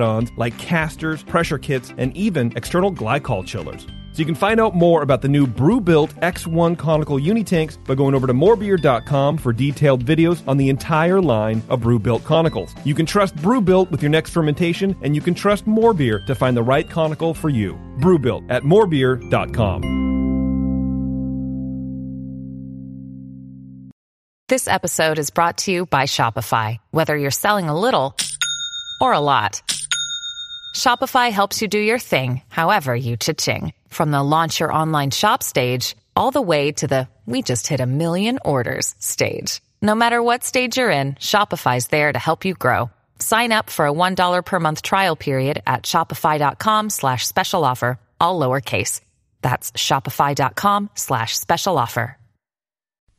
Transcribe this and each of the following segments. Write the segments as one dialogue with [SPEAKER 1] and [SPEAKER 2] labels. [SPEAKER 1] ons like casters, pressure kits, and even external glycol chillers. So you can find out more about the new Brew Built X1 conical unitanks by going over to morebeer.com for detailed videos on the entire line of Brew Built conicals. You can trust Brew Built with your next fermentation, and you can trust Morebeer to find the right conical for you. Brew Built at morebeer.com.
[SPEAKER 2] This episode is brought to you by Shopify. Whether you're selling a little or a lot, Shopify helps you do your thing, however you cha-ching. From the launch your online shop stage, all the way to the we just hit a million orders stage. No matter what stage you're in, Shopify's there to help you grow. Sign up for a $1 per month trial period at shopify.com slash special offer, all lowercase. That's shopify.com slash special offer.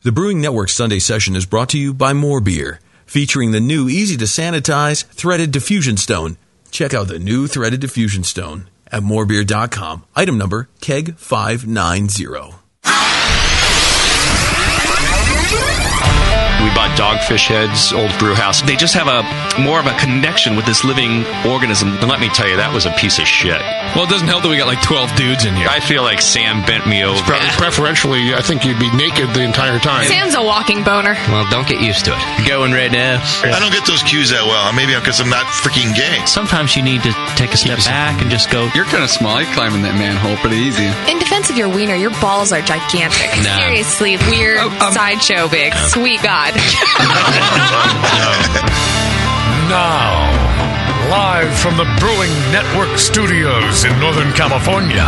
[SPEAKER 3] The Brewing Network Sunday session is brought to you by More Beer, featuring the new easy to sanitize threaded diffusion stone. Check out the new threaded diffusion stone at morebeer.com. Item number keg 590.
[SPEAKER 4] We bought Dogfish Head's old brew house. They just have a more of a connection with this living organism. And let me tell you, that was a piece of shit.
[SPEAKER 5] Well, it doesn't help that we got like 12 dudes in here.
[SPEAKER 4] I feel like Sam bent me over.
[SPEAKER 6] Probably preferentially, I think you'd be naked the entire time.
[SPEAKER 7] Sam's a walking boner.
[SPEAKER 8] Well, don't get used to it. Going right now.
[SPEAKER 9] I don't get those cues that well. Maybe because I'm not freaking gay.
[SPEAKER 10] Sometimes you need to take a step back and just go.
[SPEAKER 11] You're kind of small. I climb in that manhole pretty easy.
[SPEAKER 7] In defense of your wiener, your balls are gigantic.
[SPEAKER 8] No.
[SPEAKER 7] Seriously, weird
[SPEAKER 11] Oh, um,
[SPEAKER 7] sideshow big. Sweet God.
[SPEAKER 5] Now, live from the Brewing Network studios in Northern California,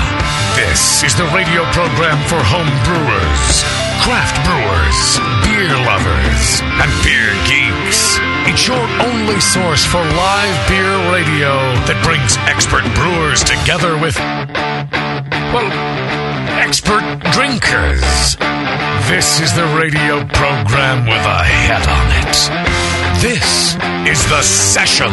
[SPEAKER 5] this is the radio program for home brewers, craft brewers, beer lovers, and beer geeks. It's your only source for live beer radio that brings expert brewers together with, well, expert drinkers. This is the radio program with a head on it. This is The Session.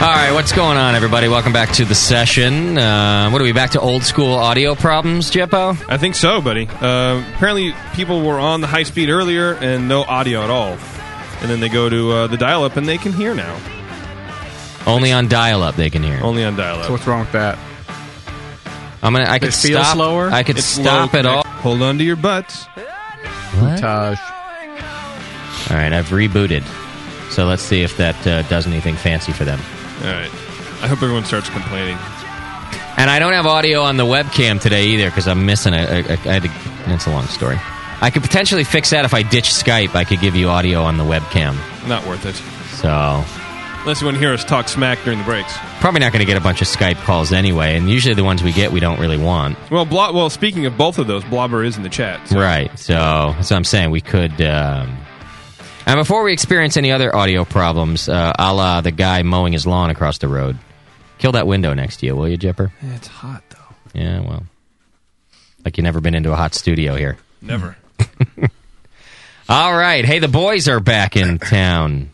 [SPEAKER 8] All right, what's going on, everybody? Welcome back to the session. Uh, what are we back to old school audio problems, Jeppo?
[SPEAKER 12] I think so, buddy. Uh, apparently, people were on the high speed earlier and no audio at all. And then they go to uh, the dial up and they can hear now.
[SPEAKER 8] Only on dial up they can hear.
[SPEAKER 12] Only on dial
[SPEAKER 11] So
[SPEAKER 12] up.
[SPEAKER 11] what's wrong with that?
[SPEAKER 8] I'm gonna. I could
[SPEAKER 11] It feels
[SPEAKER 8] stop.
[SPEAKER 11] slower?
[SPEAKER 8] I could stop it all.
[SPEAKER 12] Hold on to your butts.
[SPEAKER 8] What?
[SPEAKER 11] Taj.
[SPEAKER 8] All right, I've rebooted. So let's see if that uh, does anything fancy for them.
[SPEAKER 12] All right. I hope everyone starts complaining.
[SPEAKER 8] And I don't have audio on the webcam today either because I'm missing a. a, a I had to, it's a long story. I could potentially fix that if I ditch Skype. I could give you audio on the webcam.
[SPEAKER 12] Not worth it.
[SPEAKER 8] So
[SPEAKER 12] Unless you want to hear us talk smack during the breaks.
[SPEAKER 8] probably not going to get a bunch of Skype calls anyway. And usually the ones we get, we don't really want.
[SPEAKER 12] Well, Blo- well. Speaking of both of those, Blobber is in the chat. so-
[SPEAKER 8] Right. So that's what I'm saying. We could. Um, and before we experience any other audio problems, uh, a la the guy mowing his lawn across the road, kill that window next to you, will you, Jipper?
[SPEAKER 12] It's hot though.
[SPEAKER 8] Yeah, well. Like you've never been into a hot studio here.
[SPEAKER 12] Never.
[SPEAKER 8] All right. Hey, the boys are back in town.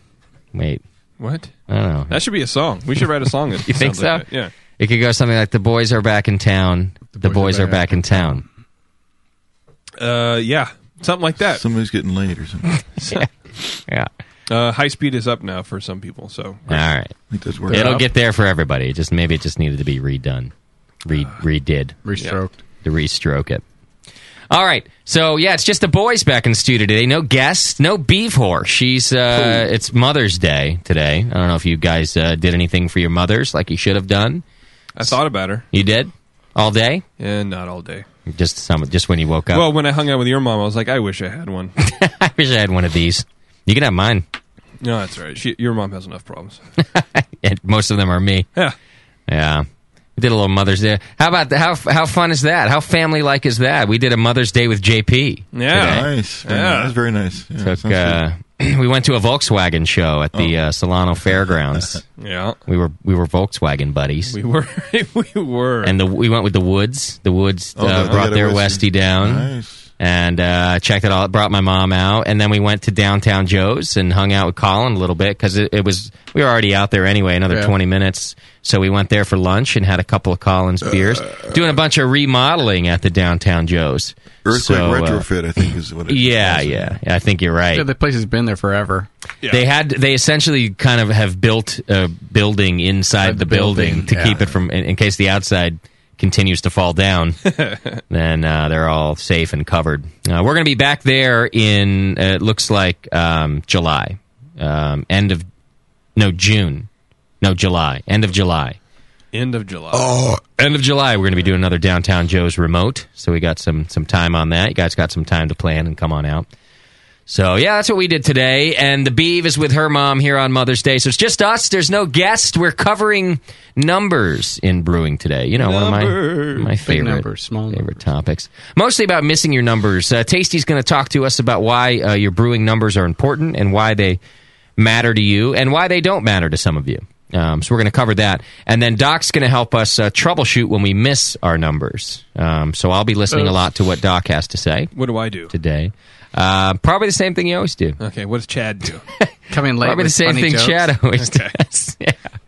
[SPEAKER 8] Wait.
[SPEAKER 12] What?
[SPEAKER 8] I don't know.
[SPEAKER 12] That should be a song. We should write a song. That
[SPEAKER 8] You think
[SPEAKER 12] sounds
[SPEAKER 8] so?
[SPEAKER 12] Like that. Yeah.
[SPEAKER 8] It could go something like the boys are back in town. The, boys, are, back in town.
[SPEAKER 12] Uh, yeah, something like that.
[SPEAKER 9] Somebody's getting laid or something. I
[SPEAKER 8] Yeah.
[SPEAKER 12] Uh, high speed is up now for some people, so
[SPEAKER 8] All right.
[SPEAKER 9] think that's where
[SPEAKER 8] It'll get there for everybody. Just maybe it just needed to be redone. Re- redid.
[SPEAKER 11] Restroked.
[SPEAKER 8] to restroke it. All right, so yeah, it's just the boys back in studio today. No guests, no beef whore. She's uh, it's Mother's Day today. I don't know if you guys uh, did anything for your mothers like you should have done.
[SPEAKER 12] I thought about her.
[SPEAKER 8] You did all day,
[SPEAKER 12] Yeah, not all day.
[SPEAKER 8] just some, just when you woke up.
[SPEAKER 12] Well, when I hung out with your mom, I was like, I wish I had one.
[SPEAKER 8] I wish I had one of these. You can have mine.
[SPEAKER 12] no, that's all right. She, your mom has enough problems.
[SPEAKER 8] And most of them are me.
[SPEAKER 12] Yeah.
[SPEAKER 8] Yeah, We did a little Mother's Day. How about the, how how fun is that? How family like is that? We did a Mother's Day with JP.
[SPEAKER 12] Yeah.
[SPEAKER 8] today.
[SPEAKER 9] Nice. Very yeah. That's very nice. Yeah, sounds
[SPEAKER 8] Took,
[SPEAKER 9] good. Oh.
[SPEAKER 8] uh, we went to a Volkswagen show at the uh, Solano Fairgrounds.
[SPEAKER 12] Yeah.
[SPEAKER 8] we were we were Volkswagen buddies.
[SPEAKER 12] We were. we were.
[SPEAKER 8] and the, we went with the Woods. The Woods
[SPEAKER 9] Oh,
[SPEAKER 8] uh,
[SPEAKER 9] the-
[SPEAKER 8] brought
[SPEAKER 9] the
[SPEAKER 8] their
[SPEAKER 9] Woods.
[SPEAKER 8] Westie down.
[SPEAKER 9] Nice.
[SPEAKER 8] And uh, checked it all. Brought my mom out, and then we went to downtown Joe's and hung out with Colin a little bit because it, it was we were already out there anyway, another
[SPEAKER 11] Yeah.
[SPEAKER 8] twenty minutes. So we went there for lunch and had a couple of Colin's
[SPEAKER 9] Uh,
[SPEAKER 8] beers, doing a bunch of remodeling at the downtown Joe's.
[SPEAKER 9] Earthquake
[SPEAKER 8] So, uh,
[SPEAKER 9] retrofit, I think, is what it
[SPEAKER 8] yeah, yeah, I think you're right.
[SPEAKER 10] Yeah, the place has been there forever.
[SPEAKER 8] They had they essentially kind of have built a building inside the, building,
[SPEAKER 10] building,
[SPEAKER 8] to
[SPEAKER 10] yeah.
[SPEAKER 8] keep it from in, in case the outside continues to fall down. then uh, they're all safe and covered. Uh, we're going to be back there in uh, it looks like um, July, um, end of no June, no July, end of July.
[SPEAKER 12] End of July.
[SPEAKER 8] Oh, end of July, we're going to be doing another Downtown Joe's remote. So we got some some time on that. You guys got some time to plan and come on out. So yeah, that's what we did today. And the Beeve is with her mom here on Mother's Day. So it's just us. There's no guest. We're covering numbers in brewing today. You know, one of
[SPEAKER 10] Numbers.
[SPEAKER 8] my my
[SPEAKER 10] Big
[SPEAKER 8] favorite
[SPEAKER 10] numbers, small
[SPEAKER 8] favorite topics. Mostly about missing your numbers. Uh, Tasty's going to talk to us about why uh, your brewing numbers are important and why they matter to you and why they don't matter to some of you. Um, so we're going to cover that, and then Doc's going to help us uh, troubleshoot when we miss our numbers. Um, so I'll be listening a lot to what Doc has to say
[SPEAKER 12] Uh, What do I do?
[SPEAKER 8] today. Uh, probably the same thing you always do.
[SPEAKER 12] Okay, what does Chad do?
[SPEAKER 10] Coming late.
[SPEAKER 8] Probably the
[SPEAKER 10] with
[SPEAKER 8] same
[SPEAKER 10] funny
[SPEAKER 8] thing
[SPEAKER 10] jokes.
[SPEAKER 8] Chad always does.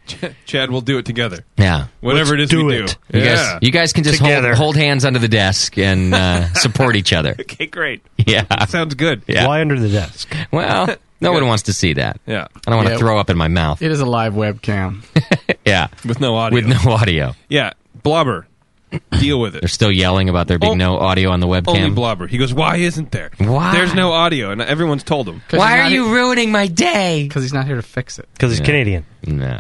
[SPEAKER 8] Yeah.
[SPEAKER 12] Chad, we'll do it together.
[SPEAKER 8] Yeah.
[SPEAKER 12] Whatever it is
[SPEAKER 13] do
[SPEAKER 12] we
[SPEAKER 13] it.
[SPEAKER 12] do.
[SPEAKER 8] You,
[SPEAKER 12] yeah.
[SPEAKER 8] guys, you guys can just hold,
[SPEAKER 13] Together.
[SPEAKER 8] hold hands under the desk and uh, support each other.
[SPEAKER 12] okay, great.
[SPEAKER 8] Yeah.
[SPEAKER 12] Sounds good.
[SPEAKER 8] Yeah.
[SPEAKER 13] Why under the desk?
[SPEAKER 8] Well, no one wants to see that.
[SPEAKER 12] Yeah.
[SPEAKER 8] I don't want to
[SPEAKER 10] Yeah.
[SPEAKER 8] throw up in my mouth.
[SPEAKER 10] It is a live webcam.
[SPEAKER 8] Yeah.
[SPEAKER 12] With no audio.
[SPEAKER 8] With no audio.
[SPEAKER 12] yeah. Blobber. Deal with it.
[SPEAKER 8] They're still yelling about there being
[SPEAKER 12] Oh.
[SPEAKER 8] no audio on the
[SPEAKER 12] Only
[SPEAKER 8] webcam.
[SPEAKER 12] Blobber. He goes, Why isn't there?
[SPEAKER 8] Why?
[SPEAKER 12] There's no audio. And everyone's told him.
[SPEAKER 8] Why are you ruining my day?
[SPEAKER 10] Because he's not here to fix it.
[SPEAKER 13] Because he's Canadian.
[SPEAKER 8] No.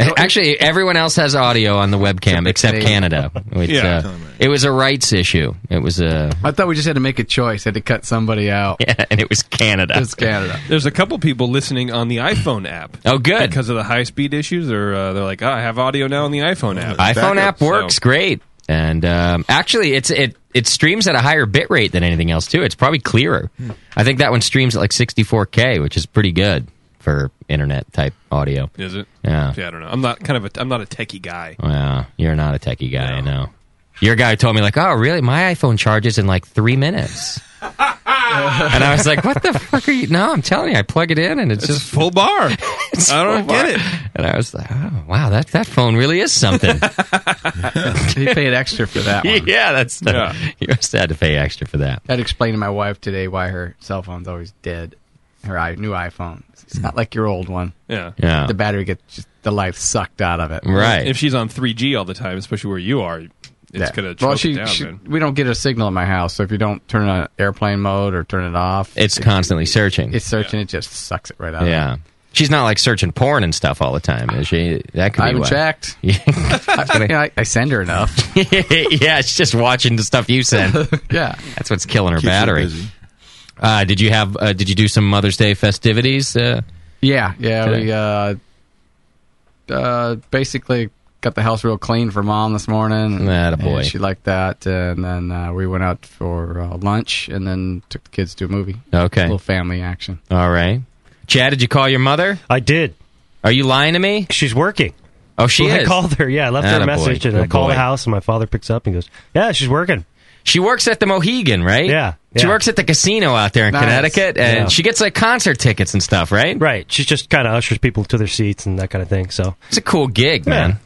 [SPEAKER 8] Actually, everyone else has audio on the webcam except Canada. Which,
[SPEAKER 12] Yeah.
[SPEAKER 8] uh, it was a rights issue. It was a
[SPEAKER 10] I thought we just had to make a choice. Had to cut somebody out.
[SPEAKER 8] and it was Canada.
[SPEAKER 10] It's Canada.
[SPEAKER 12] There's a couple people listening on the iPhone app.
[SPEAKER 8] Oh, good.
[SPEAKER 12] Because of the high speed issues, or uh, they're like, oh, I have audio now on the iPhone app.
[SPEAKER 8] iPhone
[SPEAKER 9] Backup,
[SPEAKER 8] app works great, and um, actually, it's it it streams at a higher bit rate than anything else too. It's probably clearer.
[SPEAKER 12] Hmm.
[SPEAKER 8] I think that one streams at like 64k, which is pretty good for internet type audio.
[SPEAKER 12] Is it?
[SPEAKER 8] Yeah.
[SPEAKER 12] Yeah, I don't know. I'm not kind of a. I'm not a techie guy.
[SPEAKER 8] Wow, you're not a techie guy, I know. Your guy told me like, "Oh, really? My iPhone charges in like three minutes." and I was like, "What the fuck are you?" No, I'm telling you, I plug it in and it's,
[SPEAKER 12] It's
[SPEAKER 8] just.
[SPEAKER 12] full bar. I don't get it.
[SPEAKER 8] And I was like, "Oh, wow, that that phone really is something."
[SPEAKER 10] He paid extra for that one.
[SPEAKER 8] yeah, that's
[SPEAKER 12] Yeah.
[SPEAKER 8] you just had to pay extra for that.
[SPEAKER 10] I'd explain to my wife today why her cell phone's always dead. Her i- new iPhone. It's not like your old one.
[SPEAKER 12] Yeah.
[SPEAKER 8] Yeah,
[SPEAKER 10] The battery gets just, the life sucked out of it.
[SPEAKER 8] right.
[SPEAKER 12] If she's on 3G all the time, especially where you are, it's
[SPEAKER 10] Yeah.
[SPEAKER 12] gonna choke
[SPEAKER 10] well, she,
[SPEAKER 12] it down.
[SPEAKER 10] she-
[SPEAKER 12] man.
[SPEAKER 10] we don't get a signal at my house, so if you don't turn it on airplane mode or turn it off,
[SPEAKER 8] it's constantly searching.
[SPEAKER 10] it's searching. It just sucks it right out.
[SPEAKER 8] yeah. She's not like searching porn and stuff all the time, is she? That could
[SPEAKER 10] I
[SPEAKER 8] be
[SPEAKER 10] haven't
[SPEAKER 8] why.
[SPEAKER 10] checked. I, yeah, I, I send her enough.
[SPEAKER 8] yeah, she's just watching the stuff you send.
[SPEAKER 10] yeah,
[SPEAKER 8] That's what's killing her
[SPEAKER 9] Keeps you
[SPEAKER 8] battery.
[SPEAKER 9] busy.
[SPEAKER 8] Uh, did you have? Uh, did you do some Mother's Day festivities? Uh,
[SPEAKER 10] yeah, yeah.
[SPEAKER 8] Today.
[SPEAKER 10] We uh, uh, basically got the house real clean for mom this morning.
[SPEAKER 8] Attaboy.
[SPEAKER 10] And she liked that, and then uh, we went out for uh, lunch, and then took the kids to a movie.
[SPEAKER 8] Okay.
[SPEAKER 10] a little family action.
[SPEAKER 8] all right. Chad, did you call your mother?
[SPEAKER 13] I did.
[SPEAKER 8] Are you lying to me?
[SPEAKER 13] She's working.
[SPEAKER 8] Oh, she
[SPEAKER 13] I
[SPEAKER 8] is.
[SPEAKER 13] called her. Yeah, I left her
[SPEAKER 8] Attaboy.
[SPEAKER 13] a message and I
[SPEAKER 8] Good
[SPEAKER 13] called
[SPEAKER 8] boy.
[SPEAKER 13] the house and my father picks up and goes, "Yeah, she's working."
[SPEAKER 8] She works at the Mohegan, right?
[SPEAKER 13] Yeah,
[SPEAKER 8] She
[SPEAKER 13] yeah.
[SPEAKER 8] works at the casino out there in
[SPEAKER 10] Nice.
[SPEAKER 8] Connecticut, and
[SPEAKER 13] Yeah.
[SPEAKER 8] she gets like concert tickets and stuff, right?
[SPEAKER 13] Right. She just kind of ushers people to their seats and that kind of thing. So
[SPEAKER 8] It's a cool gig, man.
[SPEAKER 13] Yeah.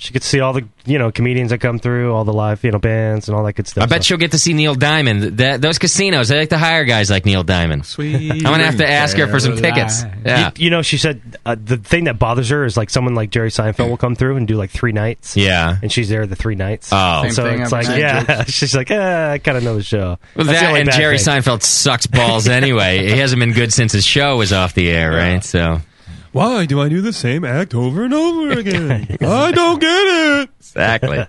[SPEAKER 13] she could see all the you know comedians that come through, all the live you know bands and all that good stuff.
[SPEAKER 8] I bet
[SPEAKER 13] so.
[SPEAKER 8] she'll get to see Neil Diamond. That, those casinos, they like to hire guys like Neil Diamond.
[SPEAKER 10] Sweet.
[SPEAKER 8] I'm gonna have to ask her for some tickets. Yeah,
[SPEAKER 13] You, you know, she said uh, the thing that bothers her is like someone like Jerry Seinfeld will come through and do like three nights.
[SPEAKER 8] yeah.
[SPEAKER 13] And she's there the three nights.
[SPEAKER 8] Oh.
[SPEAKER 13] And so
[SPEAKER 10] Same thing
[SPEAKER 13] it's
[SPEAKER 10] every
[SPEAKER 13] like,
[SPEAKER 10] night,
[SPEAKER 13] yeah. She's like, eh, I kind of know the show.
[SPEAKER 8] Well,
[SPEAKER 13] That's the
[SPEAKER 8] that
[SPEAKER 13] only
[SPEAKER 8] and
[SPEAKER 13] bad
[SPEAKER 8] Jerry
[SPEAKER 13] thing.
[SPEAKER 8] Seinfeld sucks balls anyway. he hasn't been good since his show was off the air, right? So
[SPEAKER 12] Why do I do the same act over and over again? I don't get it.
[SPEAKER 8] exactly.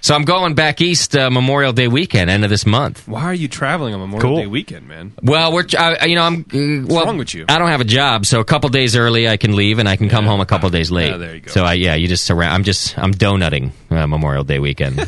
[SPEAKER 8] So I'm going back east uh, Memorial Day weekend, end of this month.
[SPEAKER 12] Why are you traveling on Memorial
[SPEAKER 8] Cool.
[SPEAKER 12] Day weekend, man?
[SPEAKER 8] Well, we're I, you know I'm uh, well,
[SPEAKER 12] wrong with you?
[SPEAKER 8] I don't have a job, so a couple days early I can leave, and I can come home a couple days late.
[SPEAKER 12] there you
[SPEAKER 8] go. So I, yeah, you just surround. I'm just I'm donutting uh, Memorial Day weekend,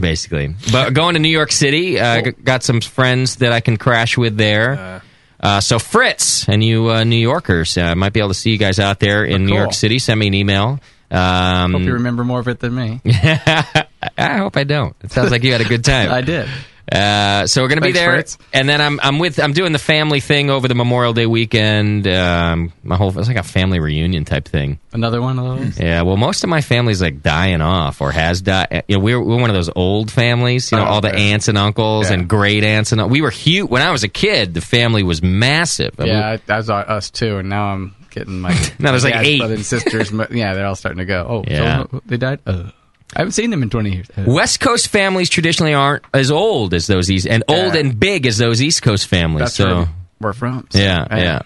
[SPEAKER 8] basically. But going to New York City, uh, g- got some friends that I can crash with there. Uh, so Fritz and you uh, New Yorkers, uh, I might be able to see you guys out there in
[SPEAKER 10] Oh,
[SPEAKER 8] New
[SPEAKER 10] cool.
[SPEAKER 8] York City. Send me an email. Um,
[SPEAKER 10] Hope you remember more of it than me.
[SPEAKER 8] I hope I don't. It sounds like you had a good time.
[SPEAKER 10] I did.
[SPEAKER 8] Uh, so we're gonna
[SPEAKER 10] Thanks,
[SPEAKER 8] be there,
[SPEAKER 10] Fritz.
[SPEAKER 8] and then I'm I'm with I'm doing the family thing over the Memorial Day weekend. Um, my whole it's like a family reunion type thing.
[SPEAKER 10] Another one of those.
[SPEAKER 8] Yeah, well, most of my family's like dying off or has died. You know, we're, we're one of those old families.
[SPEAKER 10] Oh,
[SPEAKER 8] You know, all the aunts and uncles and great aunts and un- we were huge when I was a kid. The family was massive. I mean,
[SPEAKER 10] Yeah, that was us too, and now I'm getting my
[SPEAKER 8] Now there's
[SPEAKER 10] my
[SPEAKER 8] like
[SPEAKER 10] dad's
[SPEAKER 8] eight.
[SPEAKER 10] brother and sisters. mo- yeah, they're all starting to go. Oh,
[SPEAKER 8] Yeah.
[SPEAKER 10] so they died. Uh, I haven't seen them in 20 years. Uh,
[SPEAKER 8] West Coast families traditionally aren't as old as those East and old
[SPEAKER 10] Yeah.
[SPEAKER 8] and big as those East Coast families.
[SPEAKER 10] That's
[SPEAKER 8] so.
[SPEAKER 10] where we're from. so,
[SPEAKER 8] Yeah,
[SPEAKER 10] I-
[SPEAKER 8] yeah.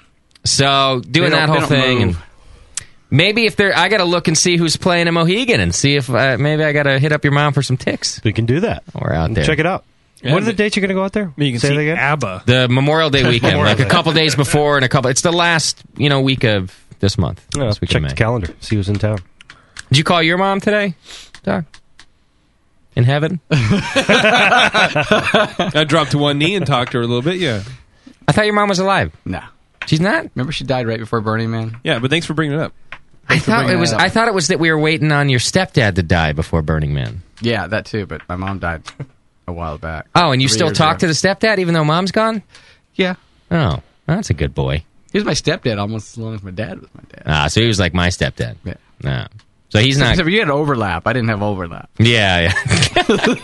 [SPEAKER 8] So doing
[SPEAKER 10] They don't-
[SPEAKER 8] that
[SPEAKER 10] they
[SPEAKER 8] whole
[SPEAKER 10] don't
[SPEAKER 8] thing, and
[SPEAKER 10] move.
[SPEAKER 8] maybe if they're, I got to look and see who's playing in Mohegan, and see if uh, maybe I got to hit up your mom for some ticks.
[SPEAKER 13] We can do that.
[SPEAKER 8] We're out there.
[SPEAKER 13] Check it out. what are the dates you're going to go out there? You can Say that again?
[SPEAKER 12] ABBA.
[SPEAKER 8] The Memorial Day weekend,
[SPEAKER 13] Memorial
[SPEAKER 8] like a
[SPEAKER 13] Day.
[SPEAKER 8] couple days before, and a couple. It's the last, you know, week of this month. this week in
[SPEAKER 13] Oh, check
[SPEAKER 8] May.
[SPEAKER 13] the calendar. See who's in town.
[SPEAKER 8] Did you call your mom today, Doc? In heaven,
[SPEAKER 12] I dropped to one knee and talked to her a little bit. Yeah,
[SPEAKER 8] I thought your mom was alive.
[SPEAKER 10] No,
[SPEAKER 8] she's not.
[SPEAKER 10] Remember, she died right before Burning Man.
[SPEAKER 12] yeah. But thanks for bringing it up.
[SPEAKER 8] I thought
[SPEAKER 10] bringing
[SPEAKER 8] it
[SPEAKER 10] that
[SPEAKER 8] was.
[SPEAKER 10] up.
[SPEAKER 8] I thought it was that we were waiting on your stepdad to die before Burning Man.
[SPEAKER 10] Yeah, that too. But my mom died a while back.
[SPEAKER 8] Oh, and you still talk to the stepdad even though mom's gone?
[SPEAKER 10] Yeah.
[SPEAKER 8] Oh, that's a good boy.
[SPEAKER 10] He was my stepdad almost as long as my dad was my dad.
[SPEAKER 8] Ah, so he was like my stepdad. Yeah. So he's
[SPEAKER 10] Except-
[SPEAKER 8] not.
[SPEAKER 10] except you had overlap. I didn't have overlap.
[SPEAKER 8] Yeah, yeah.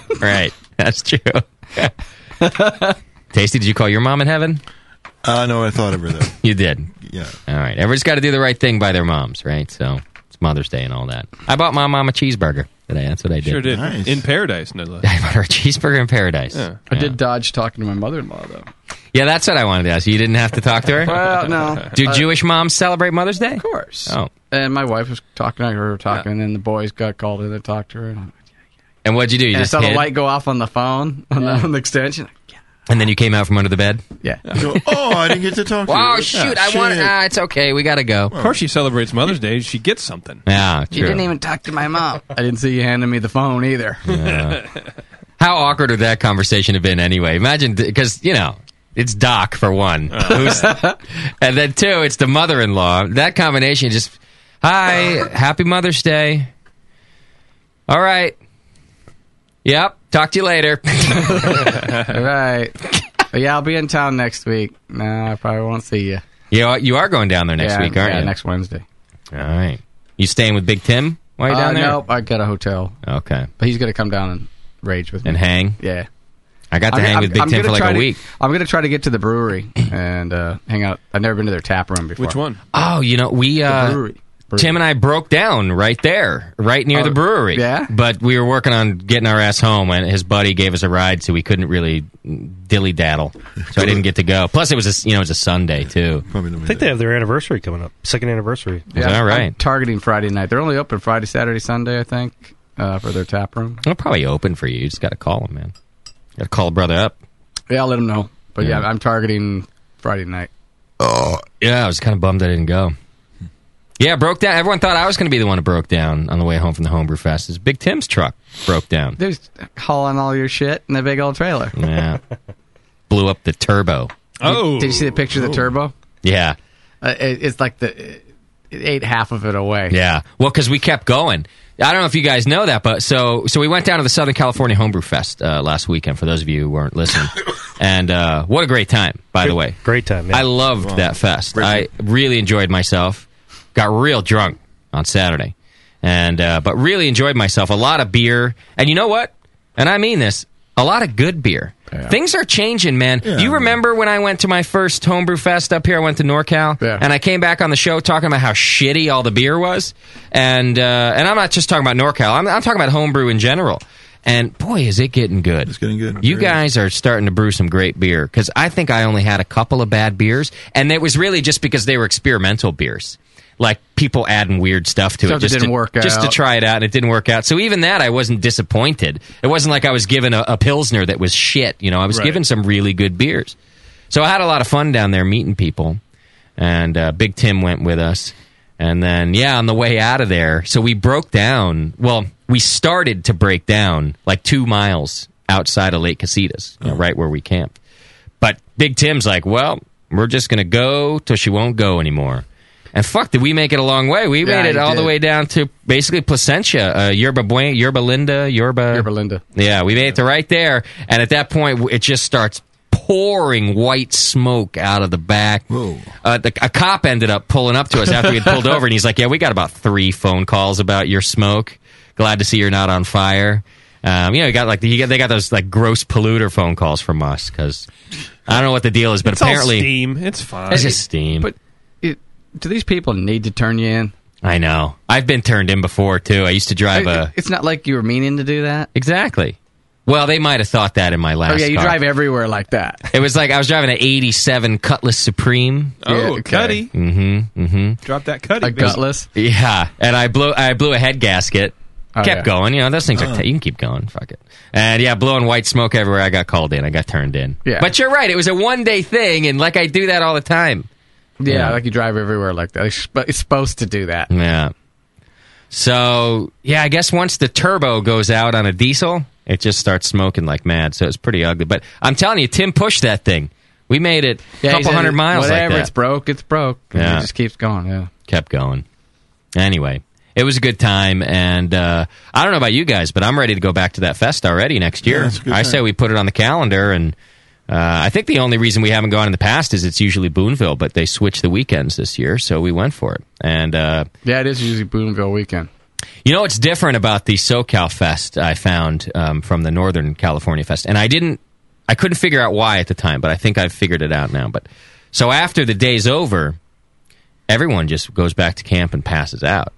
[SPEAKER 8] right. That's true. Tasty, did you call your mom in heaven?
[SPEAKER 9] Uh, no, I thought of her though.
[SPEAKER 8] You did.
[SPEAKER 9] Yeah.
[SPEAKER 8] All right. Everybody's got to do the right thing by their moms, right? So it's Mother's Day and all that. I bought my mom a cheeseburger today. That's what I did.
[SPEAKER 12] Sure did in paradise, no less.
[SPEAKER 8] I bought her a cheeseburger in paradise. Yeah.
[SPEAKER 10] I did dodge talking to my mother-in-law though.
[SPEAKER 8] Yeah, that's what I wanted to ask. You didn't have to talk to her?
[SPEAKER 10] Well, no.
[SPEAKER 8] Do
[SPEAKER 10] Uh,
[SPEAKER 8] Jewish moms celebrate Mother's Day? Of
[SPEAKER 10] course.
[SPEAKER 8] Oh.
[SPEAKER 10] And my wife was talking. I heard her talking, and then the boys got called in to talk to her. And,
[SPEAKER 8] And what'd you do? You
[SPEAKER 10] and I
[SPEAKER 8] just
[SPEAKER 10] saw the
[SPEAKER 8] hid?
[SPEAKER 10] light go off on the phone on, the, on the extension.
[SPEAKER 8] And then you came out from under the bed?
[SPEAKER 10] Yeah.
[SPEAKER 9] oh, I didn't get to talk. to
[SPEAKER 8] Oh,
[SPEAKER 9] her.
[SPEAKER 8] shoot.
[SPEAKER 9] Yeah,
[SPEAKER 8] I want.
[SPEAKER 9] shit.
[SPEAKER 8] Ah, it's okay. We got to go.
[SPEAKER 12] Of course, she celebrates Mother's Day. She gets something.
[SPEAKER 8] Yeah, true.
[SPEAKER 10] You didn't even talk to my mom. I didn't see you handing me the phone either.
[SPEAKER 8] Yeah. How awkward would that conversation have been anyway? Imagine, because, you know, it's Doc for one. Who's- and then two, it's the mother in law. That combination just, hi, happy Mother's Day. All right. Yep. Talk to you later.
[SPEAKER 10] All right. But yeah, I'll be in town next week. No, I probably won't see you.
[SPEAKER 8] you, are, you are going down there next
[SPEAKER 10] Yeah,
[SPEAKER 8] week, aren't
[SPEAKER 10] yeah,
[SPEAKER 8] you?
[SPEAKER 10] next Wednesday.
[SPEAKER 8] All right. You staying with Big Tim while you're
[SPEAKER 10] Uh,
[SPEAKER 8] down there?
[SPEAKER 10] Nope, I got a hotel.
[SPEAKER 8] Okay.
[SPEAKER 10] But he's going to come down and rage with me.
[SPEAKER 8] And hang?
[SPEAKER 10] Yeah.
[SPEAKER 8] I got to hang with Big Tim
[SPEAKER 10] gonna
[SPEAKER 8] for
[SPEAKER 10] try
[SPEAKER 8] like a
[SPEAKER 10] to-
[SPEAKER 8] week.
[SPEAKER 10] I'm going to try to get to the brewery and uh, hang out. I've never been to their tap room before.
[SPEAKER 12] Which one?
[SPEAKER 8] Oh, you know, we uh,
[SPEAKER 10] brewery. Oh,
[SPEAKER 8] Tim and I broke down right there, right near the brewery.
[SPEAKER 10] yeah?
[SPEAKER 8] but we were working on getting our ass home, and his buddy gave us a ride, so we couldn't really dilly daddle. So I didn't get to go. Plus, it was a s- you know it was a Sunday too.
[SPEAKER 13] I think they have their anniversary coming up. Second anniversary.
[SPEAKER 8] All
[SPEAKER 10] I'm
[SPEAKER 8] right.
[SPEAKER 10] targeting Friday night. They're only open Friday, Saturday, Sunday, I think, uh, for their tap room.
[SPEAKER 8] They'll probably open for you. You just got to call him, man. Got to call brother up.
[SPEAKER 10] Yeah, I'll let them know. But yeah,
[SPEAKER 8] Yeah.
[SPEAKER 10] I'm targeting Friday night.
[SPEAKER 8] Oh yeah, I was kind of bummed I didn't go. Yeah, broke down. Everyone thought I was going to be the one who broke down on the way home from the homebrew fest. It's Big Tim's truck broke down.
[SPEAKER 10] They're just hauling all your shit in a big old trailer.
[SPEAKER 8] Yeah, blew up the turbo. Oh.
[SPEAKER 10] Did, you see the picture of the turbo?
[SPEAKER 8] Yeah.
[SPEAKER 10] Uh, it, it's like the it ate half of it away.
[SPEAKER 8] Yeah. Well, because we kept going. I don't know if you guys know that, but so so we went down to the Southern California Homebrew Fest uh, last weekend. For those of you who weren't listening, and uh, what a great time! By the way,
[SPEAKER 13] Great time. yeah.
[SPEAKER 8] I loved
[SPEAKER 13] Wow.
[SPEAKER 8] that fest. I really enjoyed myself. Got real drunk on Saturday, and uh, but really enjoyed myself. A lot of beer, and you know what? And I mean this. A lot of good beer. Things are changing, man. you remember when I went to my first homebrew fest up here? I went to NorCal, and I came back on the show talking about how shitty all the beer was, and uh, and I'm not just talking about NorCal. I'm, I'm talking about homebrew in general. And boy, is it getting good! It's getting good. You guys are starting to brew some great beer because I think I only had a couple of bad beers, and it was really just because they were experimental beers. like people adding weird stuff to
[SPEAKER 10] Stuff
[SPEAKER 8] it
[SPEAKER 10] that
[SPEAKER 8] just
[SPEAKER 10] didn't
[SPEAKER 8] to,
[SPEAKER 10] work
[SPEAKER 8] just to
[SPEAKER 10] out.
[SPEAKER 8] try it out, and it didn't work out. So even that, I wasn't disappointed. It wasn't like I was given a, a pilsner that was shit. You know, I was
[SPEAKER 14] Right.
[SPEAKER 8] given some really good beers. So I had a lot of fun down there meeting people, and uh, Big Tim went with us. And then, yeah, on the way out of there, so we broke down. Well, we started to break down like two miles outside of Lake Casitas, you know, right where we camped. But Big Tim's like, well, we're just going to go till she won't go anymore. And fuck, did we make it a long way? We
[SPEAKER 10] Yeah,
[SPEAKER 8] made it
[SPEAKER 10] you
[SPEAKER 8] all the
[SPEAKER 10] did.
[SPEAKER 8] way down to basically Placentia, uh, Yerba Buena, Yerba Linda, Yerba. Yerba
[SPEAKER 10] Linda.
[SPEAKER 8] Yeah, we made it to right there. And at that point, w- it just starts pouring white smoke out of the back. Uh, the, a cop ended up pulling up to us after we had pulled over, and he's like, "Yeah, we got about three phone calls about your smoke. Glad to see you're not on fire." Um, you know, you got like you got, they got those like gross polluter phone calls from us because I don't know what the deal is, but
[SPEAKER 12] It's all
[SPEAKER 8] apparently
[SPEAKER 12] steam. It's fine.
[SPEAKER 8] It's just steam.
[SPEAKER 10] Uh, But it, do these people need to turn you in?
[SPEAKER 8] I know. I've been turned in before too. I used to drive
[SPEAKER 10] It-
[SPEAKER 8] a
[SPEAKER 10] it's not like you were meaning to do that.
[SPEAKER 8] exactly. Well, they might have thought that in my last.
[SPEAKER 10] oh yeah, you
[SPEAKER 8] car.
[SPEAKER 10] drive everywhere like that.
[SPEAKER 8] It was like I was driving an '87 Cutlass Supreme.
[SPEAKER 10] Oh, Yeah, okay. cutty.
[SPEAKER 8] Mm-hmm. Mm-hmm.
[SPEAKER 12] Drop that cutty.
[SPEAKER 10] A
[SPEAKER 12] baby.
[SPEAKER 10] gutless.
[SPEAKER 8] Yeah, and I blew I blew a head gasket.
[SPEAKER 10] Oh,
[SPEAKER 8] kept
[SPEAKER 10] yeah.
[SPEAKER 8] going, you know. Those things are
[SPEAKER 10] Oh.
[SPEAKER 8] t- you can keep going. Fuck it. And yeah, blowing white smoke everywhere. I got called in. I got turned in.
[SPEAKER 10] Yeah.
[SPEAKER 8] But you're right. It was a one day thing, and like I do that all the time.
[SPEAKER 10] Yeah,
[SPEAKER 8] Yeah.
[SPEAKER 10] like you drive everywhere like that. It's, sp- it's supposed to do that.
[SPEAKER 8] Yeah. So yeah, I guess once the turbo goes out on a diesel, it just starts smoking like mad. So it's pretty ugly. But I'm telling you, Tim pushed that thing. We made it a
[SPEAKER 10] Yeah, he
[SPEAKER 8] couple
[SPEAKER 10] said
[SPEAKER 8] hundred
[SPEAKER 10] it-
[SPEAKER 8] miles.
[SPEAKER 10] Whatever,
[SPEAKER 8] like that.
[SPEAKER 10] it's broke. It's broke. And
[SPEAKER 8] Yeah.
[SPEAKER 10] It just keeps going. Yeah.
[SPEAKER 8] kept going. Anyway, it was a good time, and uh, I don't know about you guys, but I'm ready to go back to that fest already next year.
[SPEAKER 14] that's a good
[SPEAKER 8] I
[SPEAKER 14] time.
[SPEAKER 8] say we put it on the calendar, and uh, I think the only reason we haven't gone in the past is it's usually Boonville, but they switched the weekends this year, so we went for it. And uh,
[SPEAKER 10] Yeah, it is usually Boonville weekend.
[SPEAKER 8] you know what's different about the SoCal Fest I found um, from the Northern California Fest, and I didn't, I couldn't figure out why at the time, but I think I've figured it out now. But so after the day's over, everyone just goes back to camp and passes out,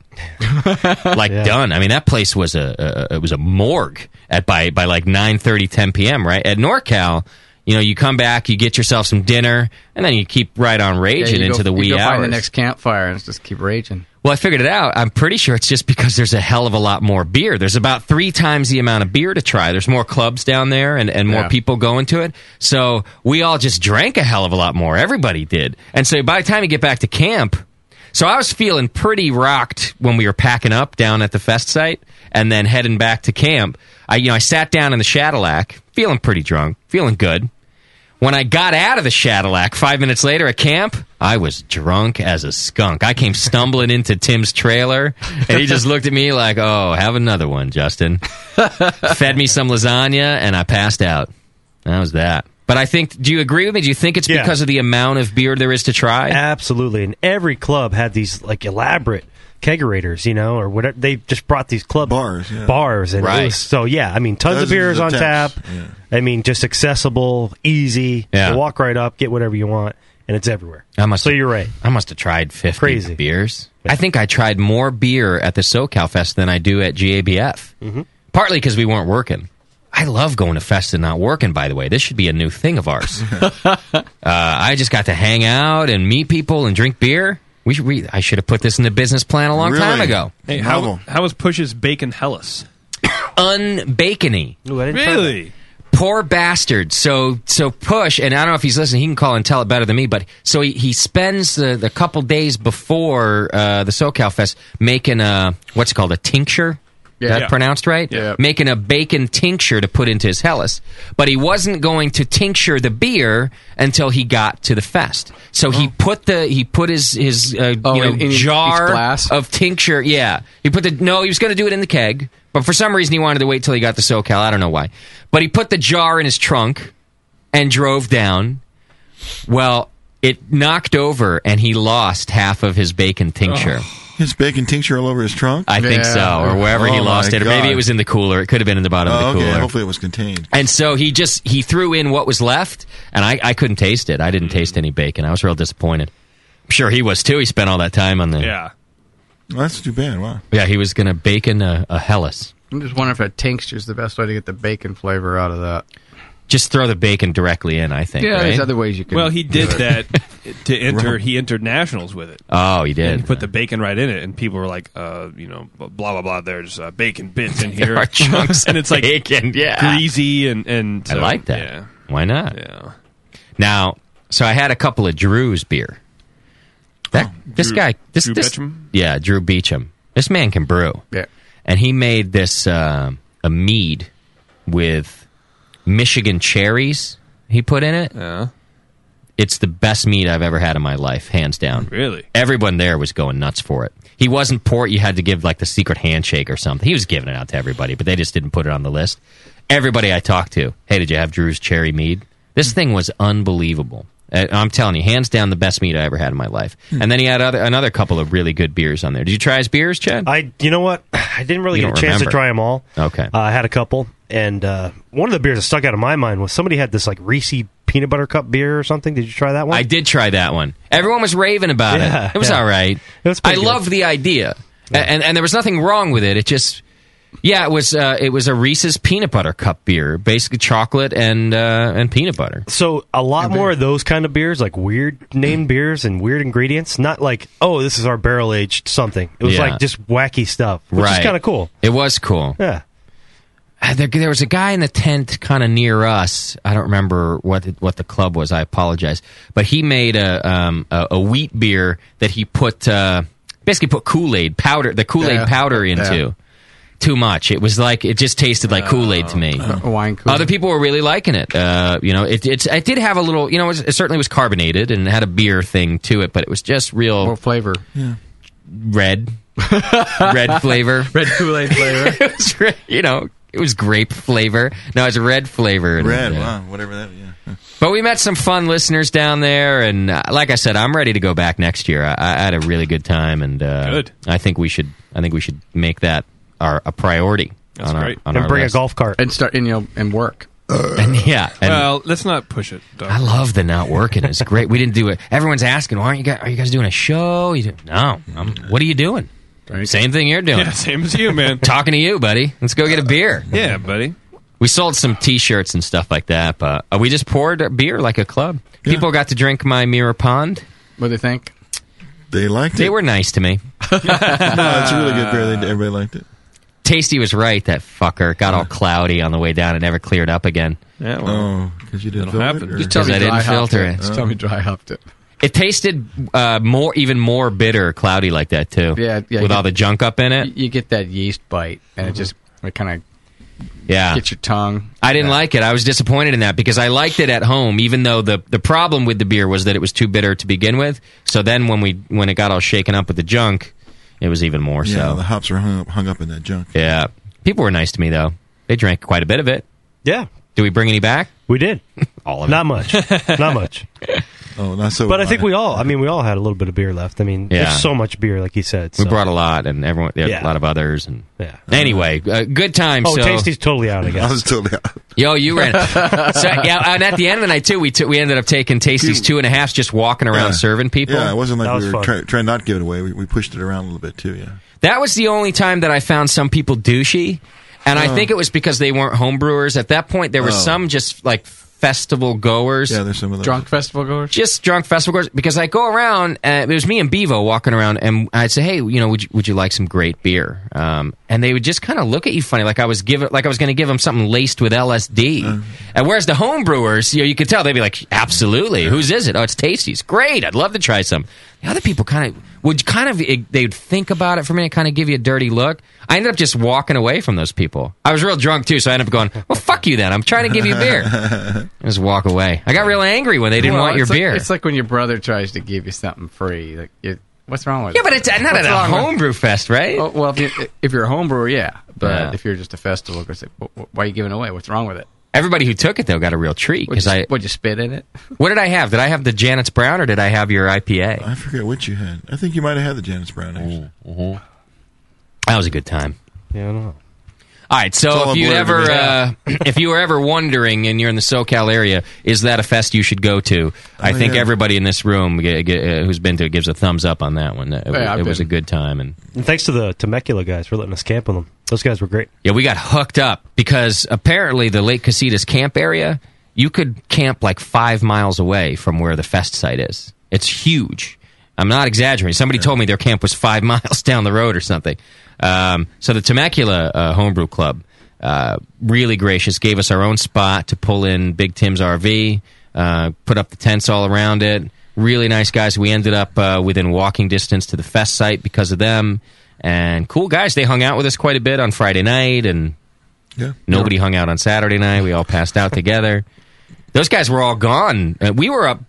[SPEAKER 8] like done. I mean, that place was a, a it was a morgue at by by like 9, 10 p.m. Right at NorCal. You know, you come back, you get yourself some dinner, and then you keep right on raging
[SPEAKER 10] Yeah, you
[SPEAKER 8] into
[SPEAKER 10] go-
[SPEAKER 8] the wee
[SPEAKER 10] you go
[SPEAKER 8] hours.
[SPEAKER 10] Find the next campfire and just keep raging.
[SPEAKER 8] Well, I figured it out. I'm pretty sure it's just because there's a hell of a lot more beer. There's about three times the amount of beer to try. There's more clubs down there and, and more
[SPEAKER 14] Yeah.
[SPEAKER 8] people going to it. So we all just drank a hell of a lot more. Everybody did. And so by the time you get back to camp, so I was feeling pretty rocked when we were packing up down at the fest site and then heading back to camp. I, you know, I sat down in the Shadilac, feeling pretty drunk, feeling good. When I got out of the Shadilac five minutes later at camp, I was drunk as a skunk. I came stumbling into Tim's trailer, and he just looked at me like, "Oh, have another one, Justin." Fed me some lasagna, and I passed out. That was that. But I think, do you agree with me? Do you think it's
[SPEAKER 13] Yeah.
[SPEAKER 8] because of the amount of beer there is to try?
[SPEAKER 13] Absolutely, and every club had these like elaborate kegerators, you know, or whatever. They just brought these club bars, bars, and it
[SPEAKER 8] Right.
[SPEAKER 13] was- so yeah, I mean, tons
[SPEAKER 8] Those
[SPEAKER 13] of
[SPEAKER 8] are
[SPEAKER 13] beers
[SPEAKER 8] the
[SPEAKER 13] on
[SPEAKER 8] taps,
[SPEAKER 13] tap. I mean, just accessible, easy.
[SPEAKER 8] Yeah.
[SPEAKER 13] You walk right up, get whatever you want, and it's everywhere.
[SPEAKER 8] I must.
[SPEAKER 13] So you're right.
[SPEAKER 8] I must have tried fifty
[SPEAKER 13] Crazy.
[SPEAKER 8] beers. I think I tried more beer at the SoCal Fest than I do at GABF.
[SPEAKER 13] Mhm.
[SPEAKER 8] Partly because we weren't working. I love going to fests and not working. By the way, this should be a new thing of ours. uh, I just got to hang out and meet people and drink beer. We should. We, I should have put this in the business plan a long time ago.
[SPEAKER 12] Hey, how, how was Push's Bacon Hellas?
[SPEAKER 8] Unbacony.
[SPEAKER 12] Really?
[SPEAKER 8] Poor bastard. So so push, and I don't know if he's listening. He can call and tell it better than me. But so he, he spends the, the couple days before uh, the SoCal Fest making a what's it called a tincture. Is
[SPEAKER 14] Yeah.
[SPEAKER 8] that pronounced right?
[SPEAKER 14] Yeah.
[SPEAKER 8] Making a bacon tincture to put into his Hellas, but he wasn't going to tincture the beer until he got to the fest. So he put the he put his his uh, you know
[SPEAKER 10] in- in his-
[SPEAKER 8] jar
[SPEAKER 10] his glass?
[SPEAKER 8] of tincture. Yeah, he put the no. He was going to do it in the keg, but for some reason he wanted to wait till he got to SoCal. I don't know why, but he put the jar in his trunk and drove down. Well, it knocked over and he lost half of his bacon tincture.
[SPEAKER 9] His bacon tincture all over his trunk?
[SPEAKER 8] I think so, or wherever he
[SPEAKER 9] Oh,
[SPEAKER 8] lost
[SPEAKER 9] my
[SPEAKER 8] it, or maybe
[SPEAKER 9] God.
[SPEAKER 8] it was in the cooler. It could have been in the bottom
[SPEAKER 9] Oh,
[SPEAKER 8] of the
[SPEAKER 9] okay.
[SPEAKER 8] cooler.
[SPEAKER 9] Hopefully it was contained.
[SPEAKER 8] And so he just he threw in what was left, and I, I couldn't taste it. I
[SPEAKER 9] Mm.
[SPEAKER 8] didn't taste any bacon. I was real disappointed. I'm sure he was too. He spent all that time on the
[SPEAKER 12] yeah.
[SPEAKER 9] Well, that's too bad. Wow.
[SPEAKER 8] yeah. He was gonna bacon a, a Hellas.
[SPEAKER 10] I'm just wondering if a tincture's the best way to get the bacon flavor out of that.
[SPEAKER 8] Just throw the bacon directly in. I think.
[SPEAKER 10] yeah,
[SPEAKER 8] right?
[SPEAKER 10] there's other ways you can.
[SPEAKER 12] Well, he
[SPEAKER 10] do
[SPEAKER 12] did
[SPEAKER 10] it.
[SPEAKER 12] that. to enter.
[SPEAKER 8] Right.
[SPEAKER 12] He entered nationals with it.
[SPEAKER 8] Oh, he did.
[SPEAKER 12] And he put the bacon right in it, and people were like, uh, you know, blah blah blah. There's uh, bacon bits in here,
[SPEAKER 8] There are chunks
[SPEAKER 12] and it's like
[SPEAKER 8] of bacon, yeah.
[SPEAKER 12] greasy and and
[SPEAKER 8] I
[SPEAKER 12] so,
[SPEAKER 8] like that.
[SPEAKER 12] Yeah.
[SPEAKER 8] Why not? Yeah. Now, so I had a couple of Drew's beer. That this
[SPEAKER 12] Oh, Drew-
[SPEAKER 8] guy, this
[SPEAKER 12] Drew
[SPEAKER 8] this-
[SPEAKER 12] Beecham?
[SPEAKER 8] yeah, Drew Beecham. This man can brew.
[SPEAKER 10] Yeah.
[SPEAKER 8] And he made this um a mead with Michigan cherries. He put in it.
[SPEAKER 12] Uh-huh.
[SPEAKER 8] Yeah. It's the best mead I've ever had in my life, hands down.
[SPEAKER 12] Really?
[SPEAKER 8] Everyone there was going nuts for it. He wasn't port. You had to give like the secret handshake or something. He was giving it out to everybody, but they just didn't put it on the list. Everybody I talked to, hey, did you have Drew's cherry mead? This thing was unbelievable. Uh, I'm telling you, hands down, the best mead I ever had in my life. And then he had other, another couple of really good beers on there. Did you try his beers, Chad?
[SPEAKER 13] I, you know what? I didn't really
[SPEAKER 8] You
[SPEAKER 13] get a
[SPEAKER 8] don't
[SPEAKER 13] chance
[SPEAKER 8] remember.
[SPEAKER 13] to try them all.
[SPEAKER 8] Okay.
[SPEAKER 13] Uh, I had a couple, and uh, one of the beers that stuck out of my mind was somebody had this like Reese peanut butter cup beer or something. Did you try that one?
[SPEAKER 8] I did try that one. Everyone was raving about
[SPEAKER 13] Yeah,
[SPEAKER 8] it. It was
[SPEAKER 13] yeah.
[SPEAKER 8] all right. I loved the idea, A- and and there was nothing wrong with it. It just, yeah, it was uh, it was a Reese's peanut butter cup beer, basically chocolate and uh, and peanut butter.
[SPEAKER 13] So a lot more of those kind of beers, like weird
[SPEAKER 8] Mm.
[SPEAKER 13] named beers and weird ingredients. Not like, oh, this is our barrel aged something. It was
[SPEAKER 8] Yeah.
[SPEAKER 13] like just wacky stuff, which
[SPEAKER 8] right,
[SPEAKER 13] is kind of cool.
[SPEAKER 8] It was cool.
[SPEAKER 13] Yeah.
[SPEAKER 8] Uh, There, there was a guy in the tent kind of near us. I don't remember what the, what the club was. I apologize, but he made a um, a, a wheat beer that he put uh, basically put Kool Aid powder the Kool Aid
[SPEAKER 10] Yeah.
[SPEAKER 8] powder into.
[SPEAKER 10] Yeah.
[SPEAKER 8] Too much. It was like it just tasted like Kool Aid to me.
[SPEAKER 10] Oh. Wine Kool-Aid.
[SPEAKER 8] Other people were really liking it. Uh, you know, it, it's it did have a little. You know, it, was- it certainly was carbonated and had a beer thing to it, but it was just real
[SPEAKER 10] What flavor?
[SPEAKER 8] red, red flavor,
[SPEAKER 10] red Kool Aid flavor.
[SPEAKER 8] it was re- you know, it was grape flavor. No, it's red flavor.
[SPEAKER 9] Red,
[SPEAKER 8] Yeah.
[SPEAKER 9] wow, whatever that. Yeah.
[SPEAKER 8] But we met some fun listeners down there, and uh, like I said, I'm ready to go back next year. I, I had a really good time, and uh,
[SPEAKER 12] Good.
[SPEAKER 8] I think we should. I think we should make that our a priority.
[SPEAKER 12] That's
[SPEAKER 8] on our,
[SPEAKER 12] great.
[SPEAKER 8] on our list.
[SPEAKER 13] golf cart
[SPEAKER 10] and start and you know and work.
[SPEAKER 8] And, yeah, and
[SPEAKER 12] well, let's not push it. Doug.
[SPEAKER 8] I love the not working. It's great. We didn't do it. Everyone's asking, "Why aren't you guys? Are you guys doing a show?" You do, no. I'm, what are you doing? Same thing you're doing.
[SPEAKER 12] Yeah, same as you, man.
[SPEAKER 8] Talking to you, buddy. Let's go get a beer.
[SPEAKER 12] Yeah, buddy.
[SPEAKER 8] We sold some T-shirts and stuff like that, but uh, we just poured beer like a club. People got to drink my Mirror Pond.
[SPEAKER 10] What do they think?
[SPEAKER 8] They liked it. They were nice to me.
[SPEAKER 9] no, it's a really good beer. They- Everybody liked it.
[SPEAKER 8] Tasty was right. That fucker It got all cloudy on the way down and never cleared up again.
[SPEAKER 12] Yeah,
[SPEAKER 9] well, because Oh, you didn't
[SPEAKER 8] It'll
[SPEAKER 9] filter
[SPEAKER 8] happen.
[SPEAKER 9] it. or-
[SPEAKER 8] Just tell me 'Cause I didn't dry hopped filter it. it.
[SPEAKER 10] Just tell me dry hopped it.
[SPEAKER 8] It tasted uh, more, even more bitter, cloudy like that too.
[SPEAKER 10] Yeah, yeah,
[SPEAKER 8] with
[SPEAKER 10] you-
[SPEAKER 8] all the junk up in it.
[SPEAKER 10] You get that yeast bite, and it just it kind
[SPEAKER 8] Yeah,
[SPEAKER 10] of gets your tongue.
[SPEAKER 8] I didn't like it. I was disappointed in that because I liked it at home, even though the the problem with the beer was that it was too bitter to begin with. So then when we when it got all shaken up with the junk, it was even more
[SPEAKER 9] Yeah,
[SPEAKER 8] so.
[SPEAKER 9] the hops were hung up, hung up in that junk.
[SPEAKER 8] Yeah, people were nice to me though. They drank quite a bit of it.
[SPEAKER 13] Yeah.
[SPEAKER 8] Do we bring any back?
[SPEAKER 13] We did.
[SPEAKER 8] all of it.
[SPEAKER 13] Not much. Not much.
[SPEAKER 9] Oh, not so.
[SPEAKER 13] But I think we all, I mean, we all had a little bit of beer left. I mean,
[SPEAKER 8] Yeah.
[SPEAKER 13] there's so much beer, like you said. So.
[SPEAKER 8] We brought a lot, and everyone yeah,
[SPEAKER 13] Yeah.
[SPEAKER 8] a lot of others, and
[SPEAKER 13] Yeah.
[SPEAKER 8] Anyway, uh, good time.
[SPEAKER 13] Oh,
[SPEAKER 8] so.
[SPEAKER 13] Tasty's totally out, I guess.
[SPEAKER 9] I was totally out.
[SPEAKER 8] Yo, you ran. so, yeah, and at the end of the night too, we took, we ended up taking Tasty's two and a halfs, just walking around
[SPEAKER 9] Yeah.
[SPEAKER 8] serving people.
[SPEAKER 9] Yeah, it wasn't like
[SPEAKER 8] That
[SPEAKER 9] we
[SPEAKER 8] was
[SPEAKER 9] were
[SPEAKER 8] fun.
[SPEAKER 9] try, trying not to give it away. We, we pushed it around a little bit too. Yeah.
[SPEAKER 8] That was the only time that I found some people douchey, and I
[SPEAKER 9] Oh.
[SPEAKER 8] think it was because they weren't homebrewers at that point. There were
[SPEAKER 9] Oh.
[SPEAKER 8] some just like festival goers.
[SPEAKER 9] Yeah, there's some of those.
[SPEAKER 10] Drunk festival goers.
[SPEAKER 8] Just drunk festival goers because I go around. Uh, it was me and Bevo walking around, and I'd say, "Hey, you know, would you, would you like some great beer?" Um, and they would just kind of look at you funny, like I was giving, like I was going to give them something laced with LSD.
[SPEAKER 9] Uh-huh.
[SPEAKER 8] And whereas the homebrewers, you know, you could tell they'd be like, "Absolutely, whose is it? Oh, it's Tasty's. Great, I'd love to try some." The other people kind of would kind of eh, they'd think about it for a minute, kind of give you a dirty look. I ended up just walking away from those people. I was real drunk too, so I ended up going, "Well, fuck you then. I'm trying to give you beer." Just walk away. I got real angry when they didn't
[SPEAKER 10] Well,
[SPEAKER 8] want your
[SPEAKER 10] it's like-
[SPEAKER 8] beer.
[SPEAKER 10] It's like when your brother tries to give you something free. Like, you, what's wrong with
[SPEAKER 8] yeah,
[SPEAKER 10] it?
[SPEAKER 8] but it's not
[SPEAKER 10] What's
[SPEAKER 8] at a
[SPEAKER 10] wrong with-
[SPEAKER 8] homebrew fest, right?
[SPEAKER 10] Oh, well, if, you, if you're a homebrewer, yeah. But
[SPEAKER 8] Yeah.
[SPEAKER 10] if you're just a festival, goer, it's like, wh- wh- why are you giving it away? What's wrong with it?
[SPEAKER 8] Everybody who took it though got a real treat
[SPEAKER 10] Would
[SPEAKER 8] because
[SPEAKER 10] you,
[SPEAKER 8] I.
[SPEAKER 10] would you spit in it?
[SPEAKER 8] What did I have? Did I have the Janet's Brown or did I have your IPA?
[SPEAKER 9] I forget what you had. I think you might have had the Janice Brown. Actually.
[SPEAKER 8] That was a good time.
[SPEAKER 13] Yeah, I don't know.
[SPEAKER 8] All right,
[SPEAKER 9] It's
[SPEAKER 8] so
[SPEAKER 9] all
[SPEAKER 8] if
[SPEAKER 9] a
[SPEAKER 8] you
[SPEAKER 9] blur to
[SPEAKER 8] ever
[SPEAKER 9] me.
[SPEAKER 8] uh, if you were ever wondering and you're in the SoCal area, is that a fest you should go to? I
[SPEAKER 9] Oh,
[SPEAKER 8] think
[SPEAKER 9] yeah.
[SPEAKER 8] everybody in this room g- g- uh, who's been to it gives a thumbs up on that one. It,
[SPEAKER 10] Yeah, I've
[SPEAKER 8] it was a
[SPEAKER 10] been.
[SPEAKER 8] good time and
[SPEAKER 13] And thanks to the Temecula guys for letting us camp with them. Those guys were great.
[SPEAKER 8] Yeah, we got hooked up because apparently the Lake Casitas camp area, you could camp like five miles away from where the fest site is. It's huge. I'm not exaggerating. Somebody told me their camp was five miles down the road or something. Um, so the Temecula uh, Homebrew Club, uh, really gracious, gave us our own spot to pull in Big Tim's RV, uh, put up the tents all around it. Really nice guys. We ended up uh, within walking distance to the fest site because of them. And cool guys. They hung out with us quite a bit on Friday night and
[SPEAKER 9] Yeah.
[SPEAKER 8] Nobody hung out on Saturday night. We all passed out together. Those guys were all gone. Uh, we were up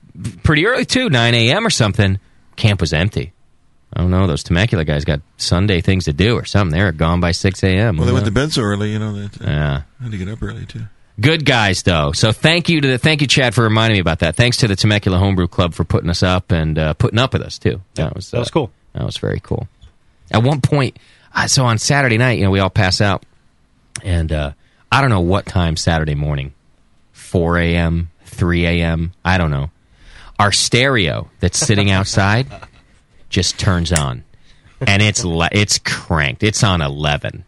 [SPEAKER 8] pretty early too, nine a.m. or something. Camp was empty. I don't know. Those Temecula guys got Sunday things to do or something. They were gone by six a.m.
[SPEAKER 14] Well, they
[SPEAKER 8] Who
[SPEAKER 14] went to
[SPEAKER 8] knows?
[SPEAKER 14] bed so early, you know.
[SPEAKER 9] uh,
[SPEAKER 14] That,
[SPEAKER 8] Yeah.
[SPEAKER 14] I had to get up early too.
[SPEAKER 8] Good guys, though. So thank you to the thank you, Chad, for reminding me about that. Thanks to the Temecula Homebrew Club for putting us up and uh, putting up with us too. That was that was cool. That was very cool. At one point, uh, so on Saturday night, you know, we all pass out, and uh, I don't know what time Saturday morning, four a.m., three a.m., I don't know. Our stereo that's sitting outside just turns on, and it's le- it's cranked. It's on eleven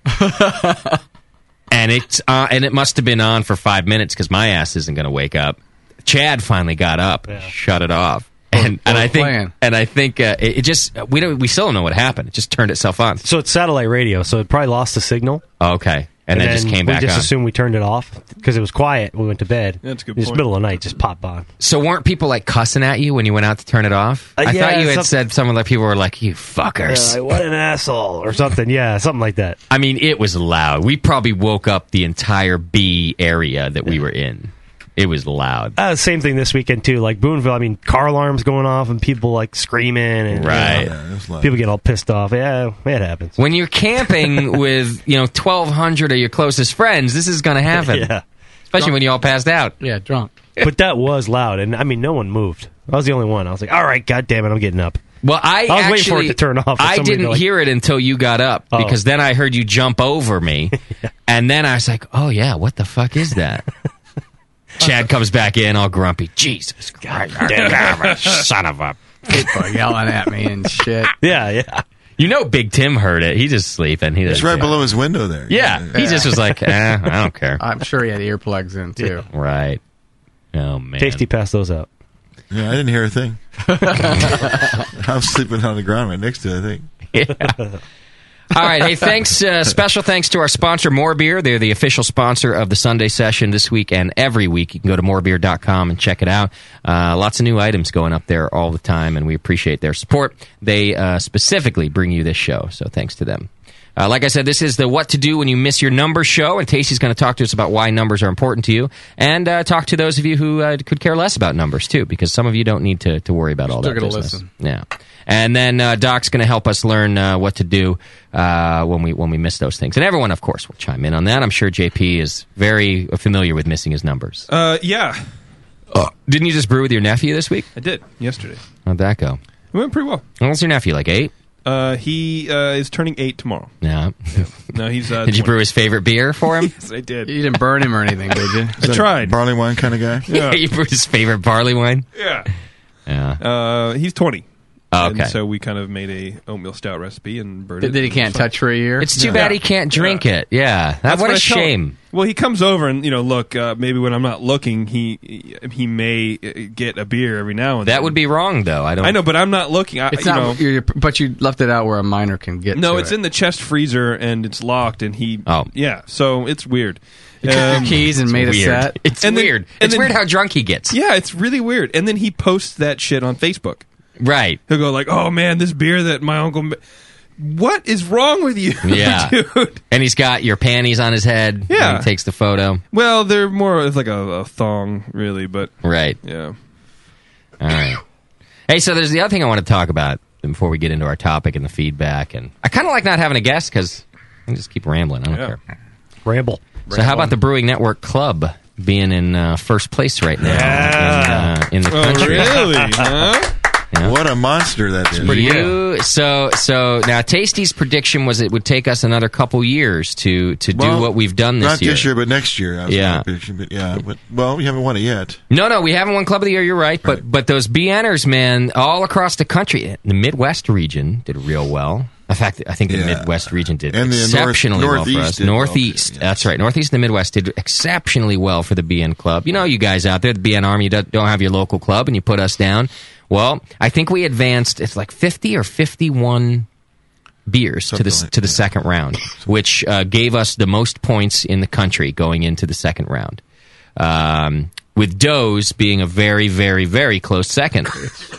[SPEAKER 8] and it's uh, and it must have been on for five minutes because my ass isn't going to wake up. Chad finally got up, shut it off, and and I think and I think uh, it, it just we don't we still don't know what happened. It just turned itself on.
[SPEAKER 13] So it's satellite radio, so it probably lost the signal.
[SPEAKER 8] Okay, and, then, it just came
[SPEAKER 13] we
[SPEAKER 8] back
[SPEAKER 13] just
[SPEAKER 8] on.
[SPEAKER 13] assumed we turned it off because it was quiet. We went to bed.
[SPEAKER 8] That's a good
[SPEAKER 13] It's
[SPEAKER 8] point.
[SPEAKER 13] middle of the night, just pop on.
[SPEAKER 8] so weren't people like cussing at you when you went out to turn it off?
[SPEAKER 13] Uh,
[SPEAKER 8] I
[SPEAKER 13] yeah,
[SPEAKER 8] thought you had
[SPEAKER 13] some-
[SPEAKER 8] said someone like people were like you fuckers.
[SPEAKER 13] Yeah, like, what an asshole or something. Yeah, something like that.
[SPEAKER 8] I mean, it was loud. We probably woke up the entire B area that we were in. It was loud.
[SPEAKER 13] Uh, same thing this weekend too. Like Boonville, I mean, car alarms going off and people like screaming and you
[SPEAKER 8] Right.
[SPEAKER 13] know,
[SPEAKER 8] Yeah, it was loud.
[SPEAKER 13] people get all pissed off. Yeah, it happens.
[SPEAKER 8] When you're camping with you know 1,200 of your closest friends, this is going to happen.
[SPEAKER 13] Yeah.
[SPEAKER 8] especially when you all passed out.
[SPEAKER 10] Yeah, drunk.
[SPEAKER 13] but that was loud, and I mean, no one moved. I was the only one. I was like, all right, god damn it, I'm getting up.
[SPEAKER 8] Well, I,
[SPEAKER 13] I was
[SPEAKER 8] actually,
[SPEAKER 13] waiting for it to turn off.
[SPEAKER 8] I
[SPEAKER 13] Somebody
[SPEAKER 8] didn't
[SPEAKER 13] like-
[SPEAKER 8] hear it until you got up
[SPEAKER 13] Oh.
[SPEAKER 8] because then I heard you jump over me, and then I was like, "Oh yeah, what the fuck is that?" Chad comes back in all grumpy. Jesus Christ,
[SPEAKER 10] damn it.
[SPEAKER 8] son of a!
[SPEAKER 10] People are yelling at me and shit.
[SPEAKER 13] Yeah, yeah.
[SPEAKER 8] You know, Big Tim heard it. He's just sleeping. He
[SPEAKER 14] It's
[SPEAKER 8] doesn't
[SPEAKER 14] right
[SPEAKER 8] care.
[SPEAKER 14] below his window there.
[SPEAKER 8] Yeah, he just was like, eh, "I don't care."
[SPEAKER 10] I'm sure he had earplugs in too.
[SPEAKER 8] Right. Oh man.
[SPEAKER 13] Tasty passed those out.
[SPEAKER 14] Yeah, I didn't hear a thing. I was sleeping on the ground right next to it, I think.
[SPEAKER 8] All right. Hey, thanks. Uh, special thanks to our sponsor, More Beer. They're the official sponsor of the Sunday session this week and every week. You can go to morebeer.com and check it out. Uh, lots of new items going up there all the time, and we appreciate their support. They uh, specifically bring you this show, so thanks to them. Uh, like I said, this is the What to Do When You Miss Your Number show, and Tacy's going to talk to us about why numbers are important to you, and uh, talk to those of you who uh, could care less about numbers, too, because some of you don't need to, to worry about all
[SPEAKER 10] Still
[SPEAKER 8] that
[SPEAKER 10] gotta
[SPEAKER 8] business.
[SPEAKER 10] listen.
[SPEAKER 8] Yeah. And then uh, Doc's going to help us learn uh, what to do uh, when we when we miss those things. And everyone, of course, will chime in on that. I'm sure JP is very familiar with missing his numbers.
[SPEAKER 12] Uh, yeah,
[SPEAKER 8] Didn't you just brew with your nephew this week?
[SPEAKER 12] I did yesterday.
[SPEAKER 8] How'd that go?
[SPEAKER 12] It went pretty well.
[SPEAKER 8] How old's your nephew? Like eight?
[SPEAKER 12] Uh, he uh, is turning eight tomorrow.
[SPEAKER 8] No.
[SPEAKER 12] No, he's. Uh,
[SPEAKER 8] Did you
[SPEAKER 12] 20.
[SPEAKER 8] brew his favorite beer for him?
[SPEAKER 12] Yes, I did.
[SPEAKER 10] You didn't burn him or anything, did you?
[SPEAKER 12] I tried.
[SPEAKER 14] Barley wine kind of guy.
[SPEAKER 8] yeah. you brewed his favorite barley wine.
[SPEAKER 12] Yeah.
[SPEAKER 8] Yeah.
[SPEAKER 12] Uh, he's twenty.
[SPEAKER 8] Oh,
[SPEAKER 12] And
[SPEAKER 8] okay.
[SPEAKER 12] so we kind of made a oatmeal stout recipe and brewed
[SPEAKER 10] That-
[SPEAKER 12] it.
[SPEAKER 10] that he
[SPEAKER 12] It was
[SPEAKER 10] can't
[SPEAKER 12] fun.
[SPEAKER 10] touch for a year?
[SPEAKER 8] It's too
[SPEAKER 12] Yeah.
[SPEAKER 8] bad he can't drink it. Yeah. That,
[SPEAKER 12] That's
[SPEAKER 8] what a
[SPEAKER 12] I tell him.
[SPEAKER 8] shame.
[SPEAKER 12] Well, he comes over and you know, look, uh, maybe when I'm not looking, he he may uh, get a beer every now and then.
[SPEAKER 8] That would be wrong, though. I don't.
[SPEAKER 12] I know, but I'm not looking. I,
[SPEAKER 10] It's
[SPEAKER 12] you
[SPEAKER 10] not,
[SPEAKER 12] know,
[SPEAKER 10] you're, but you left it out where a minor can get.
[SPEAKER 12] no,
[SPEAKER 10] to
[SPEAKER 12] it's
[SPEAKER 10] it.
[SPEAKER 12] in the chest freezer and it's locked, and he. Oh, yeah. So it's weird.
[SPEAKER 10] You took your keys and
[SPEAKER 12] it's
[SPEAKER 10] made a
[SPEAKER 12] weird.
[SPEAKER 10] set?
[SPEAKER 8] It's
[SPEAKER 12] then-
[SPEAKER 8] weird.
[SPEAKER 12] and
[SPEAKER 8] It's
[SPEAKER 12] then-
[SPEAKER 8] weird how drunk he gets.
[SPEAKER 12] Yeah, it's really weird. And then he posts that shit on Facebook.
[SPEAKER 8] Right.
[SPEAKER 12] He'll go like, "Oh man, this beer that my uncle." Ma- what is wrong with you?
[SPEAKER 8] Yeah.
[SPEAKER 12] dude?
[SPEAKER 8] And he's got your panties on his head.
[SPEAKER 12] Yeah.
[SPEAKER 8] when He takes the photo.
[SPEAKER 12] Well, they're more of like a, a thong, really, but
[SPEAKER 8] Right.
[SPEAKER 12] Yeah.
[SPEAKER 8] All right. Hey, so there's the other thing I want to talk about before we get into our topic and the feedback. And I kind of like not having a guest because I just keep rambling. I don't care.
[SPEAKER 13] Ramble.
[SPEAKER 8] So how about the Brewing Network Club being in uh, first place right now in, uh, in
[SPEAKER 12] Oh,
[SPEAKER 8] the country?
[SPEAKER 14] What a monster that is.
[SPEAKER 8] you, So so now Tasty's prediction was it would take us another couple years to to
[SPEAKER 14] Well,
[SPEAKER 8] do what we've done this
[SPEAKER 14] Not
[SPEAKER 8] year.
[SPEAKER 14] this year, but next year. I was
[SPEAKER 8] Yeah.
[SPEAKER 14] yeah. Prediction, but yeah. But, well, we haven't won it yet.
[SPEAKER 8] No, no, we haven't won Club of the Year. You're right, but but those BNers, man, all across the country, the Midwest region did real well. In fact, I think the Midwest region did
[SPEAKER 14] And the north-
[SPEAKER 8] exceptionally well for
[SPEAKER 14] northeast
[SPEAKER 8] us.
[SPEAKER 14] did well, too,
[SPEAKER 8] Northeast, that's right. Northeast and the Midwest did exceptionally well for the BN Club. You know, you guys out there, the BN Army, you don't don't have your local club, and you put us down. Well, I think we advanced. It's like fifty or fifty-one beers to the to the second round, which uh, gave us the most points in the country going into the second round. Um, with Doe's being a very, very, very close second.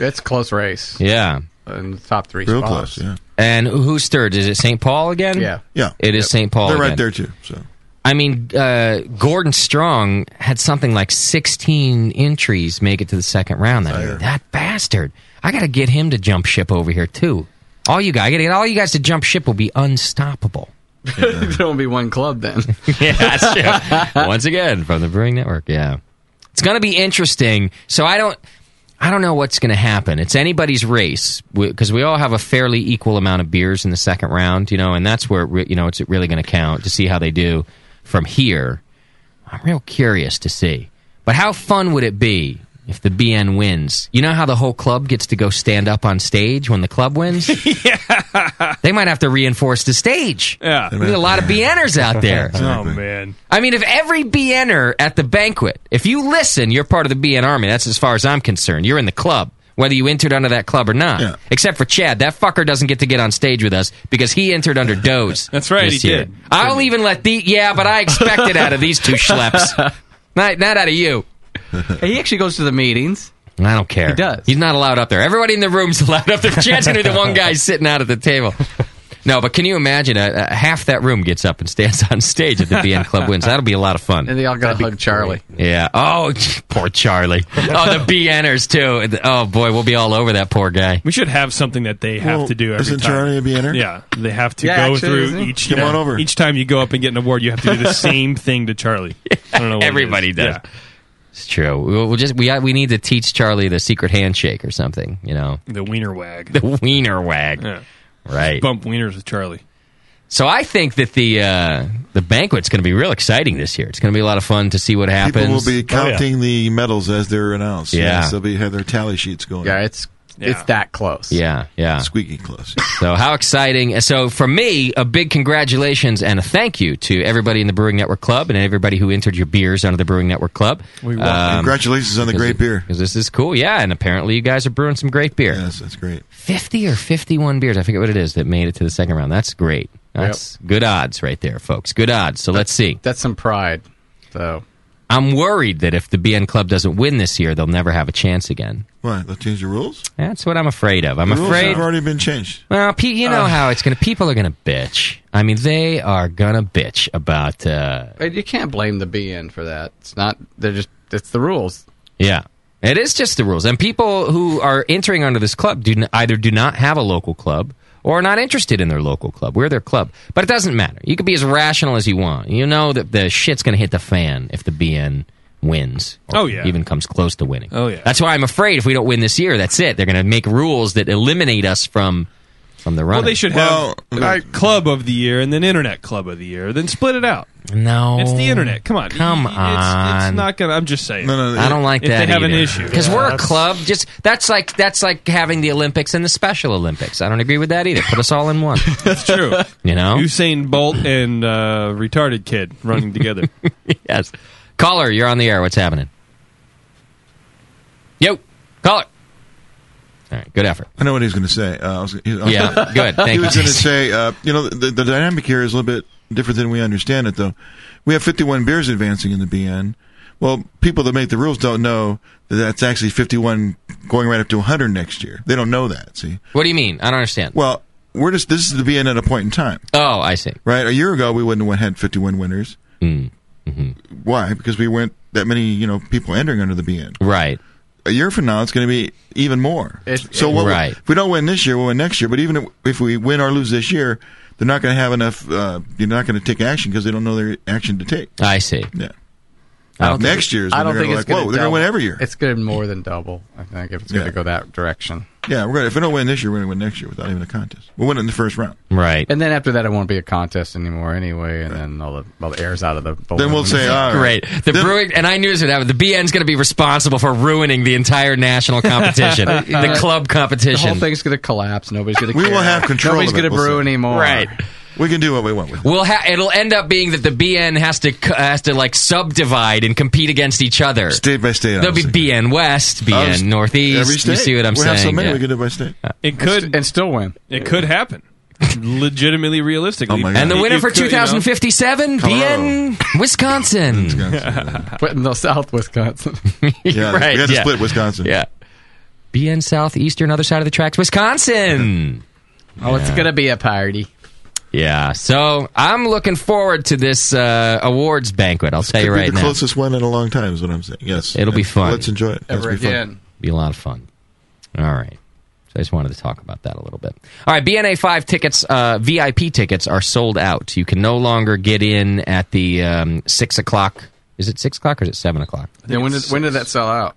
[SPEAKER 10] It's a close race.
[SPEAKER 8] Yeah.
[SPEAKER 10] In the top three
[SPEAKER 8] Real
[SPEAKER 10] spots.
[SPEAKER 8] close, And who's third? Is it St. Paul again?
[SPEAKER 10] Yeah.
[SPEAKER 14] Yeah.
[SPEAKER 8] It is St. Paul.
[SPEAKER 14] They're right
[SPEAKER 8] again.
[SPEAKER 14] there too. So
[SPEAKER 8] I mean, uh, Gordon Strong had something like 16 entries make it to the second round that year. That bastard. I got to get him to jump ship over here too. All you guys, I got to get all you guys to jump ship will be unstoppable.
[SPEAKER 10] there won't be one club then.
[SPEAKER 8] yeah, that's true. Once again, from the Brewing Network. Yeah, it's going to be interesting. So I don't, I don't know what's going to happen. It's anybody's race because we all have a fairly equal amount of beers in the second round, you know, and that's where it re- you know it's really going to count to see how they do from here. I'm real curious to see. But how fun would it be if the BN wins? You know how the whole club gets to go stand up on stage when the club wins? They might have to reinforce the stage.
[SPEAKER 12] Yeah.
[SPEAKER 8] We need a lot of BNers out there.
[SPEAKER 12] oh, man.
[SPEAKER 8] I mean, if every BNer at the banquet, if you listen, you're part of the BN army. That's as far as I'm concerned. You're in the club, whether you entered under that club or not. Except for Chad, that fucker doesn't get to get on stage with us because he entered under Doe's. That's
[SPEAKER 12] right,
[SPEAKER 8] This
[SPEAKER 12] he
[SPEAKER 8] year.
[SPEAKER 12] did.
[SPEAKER 8] I'll even let the yeah, but I expect it out of these two schleps, not not out of you.
[SPEAKER 10] he actually goes to the meetings.
[SPEAKER 8] I don't care.
[SPEAKER 10] He does.
[SPEAKER 8] He's not allowed up there. Everybody in the room's allowed up there. Chad's gonna be the one guy sitting out at the table. No, but can you imagine? Uh, uh, half that room gets up and stands on stage at the BN Club wins. That'll be a lot of fun.
[SPEAKER 10] And they all got to hug Charlie.
[SPEAKER 8] Yeah. Oh, poor Charlie. Oh, the BNers too. Oh boy, we'll be all over that poor guy.
[SPEAKER 12] We should have something that they have
[SPEAKER 8] Well,
[SPEAKER 12] to do every
[SPEAKER 8] isn't
[SPEAKER 12] time.
[SPEAKER 8] Charlie
[SPEAKER 14] a BNer?
[SPEAKER 12] Yeah, they have to
[SPEAKER 14] Yeah,
[SPEAKER 12] go
[SPEAKER 14] actually,
[SPEAKER 12] through
[SPEAKER 14] isn't he?
[SPEAKER 12] each.
[SPEAKER 14] Come
[SPEAKER 12] yeah,
[SPEAKER 14] on over.
[SPEAKER 12] Each time you go up and get an award, you have to do the same thing to Charlie. I don't know. What it
[SPEAKER 8] Everybody
[SPEAKER 12] is.
[SPEAKER 8] does.
[SPEAKER 12] Yeah.
[SPEAKER 8] It's true. We'll, we'll just we we need to teach Charlie the secret handshake or something. You know,
[SPEAKER 12] The wiener wag.
[SPEAKER 8] the wiener wag. Right.
[SPEAKER 12] Bump wieners with Charlie.
[SPEAKER 8] So I think that the uh, the banquet's going to be real exciting this year. It's going to be a lot of fun to see what happens.
[SPEAKER 14] people will
[SPEAKER 10] Oh,
[SPEAKER 14] be counting the medals as they're announced.
[SPEAKER 8] Yeah.
[SPEAKER 14] Yes, they'll be have their tally sheets going.
[SPEAKER 10] Yeah, it's it's that close.
[SPEAKER 8] Yeah, yeah.
[SPEAKER 14] Squeaky close.
[SPEAKER 8] So how exciting! So for me, a big congratulations and a thank you to everybody in the Brewing Network Club and everybody who entered your beers under the Brewing Network Club.
[SPEAKER 14] We will. Congratulations on the great
[SPEAKER 8] beer because this is cool. Yeah, and apparently you guys are brewing some great beer.
[SPEAKER 14] Yes, that's great.
[SPEAKER 8] Fifty or fifty-one beers, I forget what it is that made it to the second round. That's great. That's good odds right there, folks. Good odds. So let's see.
[SPEAKER 10] That's some pride, though.
[SPEAKER 8] I'm worried that if the BN Club doesn't win this year, they'll never have a chance again.
[SPEAKER 14] Why? They'll change the rules?
[SPEAKER 8] That's what I'm afraid of. I'm
[SPEAKER 14] the rules
[SPEAKER 8] afraid
[SPEAKER 14] have already been changed.
[SPEAKER 8] Well, Pete, you
[SPEAKER 10] Uh.
[SPEAKER 8] know how it's gonna. People are gonna bitch. I mean, they are gonna bitch about. Uh,
[SPEAKER 10] But you can't blame the BN for that. It's not. They're just. It's the rules.
[SPEAKER 8] yeah, it is just the rules, and people who are entering under this club do n- either do not have a local club or are not interested in their local club. We're their club, but it doesn't matter. You can be as rational as you want. You know that the shit's gonna hit the fan if the BN wins. or
[SPEAKER 12] Oh, yeah.
[SPEAKER 8] even comes close to winning.
[SPEAKER 12] Oh, yeah.
[SPEAKER 8] That's why I'm afraid if we don't win this year, that's it. They're gonna make rules that eliminate us from from the run.
[SPEAKER 12] Well, they should have uh, club of the year and then internet club of the year. Then split it out.
[SPEAKER 8] No,
[SPEAKER 12] It's the internet. Come on,
[SPEAKER 8] Come
[SPEAKER 12] It's- It's,
[SPEAKER 8] on.
[SPEAKER 12] not gonna. I'm just saying. No,
[SPEAKER 8] I don't like
[SPEAKER 12] if
[SPEAKER 8] that.
[SPEAKER 12] They have an
[SPEAKER 8] either.
[SPEAKER 12] issue
[SPEAKER 8] because we're a club. Just that's like that's like having the Olympics and the Special Olympics. I don't agree with that either. Put us all in one.
[SPEAKER 12] That's true.
[SPEAKER 8] You know,
[SPEAKER 12] Usain Bolt and uh, retarded kid running together.
[SPEAKER 8] yes. Caller, you're on the air. What's happening? Yo, caller. All right, good effort.
[SPEAKER 14] I know what he was going to say. Uh, I was, he, I was-
[SPEAKER 8] Yeah, go ahead. Thank
[SPEAKER 14] he
[SPEAKER 8] you,
[SPEAKER 14] was going to
[SPEAKER 8] Jason.
[SPEAKER 14] say, uh, you know, the, the dynamic here is a little bit different than we understand it, though. We have 51 beers advancing in the BN. Well, people that make the rules don't know that that's actually 51 going right up to 100 next year. They don't know that, see?
[SPEAKER 8] What do you mean? I don't understand.
[SPEAKER 14] Well, we're just, this is the BN at a point in time.
[SPEAKER 8] Oh, I see.
[SPEAKER 14] Right? A year ago, we wouldn't have had 51 winners.
[SPEAKER 8] Mm.
[SPEAKER 14] Why? Because we weren't that many, you know, people entering under the BN.
[SPEAKER 8] Right.
[SPEAKER 14] A year from now, it's going to be even more.
[SPEAKER 10] It-
[SPEAKER 14] so what we-
[SPEAKER 8] Right.
[SPEAKER 14] if we don't win this year, we'll win next year. But even if we win or lose this year, they're not going to have enough. Uh, they're not going to take action because they don't know their action to take.
[SPEAKER 8] I see.
[SPEAKER 14] Yeah.
[SPEAKER 10] I
[SPEAKER 8] Oh.
[SPEAKER 10] don't think-
[SPEAKER 14] next year's. when
[SPEAKER 10] I don't
[SPEAKER 14] they're
[SPEAKER 10] think
[SPEAKER 14] gonna
[SPEAKER 10] it's
[SPEAKER 14] like,
[SPEAKER 10] going
[SPEAKER 14] whoa, they're going to win every year.
[SPEAKER 10] It's going to more than double. I think if it's going
[SPEAKER 14] Yeah.
[SPEAKER 10] to go that direction.
[SPEAKER 14] Yeah, we're going. to If we don't win this year, we're going to win next year without even a contest. We'll win it in the first round.
[SPEAKER 8] Right.
[SPEAKER 10] And then after that, it won't be a contest anymore anyway. And then all the all the air's out of the. Balloon.
[SPEAKER 14] Then we'll say, all right.
[SPEAKER 8] Oh, Great. The brewing, and I knew this would happen. The BN's going to be responsible for ruining the entire national competition, the club
[SPEAKER 10] The
[SPEAKER 8] competition.
[SPEAKER 10] whole thing's going to collapse. Nobody's going to.
[SPEAKER 14] We will have control
[SPEAKER 10] Nobody's
[SPEAKER 14] of it,
[SPEAKER 10] going to
[SPEAKER 14] we'll
[SPEAKER 10] brew
[SPEAKER 14] see.
[SPEAKER 10] anymore.
[SPEAKER 8] Right.
[SPEAKER 14] We can do what we want with.
[SPEAKER 8] We'll ha- it'll end up being that the BN has to c- has to like subdivide and compete against each other.
[SPEAKER 14] State by state.
[SPEAKER 8] There'll be BN West,
[SPEAKER 14] Oh,
[SPEAKER 8] BN
[SPEAKER 14] just
[SPEAKER 8] Northeast.
[SPEAKER 14] every
[SPEAKER 8] You
[SPEAKER 14] state.
[SPEAKER 8] see what I'm
[SPEAKER 14] We
[SPEAKER 8] saying?
[SPEAKER 14] have so many,
[SPEAKER 8] Yeah.
[SPEAKER 14] we can do by state.
[SPEAKER 8] Uh,
[SPEAKER 12] It could and still win. It could happen. Legitimately, realistically,
[SPEAKER 8] And the
[SPEAKER 12] It-
[SPEAKER 8] winner
[SPEAKER 12] it
[SPEAKER 8] for
[SPEAKER 12] could, you know.
[SPEAKER 8] 2057, BN Wisconsin.
[SPEAKER 10] Putting the South Wisconsin.
[SPEAKER 8] Yeah, Right, we had to yeah. split
[SPEAKER 14] Wisconsin.
[SPEAKER 8] Yeah. BN Southeastern, other side of the tracks, Wisconsin.
[SPEAKER 10] Oh, it's
[SPEAKER 8] Hmm. Yeah.
[SPEAKER 10] gonna be a party.
[SPEAKER 8] Yeah, so I'm looking forward to this uh, awards banquet. I'll tell you
[SPEAKER 14] Could be
[SPEAKER 8] right
[SPEAKER 14] the
[SPEAKER 8] now,
[SPEAKER 14] closest one in a long time is what I'm saying. Yes,
[SPEAKER 8] it'll be
[SPEAKER 14] And
[SPEAKER 8] fun.
[SPEAKER 14] Let's enjoy it. Let's be fun.
[SPEAKER 8] Be a lot of fun. All right. So I just wanted to talk about that a little bit. All right, BNA five tickets, uh, VIP tickets are sold out. You can no longer get in at the um, six o'clock. Is it six o'clock or is it seven o'clock?
[SPEAKER 10] Yeah, when did when did that sell out?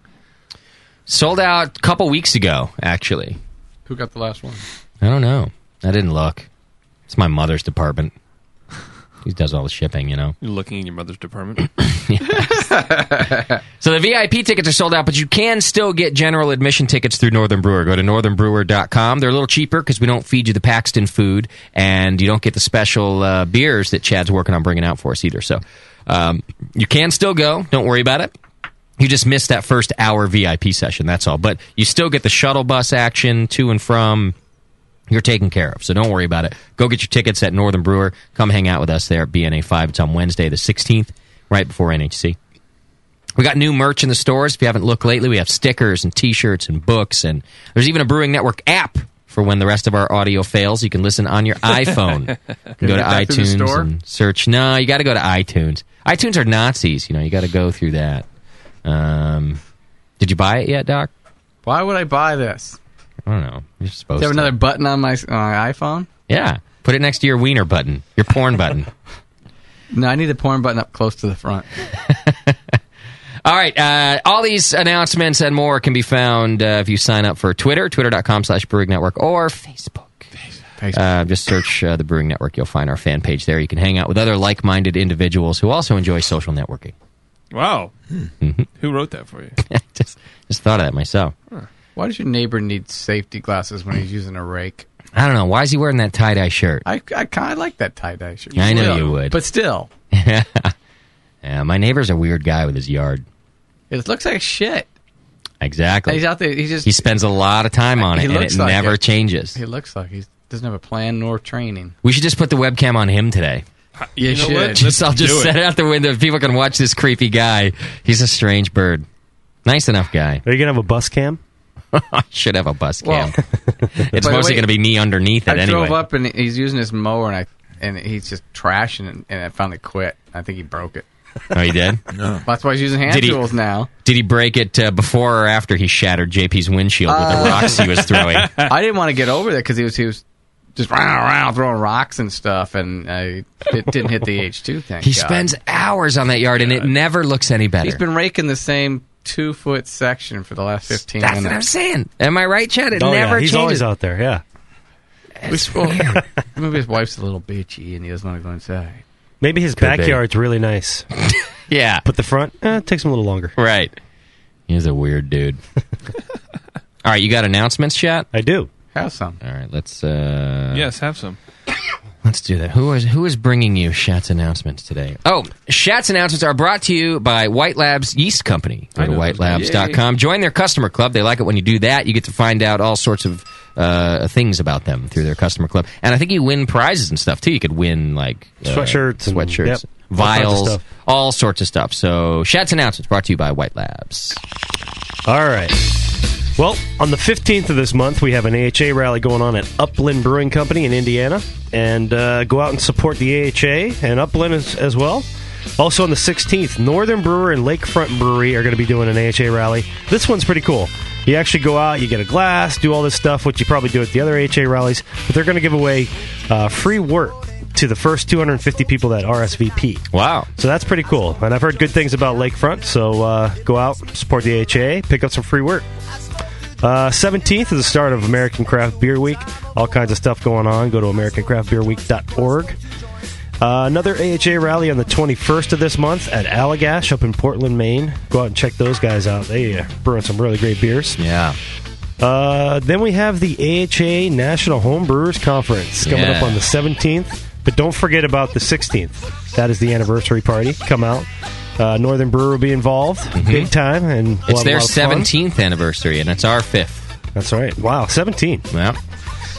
[SPEAKER 8] Sold out a couple weeks ago, actually.
[SPEAKER 10] Who got the last one?
[SPEAKER 8] I don't know. I didn't look. It's my mother's department. She does all the shipping, you know.
[SPEAKER 12] You're looking in your mother's department.
[SPEAKER 8] So the VIP tickets are sold out, but you can still get general admission tickets through Northern Brewer. Go to northernbrewer.com. They're a little cheaper because we don't feed you the Paxton food, and you don't get the special uh, beers that Chad's working on bringing out for us either. So um, you can still go. Don't worry about it. You just missed that first hour VIP session. That's all. But you still get the shuttle bus action to and from you're taken care of. So don't worry about it. Go get your tickets at Northern Brewer. Come hang out with us there at BNA 5. It's on Wednesday, the 16th, right before NHC. We got new merch in the stores. If you haven't looked lately, we have stickers and t shirts and books. And there's even a Brewing Network app for when the rest of our audio fails. You can listen on your iPhone. You can
[SPEAKER 10] Can
[SPEAKER 8] go
[SPEAKER 10] I
[SPEAKER 8] to
[SPEAKER 10] get that through the
[SPEAKER 8] iTunes
[SPEAKER 10] store?
[SPEAKER 8] and search. No, you got to go to iTunes. iTunes are Nazis. You know, you got to go through that. Um, did you buy it yet, Doc?
[SPEAKER 10] Why would I buy this?
[SPEAKER 8] I don't know.
[SPEAKER 10] Do
[SPEAKER 8] You're supposed
[SPEAKER 10] you have
[SPEAKER 8] to.
[SPEAKER 10] another button on my, on my iPhone?
[SPEAKER 8] Yeah. Put it next to your wiener button, your porn button.
[SPEAKER 10] No, I need the porn button up close to the front.
[SPEAKER 8] All right. Uh, all these announcements and more can be found uh, if you sign up for Twitter, twitter.com slash brewing network, or Facebook. Uh, just search uh, the Brewing Network. You'll find our fan page there. You can hang out with other like minded individuals who also enjoy social networking.
[SPEAKER 12] Wow.
[SPEAKER 8] Mhm.
[SPEAKER 12] Who wrote that for you?
[SPEAKER 8] just, just thought of that myself.
[SPEAKER 10] Why does your neighbor need safety glasses when he's using a rake?
[SPEAKER 8] I don't know. Why is he wearing that tie dye shirt?
[SPEAKER 10] I, I kind of like that tie dye shirt.
[SPEAKER 8] I know
[SPEAKER 10] Still.
[SPEAKER 8] you would.
[SPEAKER 10] but still,
[SPEAKER 8] yeah, my neighbor's a weird guy with his yard.
[SPEAKER 10] it looks like shit.
[SPEAKER 8] Exactly.
[SPEAKER 10] He's out there. He just
[SPEAKER 8] He spends a lot of time on
[SPEAKER 10] He
[SPEAKER 8] it, and it
[SPEAKER 10] looks like
[SPEAKER 8] never
[SPEAKER 10] it.
[SPEAKER 8] changes.
[SPEAKER 10] He looks like he doesn't have a plan nor training.
[SPEAKER 8] We should just put the webcam on him today.
[SPEAKER 10] You You know should. what?
[SPEAKER 8] Just, I'll
[SPEAKER 10] Let's
[SPEAKER 8] just
[SPEAKER 10] do
[SPEAKER 8] set
[SPEAKER 10] it.
[SPEAKER 8] it out the window. People can watch this creepy guy. He's a strange bird. Nice enough guy.
[SPEAKER 13] Are you gonna have a bus cam?
[SPEAKER 8] I should have a bus cam. it's
[SPEAKER 10] By the
[SPEAKER 8] mostly
[SPEAKER 10] way,
[SPEAKER 8] going to be me underneath it
[SPEAKER 10] I
[SPEAKER 8] anyway.
[SPEAKER 10] drove up and he's using his mower and I and he's just trashing it and I finally quit. I think he broke it.
[SPEAKER 8] Oh, he did?
[SPEAKER 10] That's why he's using hand
[SPEAKER 8] Did he-
[SPEAKER 10] tools now.
[SPEAKER 8] Did he break it uh, before or after he shattered JP's windshield with
[SPEAKER 10] Uh,
[SPEAKER 8] the rocks he was throwing?
[SPEAKER 10] I didn't want to get over there because he was he was just round around throwing rocks and stuff, and I, it didn't hit the H two thing.
[SPEAKER 8] He spends hours on that yard, and it never looks any better.
[SPEAKER 10] He's been raking the same two foot section for the last fifteen.
[SPEAKER 8] That's what
[SPEAKER 10] minutes.
[SPEAKER 8] I'm saying. Am I right, Chad? It
[SPEAKER 10] Oh, yeah.
[SPEAKER 8] never
[SPEAKER 10] He's
[SPEAKER 8] changes.
[SPEAKER 10] always
[SPEAKER 13] out there. Yeah.
[SPEAKER 10] We spoke- Maybe his wife's a little bitchy and he doesn't want to go inside.
[SPEAKER 13] Maybe his
[SPEAKER 10] Could be.
[SPEAKER 13] backyard's really nice.
[SPEAKER 8] yeah.
[SPEAKER 13] But the front eh, it takes him a little longer.
[SPEAKER 8] Right. He's a weird dude. All right, you got announcements, chat?
[SPEAKER 13] I do.
[SPEAKER 10] Have some.
[SPEAKER 8] All right, let's uh
[SPEAKER 12] yes, have some.
[SPEAKER 8] let's do that. Who is who is bringing you Shat's announcements today? Oh, Shat's announcements are brought to you by White Labs Yeast Company. Go to whitelabs.com. Join their customer club. They like it when you do that. You get to find out all sorts of uh, things about them through their customer club. And I think you win prizes and stuff too. You could win like uh,
[SPEAKER 13] Sweatshirts and-
[SPEAKER 8] sweatshirts,
[SPEAKER 13] yep. All sorts of
[SPEAKER 8] vials,
[SPEAKER 13] stuff.
[SPEAKER 8] all sorts of stuff. So, Shat's announcements brought to you by White Labs.
[SPEAKER 13] All right. Well, on the 15th of this month, we have an AHA rally going on at Upland Brewing Company in Indiana. And uh, go out and support the AHA and Upland as, as well. Also on the 16th, Northern Brewer and Lakefront Brewery are going to be doing an AHA rally. This one's pretty cool. You actually go out, you get a glass, do all this stuff, which you probably do at the other AHA rallies. But they're going to give away uh, free work to the first 250 people that RSVP.
[SPEAKER 8] Wow.
[SPEAKER 13] So that's pretty cool. And I've heard good things about Lakefront, so uh, go out, support the AHA, pick up some free work. Uh, 17th is the start of American Craft Beer Week. All kinds of stuff going on. Go to AmericanCraftBeerWeek.org. Uh, another AHA rally on the 21st of this month at Allagash up in Portland, Maine. Go out and check those guys out. They uh, brewing some really great beers.
[SPEAKER 8] Yeah.
[SPEAKER 13] Uh, then we have the AHA National Home Brewers Conference coming
[SPEAKER 8] Yeah.
[SPEAKER 13] up on the 17th. But don't forget about the 16th. That is the anniversary party. Come out. Uh, Northern Brewer will be involved big time, and we'll have
[SPEAKER 8] Mm-hmm. It's
[SPEAKER 13] a
[SPEAKER 8] their
[SPEAKER 13] lot of fun.
[SPEAKER 8] 17th anniversary, and it's our fifth.
[SPEAKER 13] That's right. Wow, 17.
[SPEAKER 8] Yeah.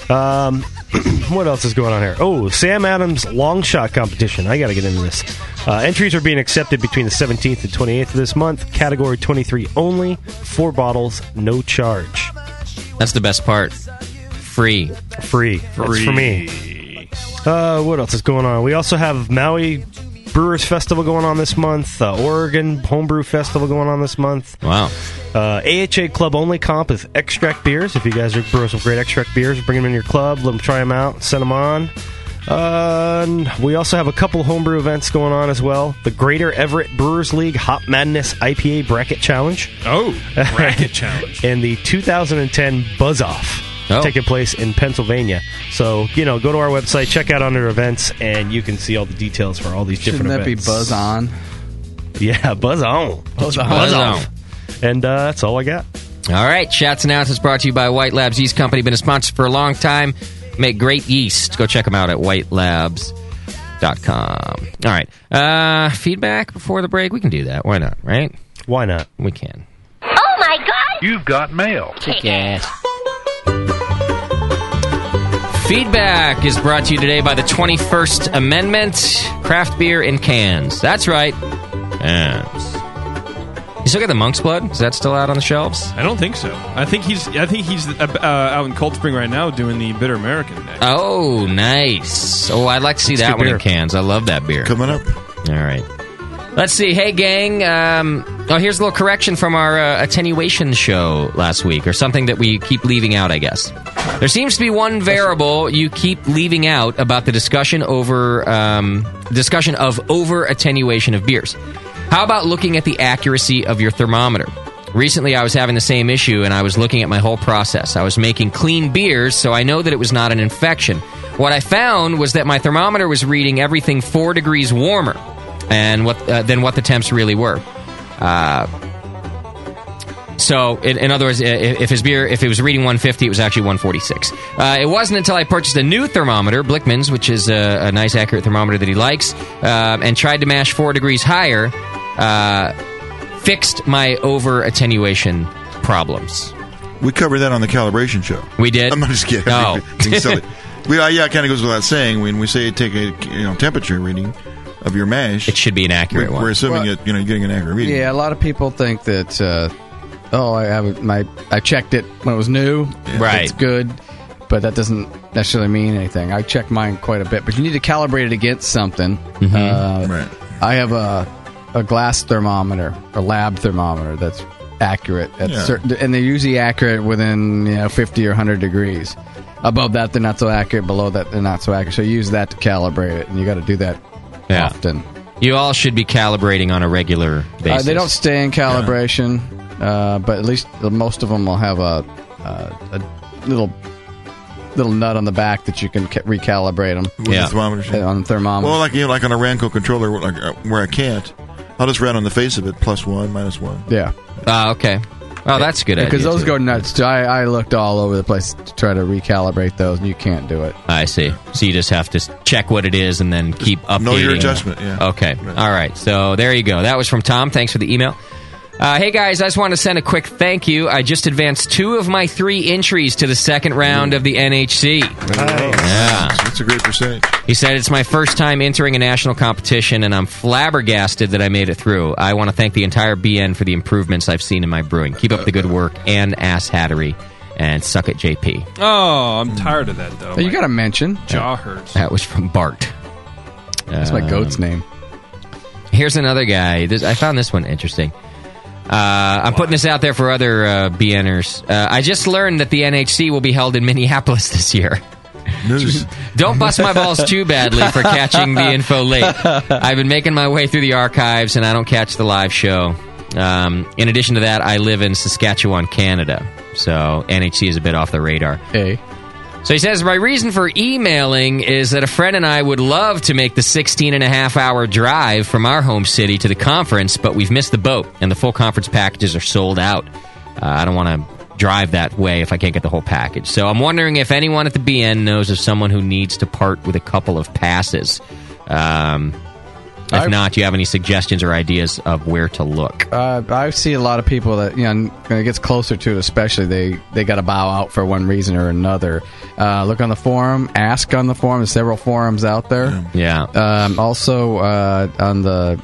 [SPEAKER 13] Um, what else is going on here? Oh, Sam Adams long shot competition. I got to get into this. Uh, entries are being accepted between the 17th and 28th of this month. Category 23 only. Four bottles, no charge.
[SPEAKER 8] That's the best part. Free.
[SPEAKER 13] Free. That's for me. Uh, what else is going on? We also have Maui Brewers Festival going on this month. Uh, Oregon Homebrew Festival going on this month.
[SPEAKER 8] Wow.
[SPEAKER 13] Uh, AHA club only comp is extract beers. If you guys are brewing some great extract beers, bring them in your club. Let them try them out. Send them on. Uh, and we also have a couple homebrew events going on as well. The Greater Everett Brewers League Hop Madness IPA Bracket Challenge.
[SPEAKER 12] Oh, bracket challenge. Oh.
[SPEAKER 13] and the 2010 Buzz Off taking place in Pennsylvania. So, you know, go to our website, check out under events, and you can see all the details for all these
[SPEAKER 10] Shouldn't
[SPEAKER 13] different
[SPEAKER 10] that be
[SPEAKER 13] events.
[SPEAKER 10] Buzz On?
[SPEAKER 13] Yeah, Buzz On.
[SPEAKER 10] Buzz On.
[SPEAKER 8] Buzz
[SPEAKER 13] Off. And uh, that's all I got.
[SPEAKER 8] All right, Shots and Ounces brought to you by White Labs Yeast Company. Been a sponsor for a long time. Make great yeast. Go check them out at whitelabs.com. All right. Uh, feedback before the break? We can do that. Why not, right?
[SPEAKER 13] Why not?
[SPEAKER 8] We can.
[SPEAKER 15] Oh my god!
[SPEAKER 8] You've got mail. Kick ass. Feedback is brought to you today by the 21st Amendment craft beer in cans. That's right. Cans. You still got the monk's blood? Is that still out on the shelves?
[SPEAKER 12] I don't think so. I think he's. I think he's uh, uh, out in Cold Spring right now doing the Bitter American. Day.
[SPEAKER 8] Oh, nice. Oh, I'd like to see
[SPEAKER 12] It's
[SPEAKER 8] that
[SPEAKER 12] good
[SPEAKER 8] one
[SPEAKER 12] beer.
[SPEAKER 8] in cans. I love that beer.
[SPEAKER 14] Coming up.
[SPEAKER 8] All right. Let's see. Hey, gang. Um, oh, here's a little correction from our uh, attenuation show last week, or something that we keep leaving out, I guess. There seems to be one variable you keep leaving out about the discussion over um, discussion of over attenuation of beers. How about looking at the accuracy of your thermometer? Recently, I was having the same issue and I was looking at my whole process. I was making clean beers, so I know that it was not an infection. What I found was that my thermometer was reading everything four degrees warmer and what, uh, than what the temps really were. Uh, so, in, in other words, i- if his beer, if it was reading 150, it was actually 146. Uh, it wasn't until I purchased a new thermometer, Blickman's, which is a, a nice, accurate thermometer that he likes, uh, and tried to mash four degrees higher, uh, fixed my over attenuation problems.
[SPEAKER 14] We covered that on the calibration show.
[SPEAKER 8] We did.
[SPEAKER 14] I'm not just kidding.
[SPEAKER 8] Oh.
[SPEAKER 14] Being silly. We, uh, yeah, it kind of goes without saying when we say take a you know temperature reading of your mash. It
[SPEAKER 8] should be an accurate
[SPEAKER 14] we're,
[SPEAKER 10] one.
[SPEAKER 14] We're assuming
[SPEAKER 10] Well-
[SPEAKER 14] it, you know you're getting an accurate reading.
[SPEAKER 10] Yeah, a lot of people think that. Uh, oh, I have my I checked it when it was new.
[SPEAKER 8] Right.
[SPEAKER 10] it's good, but that doesn't necessarily mean anything. I check mine quite a bit, but you need to calibrate it against something. Uh, right. I have a a glass thermometer, a lab thermometer that's accurate at
[SPEAKER 16] Yeah.
[SPEAKER 10] certain, and they're usually accurate within you know fifty or hundred degrees. Above that, they're not so accurate. Below that, they're not so accurate. So you use that to calibrate it, and you got to do that
[SPEAKER 8] Yeah.
[SPEAKER 10] often.
[SPEAKER 8] You all should be calibrating on a regular
[SPEAKER 10] Uh,
[SPEAKER 8] basis.
[SPEAKER 10] they don't stay in calibration, uh, but at least the, most of them will have a, uh, a little little nut on the back that you can ca- recalibrate them.
[SPEAKER 14] With the Yeah. thermometers, yeah.
[SPEAKER 10] on the thermometer.
[SPEAKER 14] Well, like you know, like on a Ranco controller, where, like, uh, where I can't, I'll just round on the face of it, plus one, minus one.
[SPEAKER 10] yeah,
[SPEAKER 8] Ah, okay. Oh, that's a good idea.
[SPEAKER 10] because those
[SPEAKER 8] too.
[SPEAKER 10] go nuts. too. I, I looked all over the place to try to recalibrate those, and you can't do it.
[SPEAKER 8] I see. So you just have to s- check what it is and then keep updating.
[SPEAKER 10] know your adjustment, yeah.
[SPEAKER 8] Okay. All right. So there you go. That was from Tom. Thanks for the email. Uh, hey guys, I just want to send a quick thank you. I just advanced two of my three entries to the second round of the NHC. Yeah.
[SPEAKER 14] That's a great percentage.
[SPEAKER 8] He said, It's my first time entering a national competition, and I'm flabbergasted that I made it through. I want to thank the entire BN for the improvements I've seen in my brewing. Keep up the good work and ass hattery, and suck it, JP.
[SPEAKER 12] Oh, I'm tired of that though.
[SPEAKER 10] you got to mention
[SPEAKER 12] jaw hurts.
[SPEAKER 8] That was from Bart.
[SPEAKER 10] That's my goat's name.
[SPEAKER 8] Um, Here's another guy. This, I found this one interesting. Uh, I'm putting this out there for other uh, BNers. Uh, I just learned that the NHC will be held in Minneapolis this year. Don't bust my balls too badly for catching the info late. I've been making my way through the archives and I don't catch the live show. Um, in addition to that, I live in Saskatchewan, Canada, so NHC is a bit off the radar.
[SPEAKER 10] Hey.
[SPEAKER 8] So he says, My reason for emailing is that a friend and I would love to make the 16 and a half hour drive from our home city to the conference, but we've missed the boat and the full conference packages are sold out. Uh, I don't want to drive that way if I can't get the whole package. So I'm wondering if anyone at the BN knows of someone who needs to part with a couple of passes. Um, if
[SPEAKER 10] I-
[SPEAKER 8] not, do you have any suggestions or ideas of where to look?
[SPEAKER 10] Uh, I see a lot of people that you know when it gets closer to it, especially they they got to bow out for one reason or another. Uh, look on the forum, ask on the forum. There's several forums out there.
[SPEAKER 8] Yeah.
[SPEAKER 10] Um, also uh, on the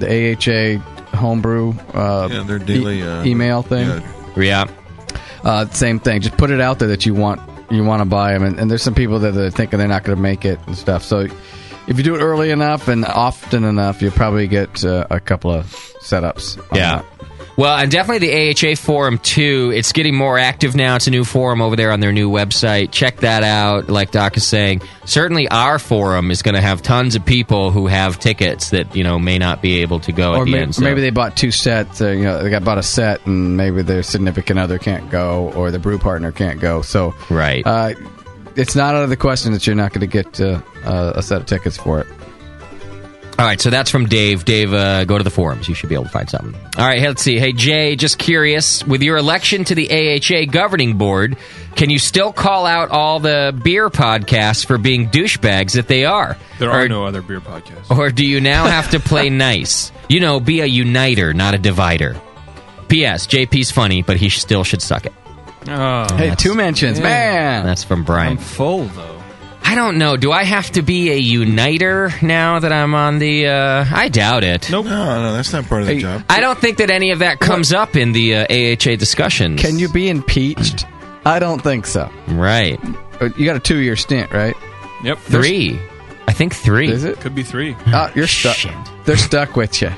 [SPEAKER 10] the AHA homebrew uh,
[SPEAKER 14] Yeah, their daily, uh,
[SPEAKER 10] email thing.
[SPEAKER 8] Yeah.
[SPEAKER 10] Uh, same thing. Just put it out there that you want you want to buy them, and, and there's some people that are thinking they're not going to make it and stuff. So if you do it early enough and often enough, you'll probably get uh, a couple of setups. on
[SPEAKER 8] Yeah. Well, and definitely the AHA forum too. It's getting more active now. It's a new forum over there on their new website. Check that out. Like Doc is saying, certainly our forum is going to have tons of people who have tickets that you know may not be able to go
[SPEAKER 10] or
[SPEAKER 8] at the
[SPEAKER 10] may-
[SPEAKER 8] end. So-
[SPEAKER 10] maybe they bought two sets. Or, you know, they got bought a set, and maybe their significant other can't go, or the brew partner can't go. So,
[SPEAKER 8] right,
[SPEAKER 10] uh, it's not out of the question that you're not going to get uh, uh, a set of tickets for it.
[SPEAKER 8] All right, so that's from Dave. Dave, uh, go to the forums. You should be able to find something. All right, hey, let's see. Hey, Jay, just curious. With your election to the AHA governing board, can you still call out all the beer podcasts for being douchebags that they are?
[SPEAKER 12] There are
[SPEAKER 8] Or-
[SPEAKER 12] no other beer podcasts.
[SPEAKER 8] Or do you now have to play nice? You know, be a uniter, not a divider. P.S. JP's funny, but he still should suck it.
[SPEAKER 12] Oh,
[SPEAKER 10] hey, two mentions,
[SPEAKER 8] Yeah.
[SPEAKER 10] man.
[SPEAKER 8] That's from Brian.
[SPEAKER 12] I'm full though.
[SPEAKER 8] I don't know. Do I have to be a uniter now that I'm on the? Uh, I doubt it.
[SPEAKER 12] Nope.
[SPEAKER 14] No, no, that's not part of the job.
[SPEAKER 8] I don't think that any of that comes up in the uh, AHA discussions.
[SPEAKER 10] Can you be impeached? I don't think so. Uh,
[SPEAKER 8] Right.
[SPEAKER 10] You got a two-year stint, right?
[SPEAKER 12] Yep.
[SPEAKER 8] Three. I think three.
[SPEAKER 10] Is it?
[SPEAKER 12] Could be three.
[SPEAKER 10] Uh, you're stuck. They're stuck with you.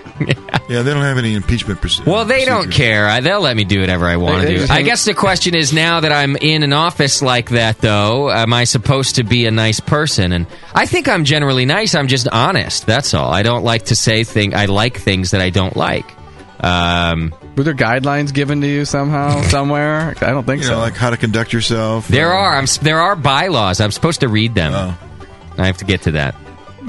[SPEAKER 14] Yeah, they don't have any impeachment proceedings.
[SPEAKER 8] Well, they don't care. I, they'll let me do whatever I want
[SPEAKER 14] They- they
[SPEAKER 8] to do.
[SPEAKER 14] just
[SPEAKER 8] I
[SPEAKER 14] hang-
[SPEAKER 8] guess the question is now that I'm in an office like that, though, am I supposed to be a nice person? And I think I'm generally nice. I'm just honest. That's all. I don't like to say thing. I like things that I don't like. Um,
[SPEAKER 10] Were there guidelines given to you somehow, somewhere? I don't think
[SPEAKER 14] You
[SPEAKER 10] so.
[SPEAKER 14] know, like how to conduct yourself.
[SPEAKER 8] there are. I'm, s- there are bylaws. I'm supposed to read them. I have to get to that.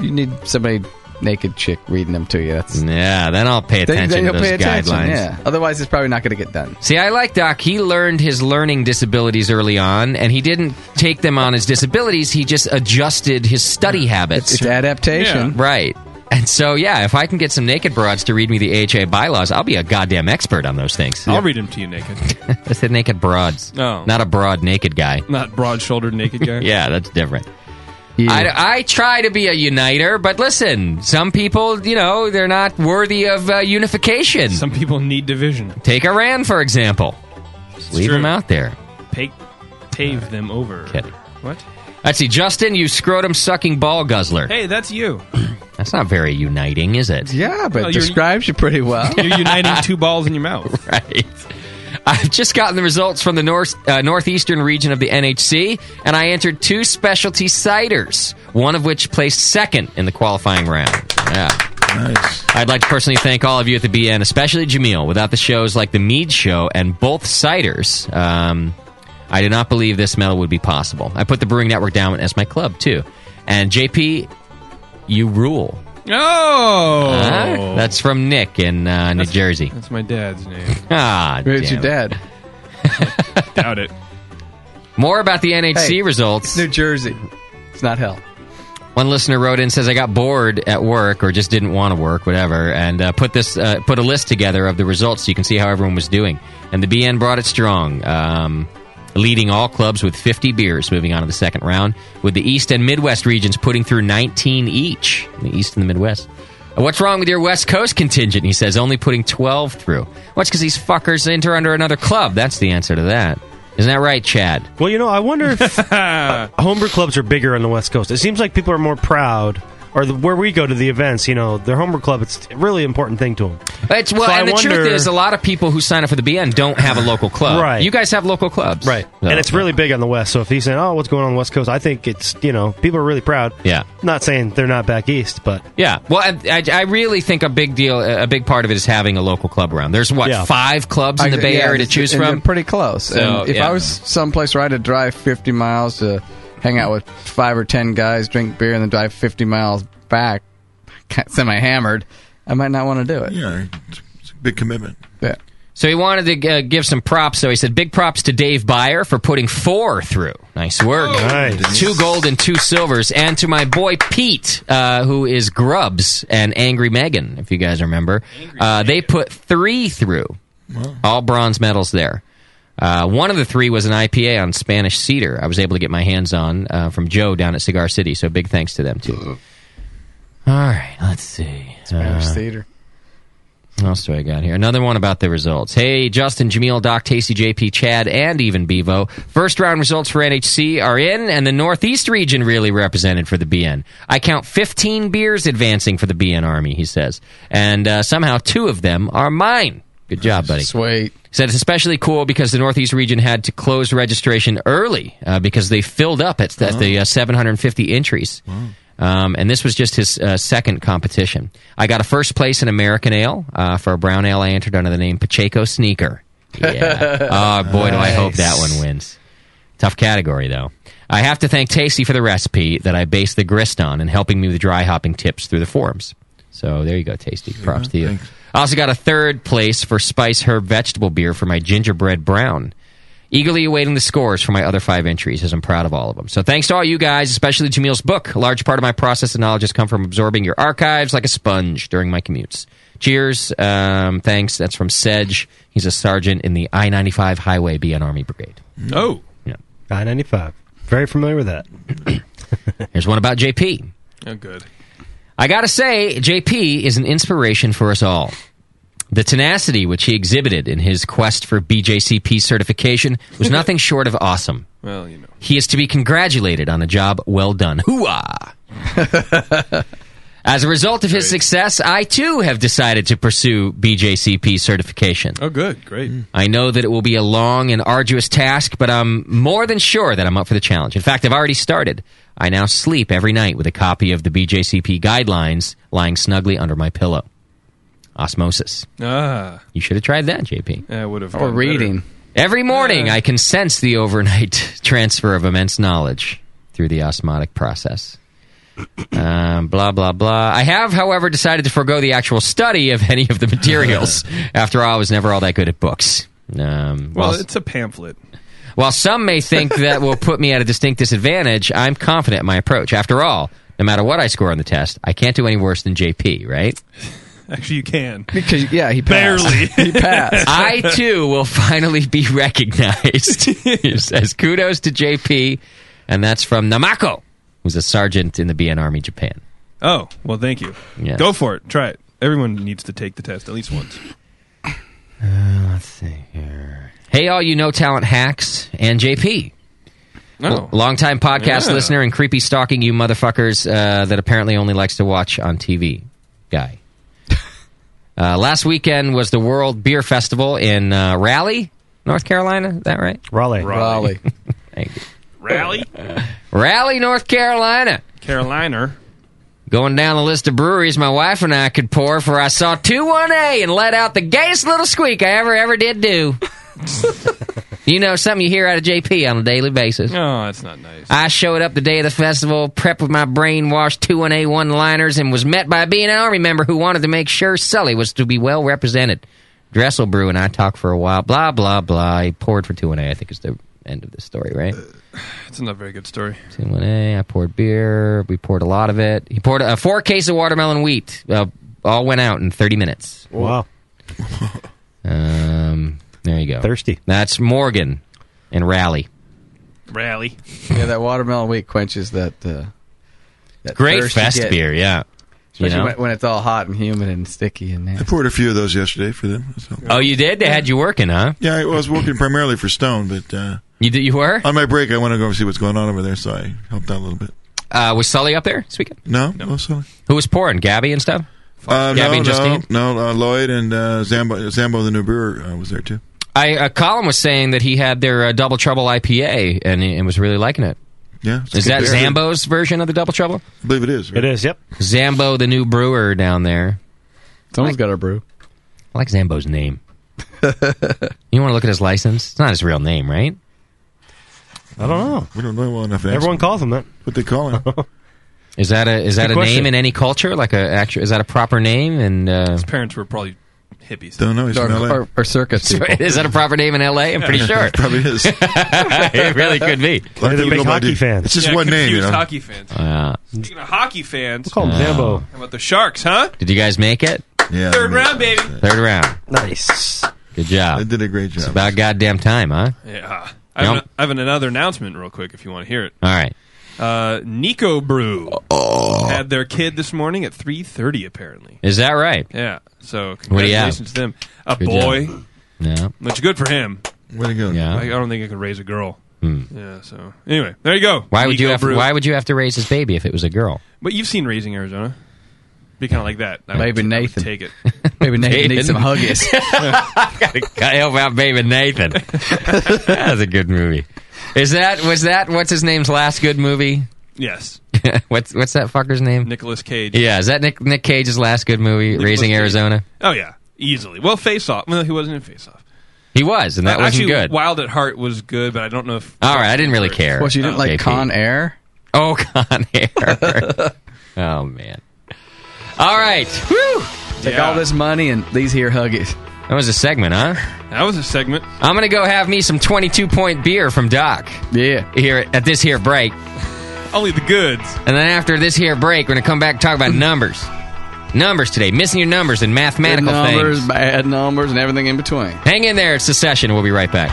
[SPEAKER 10] you need somebody naked chick reading them to you. That's
[SPEAKER 8] Yeah. Then I'll pay
[SPEAKER 10] Then-
[SPEAKER 8] attention
[SPEAKER 10] then
[SPEAKER 8] to
[SPEAKER 10] you'll pay
[SPEAKER 8] those guidelines.
[SPEAKER 10] attention, yeah. Otherwise, it's probably not going to get done.
[SPEAKER 8] See, I like Doc. He learned his learning disabilities early on, and he didn't take them on as disabilities. He just adjusted his study habits.
[SPEAKER 10] It's adaptation. Yeah.
[SPEAKER 8] Right. And so, yeah, if I can get some naked broads to read me the AHA bylaws, I'll be a goddamn expert on those things.
[SPEAKER 12] I'll read them to you naked.
[SPEAKER 8] I said naked broads.
[SPEAKER 12] Oh.
[SPEAKER 8] Not a broad, naked guy.
[SPEAKER 12] Not broad-shouldered naked guy.
[SPEAKER 8] Yeah, that's different. I, I try to be a uniter, but listen, some people, you know, they're not worthy of uh, unification.
[SPEAKER 12] Some people need division.
[SPEAKER 8] Take Iran, for example. Just leave
[SPEAKER 12] true.
[SPEAKER 8] them out there.
[SPEAKER 12] Pa- pave them over.
[SPEAKER 8] Kidding.
[SPEAKER 12] What?
[SPEAKER 8] Let's see, Justin, you scrotum sucking ball guzzler.
[SPEAKER 12] Hey, that's you.
[SPEAKER 8] That's not very uniting, is it?
[SPEAKER 10] Yeah, but
[SPEAKER 12] Well, you're-
[SPEAKER 10] describes you pretty well.
[SPEAKER 12] You're uniting two balls in your mouth.
[SPEAKER 8] Right. I've just gotten the results from the north, uh, northeastern region of the NHC, and I entered two specialty ciders, one of which placed second in the qualifying round. Yeah.
[SPEAKER 14] Nice.
[SPEAKER 8] I'd like to personally thank all of you at the BN, especially Jameel. Without the shows like the Mead Show and both ciders, um, I do not believe this medal would be possible. I put the Brewing Network down as my club too. And JP, you rule.
[SPEAKER 12] Oh,
[SPEAKER 8] Huh? that's from Nick in uh, New Jersey.
[SPEAKER 12] that's my dad's name.
[SPEAKER 8] Ah,
[SPEAKER 10] It's
[SPEAKER 8] damn
[SPEAKER 10] your
[SPEAKER 8] it.
[SPEAKER 10] dad.
[SPEAKER 12] Doubt it.
[SPEAKER 8] More about the NHC
[SPEAKER 10] Hey,
[SPEAKER 8] results.
[SPEAKER 10] New Jersey. It's not hell.
[SPEAKER 8] One listener wrote in says I got bored at work or just didn't want to work, whatever, and uh, put this uh, put a list together of the results so you can see how everyone was doing. And the BN brought it strong, um, leading all clubs with 50 beers. Moving on to the second round, with the East and Midwest regions putting through 19 each. The East and the Midwest. Uh, What's wrong with your West Coast contingent? He says only putting 12 through. What's because these fuckers enter under another club? That's the answer to that. Isn't that right, Chad?
[SPEAKER 13] Well, you know, I wonder if uh, homebrew clubs are bigger on the West Coast. It seems like people are more proud, or the, where we go to the events, you know, their homebrew club, it's a really important thing to them.
[SPEAKER 8] It's well,
[SPEAKER 13] So I
[SPEAKER 8] and the truth
[SPEAKER 13] wonder-
[SPEAKER 8] is, a lot of people who sign up for the BN don't have a local club.
[SPEAKER 13] Right.
[SPEAKER 8] You guys have local clubs,
[SPEAKER 13] Right. and it's really big on the West. So if he's saying, oh, what's going on on the West Coast, I think it's, you know, people are really proud.
[SPEAKER 8] Yeah.
[SPEAKER 13] Not saying they're not back East, but.
[SPEAKER 8] Yeah. Well, I, I, I really think a big deal, a big part of it is having a local club around. There's what
[SPEAKER 13] Yeah.
[SPEAKER 8] five clubs in the
[SPEAKER 10] I-
[SPEAKER 8] Bay
[SPEAKER 10] yeah,
[SPEAKER 8] Area to
[SPEAKER 10] it's-
[SPEAKER 8] choose
[SPEAKER 10] and
[SPEAKER 8] from.
[SPEAKER 10] they're pretty close.
[SPEAKER 8] So,
[SPEAKER 10] and if
[SPEAKER 8] yeah.
[SPEAKER 10] I was someplace where I had to drive 50 miles to hang out with five or 10 guys, drink beer, and then drive 50 miles back, semi hammered, I might not want to do it.
[SPEAKER 14] Yeah, it's a big commitment.
[SPEAKER 10] Yeah.
[SPEAKER 8] So he wanted to uh, give some props. So he said, "Big props to Dave Byer for putting four through. Nice work. Two gold and two silvers, and to my boy Pete, uh, who is Grubs and Angry Megan. If you guys remember, uh, they put three through. All bronze medals there. Uh, one of the three was an IPA on Spanish cedar. I was able to get my hands on uh, from Joe down at Cigar City. So big thanks to them too. All right, let's see.
[SPEAKER 10] Spanish
[SPEAKER 8] Uh,
[SPEAKER 10] theater.
[SPEAKER 8] what else do I got here? Another one about the results. Hey, Justin, Jameel, Doc, Tasty, JP, Chad, and even Bevo. First round results for NHC are in, and the Northeast region really represented for the BN. I count 15 beers advancing for the BN Army, he says. And uh, somehow two of them are mine. Good job, buddy.
[SPEAKER 10] Sweet.
[SPEAKER 8] Said it's especially cool because the Northeast region had to close registration early uh, because they filled up at, at the uh, 750 entries. Um, and this was just his uh, second competition. I got a first place in American Ale uh, for a brown ale I entered under the name Pacheco Sneaker. Yeah. oh, boy, do I hope that one wins. Tough category, though. I have to thank Tasty for the recipe that I based the grist on and helping me with dry hopping tips through the forums. So there you go, Tasty. Props to you. I also got a third place for spice herb vegetable beer for my gingerbread brown. Eagerly awaiting the scores for my other five entries, as I'm proud of all of them. So thanks to all you guys, especially Jamil's book. A large part of my process and knowledge has come from absorbing your archives like a sponge during my commutes. Cheers. Um, thanks. That's from Sedge. He's a sergeant in the I 95 Highway BN Army Brigade.
[SPEAKER 12] Oh.
[SPEAKER 8] Yeah.
[SPEAKER 13] I 95. Very familiar with that.
[SPEAKER 8] Here's one about JP.
[SPEAKER 12] Oh, good.
[SPEAKER 8] I gotta say, JP is an inspiration for us all. The tenacity which he exhibited in his quest for BJCP certification was nothing short of awesome.
[SPEAKER 12] Well, you know.
[SPEAKER 8] He is to be congratulated on a job well done. Hooah! As a result of his success, I too have decided to pursue BJCP certification.
[SPEAKER 12] Oh, good. Great.
[SPEAKER 15] Mm.
[SPEAKER 10] Mm.
[SPEAKER 8] I know that it will be a long and arduous task, but I'm more than sure that I'm up for the challenge. In fact, I've already started. I now sleep every night with a copy of the BJCP guidelines lying snugly under my pillow. Osmosis.
[SPEAKER 12] Ah.
[SPEAKER 8] You should have tried that, JP.
[SPEAKER 12] I would have.
[SPEAKER 8] Or
[SPEAKER 12] done better.
[SPEAKER 8] Every morning, I can sense the overnight transfer of immense knowledge through the osmotic process. Um, blah, blah, blah. I have, however, decided to forego the actual study of any of the materials. After all, I was never all that good at books. Um,
[SPEAKER 12] Well,
[SPEAKER 8] while-
[SPEAKER 12] it's a pamphlet.
[SPEAKER 8] while some may think that will put me at a distinct disadvantage, I'm confident in my approach. After all, no matter what I score on the test, I can't do any worse than JP, right?
[SPEAKER 12] Actually, you can.
[SPEAKER 10] Because yeah, he
[SPEAKER 12] passed. barely he
[SPEAKER 10] passed.
[SPEAKER 8] I too will finally be recognized. he says, "Kudos to JP," and that's from Namako, who's a sergeant in the BN Army Japan.
[SPEAKER 12] Oh, well, thank you.
[SPEAKER 8] Yeah.
[SPEAKER 12] Go for it. Try it. Everyone needs to take the test at least once.
[SPEAKER 8] Uh, let's see here. Hey, all you no talent hacks and JP.
[SPEAKER 12] Oh.
[SPEAKER 8] Longtime podcast
[SPEAKER 12] Yeah.
[SPEAKER 8] listener and creepy stalking you motherfuckers uh, that apparently only likes to watch on TV guy. uh, last weekend was the World Beer Festival in uh, Raleigh, North Carolina. Is that right?
[SPEAKER 13] Raleigh.
[SPEAKER 10] Raleigh.
[SPEAKER 8] Thank you.
[SPEAKER 12] Rally?
[SPEAKER 8] Raleigh, North Carolina.
[SPEAKER 12] Carolina.
[SPEAKER 8] Going down the list of breweries my wife and I could pour, for I saw 2 1A and let out the gayest little squeak I ever, ever did do. you know, something you hear out of JP on a daily basis.
[SPEAKER 12] Oh, that's not nice.
[SPEAKER 8] I showed up the day of the festival, prepped with my brainwashed 2-1-A-1 liners, and was met by being an Army member who wanted to make sure Sully was to be well represented. Dressel Brew and I talked for a while, blah, blah, blah. He poured for 2-1-A, I think is the end of the story, right?
[SPEAKER 12] Uh, It's not a very good story.
[SPEAKER 8] 2-1-A, eh, I poured beer, we poured a lot of it. He poured a four case of watermelon wheat. Uh, all went out in 30 minutes.
[SPEAKER 13] Wow.
[SPEAKER 8] Um, there you go.
[SPEAKER 13] Thirsty.
[SPEAKER 8] That's Morgan and Raleigh.
[SPEAKER 12] Rally.
[SPEAKER 10] Yeah, that watermelon wheat quenches that. Uh, that
[SPEAKER 8] Great
[SPEAKER 10] thirst you
[SPEAKER 8] fest
[SPEAKER 10] get.
[SPEAKER 8] beer, yeah. You
[SPEAKER 10] Especially
[SPEAKER 8] know?
[SPEAKER 10] when, when it's all hot and humid and sticky and
[SPEAKER 14] I
[SPEAKER 10] nasty.
[SPEAKER 14] poured a few of those yesterday for them. So.
[SPEAKER 8] Oh, you did? They had you working, huh?
[SPEAKER 14] Yeah, I was working primarily for Stone, but uh,
[SPEAKER 8] you did, you were
[SPEAKER 14] on my break. I went to go see what's going on over there, so I helped out a little bit.
[SPEAKER 8] Uh, was Sully up there this weekend?
[SPEAKER 14] No, no, sorry.
[SPEAKER 8] Who was pouring? Gabby and stuff?
[SPEAKER 14] Uh,
[SPEAKER 8] Gabby
[SPEAKER 14] no,
[SPEAKER 8] and
[SPEAKER 14] no,
[SPEAKER 8] Justine?
[SPEAKER 14] no, uh, Lloyd and uh, Zambo, Zambo, the new brewer, uh, was there too.
[SPEAKER 8] I uh, Colin was saying that he had their uh, Double Trouble IPA and, and was really liking it.
[SPEAKER 14] Yeah, it's
[SPEAKER 8] Is
[SPEAKER 14] good
[SPEAKER 8] that
[SPEAKER 14] beer.
[SPEAKER 8] Zambo's version of the Double Trouble?
[SPEAKER 14] I believe it is. Right?
[SPEAKER 13] It is, yep.
[SPEAKER 8] Zambo, the new brewer down there.
[SPEAKER 10] Someone's got a brew.
[SPEAKER 8] I like Zambo's name. you want to look at his license? It's not his real name, right?
[SPEAKER 13] I Oh, don't know.
[SPEAKER 14] We don't know well enough. to ask
[SPEAKER 13] Everyone calls him that.
[SPEAKER 14] what they call him.
[SPEAKER 8] Is that a is that
[SPEAKER 13] Good
[SPEAKER 8] a
[SPEAKER 13] question.
[SPEAKER 8] name in any culture? Like a actu- is that a proper name? And uh,
[SPEAKER 12] His parents were probably hippies.
[SPEAKER 13] Don't know. He's
[SPEAKER 10] or,
[SPEAKER 13] from LA.
[SPEAKER 10] or, or circus people.
[SPEAKER 8] Is that a proper name in L.A.? I'm pretty
[SPEAKER 13] Yeah,
[SPEAKER 8] sure.
[SPEAKER 13] it probably is.
[SPEAKER 8] it really could be.
[SPEAKER 13] They're the big hockey fans. It's just one name, you
[SPEAKER 12] confused
[SPEAKER 13] know.
[SPEAKER 12] Hockey fans.
[SPEAKER 8] Yeah.
[SPEAKER 12] Speaking of hockey fans,
[SPEAKER 8] We'll call 'em Zambo.
[SPEAKER 12] How about the Sharks, huh?
[SPEAKER 8] Did you guys make it?
[SPEAKER 13] Yeah.
[SPEAKER 12] Third round, baby.
[SPEAKER 8] Third round.
[SPEAKER 17] Nice.
[SPEAKER 8] Good job. I
[SPEAKER 13] did a great job.
[SPEAKER 8] It's about goddamn time, huh?
[SPEAKER 12] Yeah. I have,
[SPEAKER 8] Yep.
[SPEAKER 12] an- I have an- another announcement real quick if you want to hear it.
[SPEAKER 8] All right.
[SPEAKER 12] Uh, Nico Brew had their kid this morning at 3.30 apparently.
[SPEAKER 8] Is that right?
[SPEAKER 12] Yeah. So
[SPEAKER 8] What do you have?
[SPEAKER 12] congratulations to them. A
[SPEAKER 8] Good
[SPEAKER 12] boy.
[SPEAKER 8] job. Yeah.
[SPEAKER 12] Which good for him.
[SPEAKER 13] Way to go.
[SPEAKER 8] Yeah.
[SPEAKER 12] I, I don't think I could raise a girl.
[SPEAKER 8] Hmm.
[SPEAKER 12] Yeah, so anyway, there you go.
[SPEAKER 8] Why would you
[SPEAKER 12] Nico
[SPEAKER 8] have?
[SPEAKER 12] Brew.
[SPEAKER 8] Why would you have to raise his baby if it was a girl?
[SPEAKER 12] But you've seen Raising Arizona. Be kind of like that. I
[SPEAKER 10] Maybe
[SPEAKER 12] would- I would
[SPEAKER 10] Nathan.
[SPEAKER 12] Take it.
[SPEAKER 10] Maybe Nathan needs some huggies.
[SPEAKER 8] Gotta help out baby Nathan. that was a good movie. Is that was that what's his name's last good movie?
[SPEAKER 12] Yes.
[SPEAKER 8] what's what's that fucker's name?
[SPEAKER 12] Nicholas Cage.
[SPEAKER 8] Yeah, is that Nick Nick Cage's last good movie? Raising
[SPEAKER 12] Cage.
[SPEAKER 8] Arizona.
[SPEAKER 12] Oh, yeah. Easily. Well, Face Off. Well, he wasn't in Face Off. Uh,
[SPEAKER 8] He was, and that
[SPEAKER 12] Actually,
[SPEAKER 8] wasn't good.
[SPEAKER 12] Wild at Heart was good, but I don't know if.
[SPEAKER 8] All right, I didn't really care.
[SPEAKER 10] What, you didn't like Con Air?
[SPEAKER 8] Oh, Con Air. oh man. All right. Whew.
[SPEAKER 10] Take all this money and these here huggies.
[SPEAKER 8] That was a segment, huh?
[SPEAKER 12] That was a segment.
[SPEAKER 8] I'm gonna go have me some 22 point beer from Doc.
[SPEAKER 10] Yeah.
[SPEAKER 8] Here at this here break,
[SPEAKER 12] Only the goods.
[SPEAKER 8] and then after this here break, we're gonna come back and talk about numbers. Numbers today, missing your numbers and
[SPEAKER 10] Good
[SPEAKER 8] mathematical
[SPEAKER 10] numbers,
[SPEAKER 8] things.
[SPEAKER 10] bad numbers, and everything in between.
[SPEAKER 8] Hang in there. It's the session. We'll be right back.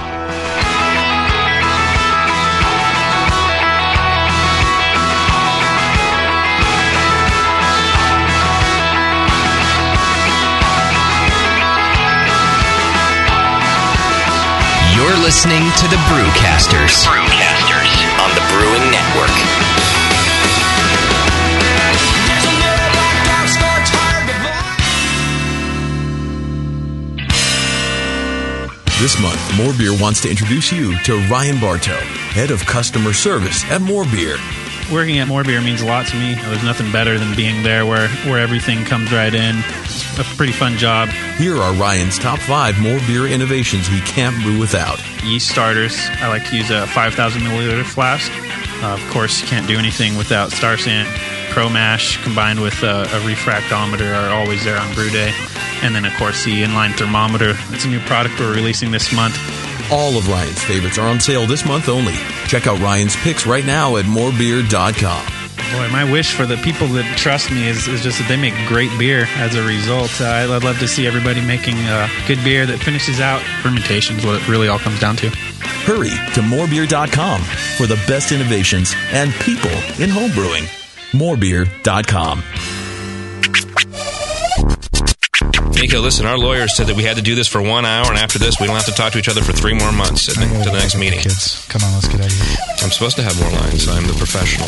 [SPEAKER 15] You're listening to the Brewcasters. Brewcasters on the Brewing Network.
[SPEAKER 3] This month, More Beer wants to introduce you to Ryan Bartow, head of customer service at More Beer.
[SPEAKER 18] Working at More Beer means a lot to me. There's nothing better than being there where, where everything comes right in. It's a pretty fun job.
[SPEAKER 3] Here are Ryan's top five more beer innovations we can't brew without.
[SPEAKER 18] Yeast starters, I like to use a 5,000 milliliter flask. Uh, of course, you can't do anything without Star Scent. Pro Mash combined with uh, a refractometer are always there on brew day. And then, of course, the inline thermometer. It's a new product we're releasing this month.
[SPEAKER 3] All of Ryan's favorites are on sale this month only. Check out Ryan's picks right now at morebeer.com.
[SPEAKER 18] Boy, my wish for the people that trust me is, is just that they make great beer as a result. Uh, I- I'd love to see everybody making uh, good beer that finishes out. Fermentation is what it really all comes down to.
[SPEAKER 3] Hurry to morebeer.com for the best innovations and people in homebrewing. Morebeer.com.
[SPEAKER 19] Nico, listen, our lawyers said that we had to do this for one hour, and after this, we don't have to talk to each other for three more months at the, to the next meeting. Kids,
[SPEAKER 20] Come on, let's get out of here.
[SPEAKER 19] I'm supposed to have more lines. I'm the professional.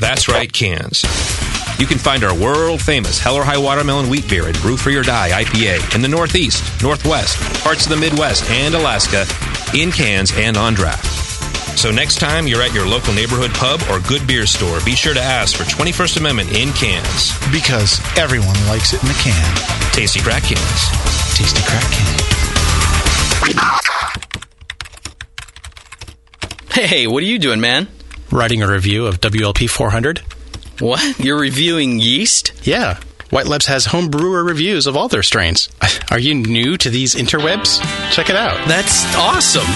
[SPEAKER 19] That's right, cans. You can find our world famous Hell or High Watermelon Wheat Beer at Brew Free or Die IPA in the Northeast, Northwest, parts of the Midwest, and Alaska in cans and on draft. So next time you're at your local neighborhood pub or good beer store, be sure to ask for 21st Amendment in cans.
[SPEAKER 20] Because everyone likes it in a can.
[SPEAKER 19] Tasty crack cans.
[SPEAKER 20] Tasty crack can.
[SPEAKER 21] Hey, what are you doing, man? Writing a review of WLP 400. What? You're reviewing yeast? Yeah. White Labs has home brewer reviews of all their strains. Are you new to these interwebs? Check it out. That's awesome.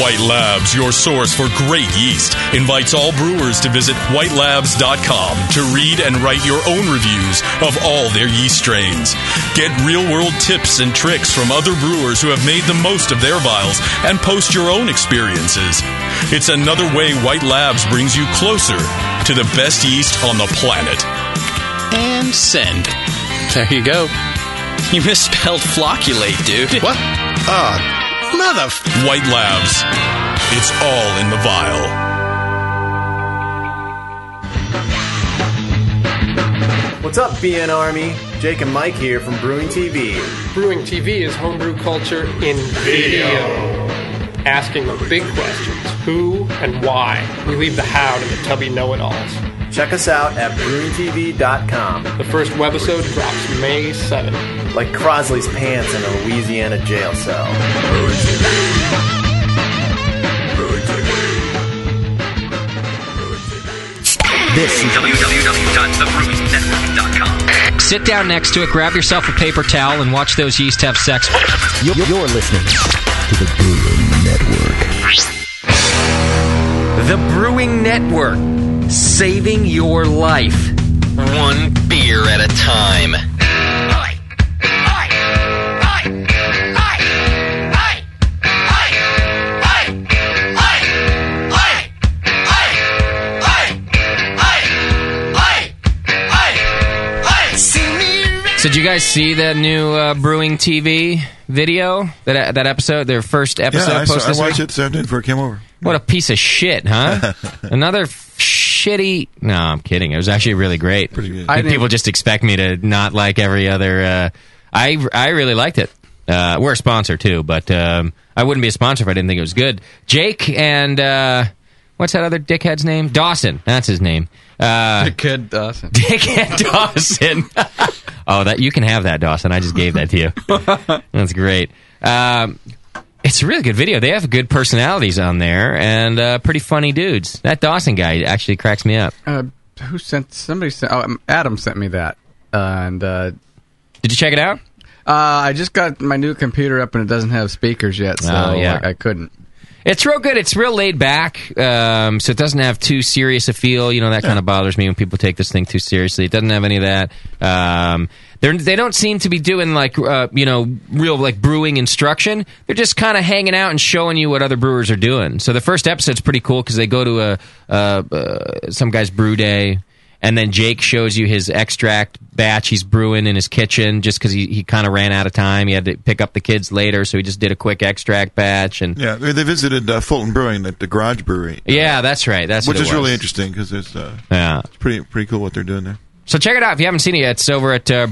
[SPEAKER 22] White Labs, your source for great yeast, invites all brewers to visit whitelabs.com to read and write your own reviews of all their yeast strains. Get real world tips and tricks from other brewers who have made the most of their vials and post your own experiences. It's another way White Labs brings you closer to the best yeast on the planet.
[SPEAKER 21] And send. There you go. You misspelled flocculate, dude. What? Uh, mother.
[SPEAKER 22] White Labs. It's all in the vial.
[SPEAKER 23] What's up, BN Army? Jake and Mike here from Brewing TV.
[SPEAKER 24] Brewing TV is homebrew culture in video.
[SPEAKER 1] asking the big questions who and why. We leave the how to the tubby know it alls.
[SPEAKER 25] Check us out at brewingtv.com.
[SPEAKER 1] The first webisode drops May 7th.
[SPEAKER 25] Like Crosley's pants in a Louisiana jail cell.
[SPEAKER 15] This
[SPEAKER 26] www.thebrewingnetwork.com.
[SPEAKER 8] Sit down next to it, grab yourself a paper towel, and watch those yeast have sex. You're, you're listening to the Brewing Network. The Brewing Network, saving your life one beer at a time. So did you guys see the new uh, brewing TV video that that episode their first episode
[SPEAKER 14] yeah, I,
[SPEAKER 8] posted?
[SPEAKER 14] saw, I
[SPEAKER 8] this
[SPEAKER 14] watched
[SPEAKER 8] week?
[SPEAKER 14] it this afternoon before I came over.
[SPEAKER 8] What a piece of shit, huh? Another f- shitty. No, I'm kidding. It was actually really great. Pretty
[SPEAKER 14] good.
[SPEAKER 8] I
[SPEAKER 14] I
[SPEAKER 8] think people just expect me to not like every other. Uh, I I really liked it. Uh, we're a sponsor too, but um, I wouldn't be a sponsor if I didn't think it was good. Jake and uh, what's that other dickhead's name? Dawson. That's his name. Uh,
[SPEAKER 10] Dickhead Dawson.
[SPEAKER 8] Dickhead Dawson. oh, that you can have that, Dawson. I just gave that to you. That's great. Um, it's a really good video. They have good personalities on there and uh, pretty funny dudes. That Dawson guy actually cracks me up.
[SPEAKER 10] Uh, who sent? Somebody sent. Oh, um, Adam sent me that. Uh, and uh,
[SPEAKER 8] did you check it out?
[SPEAKER 10] Uh, I just got my new computer up and it doesn't have speakers yet, so
[SPEAKER 8] Oh, yeah.
[SPEAKER 10] like, I couldn't.
[SPEAKER 8] It's real good. It's real laid back, um, so it doesn't have too serious a feel. You know that kind of bothers me when people take this thing too seriously. It doesn't have any of that. Um, they're- they don't seem to be doing like uh, you know real like brewing instruction. They're just kind of hanging out and showing you what other brewers are doing. So the first episode's pretty cool because they go to a uh, uh, some guy's brew day. And then Jake shows you his extract batch he's brewing in his kitchen just because he, he kind of ran out of time. He had to pick up the kids later, so he just did a quick extract batch. And
[SPEAKER 14] Yeah, they they visited uh, Fulton Brewing, the, the garage brewery.
[SPEAKER 8] yeah, that's right. That's
[SPEAKER 14] which
[SPEAKER 8] what it
[SPEAKER 14] is really
[SPEAKER 8] was.
[SPEAKER 14] interesting because there's uh,
[SPEAKER 8] Yeah.
[SPEAKER 14] it's pretty pretty cool what they're doing there.
[SPEAKER 8] So check it out if you haven't seen it yet. It's over at uh,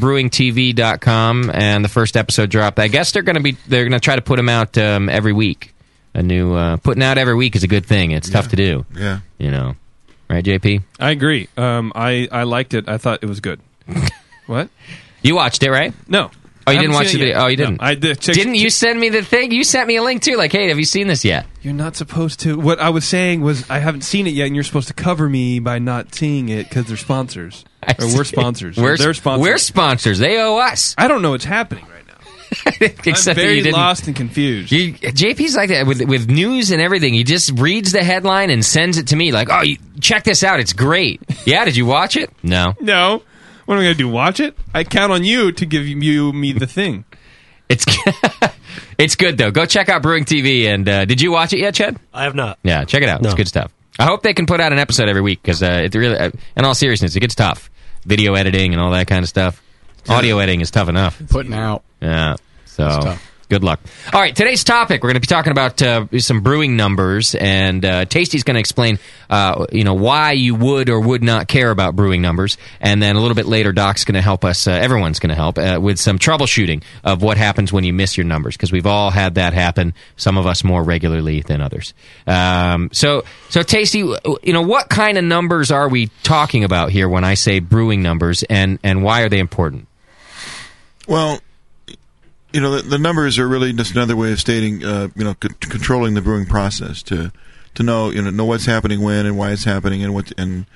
[SPEAKER 8] brewingtv.com, and the first episode dropped. I guess they're going to be they're going to try to put them out um, every week. A new uh, putting out every week is a good thing. It's tough to do.
[SPEAKER 14] Yeah.
[SPEAKER 8] you know, right, JP?
[SPEAKER 12] I agree. Um, I I liked it. I thought it was good. what?
[SPEAKER 8] You watched it, right?
[SPEAKER 12] No.
[SPEAKER 8] Oh,
[SPEAKER 12] I
[SPEAKER 8] you
[SPEAKER 12] haven't
[SPEAKER 8] didn't watch the
[SPEAKER 12] seen it
[SPEAKER 8] video.
[SPEAKER 12] yet.
[SPEAKER 8] Oh, you
[SPEAKER 12] No.
[SPEAKER 8] didn't.
[SPEAKER 12] I did. Check-
[SPEAKER 8] didn't you send me the thing? You sent me a link too. Like, hey, have you seen this yet?
[SPEAKER 12] You're not supposed to. What I was saying was I haven't seen it yet, and you're supposed to cover me by not seeing it because they're sponsors. Or Uh, we're sponsors.
[SPEAKER 8] We're,
[SPEAKER 12] they're sponsors.
[SPEAKER 8] We're sponsors. They owe us.
[SPEAKER 12] I don't know what's happening right
[SPEAKER 8] now. Except that
[SPEAKER 12] I'm very
[SPEAKER 8] you didn't-
[SPEAKER 12] lost and confused.
[SPEAKER 8] You, JP's like that with with news and everything. He just reads the headline and sends it to me. Like, oh, you, check this out. It's great. Yeah, did you watch it? No.
[SPEAKER 12] No. What am I going to do? Watch it? I count on you to give you me the thing.
[SPEAKER 8] It's it's good though. Go check out Brewing TV. And uh, did you watch it yet, Chad?
[SPEAKER 13] I have not.
[SPEAKER 8] Yeah, check it out. It's
[SPEAKER 13] No.
[SPEAKER 8] good stuff. I hope they can put out an episode every week because uh, it really, uh, in all seriousness, it gets tough. Video editing and all that kind of stuff. Audio editing is tough enough.
[SPEAKER 10] Putting out.
[SPEAKER 8] Yeah. So
[SPEAKER 10] tough.
[SPEAKER 8] good luck. All right, today's topic we're going to be talking about uh, some brewing numbers, and uh, Tasty's going to explain, uh, you know, why you would or would not care about brewing numbers, and then a little bit later, Doc's going to help us. Uh, everyone's going to help uh, with some troubleshooting of what happens when you miss your numbers because we've all had that happen. Some of us more regularly than others. Um, so, so Tasty, you know, what kind of numbers are we talking about here when I say brewing numbers, and and why are they important?
[SPEAKER 14] Well, you know, the, the numbers are really just another way of stating, uh, you know, c- controlling the brewing process to to know, you know, know what's happening when and why it's happening and what and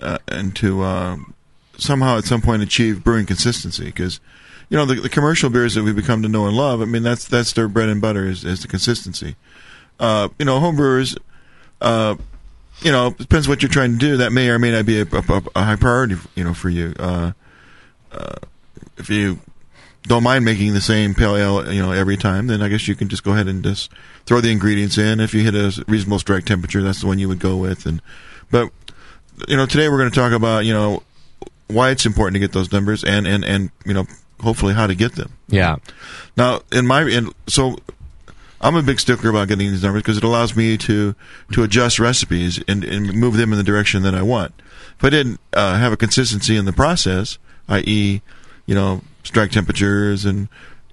[SPEAKER 14] uh, and to uh, somehow at some point achieve brewing consistency because. You know the, the commercial beers that we become to know and love. I mean, that's that's their bread and butter is, is the consistency. Uh, you know, homebrewers, uh, you know, depends what you're trying to do. That may or may not be a, a, a high priority, you know, for you. Uh, uh, if you don't mind making the same pale ale, you know, every time, then I guess you can just go ahead and just throw the ingredients in. If you hit a reasonable strike temperature, that's the one you would go with. And but you know, today we're going to talk about you know why it's important to get those numbers and and and you know hopefully how to get them.
[SPEAKER 8] Yeah.
[SPEAKER 14] Now in my in so I'm a big stickler about getting these numbers because it allows me to to adjust recipes and, and move them in the direction that I want. If I didn't uh, have a consistency in the process, i.e., you know, strike temperatures and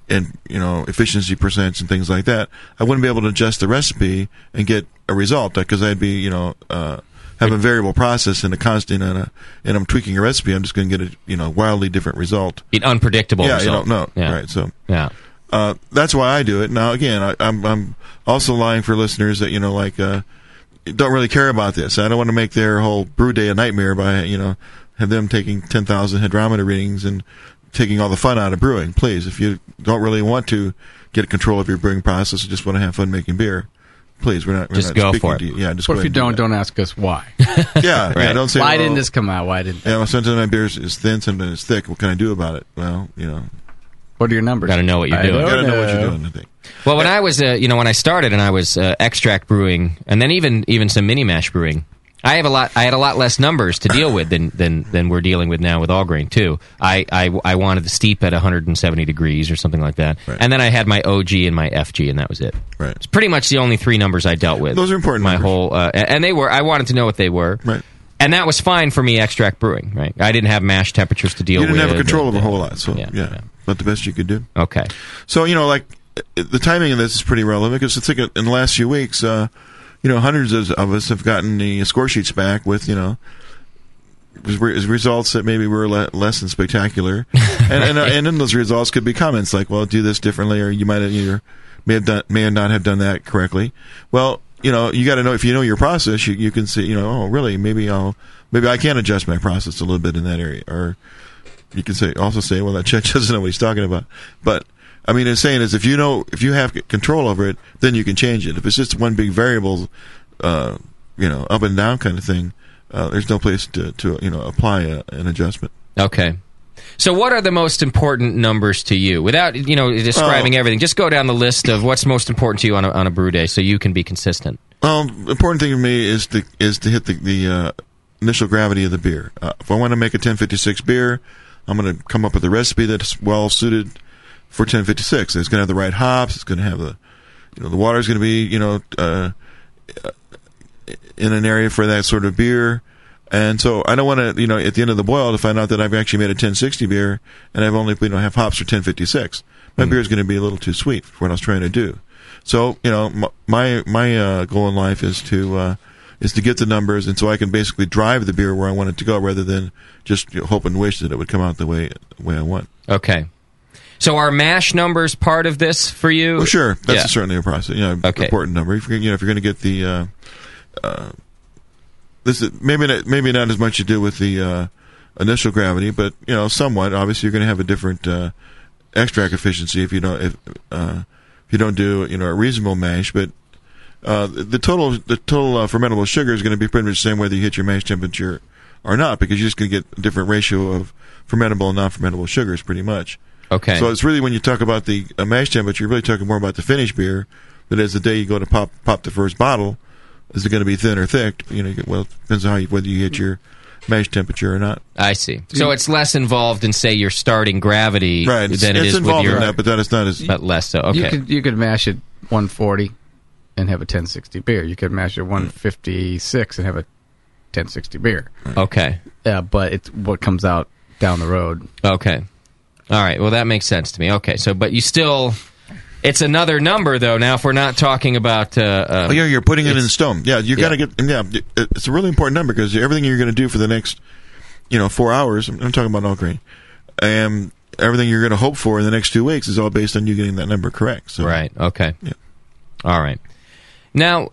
[SPEAKER 14] and you know efficiency percents and things like that, I wouldn't be able to adjust the recipe and get a result because I'd be you know uh, have a variable process and a constant and, a, and I'm tweaking a recipe. I'm just going to get a you know wildly different result.
[SPEAKER 8] An unpredictable
[SPEAKER 14] Yeah,
[SPEAKER 8] result.
[SPEAKER 14] you don't know.
[SPEAKER 8] Yeah.
[SPEAKER 14] Right. So
[SPEAKER 8] yeah,
[SPEAKER 14] uh, that's why I do it. Now again, I, I'm I'm also lying for listeners that you know like uh, don't really care about this. I don't want to make their whole brew day a nightmare by you know have them taking ten thousand hydrometer readings and taking all the fun out of brewing. Please, if you don't really want to get control of your brewing process, you just want to have fun making beer. Please, we're not we're
[SPEAKER 10] Just
[SPEAKER 14] not
[SPEAKER 10] go
[SPEAKER 14] speaking
[SPEAKER 10] for it.
[SPEAKER 14] To you. Yeah, just
[SPEAKER 10] Or
[SPEAKER 14] go
[SPEAKER 10] if you
[SPEAKER 14] ahead and do
[SPEAKER 10] don't, don't ask us why.
[SPEAKER 14] that. yeah, yeah,
[SPEAKER 10] Right.
[SPEAKER 14] don't say oh.
[SPEAKER 10] Why
[SPEAKER 14] well,
[SPEAKER 10] didn't this come out? Why didn't?
[SPEAKER 14] Yeah, well, sometimes my beer is, is thin, sometimes it's thick. What can I do about it? Well, you know,
[SPEAKER 10] What are your numbers?
[SPEAKER 8] Got to know what you're
[SPEAKER 14] I
[SPEAKER 8] doing.
[SPEAKER 14] don't Gotta know what you're know. doing, I think.
[SPEAKER 8] Well, when I was, uh, you know, when I started and I was uh, extract brewing, and then even even some mini mash brewing, I have a lot. I had a lot less numbers to deal with than than, than we're dealing with now with all grain too. I, I I wanted to steep at 170 degrees or something like that, and then I had my OG and my FG, and that was it.
[SPEAKER 14] Right.
[SPEAKER 8] It's pretty much the only three numbers I dealt with. Those are important. My whole uh, and and they were. I wanted to know what they were.
[SPEAKER 14] Right.
[SPEAKER 8] And that was fine for me, extract brewing. Right, I didn't have mash temperatures to deal
[SPEAKER 14] you
[SPEAKER 8] with.
[SPEAKER 14] didn't have control of
[SPEAKER 8] and-
[SPEAKER 14] a whole lot, so yeah, not the best you could do.
[SPEAKER 8] Okay.
[SPEAKER 14] So you know, like uh, the timing of this is pretty relevant because I think in the last few weeks, uh, you know, hundreds of, of us have gotten the score sheets back with you know re- results that maybe were le- less than spectacular, and and, uh, and in those results could be comments like, "Well, do this differently," or "You might have either may have done may not have done that correctly." Well, you know, you got to know if you know your process, you you can see, you know, oh, really? Maybe I'll maybe I can adjust my process a little bit in that area, or you can say also say, well, that check doesn't know what he's talking about. But I mean, it's saying is if you know if you have c- control over it, then you can change it. If it's just one big variable, uh, you know, up and down kind of thing, uh, there's no place to to you know apply a, an adjustment.
[SPEAKER 8] Okay. So, what are the most important numbers to you? Without you know
[SPEAKER 14] Oh.
[SPEAKER 8] describing everything, just go down the list of what's most important to you on a, on a brew day, so you can be consistent.
[SPEAKER 14] Well, the Um, important thing for me is to is to hit the the uh, initial gravity of the beer. Uh, if I want to make a 1056 beer, I'm going to come up with a recipe that's well suited for 1056. It's going to have the right hops. It's going to have the you know the water is going to be you know uh, in an area for that sort of beer. And so I don't want to, you know, at the end of the boil to find out that I've actually made a 1060 beer and I've only, you know, have hops for 1056. My beer is going to be a little too sweet for what I was trying to do. So, you know, m- my, my, uh, goal in life is to, uh, is to get the numbers and so I can basically drive the beer where I want it to go rather than just you know, hope and wish that it would come out the way, the way I want.
[SPEAKER 8] Okay. So, are mash numbers part of this for you?
[SPEAKER 14] Well, sure, that's
[SPEAKER 8] Yeah.
[SPEAKER 14] certainly a process. You know, important number. If you're, you know, if you're going to get the, uh, uh, this is, maybe not, maybe not as much to do with the uh, initial gravity, but you know, somewhat. Obviously, you're going to have a different uh, extract efficiency if you don't if uh, if you don't do you know a reasonable mash, but. Uh, the total, the total uh, fermentable sugar is going to be pretty much the same whether you hit your mash temperature or not, because you're just going to get a different ratio of fermentable and non-fermentable sugars, pretty much.
[SPEAKER 8] Okay.
[SPEAKER 14] So it's really when you talk about the uh, mash temperature, you're really talking more about the finished beer. But as the day you go to pop pop the first bottle, is it going to be thin or thick? You know, you get- well, it depends on how you, whether you hit your mash temperature or not.
[SPEAKER 8] I see. So it's less involved in say your starting gravity
[SPEAKER 14] Right. It's,
[SPEAKER 8] than it
[SPEAKER 14] it's
[SPEAKER 8] is with
[SPEAKER 14] involved
[SPEAKER 8] your
[SPEAKER 14] in that, but that is not as
[SPEAKER 8] but less so.
[SPEAKER 10] You
[SPEAKER 8] Okay.
[SPEAKER 10] could you could mash it 140 and have a 1060 beer. You could mash it 156 and have a 1060 beer.
[SPEAKER 8] Okay.
[SPEAKER 10] Yeah, but it's what comes out down the road.
[SPEAKER 8] Okay. All right. Well, that makes sense to me. Okay. So, but you still, it's another number though. Now, if we're not talking about, uh, um,
[SPEAKER 14] Oh, yeah, you're putting it in
[SPEAKER 8] it's-
[SPEAKER 14] stone. Yeah, you got to get. Yeah, it- it's a really important number because everything you're going to do for the next, you know, four hours. I'm, I'm talking about all green, and everything you're going to hope for in the next two weeks is all based on you getting that number correct. So
[SPEAKER 8] Right. Okay. All right. Now,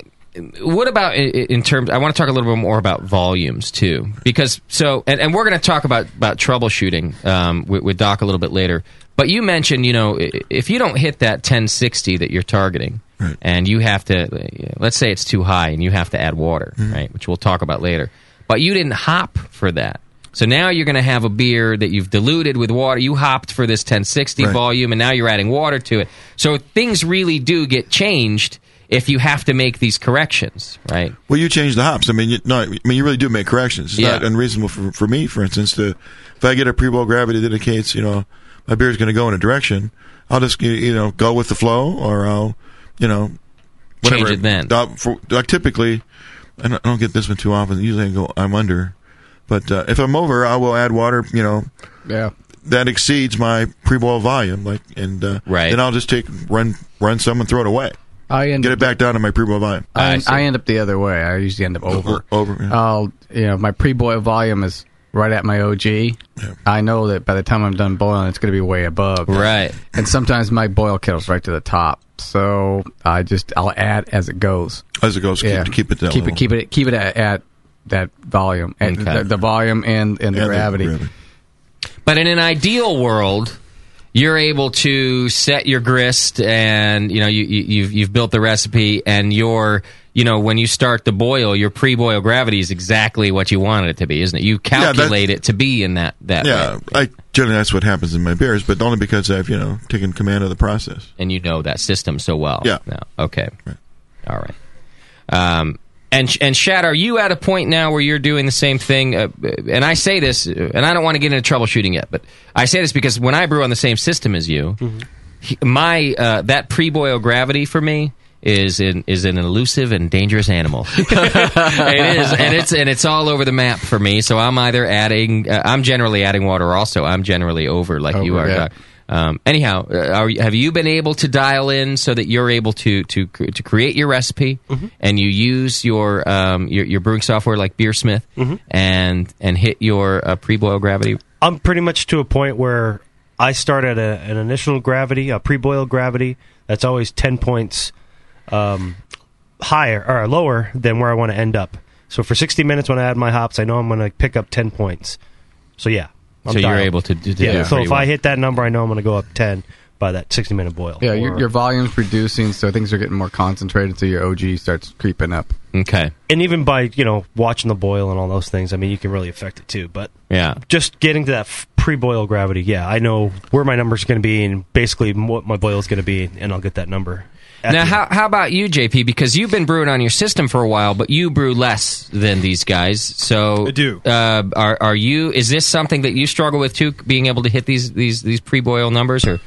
[SPEAKER 8] what about i- i- in terms? I want to talk a little bit more about volumes too, because so and, and we're going to talk about about troubleshooting um, with, with Doc a little bit later. But you mentioned, you know, i- if you don't hit that 1060 that you're targeting, and you have to, let's say it's too high, and you have to add water, right? Which we'll talk about later. But you didn't hop for that. So now you're going to have a beer that you've diluted with water. You hopped for this 1060
[SPEAKER 2] Right.
[SPEAKER 8] volume, and now you're adding water to it. So things really do get changed if you have to make these corrections, right?
[SPEAKER 14] Well, you change the hops. I mean, you, no, I mean you really do make corrections. It's not unreasonable for, for me, for instance, to if I get a pre-boil gravity that indicates you know my beer is going to go in a direction, I'll just you- you know go with the flow, or I'll you know whatever.
[SPEAKER 8] Change it then.
[SPEAKER 14] Uh, for, like typically, I don't, I don't get this one too often. Usually, I go I'm under, but uh, if I'm over, I will add water. You know,
[SPEAKER 10] Yeah.
[SPEAKER 14] that exceeds my pre-boil volume, like, and uh,
[SPEAKER 8] right.
[SPEAKER 14] then I'll just take run run some and throw it away.
[SPEAKER 10] I
[SPEAKER 14] get it back down to my pre-boil volume.
[SPEAKER 10] I, I end up the other way. I usually end up over.
[SPEAKER 14] Over.
[SPEAKER 10] I'll you know my pre-boil volume is right at my OG. I know that by the time I'm done boiling, it's going to be way above.
[SPEAKER 8] Right.
[SPEAKER 10] And sometimes my boil kettle's right to the top, so I just I'll add as it goes.
[SPEAKER 14] As it goes, keep- keep it that
[SPEAKER 10] keep
[SPEAKER 14] level.
[SPEAKER 10] it keep it keep it at, at that volume, at
[SPEAKER 8] Okay.
[SPEAKER 10] the, the volume and and the gravity.
[SPEAKER 8] But in an ideal world, you're able to set your grist, and you know you, you, you've you've built the recipe, and your you know when you start the boil, your pre-boil gravity is exactly what you wanted it to be, isn't it? You
[SPEAKER 14] that's-
[SPEAKER 8] calculate it to be in that that
[SPEAKER 14] yeah,
[SPEAKER 8] way,
[SPEAKER 14] I generally that's what happens in my beers, but only because I've you know taken command of the process.
[SPEAKER 8] and you know that system so well.
[SPEAKER 14] Yeah.
[SPEAKER 8] Now. Okay. All right. Um, and and Shad, are you at a point now where you're doing the same thing? Uh, and I say this, uh, and I don't want to get into troubleshooting yet, but I say this because when I brew on the same system as you, he- my uh, that pre-boil gravity for me is in is an elusive and dangerous animal. it is, and it's and it's all over the map for me. So I'm either adding, uh, I'm generally adding water. Also, I'm generally over like you
[SPEAKER 10] Over,
[SPEAKER 8] are.
[SPEAKER 10] yeah.
[SPEAKER 8] Doc. Um, anyhow, uh, are, you- have you been able to dial in so that you're able to to cre- to create your recipe and you use your um, your, your brewing software like Beersmith and and hit your uh, pre-boil gravity?
[SPEAKER 13] I'm pretty much to a point where I start at a, an initial gravity, a pre-boil gravity that's always ten points um, higher or lower than where I want to end up. So for 60 minutes, when I add my hops, I know I'm going to pick up 10 points. So yeah, I'm
[SPEAKER 8] So you're
[SPEAKER 13] dialed.
[SPEAKER 8] able to do- to
[SPEAKER 13] yeah.
[SPEAKER 8] do it
[SPEAKER 13] So
[SPEAKER 8] pretty
[SPEAKER 13] if I
[SPEAKER 8] well.
[SPEAKER 13] hit that number, I know I'm going to go up 10 by that 60 minute boil.
[SPEAKER 10] Yeah, your,
[SPEAKER 13] Or-
[SPEAKER 10] your volume's reducing, so things are getting more concentrated. So your OG starts creeping up.
[SPEAKER 8] Okay.
[SPEAKER 13] and even by you know watching the boil and all those things, I mean you can really affect it too. But
[SPEAKER 8] Yeah.
[SPEAKER 13] just getting to that f- pre-boil gravity, yeah, I know where my number's going to be and basically m- what my boil is going to be, and I'll get that number.
[SPEAKER 8] Now, how, how about you, JP? Because you've been brewing on your system for a while, but you brew less than these guys. So I do. Uh, are are you? Is this something that you struggle with too? Being able to hit these these these pre-boil numbers, or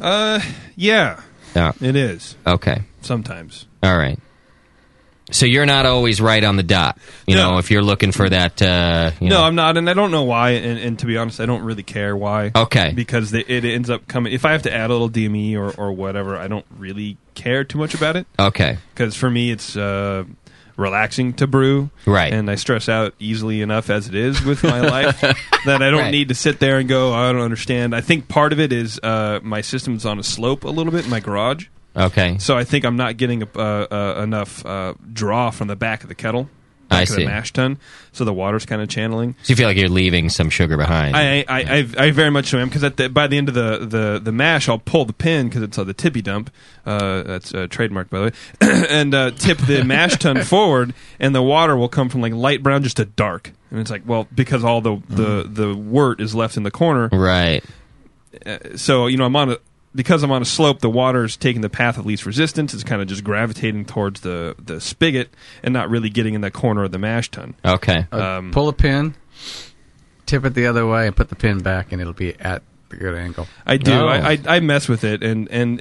[SPEAKER 12] Uh, yeah,
[SPEAKER 8] no?
[SPEAKER 12] it is
[SPEAKER 8] Okay.
[SPEAKER 12] sometimes.
[SPEAKER 8] All right. So you're not always right on the dot. You know, if you're looking for that. Uh, you
[SPEAKER 12] no,
[SPEAKER 8] know,
[SPEAKER 12] I'm not, and I don't know why. And, and to be honest, I don't really care why.
[SPEAKER 8] Okay.
[SPEAKER 12] because they, it ends up coming. If I have to add a little DME or or whatever, I don't really care too much about it.
[SPEAKER 8] Okay.
[SPEAKER 12] because for me it's uh, relaxing to brew,
[SPEAKER 8] Right.
[SPEAKER 12] And I stress out easily enough as it is with my life that I don't
[SPEAKER 8] Right.
[SPEAKER 12] need to sit there and go. "Oh, I don't understand. I think part of it is uh, my system's on a slope a little bit in my garage,
[SPEAKER 8] Okay.
[SPEAKER 12] so I think I'm not getting uh, uh, enough uh, draw from the back of the kettle.
[SPEAKER 8] I
[SPEAKER 12] back of
[SPEAKER 8] see.
[SPEAKER 12] the mash tun, so the water's kind of channeling.
[SPEAKER 8] So you feel like you're leaving some sugar behind.
[SPEAKER 12] I I, I, I, I very much am because the, by the end of the, the, the mash, I'll pull the pin because it's uh, the tippy dump. Uh, that's a trademark, by the way. and uh, tip the mash tun forward, and the water will come from like light brown just to dark. And it's like, well, because all the the, the wort is left in the corner,
[SPEAKER 8] Mm-hmm. right?
[SPEAKER 12] Uh, so you know, I'm on a because I'm on a slope. The water is taking the path of least resistance. It's kind of just gravitating towards the the spigot and not really getting in the corner of the mash tun. Um,
[SPEAKER 8] Okay.
[SPEAKER 10] Uh, pull a pin, tip it the other way, and put the pin back, and it'll be at the good angle.
[SPEAKER 12] I do.
[SPEAKER 10] Oh.
[SPEAKER 12] I, I I mess with it, and and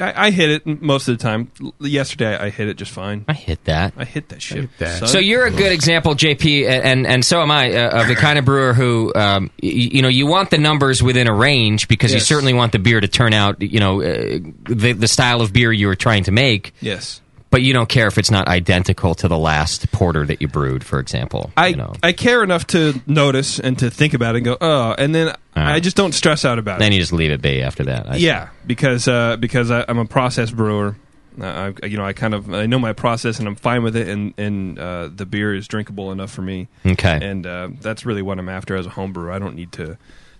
[SPEAKER 12] I, I hit it most of the time. L- Yesterday, I hit it just fine. I
[SPEAKER 8] hit that.
[SPEAKER 12] I hit that shit. son.
[SPEAKER 8] So you're a good example, JP, a- and and so am I uh, of the kind of brewer who, um, y- you know, you want the numbers within a range because you
[SPEAKER 12] Yes.
[SPEAKER 8] certainly want the beer to turn out, you know, uh, the the style of beer you were trying to make.
[SPEAKER 12] Yes.
[SPEAKER 8] But you don't care if it's not identical to the last porter that you brewed, for example.
[SPEAKER 12] I I care enough to notice and to think about it and go, oh, and then I just don't stress out about
[SPEAKER 8] Then
[SPEAKER 12] it.
[SPEAKER 8] you just leave it be after that. I see.
[SPEAKER 12] yeah, because uh, because I, I'm a process brewer. Uh, I, you know, I kind of I know my process, and I'm fine with it, and and uh, the beer is drinkable enough for me.
[SPEAKER 8] Okay.
[SPEAKER 12] and uh, that's really what I'm after as a home brewer. I don't need to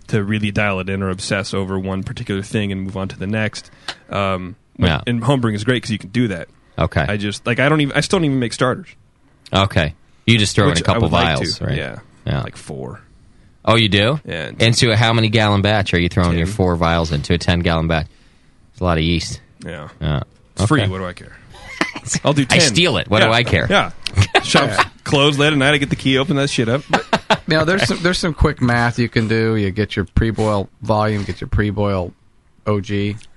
[SPEAKER 12] to really dial it in or obsess over one particular thing and move on to the next. Um, when-
[SPEAKER 8] Yeah.
[SPEAKER 12] and homebrewing is great because you can do that.
[SPEAKER 8] Okay.
[SPEAKER 12] I just like I don't even I still don't even make starters.
[SPEAKER 8] Okay. You just throw
[SPEAKER 12] Which
[SPEAKER 8] in a
[SPEAKER 12] I
[SPEAKER 8] couple
[SPEAKER 12] would like
[SPEAKER 8] vials,
[SPEAKER 12] to,
[SPEAKER 8] right?
[SPEAKER 12] yeah.
[SPEAKER 8] Like
[SPEAKER 12] four.
[SPEAKER 8] Oh, you do?
[SPEAKER 12] Yeah.
[SPEAKER 8] Into a how many gallon batch are you throwing your four vials into a 10 gallon batch? It's a lot of yeast.
[SPEAKER 12] Yeah.
[SPEAKER 8] Yeah.
[SPEAKER 12] It's free.
[SPEAKER 8] Uh, Okay.
[SPEAKER 12] What do I care? I'll do. 10.
[SPEAKER 8] I steal it. What do
[SPEAKER 12] Yeah.
[SPEAKER 8] I care?
[SPEAKER 12] Yeah. Shops closed late at night. I get the key, open that shit up.
[SPEAKER 10] Now there's some, there's some quick math you can do. You get your pre-boil volume, get your pre-boil OG.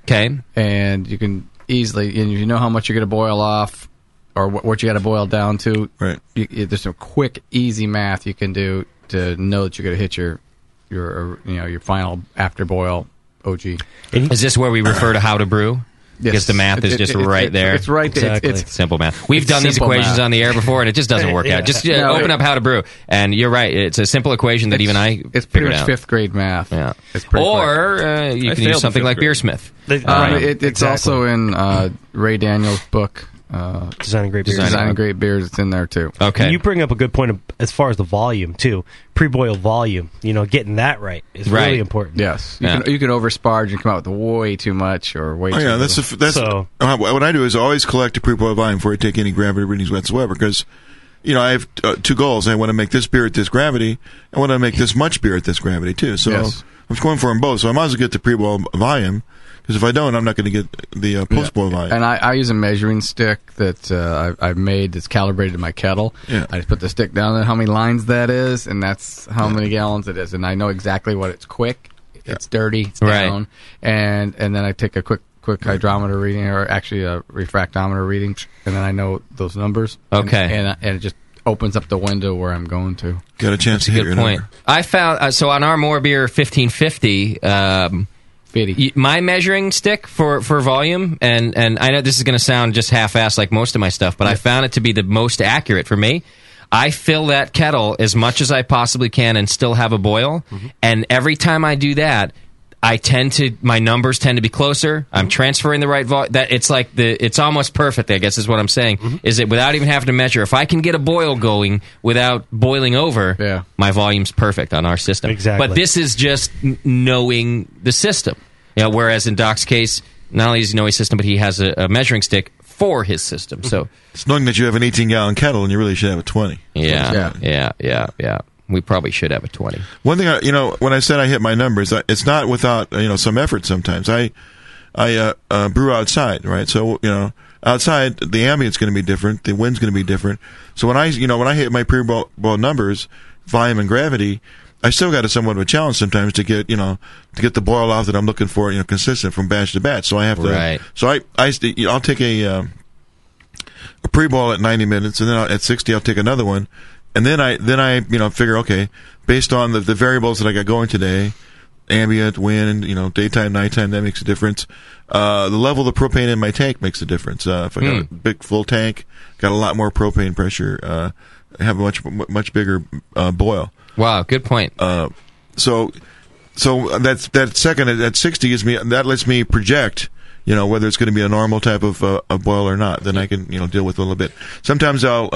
[SPEAKER 8] Okay.
[SPEAKER 10] And you can easily and you know how much you're going to boil off or what, what you got to boil down to.
[SPEAKER 14] Right.
[SPEAKER 10] You, you- there's some quick easy math you can do to know that you're going to hit your your uh, you know your final after boil OG.
[SPEAKER 8] Is this where we refer to how to brew?
[SPEAKER 10] Yes.
[SPEAKER 8] Because the math is
[SPEAKER 10] It-
[SPEAKER 8] just
[SPEAKER 10] it- it-
[SPEAKER 8] right there.
[SPEAKER 10] it's right there. It's-
[SPEAKER 8] Exactly.
[SPEAKER 10] it's-
[SPEAKER 8] simple math. We've
[SPEAKER 10] it's
[SPEAKER 8] done these
[SPEAKER 10] simple
[SPEAKER 8] equations
[SPEAKER 10] math.
[SPEAKER 8] on the air before, and it just doesn't work
[SPEAKER 10] Yeah.
[SPEAKER 8] out. Just uh,
[SPEAKER 10] No, it-
[SPEAKER 8] open up how to brew, and you're right. It's a simple equation that even I.
[SPEAKER 10] It's pretty
[SPEAKER 8] figured
[SPEAKER 10] much
[SPEAKER 8] out.
[SPEAKER 10] fifth grade math.
[SPEAKER 8] Yeah.
[SPEAKER 10] It's pretty
[SPEAKER 8] Or uh, you
[SPEAKER 10] I
[SPEAKER 8] can
[SPEAKER 10] failed
[SPEAKER 8] use
[SPEAKER 10] in
[SPEAKER 8] something
[SPEAKER 10] fifth
[SPEAKER 8] like
[SPEAKER 10] grade.
[SPEAKER 8] Beersmith.
[SPEAKER 10] Um,
[SPEAKER 8] Um,
[SPEAKER 10] it- it's also in uh, Ray Daniels' book, uh,
[SPEAKER 13] Designing Great Beers.
[SPEAKER 10] Designing Great Beers. It's in there too.
[SPEAKER 13] And you bring up a good point of, as far as the volume too. Pre-boil volume, you know, getting that right is really important.
[SPEAKER 10] Yes, you can you can oversparge and come out with way too much or way.
[SPEAKER 14] Oh,
[SPEAKER 10] too
[SPEAKER 14] yeah, that's
[SPEAKER 10] little.
[SPEAKER 14] the f- that's uh, what I do is always collect a pre-boiled volume before I take any gravity readings whatsoever because you know I have uh, two goals. I want to make this beer at this gravity. I want to make this much beer at this gravity too. So
[SPEAKER 10] Yes.
[SPEAKER 14] I'm going for them both. So I might as well get the pre-boiled volume because if I don't, I'm not going to get the uh, post-boil volume.
[SPEAKER 10] And I, I use a measuring stick that uh, I've, I've made that's calibrated to my kettle.
[SPEAKER 14] Yeah.
[SPEAKER 10] I just put the stick down there, how many lines that is, and that's how many gallons it is. And I know exactly what it's quick, it's dirty, it's
[SPEAKER 8] Right.
[SPEAKER 10] down. And, and then I take a quick quick hydrometer reading, or actually a refractometer reading, and then I know those numbers. And-
[SPEAKER 8] Okay.
[SPEAKER 10] And, and it just opens up the window where I'm going to.
[SPEAKER 14] Got a chance to hit your
[SPEAKER 8] point. I found uh, so on our more beer fifteen fifty. Um, y- my measuring stick for, for volume, and, and I know this is going to sound just half assed like most of my stuff, but I found it to be the most accurate for me. I fill that kettle as much as I possibly can and still have a boil.
[SPEAKER 14] Mm-hmm.
[SPEAKER 8] And every time I do that, I tend to my numbers tend to be closer. I'm transferring the right volume. That it's like the it's almost perfect. I guess is what I'm saying. Is it without even having to measure? If I can get a boil going without boiling over, yeah. my volume's perfect on our system.
[SPEAKER 13] Exactly.
[SPEAKER 8] But this is just n- e-, knowing the system. You know, whereas in Doc's case, not only does he know his system, but he has a, a measuring stick for his system. So
[SPEAKER 14] It's knowing that you have an 18 gallon kettle and you really should have a 20.
[SPEAKER 8] yeah, yeah, yeah, yeah, We probably should have a twenty.
[SPEAKER 14] One thing, I, you know, when I said I hit my numbers, I- it's not without uh, you know some effort. Sometimes I, I uh, uh, brew outside, right? So you know, outside the ambient's going to be different, the wind's going to be different. So when I, you know, when I hit my pre-ball numbers, volume and gravity, I still got a somewhat of a challenge sometimes to get you know to get the boil off that I'm looking for, you know, consistent from batch to batch. So I have to.
[SPEAKER 8] Right.
[SPEAKER 14] So I, I, st- I'll take a. Uh, a pre-ball at 90 minutes, and then I'll, at 60 I'll take another one, and then I then I you know figure okay based on the, the variables that I got going today, ambient, wind, you know daytime, nighttime that makes a difference. Uh, the level of the propane in my tank makes a difference. Uh, if I got a
[SPEAKER 2] Hmm.
[SPEAKER 14] big full tank, got a lot more propane pressure, uh, I have a much much bigger uh, boil.
[SPEAKER 8] Wow, good point.
[SPEAKER 14] Uh, so so that's that second at 60 gives me that lets me project you know whether it's going to be a normal type of uh, a boil or not then i can you know deal with it a little bit sometimes i'll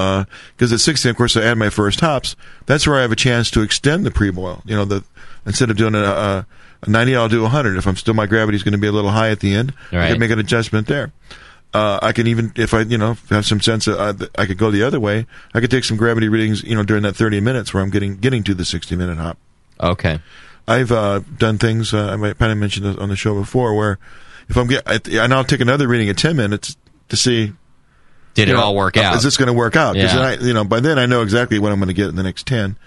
[SPEAKER 14] because at 60 of course i add my first hops that's where i have a chance to extend the pre-boil you know the instead of doing a, a, a 90 i'll do 100 if i'm still my gravity's going to be a little high at the end i
[SPEAKER 2] Right.
[SPEAKER 14] can make an adjustment there uh, I can even, if I, you know, have some sense, of, uh, th- I could go the other way. I could take some gravity readings, you know, during that 30 minutes where I'm getting getting to the 60 minute hop.
[SPEAKER 8] Okay.
[SPEAKER 14] I've uh, done things uh, I might kind of mentioned this on the show before where if I'm get, I, and I'll take another reading at ten minutes to see
[SPEAKER 8] Did
[SPEAKER 14] you
[SPEAKER 8] it
[SPEAKER 14] know,
[SPEAKER 8] all work
[SPEAKER 14] uh,
[SPEAKER 8] out?
[SPEAKER 14] Is this going to work out? Because
[SPEAKER 8] Yeah.
[SPEAKER 14] I, you know, by then I know exactly what I'm going to get in the next ten.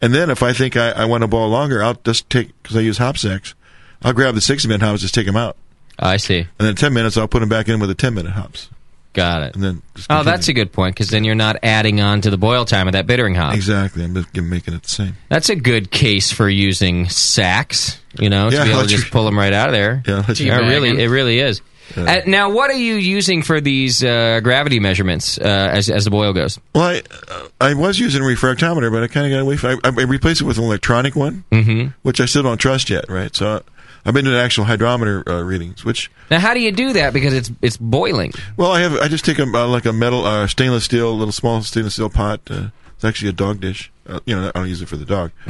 [SPEAKER 14] And then if I think I, I want to boil longer, I'll just take because I use hop sacks. I'll grab the six minute hops, just take them out,
[SPEAKER 8] I see.
[SPEAKER 14] and then ten minutes I'll put them back in with the ten minute hops.
[SPEAKER 8] Got it.
[SPEAKER 14] And then just
[SPEAKER 8] Oh, that's a good point because then you're not adding on to the boil time of that bittering hop.
[SPEAKER 14] Exactly. I'm just making it the same.
[SPEAKER 8] That's a good case for using sacks. You know,
[SPEAKER 14] Yeah,
[SPEAKER 8] to be able to
[SPEAKER 14] let your-
[SPEAKER 8] just pull them right out of there.
[SPEAKER 14] Yeah, let your-
[SPEAKER 8] it really, it really is.
[SPEAKER 14] Yeah.
[SPEAKER 8] Uh, now, what are you using for these uh, gravity measurements uh, as as the boil goes?
[SPEAKER 14] Well, I, uh, I was using a refractometer, but I kind of got away from. I, I replaced it with an electronic one,
[SPEAKER 8] Mhm.
[SPEAKER 14] which I still don't trust yet. Right, so I've been doing actual hydrometer uh, readings, which
[SPEAKER 8] Now, how do you do that? Because it's it's boiling.
[SPEAKER 14] well, I have. I just take a uh, like a metal uh, stainless steel, little small stainless steel pot. Uh, it's actually a dog dish. Uh, you know, I don't use it for the dog.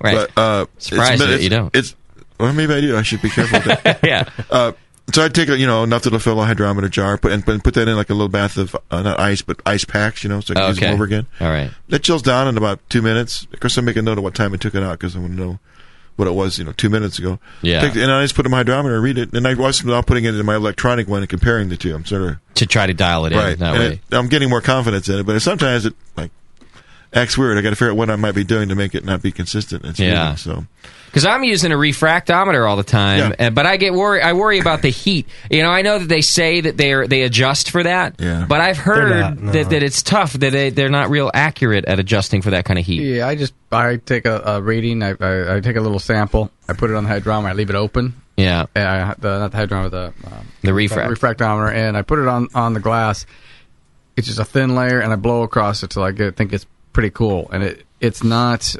[SPEAKER 8] Right.
[SPEAKER 14] But, uh, it's-
[SPEAKER 8] Surprised
[SPEAKER 14] but
[SPEAKER 8] that
[SPEAKER 14] it's-
[SPEAKER 8] you don't.
[SPEAKER 14] It's well, maybe I do. I should be careful. With that.
[SPEAKER 8] yeah.
[SPEAKER 14] Uh, so I take you know enough that'll fill a hydrometer jar, put and, and put that in like a little bath of uh, not ice but ice packs, you know, so I can use
[SPEAKER 8] Okay.
[SPEAKER 14] them over again.
[SPEAKER 8] All right.
[SPEAKER 14] That chills down in about two minutes. Of course, I make a note of what time I took it out because I want to know what it was, you know, two minutes ago.
[SPEAKER 8] Yeah.
[SPEAKER 14] Take, and I just put it in my hydrometer, read it, and I was now putting it in my electronic one and comparing the two. I'm sort of
[SPEAKER 8] To try to dial it in
[SPEAKER 14] right.
[SPEAKER 8] that
[SPEAKER 14] and
[SPEAKER 8] way.
[SPEAKER 14] it- I'm getting more confidence in it, but sometimes it like acts weird. I got to figure out what I might be doing to make it not be consistent. It's
[SPEAKER 8] Yeah.
[SPEAKER 14] weird, so
[SPEAKER 8] Because I'm using a refractometer all the time, uh, but I get worried. I worry about the heat. You know, I know that they say that they are they adjust for that,
[SPEAKER 14] Yeah.
[SPEAKER 8] but I've heard
[SPEAKER 10] not, no.
[SPEAKER 8] that, that it's tough that they they're not real accurate at adjusting for that kind of heat.
[SPEAKER 10] Yeah, I just I take a, a reading. I, I I take a little sample. I put it on the hydrometer. I leave it open.
[SPEAKER 8] Yeah.
[SPEAKER 10] And I, the, not the hydrometer, the um,
[SPEAKER 8] The refract.
[SPEAKER 10] refractometer, and I put it on on the glass. It's just a thin layer, and I blow across it till I get, think it's pretty cool. And it it's not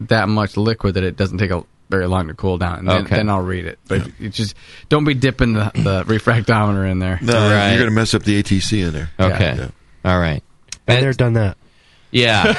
[SPEAKER 10] that much liquid that it doesn't take a very long to cool down. And then,
[SPEAKER 14] Okay.
[SPEAKER 10] then I'll read it. But it just don't be dipping the, the refractometer in there.
[SPEAKER 14] No, you're going to mess up the ATC in there.
[SPEAKER 8] Okay. All right.
[SPEAKER 13] Been there, done that.
[SPEAKER 8] Yeah.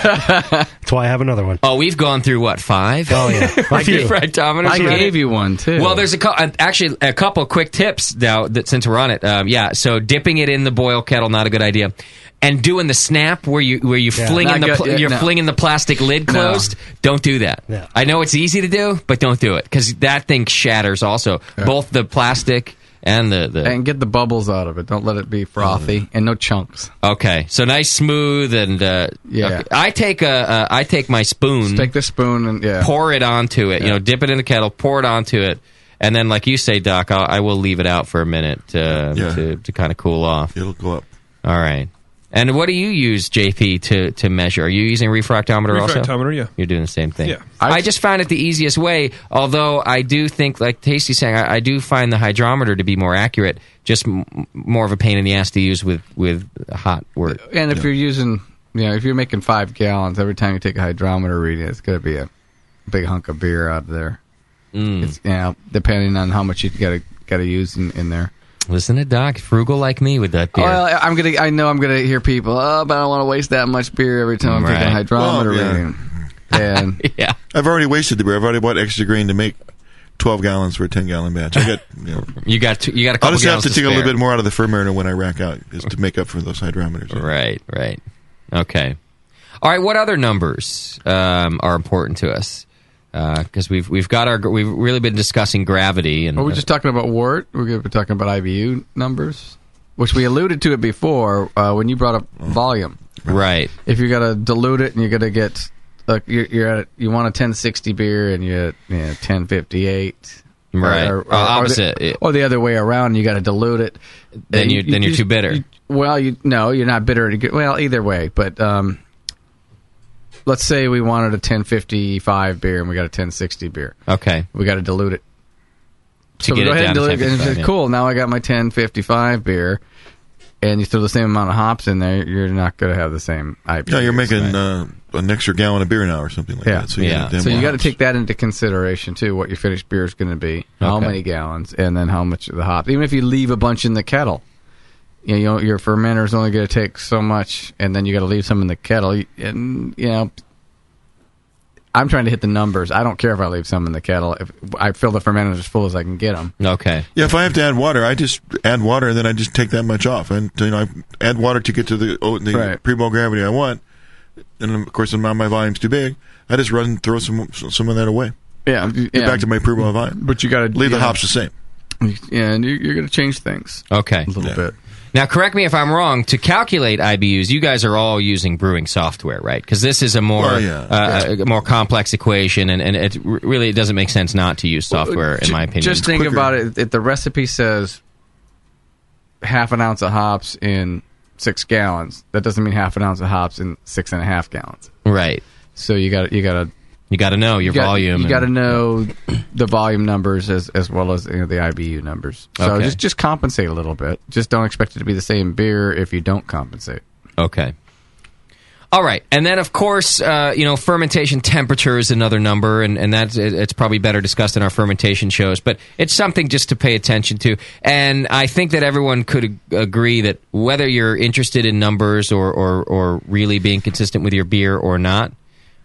[SPEAKER 13] That's why I have another one.
[SPEAKER 8] Oh, we've gone through what five? Oh yeah,
[SPEAKER 13] A few.
[SPEAKER 8] refractometers.
[SPEAKER 13] I
[SPEAKER 8] already?
[SPEAKER 13] gave
[SPEAKER 10] you one too.
[SPEAKER 8] Well, there's a cou- uh, actually a couple quick tips now that since we're on it. Um, yeah, so dipping it in the boil kettle not a good idea, and doing the snap where you where you
[SPEAKER 10] Yeah. Not
[SPEAKER 8] flinging the
[SPEAKER 10] good.
[SPEAKER 8] pl-
[SPEAKER 10] Yeah,
[SPEAKER 8] you're
[SPEAKER 10] no.
[SPEAKER 8] flinging the plastic lid
[SPEAKER 10] No.
[SPEAKER 8] closed. Don't do that.
[SPEAKER 10] Yeah.
[SPEAKER 8] I know it's easy to do, but don't do it because that thing shatters. Also, both the plastic and the, the
[SPEAKER 10] and get the bubbles out of it. Don't let it be frothy
[SPEAKER 8] Mm-hmm.
[SPEAKER 10] and no chunks.
[SPEAKER 8] Okay, so nice, smooth, and uh,
[SPEAKER 10] Yeah.
[SPEAKER 8] okay. I take a uh, I take my spoon,
[SPEAKER 10] take the spoon, and yeah,
[SPEAKER 8] pour it onto it. You know, dip it in the kettle, pour it onto it, and then, like you say, Doc, I'll, I will leave it out for a minute uh, to to kind of cool off.
[SPEAKER 14] It'll go up.
[SPEAKER 8] All right. And what do you use, JP, to to measure? Are you using refractometer also?
[SPEAKER 12] Refractometer, yeah.
[SPEAKER 8] You're doing the same thing.
[SPEAKER 12] Yeah.
[SPEAKER 8] I just found it the easiest way, although I do think, like Tasty's saying, I, I do find the hydrometer to be more accurate, just m- m- more of a pain in the ass to use with, with hot work.
[SPEAKER 10] And if you're using, you know, if you're making five gallons every time you take a hydrometer reading, it's going to be a big hunk of beer out of there.
[SPEAKER 8] Mm.
[SPEAKER 10] It's, you know, depending on how much you got to got to use in, in there.
[SPEAKER 8] Listen to Doc, frugal like me with that beer.
[SPEAKER 10] Well, I'm gonna. I know I'm gonna hear people. Oh, but I don't want to waste that much beer every time I'm taking a
[SPEAKER 8] Right.
[SPEAKER 10] hydrometer
[SPEAKER 14] Well, yeah.
[SPEAKER 10] reading. And
[SPEAKER 8] yeah,
[SPEAKER 14] I've already wasted the beer. I've already bought extra grain to make twelve gallons for a ten gallon batch. I got you, know,
[SPEAKER 8] You got two, you got a
[SPEAKER 14] I'll
[SPEAKER 8] couple
[SPEAKER 14] just have
[SPEAKER 8] gallons
[SPEAKER 14] to take a
[SPEAKER 8] spare.
[SPEAKER 14] little bit more out of the fermenter when I rack out, is to make up for those hydrometers.
[SPEAKER 8] Right, right. Okay. All right. What other numbers um, are important to us? Because we've we've got our we've really been discussing gravity and uh,
[SPEAKER 10] Are Oh, we just talking about wart? We're going to be talking about IBU numbers, which we alluded to it before uh, when you brought up volume.
[SPEAKER 8] Right.
[SPEAKER 10] If you're going to dilute it and you're going to get, uh, you're, you're at you want a 1060 beer and you're at you know, 1058. or-
[SPEAKER 8] Right.
[SPEAKER 10] Or, or-
[SPEAKER 8] Uh, opposite.
[SPEAKER 10] Or the, or the other way around. You got to dilute it.
[SPEAKER 8] Then
[SPEAKER 10] And
[SPEAKER 8] you- then you're
[SPEAKER 10] just-
[SPEAKER 8] too bitter.
[SPEAKER 10] you- well, you no, you're not bitter. You get- Well, either way, but um, let's say we wanted a 1055 beer and we got a 1060 beer.
[SPEAKER 8] okay.
[SPEAKER 10] We got to dilute it.
[SPEAKER 8] To
[SPEAKER 10] so we
[SPEAKER 8] get
[SPEAKER 10] go
[SPEAKER 8] it
[SPEAKER 10] ahead
[SPEAKER 8] down to
[SPEAKER 10] and dilute it. And
[SPEAKER 8] 1055,
[SPEAKER 10] it's
[SPEAKER 8] yeah.
[SPEAKER 10] cool. Now I got my 1055 beer, and you throw the same amount of hops in there, you're not going to have the same IPA.
[SPEAKER 14] No, you're making uh, an extra gallon of beer now or something like
[SPEAKER 10] yeah.
[SPEAKER 14] that. So you got
[SPEAKER 10] So you got to take that into consideration too. What your finished beer is going to be, how
[SPEAKER 14] Okay.
[SPEAKER 10] many gallons, and then how much of the hops. Even if you leave a bunch in the kettle, you know your fermenter is only going to take so much, and then you got to leave some in the kettle. And you know, I'm trying to hit the numbers. I don't care if I leave some in the kettle. If I fill the fermenters as full as I can get them.
[SPEAKER 8] Okay.
[SPEAKER 14] Yeah, if I have to add water, I just add water and then I just take that much off. And you know, I add water to get to the oh, the
[SPEAKER 10] Right.
[SPEAKER 14] pre-boil gravity I want. And of course, now my volume's too big. I just run throw some some of that away.
[SPEAKER 10] Yeah,
[SPEAKER 14] get
[SPEAKER 10] yeah.
[SPEAKER 14] back to my pre-boil volume.
[SPEAKER 10] But you got to
[SPEAKER 14] leave the hops the same.
[SPEAKER 10] Yeah, and you- you're going to change things.
[SPEAKER 8] Okay. A
[SPEAKER 10] little bit.
[SPEAKER 8] Now, correct me if I'm wrong. To calculate IBUs, you guys are all using brewing software, right? Because this is a more
[SPEAKER 14] Well, yeah.
[SPEAKER 8] uh, a more complex equation, and, and it r- really it doesn't make sense not to use software, in
[SPEAKER 10] Ju-
[SPEAKER 8] my opinion.
[SPEAKER 10] Just think about it. If the recipe says half an ounce of hops in six gallons, that doesn't mean half an ounce of hops in six and a half gallons.
[SPEAKER 8] Right.
[SPEAKER 10] So you got you got to
[SPEAKER 8] you got to know
[SPEAKER 10] you
[SPEAKER 8] your
[SPEAKER 10] got-
[SPEAKER 8] volume.
[SPEAKER 10] You
[SPEAKER 8] and-
[SPEAKER 10] got to know the volume numbers as as well as you know, the IBU numbers. So
[SPEAKER 8] Okay.
[SPEAKER 10] just just compensate a little bit. Just don't expect it to be the same beer if you don't compensate.
[SPEAKER 8] Okay. All right, and then of course, uh, you know, fermentation temperature is another number, and and that's it, it's probably better discussed in our fermentation shows, but it's something just to pay attention to. And I think that everyone could ag- agree that whether you're interested in numbers or or, or really being consistent with your beer or not,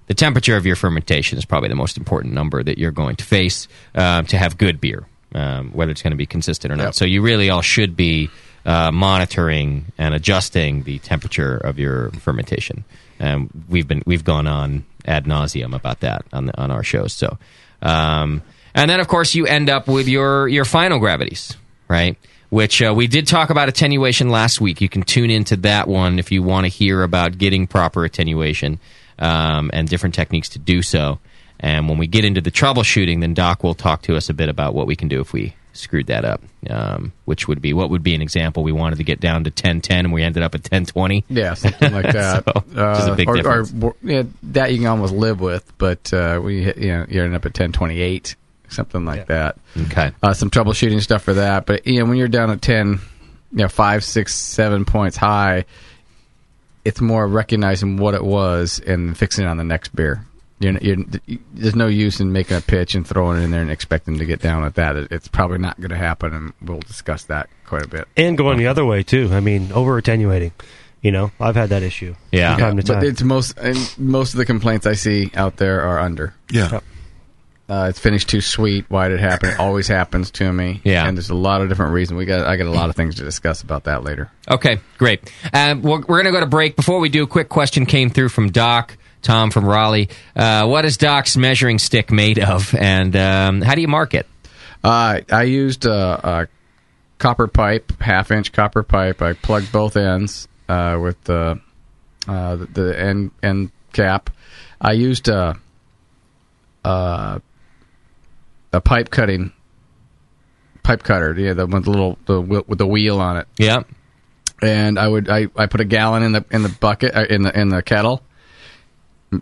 [SPEAKER 8] the temperature of your fermentation is probably the most important number that you're going to face um, to have good beer, um, whether it's going to be consistent or not. So you really all should be uh, monitoring and adjusting the temperature of your fermentation. And we've been we've gone on ad nauseum about that on the, on our shows. So, um, and then of course you end up with your your final gravities, right? Which uh, we did talk about attenuation last week. You can tune into that one if you want to hear about getting proper attenuation. um, and different techniques to do so. And when we get into the troubleshooting, then Doc will talk to us a bit about what we can do if we screwed that up, um, which would be what would be an example. We wanted to get down to 1010 and we ended up at 1020.
[SPEAKER 10] Yeah, something like that.
[SPEAKER 8] So, which is a big
[SPEAKER 10] Uh, or, or,
[SPEAKER 8] difference.
[SPEAKER 10] yeah, that you can almost live with, but uh, we hit- you know you end up at ten twenty eight, something like that.
[SPEAKER 8] Okay,
[SPEAKER 10] uh, some troubleshooting stuff for that. But you know, when you're down at ten, you know five, six, seven points high, it's more recognizing what it was and fixing it on the next beer. You're, you're, there's no use in making a pitch and throwing it in there and expecting to get down at that. It, it's probably not going to happen, and we'll discuss that quite a bit.
[SPEAKER 13] and going the other way too. I mean, over attenuating. You know, I've had that issue. from time to
[SPEAKER 10] But
[SPEAKER 13] time.
[SPEAKER 10] it's most and most of the complaints I see out there are under.
[SPEAKER 14] Yeah.
[SPEAKER 10] Uh, it's finished too sweet. Why did it happen? It always happens to me.
[SPEAKER 8] Yeah.
[SPEAKER 10] and there's a lot of different reasons. We got I got a lot of things to discuss about that later.
[SPEAKER 8] Okay, great. Um, we're we're going to go to break. Before we do, a quick question came through from Doc, Tom from Raleigh. Uh, what is Doc's measuring stick made of, and um, how do you mark it?
[SPEAKER 10] Uh, I used a, a copper pipe, half inch copper pipe. I plugged both ends uh, with the, uh, the the end end cap. I used a a, a pipe cutting pipe cutter, yeah, the with the little the wheel- with the wheel on it.
[SPEAKER 8] Yeah.
[SPEAKER 10] And I would I, I put a gallon in the in the bucket uh, in the in the kettle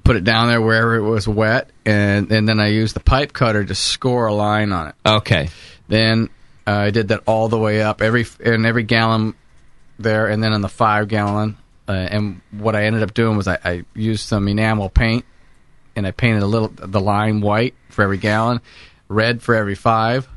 [SPEAKER 10] put it down there wherever it was wet, and, and then I used the pipe cutter to score a line on it.
[SPEAKER 8] Okay.
[SPEAKER 10] Then uh, I did that all the way up every and every gallon there, and then on the five gallon. Uh, and what I ended up doing was I, I used some enamel paint, and I painted a little the line white for every gallon, red for every five,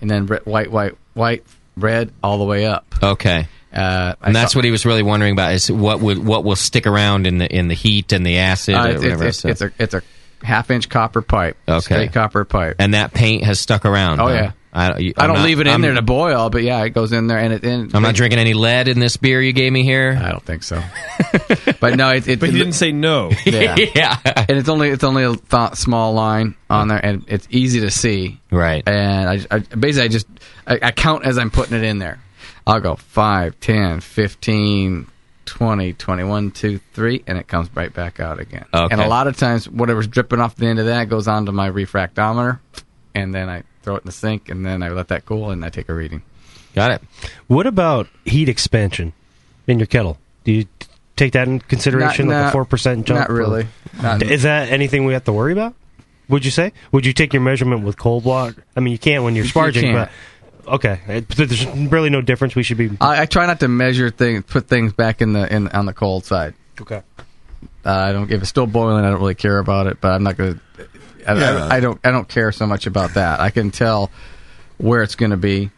[SPEAKER 10] and then red, white, white, white, red all the way up.
[SPEAKER 8] Okay.
[SPEAKER 10] Uh,
[SPEAKER 8] and that's what he was really wondering about is what would what will stick around in the in the heat and the acid
[SPEAKER 10] Uh,
[SPEAKER 8] or
[SPEAKER 10] it's,
[SPEAKER 8] whatever.
[SPEAKER 10] it's,
[SPEAKER 8] so-
[SPEAKER 10] it's a it's a half inch copper pipe,
[SPEAKER 8] Okay.
[SPEAKER 10] straight copper pipe.
[SPEAKER 8] and that paint has stuck around.
[SPEAKER 10] Oh,
[SPEAKER 8] huh?
[SPEAKER 10] yeah.
[SPEAKER 8] I, you-
[SPEAKER 10] I
[SPEAKER 8] I'm
[SPEAKER 10] don't
[SPEAKER 8] not-
[SPEAKER 10] leave it in
[SPEAKER 8] I'm-
[SPEAKER 10] there to boil, but yeah, it goes in there and it. And
[SPEAKER 8] I'm not drinking any lead in this beer you gave me here. I
[SPEAKER 10] don't think so. but no, it, it,
[SPEAKER 8] But
[SPEAKER 10] it,
[SPEAKER 8] you didn't
[SPEAKER 12] say no.
[SPEAKER 10] Yeah.
[SPEAKER 8] Yeah.
[SPEAKER 10] and it's only it's only a th- small line on there, and it's easy to see.
[SPEAKER 8] Right.
[SPEAKER 10] And I, I basically I just I, I count as I'm putting it in there. I'll go 5, 10, 15, 20, 21, 2, 3, and it comes right back out again.
[SPEAKER 8] Okay.
[SPEAKER 10] And a lot of times, whatever's dripping off the end of that goes onto my refractometer, and then I throw it in the sink, and then I let that cool, and I take a reading.
[SPEAKER 8] Got it.
[SPEAKER 13] What about heat expansion in your kettle? Do you t- take that in consideration,
[SPEAKER 10] Not-
[SPEAKER 13] like a
[SPEAKER 10] not-
[SPEAKER 13] four percent jump?
[SPEAKER 10] not really.
[SPEAKER 13] or-
[SPEAKER 10] Not-
[SPEAKER 13] is that anything we have to worry about? Would you say? Would you take your measurement with cold block? I mean, you can't when you're
[SPEAKER 10] You- you
[SPEAKER 13] sparging,
[SPEAKER 10] can't.
[SPEAKER 13] but okay, It- there's really no difference. We should be
[SPEAKER 10] I, I try not to measure things, put things back in the in on the cold side.
[SPEAKER 13] okay.
[SPEAKER 10] Uh, I don't. If it's still boiling, I don't really care about it. But I'm not gonna. I, I-
[SPEAKER 8] Yeah.
[SPEAKER 10] I don't. I don't care so much about that. I can tell where it's going to be.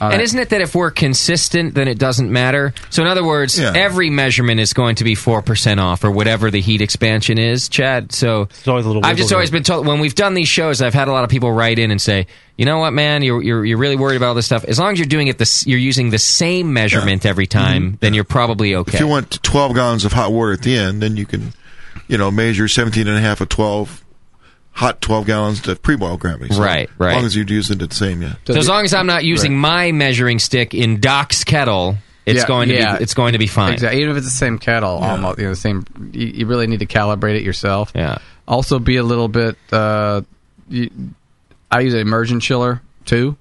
[SPEAKER 10] Uh, on
[SPEAKER 8] And
[SPEAKER 10] it.
[SPEAKER 8] isn't it that if we're consistent, then it doesn't matter? So, in other words, every measurement is going to be 4% off or whatever the heat expansion is, Chad. So, I've just
[SPEAKER 13] wiggle
[SPEAKER 8] always been told when we've done these shows, I've had a lot of people write in and say, you know what, man, you're, you're, you're really worried about all this stuff. As long as you're doing it, this, you're using the same measurement every
[SPEAKER 10] Mm-hmm.
[SPEAKER 8] time, then you're probably okay.
[SPEAKER 14] If you want 12 gallons of hot water at the end, then you can, you know, measure 17 and a half of 12 hot 12 gallons to pre-boil gravity.
[SPEAKER 8] Right, right.
[SPEAKER 14] As long as you're using it the same, yeah.
[SPEAKER 8] so, as long as I'm not using my measuring stick in Doc's kettle, it's
[SPEAKER 10] Yeah,
[SPEAKER 8] going to
[SPEAKER 10] yeah.
[SPEAKER 8] be it's going to be fine.
[SPEAKER 10] Exactly. Even if it's the same kettle, almost you know, the same. You, you really need to calibrate it yourself.
[SPEAKER 8] Yeah.
[SPEAKER 10] Also, be a little bit. Uh, you, I use an immersion chiller too,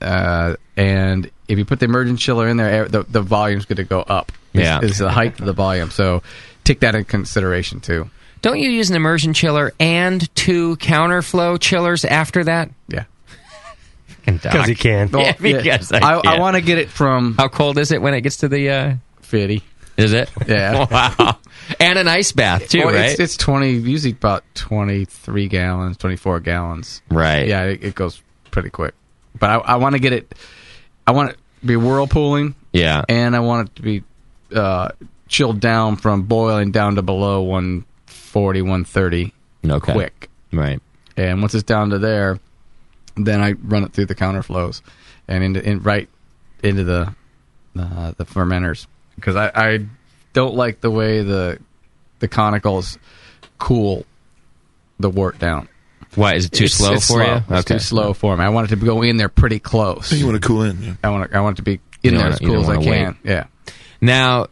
[SPEAKER 10] uh, and if you put the immersion chiller in there, eh, the, the volume's going to go up. It's-
[SPEAKER 8] Yeah.
[SPEAKER 10] it's the height of the volume. So take that in consideration too.
[SPEAKER 8] Don't you use an immersion chiller and two counterflow chillers after that?
[SPEAKER 10] Yeah.
[SPEAKER 8] Because
[SPEAKER 13] he can.
[SPEAKER 10] Well, yeah.
[SPEAKER 8] because I,
[SPEAKER 10] I- I
[SPEAKER 8] want
[SPEAKER 10] to get it from.
[SPEAKER 8] How cold is it when it gets to the uh,
[SPEAKER 10] fifty?
[SPEAKER 8] Is it?
[SPEAKER 10] Yeah.
[SPEAKER 8] wow. And an ice bath too,
[SPEAKER 10] Well,
[SPEAKER 8] right?
[SPEAKER 10] It's, it's twenty, usually about twenty-three gallons, twenty-four gallons.
[SPEAKER 8] Right.
[SPEAKER 10] Yeah, it, it goes pretty quick. But I, I want to get it. I want it to be whirlpooling.
[SPEAKER 8] Yeah.
[SPEAKER 10] And I want it to be uh, chilled down from boiling down to below 140, 130.
[SPEAKER 8] Okay.
[SPEAKER 10] Quick.
[SPEAKER 8] Right.
[SPEAKER 10] And once it's down to there, then I run it through the counterflows and into in, right into the uh, the fermenters because I, I don't like the way the the conicals cool the wort down.
[SPEAKER 8] Why is it too
[SPEAKER 10] It's-
[SPEAKER 8] slow
[SPEAKER 10] it's
[SPEAKER 8] for
[SPEAKER 10] slow.
[SPEAKER 8] you?
[SPEAKER 10] It's too slow for me. I want it to go in there pretty close. You
[SPEAKER 14] want to cool in?
[SPEAKER 10] I want I want it to be in
[SPEAKER 8] You
[SPEAKER 10] there
[SPEAKER 8] don't
[SPEAKER 10] as
[SPEAKER 8] wanna- you
[SPEAKER 10] cool as
[SPEAKER 8] don't
[SPEAKER 10] I
[SPEAKER 8] wanna
[SPEAKER 10] can.
[SPEAKER 8] wait.
[SPEAKER 10] Yeah.
[SPEAKER 8] Now,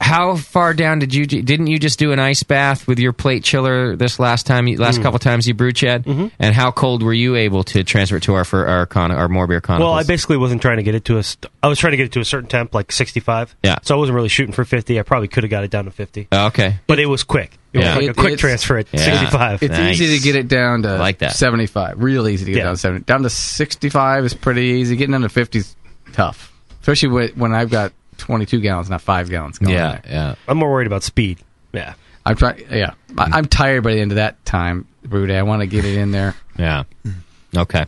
[SPEAKER 8] how far down did you didn't you just do an ice bath with your plate chiller this last time you, last
[SPEAKER 13] Mm.
[SPEAKER 8] couple times you brewed Chad?
[SPEAKER 10] Mm-hmm.
[SPEAKER 13] Mhm.
[SPEAKER 8] And how cold were you able to transfer it to our for our con our more beer con?
[SPEAKER 13] Well, I basically wasn't trying to get it to a. St- I was trying to get it to a certain temp, like sixty-five.
[SPEAKER 8] Yeah.
[SPEAKER 13] So I wasn't really shooting for fifty. I probably could have got it down to fifty,
[SPEAKER 8] okay.
[SPEAKER 13] but it was quick. It was like a quick
[SPEAKER 10] it's-
[SPEAKER 13] transfer at sixty-five.
[SPEAKER 10] It's easy to get it down to
[SPEAKER 13] like that.
[SPEAKER 10] seventy-five. Real easy to get
[SPEAKER 13] Yeah.
[SPEAKER 10] down to seventy. Down to sixty-five is pretty easy. Getting down to fifty is tough, especially when- when I've got twenty-two gallons, not five gallons. Going
[SPEAKER 13] Yeah,
[SPEAKER 8] yeah.
[SPEAKER 13] I'm more worried about speed. Yeah.
[SPEAKER 10] I'm trying. Yeah, I,
[SPEAKER 13] Mm.
[SPEAKER 10] I'm tired by the end of that time, Rude. I want to get it in there.
[SPEAKER 8] Yeah.
[SPEAKER 10] Mm.
[SPEAKER 8] Okay.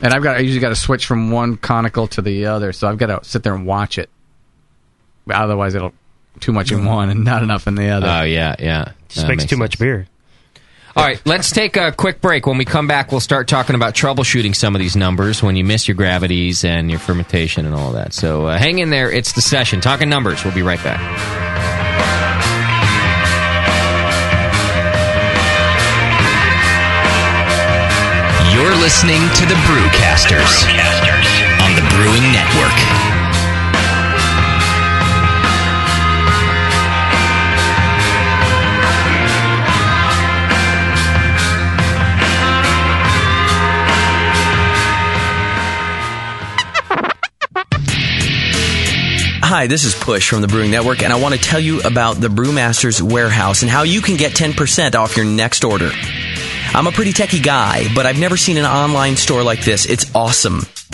[SPEAKER 10] And I've got. I usually got to switch from one conical to the other, so I've got to sit there and watch it. Otherwise, it'll too much
[SPEAKER 13] Mm-hmm.
[SPEAKER 10] in one and not enough in the
[SPEAKER 13] Uh,
[SPEAKER 10] other.
[SPEAKER 8] Oh yeah, yeah.
[SPEAKER 10] Just makes too
[SPEAKER 13] much beer.
[SPEAKER 8] All right, let's take a quick break. When we come back, we'll start talking about troubleshooting some of these numbers when you miss your gravities and your fermentation and all that. So uh, hang in there. It's the session. Talking numbers. We'll be right back.
[SPEAKER 15] You're listening to the Brewcasters, on the Brewing Network.
[SPEAKER 2] Hi, this is Push from the Brewing Network, and I want to tell you about the Brewmaster's Warehouse and how you can get 10% off your next order. I'm a pretty techie guy, but I've never seen an online store like this. It's awesome.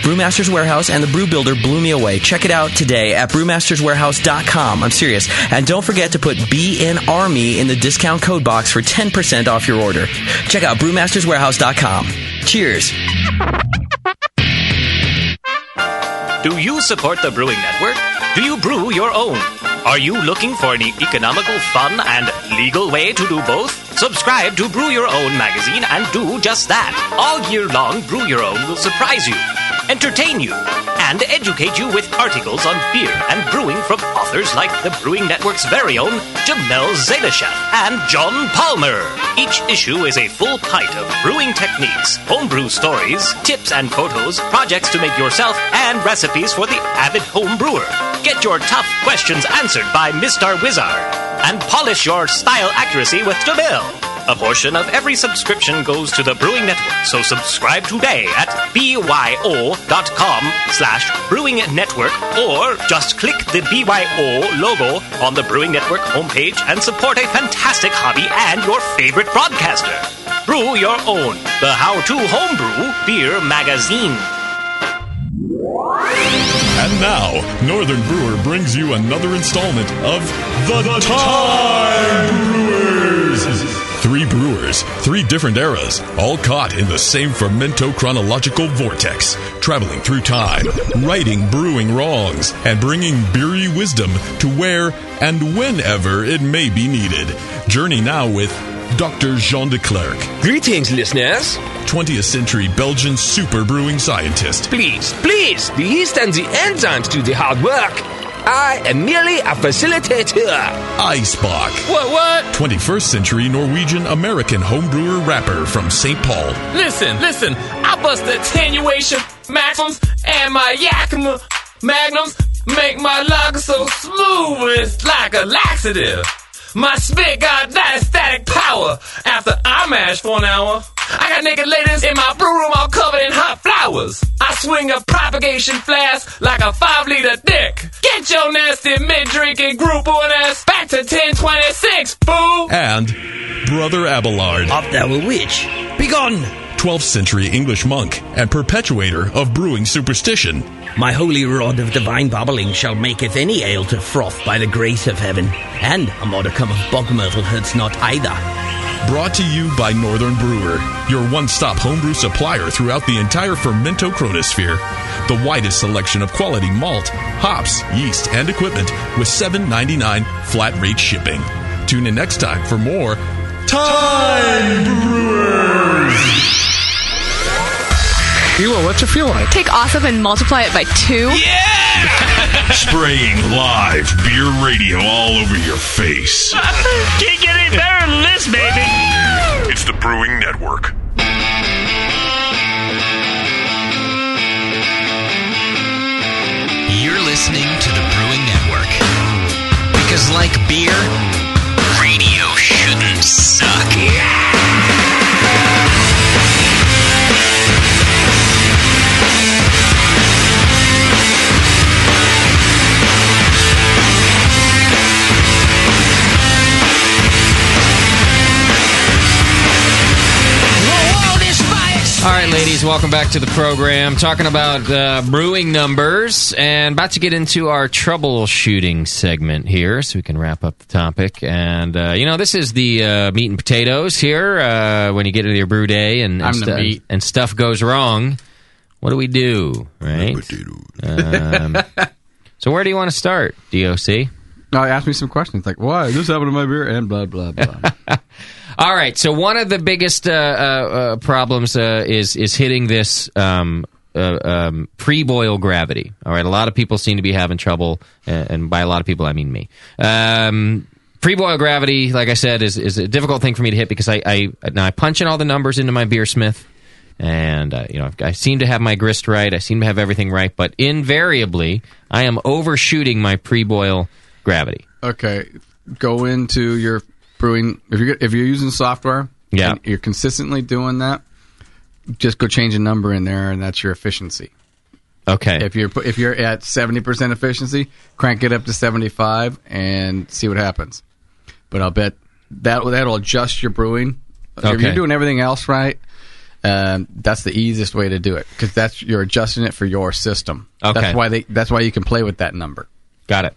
[SPEAKER 2] Brewmaster's Warehouse and the Brew Builder blew me away. Check it out today at brewmasterswarehouse.com. I'm serious. And don't forget to put BNARMY in the discount code box for 10% off your order. Check out brewmasterswarehouse.com. Cheers.
[SPEAKER 26] Do you support the Brewing Network? Do you brew your own? Are you looking for an economical, fun, and legal way to do both? Subscribe to Brew Your Own magazine and do just that. All year long, Brew Your Own will surprise you, entertain you, and educate you with articles on beer and brewing from authors like the Brewing Network's very own Jamel Zalashev and John Palmer. Each issue is a full pint of brewing techniques, homebrew stories, tips and photos, projects to make yourself, and recipes for the avid home brewer. Get your tough questions answered by Mr. Wizard and polish your style accuracy with Jamel. A portion of every subscription goes to the Brewing Network, so subscribe today at byo.com slash brewing network or just click the BYO logo on the Brewing Network homepage and support a fantastic hobby and your favorite broadcaster. Brew your own, the how-to homebrew beer magazine.
[SPEAKER 22] And now, Northern Brewer brings you another installment of The, Time Brewers. Three brewers, three different eras, all caught in the same fermento chronological vortex, traveling through time, righting brewing wrongs, and bringing beery wisdom to where and whenever it may be needed. Journey now with Dr. Jean de Klerk.
[SPEAKER 27] Greetings, listeners.
[SPEAKER 22] 20th century Belgian super brewing scientist.
[SPEAKER 27] Please, please, the yeast and the enzymes do the hard work. I am merely a facilitator.
[SPEAKER 22] Icebach.
[SPEAKER 27] What, what?
[SPEAKER 22] 21st century Norwegian American homebrewer rapper from St. Paul.
[SPEAKER 27] Listen, listen, I bust attenuation maxims and my yakima magnums make my lager so smooth it's like a laxative. My spit got that static power after I mash for an hour. I got naked ladies in my brew room all covered in hot flowers. I swing a propagation flask like a five liter dick. Get your nasty mid drinking group on us back to 1026,
[SPEAKER 10] Oh,
[SPEAKER 27] boo!
[SPEAKER 22] And Brother Abelard. Up
[SPEAKER 27] thou witch,
[SPEAKER 22] begone! 12th century English monk and perpetuator of brewing superstition.
[SPEAKER 21] My holy rod of divine bubbling shall maketh any ale to froth by the grace of heaven, and a modicum of bog myrtle hurts not either.
[SPEAKER 22] Brought to you by Northern Brewer, your one stop homebrew supplier throughout the entire Fermento chronosphere. The widest selection of quality malt, hops, yeast, and equipment with $7.99 flat rate shipping. Tune in next time for more Time Brewers!
[SPEAKER 4] Ewa, what's it feel like?
[SPEAKER 5] Take awesome and multiply it by two. Yeah!
[SPEAKER 6] Spraying live beer radio all over your face.
[SPEAKER 7] Can't get any better than this, baby.
[SPEAKER 6] It's the Brewing Network.
[SPEAKER 15] You're listening to the Brewing Network. Because, like beer, radio shouldn't suck.
[SPEAKER 8] All right, ladies, welcome back to the program. Talking about uh, brewing numbers and about to get into our troubleshooting segment here, so we can wrap up the topic. And uh, you know, this is the uh, meat and potatoes here. Uh, when you get into your brew day and and,
[SPEAKER 10] I'm the meat.
[SPEAKER 8] and stuff goes wrong, what do we do? Right? Um, so where do you want to start, DOC?
[SPEAKER 10] No, Oh, ask me some questions like, why this happened to my beer and blah blah blah.
[SPEAKER 8] All right. So one of the biggest uh, uh, uh, problems uh, is is hitting this um, uh, um, pre-boil gravity. All right. A lot of people seem to be having trouble, uh, and by a lot of people I mean me. Um, pre-boil gravity, like I said, is is a difficult thing for me to hit because I I now I punch in all the numbers into my beer smith. And uh, you know, I seem to have my grist right. I seem to have everything right, but invariably, I am overshooting my pre-boil gravity.
[SPEAKER 10] okay, go into your brewing if you're if you're using software.
[SPEAKER 8] Yeah.
[SPEAKER 10] and you're consistently doing that. Just go change a number in there, and that's your efficiency.
[SPEAKER 8] Okay.
[SPEAKER 10] If you're if you're at seventy percent efficiency, crank it up to seventy five and see what happens. But I'll bet that that'll adjust your brewing. If
[SPEAKER 8] Okay.
[SPEAKER 10] you're doing everything else right, um, that's the easiest way to do it because that's you're adjusting it for your system.
[SPEAKER 8] Okay.
[SPEAKER 10] That's why they. That's why you can play with that number.
[SPEAKER 8] Got it.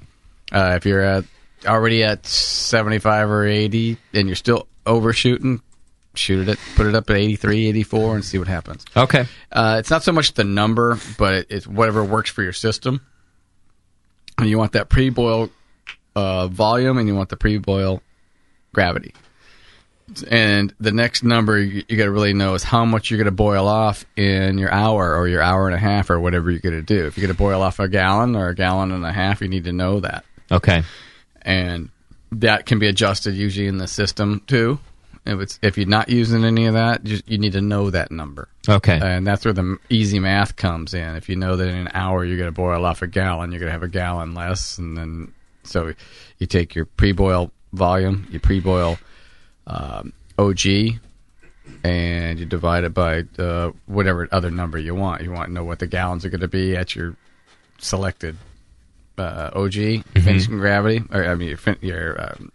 [SPEAKER 10] Uh, if you're at already at seventy five or eighty and you're still overshooting, shoot it. at- Put it up at 83, 84 and see what happens.
[SPEAKER 8] Okay.
[SPEAKER 10] Uh, it's not so much the number, but it, it's whatever works for your system. And you want that pre-boil uh, volume, and you want the pre-boil gravity. And the next number you, you got to really know is how much you're going to boil off in your hour or your hour and a half or whatever you're going to do. If you're going to boil off a gallon or a gallon and a half, you need to know that
[SPEAKER 8] Okay.
[SPEAKER 10] and that can be adjusted usually in the system too. If it's if you're not using any of that, you, you need to know that number.
[SPEAKER 8] Okay.
[SPEAKER 10] and that's where the m- easy math comes in. If you know that in an hour you're going to boil off a gallon, you're going to have a gallon less, and then so you take your pre-boil volume, you pre-boil um, OG, and you divide it by uh, whatever other number you want. You want to know what the gallons are going to be at your selected uh, OG
[SPEAKER 8] Mm-hmm.
[SPEAKER 10] finishing gravity, or I mean your fin- your um,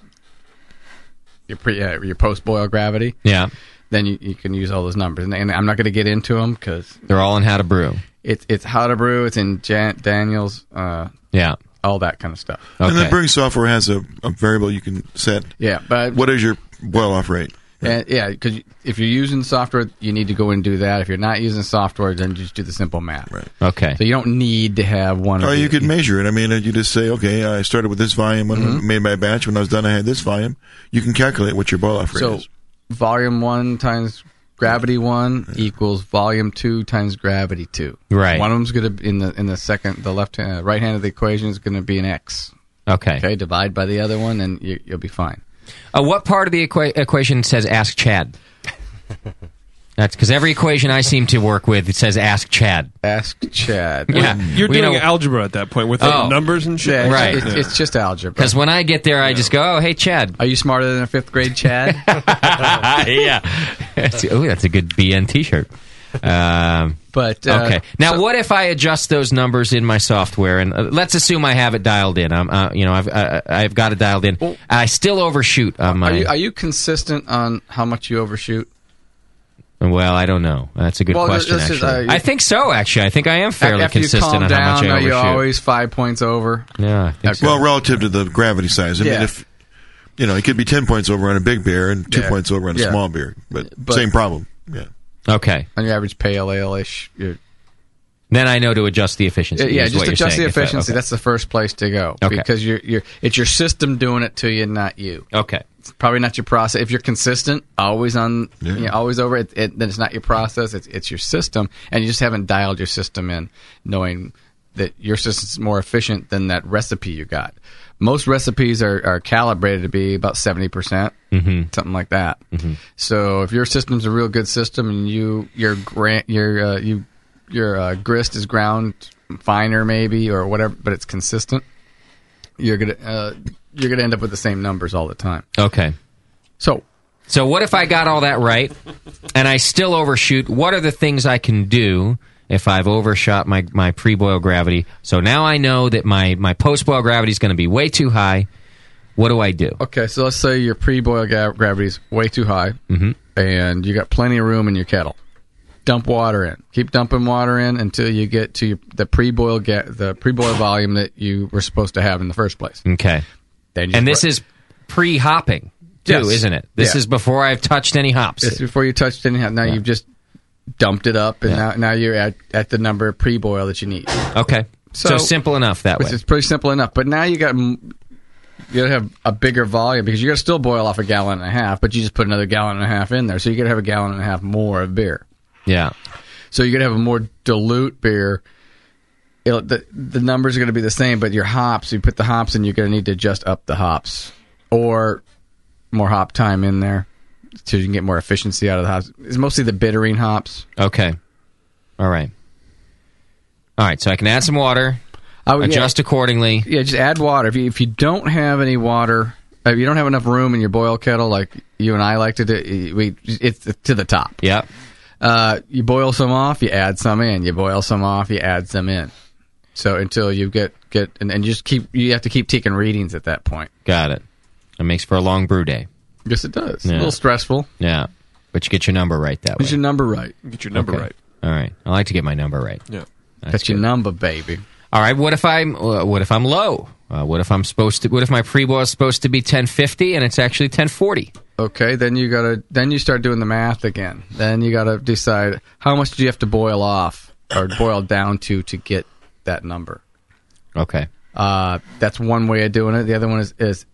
[SPEAKER 10] your pre uh, your post boil gravity.
[SPEAKER 8] Yeah.
[SPEAKER 10] Then you, you can use all those numbers, and, and I'm not going to get into them because
[SPEAKER 8] They're all in how to brew.
[SPEAKER 10] it's it's how to brew. It's in Jan- Daniels. Uh,
[SPEAKER 8] yeah,
[SPEAKER 10] all that kind of stuff.
[SPEAKER 14] And the brewing software has a, a variable you can set.
[SPEAKER 10] Yeah, but
[SPEAKER 14] what is your boil off rate?
[SPEAKER 10] And, yeah, because if you're using software, you need to go and do that. If you're not using software, then just do the simple math. Right.
[SPEAKER 8] Okay.
[SPEAKER 10] So you don't need to have one.
[SPEAKER 14] Or
[SPEAKER 10] of
[SPEAKER 14] Oh, you
[SPEAKER 10] the- e-
[SPEAKER 14] could measure it. I mean, uh, you just say, okay, I started with this volume when I
[SPEAKER 10] Mhm.
[SPEAKER 14] made my batch. When I was done, I had this volume. You can calculate what your boil off rate
[SPEAKER 10] So
[SPEAKER 14] is.
[SPEAKER 10] volume one times gravity one equals volume two times gravity two.
[SPEAKER 8] Right.
[SPEAKER 10] One of them's going to in the in the second the left hand right hand of the equation is going to be an x.
[SPEAKER 8] Okay.
[SPEAKER 10] Okay. Divide by the other one, and you, you'll be fine.
[SPEAKER 8] Uh, what part of the equa- equation says "Ask Chad"? That's because every equation I seem to work with it says "Ask Chad."
[SPEAKER 10] Ask Chad.
[SPEAKER 8] Yeah,
[SPEAKER 12] You're
[SPEAKER 8] We
[SPEAKER 12] doing
[SPEAKER 8] know-
[SPEAKER 12] algebra at that point with the
[SPEAKER 8] Oh.
[SPEAKER 12] numbers and shit. like
[SPEAKER 8] right?
[SPEAKER 12] that. Yeah.
[SPEAKER 10] it's just algebra.
[SPEAKER 8] Because when I get there, I just go, "Oh, hey, Chad,
[SPEAKER 10] are you smarter than a fifth grade Chad?"
[SPEAKER 8] yeah. oh, that's a good BN T-shirt. Um,
[SPEAKER 10] but uh,
[SPEAKER 8] okay, now what if I adjust those numbers in my software? And uh, let's assume I have it dialed in. I'm, uh, you know, I've uh, I've got it dialed in. I still overshoot on my.
[SPEAKER 10] Are you, are you consistent on how much you overshoot?
[SPEAKER 8] Well, I don't know. That's a good
[SPEAKER 10] Well, th-
[SPEAKER 8] question.
[SPEAKER 10] this
[SPEAKER 8] Actually,
[SPEAKER 10] is, uh, you-
[SPEAKER 8] I think so. Actually, I think I am fairly
[SPEAKER 10] After you
[SPEAKER 8] consistent
[SPEAKER 10] calm
[SPEAKER 8] on how
[SPEAKER 10] down,
[SPEAKER 8] much I
[SPEAKER 10] are you
[SPEAKER 8] overshoot.
[SPEAKER 10] always five points over?
[SPEAKER 8] Yeah.
[SPEAKER 14] Well, relative to the gravity size. I mean,
[SPEAKER 10] Yeah.
[SPEAKER 14] if you know, it could be 10 points over on a big beer and two
[SPEAKER 10] Yeah.
[SPEAKER 14] points over on a
[SPEAKER 10] Yeah.
[SPEAKER 14] small beer, but,
[SPEAKER 10] But-
[SPEAKER 14] same problem. Yeah.
[SPEAKER 8] Okay.
[SPEAKER 10] On your average pale ale ish. Yeah,
[SPEAKER 8] Then I know to adjust the efficiency.
[SPEAKER 10] yeah,
[SPEAKER 8] is
[SPEAKER 10] just
[SPEAKER 8] what you're
[SPEAKER 10] adjust the
[SPEAKER 8] saying. If that-
[SPEAKER 10] efficiency.
[SPEAKER 8] okay.
[SPEAKER 10] That's the first place to go
[SPEAKER 8] Okay.
[SPEAKER 10] because you're, you're it's your system doing it to you, not you.
[SPEAKER 8] Okay,
[SPEAKER 10] it's probably not your process. If you're consistent, always on, you know, always over it, it, then it's not your process. It's it's your system, and you just haven't dialed your system in, knowing that your system's more efficient than that recipe you got. Most recipes are, are calibrated to be about seventy percent,
[SPEAKER 4] Mhm.
[SPEAKER 10] something like that. So if your system's a real good system and you your gra- your uh, you your uh, grist is ground finer maybe or whatever, but it's consistent, you're gonna uh, you're gonna end up with the same numbers all the time.
[SPEAKER 8] Okay.
[SPEAKER 10] So,
[SPEAKER 8] so what if I got all that right and I still overshoot? What are the things I can do if I've overshot my my pre boil gravity? So now I know that my my post boil gravity is going to be way too high. What do I do?
[SPEAKER 10] Okay, so let's say your pre-boil ga- gravity's way too high,
[SPEAKER 8] Mhm.
[SPEAKER 10] and you got plenty of room in your kettle. Dump water in. Keep dumping water in until you get to your, the pre-boil ga- the pre-boil volume that you were supposed to have in the first place.
[SPEAKER 8] Okay.
[SPEAKER 10] Then
[SPEAKER 8] And this is pre hopping too,
[SPEAKER 10] Yes.
[SPEAKER 8] isn't it? This
[SPEAKER 10] Yeah.
[SPEAKER 8] is before I've touched any hops.
[SPEAKER 10] It's before you touched any. Now you've just dumped it up, and now, now you're at, at the number of pre-boil that you need.
[SPEAKER 8] Okay. So, simple enough that way.
[SPEAKER 10] Which is pretty simple enough. But now you got m- you gotta have a bigger volume because you gotta still boil off a gallon and a half, but you just put another gallon and a half in there, so you gotta have a gallon and a half more of beer.
[SPEAKER 8] Yeah.
[SPEAKER 10] So you're gonna have a more dilute beer. It'll, the the numbers are gonna be the same, but your hops you put the hops in, you're gonna need to adjust up the hops or more hop time in there so you can get more efficiency out of the hops. It's mostly the bittering hops.
[SPEAKER 8] Okay. All right. All right. So I can add some water.
[SPEAKER 10] I would- yeah.
[SPEAKER 8] adjust accordingly.
[SPEAKER 10] Yeah, just add water. If you, if you don't have any water, if you don't have enough room in your boil kettle, like you and I like to do, we it's to the top.
[SPEAKER 8] Yeah.
[SPEAKER 10] Uh, you boil some off, you add some in. You boil some off, you add some in. So until you get get and, and just keep you have to keep taking readings at that point.
[SPEAKER 8] Got it. That makes for a long brew day.
[SPEAKER 10] Yes, it does.
[SPEAKER 8] Yeah.
[SPEAKER 10] A little stressful.
[SPEAKER 8] Yeah. But you get your number right that way.
[SPEAKER 10] Get your number right. Get your
[SPEAKER 8] Okay. All right. I like to get my number right.
[SPEAKER 10] Yeah.
[SPEAKER 8] That's,
[SPEAKER 10] your number, baby.
[SPEAKER 8] All right. What if I'm uh, what if I'm low? Uh, what if I'm supposed to what if my pre-boil is supposed to be 1050 and it's actually 1040?
[SPEAKER 10] Okay, then you gotta then you start doing the math again. Then you gotta decide how much do you have to boil off or boil down to to get that number.
[SPEAKER 8] Okay.
[SPEAKER 10] Uh, that's one way of doing it. The other one is, is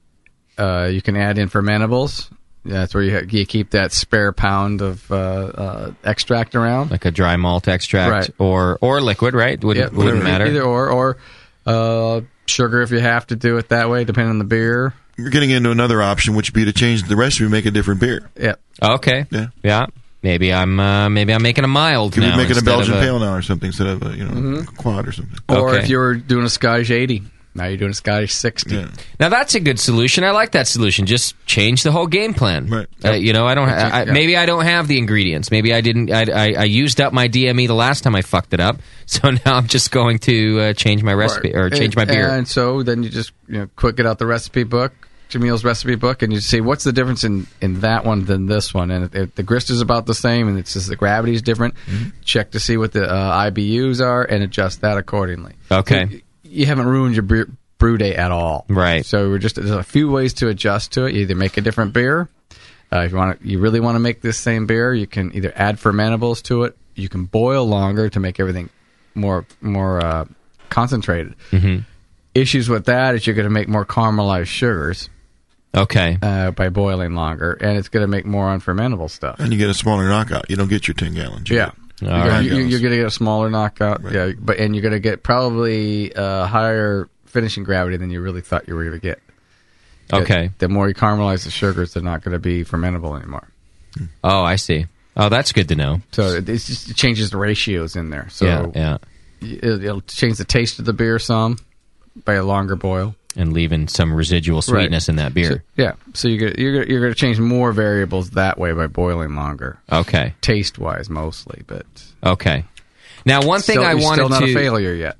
[SPEAKER 10] uh, you can add in fermentables. That's where you, ha- you keep that spare pound of uh, uh, extract around.
[SPEAKER 8] Like a dry malt extract
[SPEAKER 10] Right.
[SPEAKER 8] or or liquid, right? Wouldn't
[SPEAKER 10] Yeah,
[SPEAKER 8] wouldn't
[SPEAKER 10] whatever.
[SPEAKER 8] matter.
[SPEAKER 10] Either or, or uh, sugar if you have to do it that way, depending on the beer.
[SPEAKER 14] You're getting into another option, which would be to change the recipe, make a different beer.
[SPEAKER 10] Yeah.
[SPEAKER 8] Okay.
[SPEAKER 14] Yeah.
[SPEAKER 8] Yeah. Maybe I'm uh, maybe I'm making a mild
[SPEAKER 14] Could
[SPEAKER 8] now
[SPEAKER 14] we make it a
[SPEAKER 8] instead of
[SPEAKER 14] Belgian pale now or something instead of a, you know, quad or something?
[SPEAKER 10] Mm-hmm. Or
[SPEAKER 8] Okay.
[SPEAKER 10] if you were doing a Scottish 80, now you're doing a Scottish 60.
[SPEAKER 8] Now that's a good solution. I like that solution. Just change the whole game plan. Right. Uh, you know, I don't.
[SPEAKER 10] That's
[SPEAKER 8] I,
[SPEAKER 10] it,
[SPEAKER 8] I,
[SPEAKER 10] yeah.
[SPEAKER 8] Maybe I don't have the ingredients. Maybe I didn't. I, I, I used up my DME the last time I fucked it up. So now I'm just going to uh, change my recipe or change my
[SPEAKER 10] and,
[SPEAKER 8] beer.
[SPEAKER 10] And so then you just you know quick it out the recipe book, Jamil's recipe book, and you see what's the difference in, in that one than this one. And if, if the grist is about the same, and it's just the gravity is different,
[SPEAKER 14] Mm-hmm.
[SPEAKER 10] check to see what the uh, IBUs are and adjust that accordingly.
[SPEAKER 8] Okay.
[SPEAKER 10] So you haven't ruined your brew, brew day at all,
[SPEAKER 8] right?
[SPEAKER 10] So we're just there's a few ways to adjust to it. You either make a different beer. Uh, if you want, to, you really want to make this same beer, you can either add fermentables to it. You can boil longer to make everything more more uh, concentrated.
[SPEAKER 8] Mhm.
[SPEAKER 10] Issues with that is you're going to make more caramelized sugars.
[SPEAKER 8] Okay.
[SPEAKER 10] Uh, by boiling longer, and it's going to make more unfermentable stuff.
[SPEAKER 14] And you get a smaller knockout. You don't get your 10 gallon.
[SPEAKER 10] Yeah.
[SPEAKER 14] All
[SPEAKER 10] You're,
[SPEAKER 14] right.
[SPEAKER 10] you, you're going to get a smaller knockout, yeah, but and you're going to get probably uh, higher finishing gravity than you really thought you were going to get.
[SPEAKER 8] Okay.
[SPEAKER 10] The, the more you caramelize the sugars, they're not going to be fermentable anymore.
[SPEAKER 8] Oh, I see. Oh, that's good to know.
[SPEAKER 10] So it, it's just, it changes the ratios in there. So
[SPEAKER 8] Yeah, yeah.
[SPEAKER 10] y- It, will change the taste of the beer some by a longer boil.
[SPEAKER 8] And leaving some residual sweetness in that beer.
[SPEAKER 10] Yeah. So you're gonna, you're gonna, you're going to change more variables that way by boiling longer.
[SPEAKER 8] Okay.
[SPEAKER 10] Taste wise, mostly, but
[SPEAKER 8] Okay. Now, one thing
[SPEAKER 10] Still-
[SPEAKER 8] I
[SPEAKER 10] you're
[SPEAKER 8] wanted
[SPEAKER 10] still not
[SPEAKER 8] to
[SPEAKER 10] a failure yet.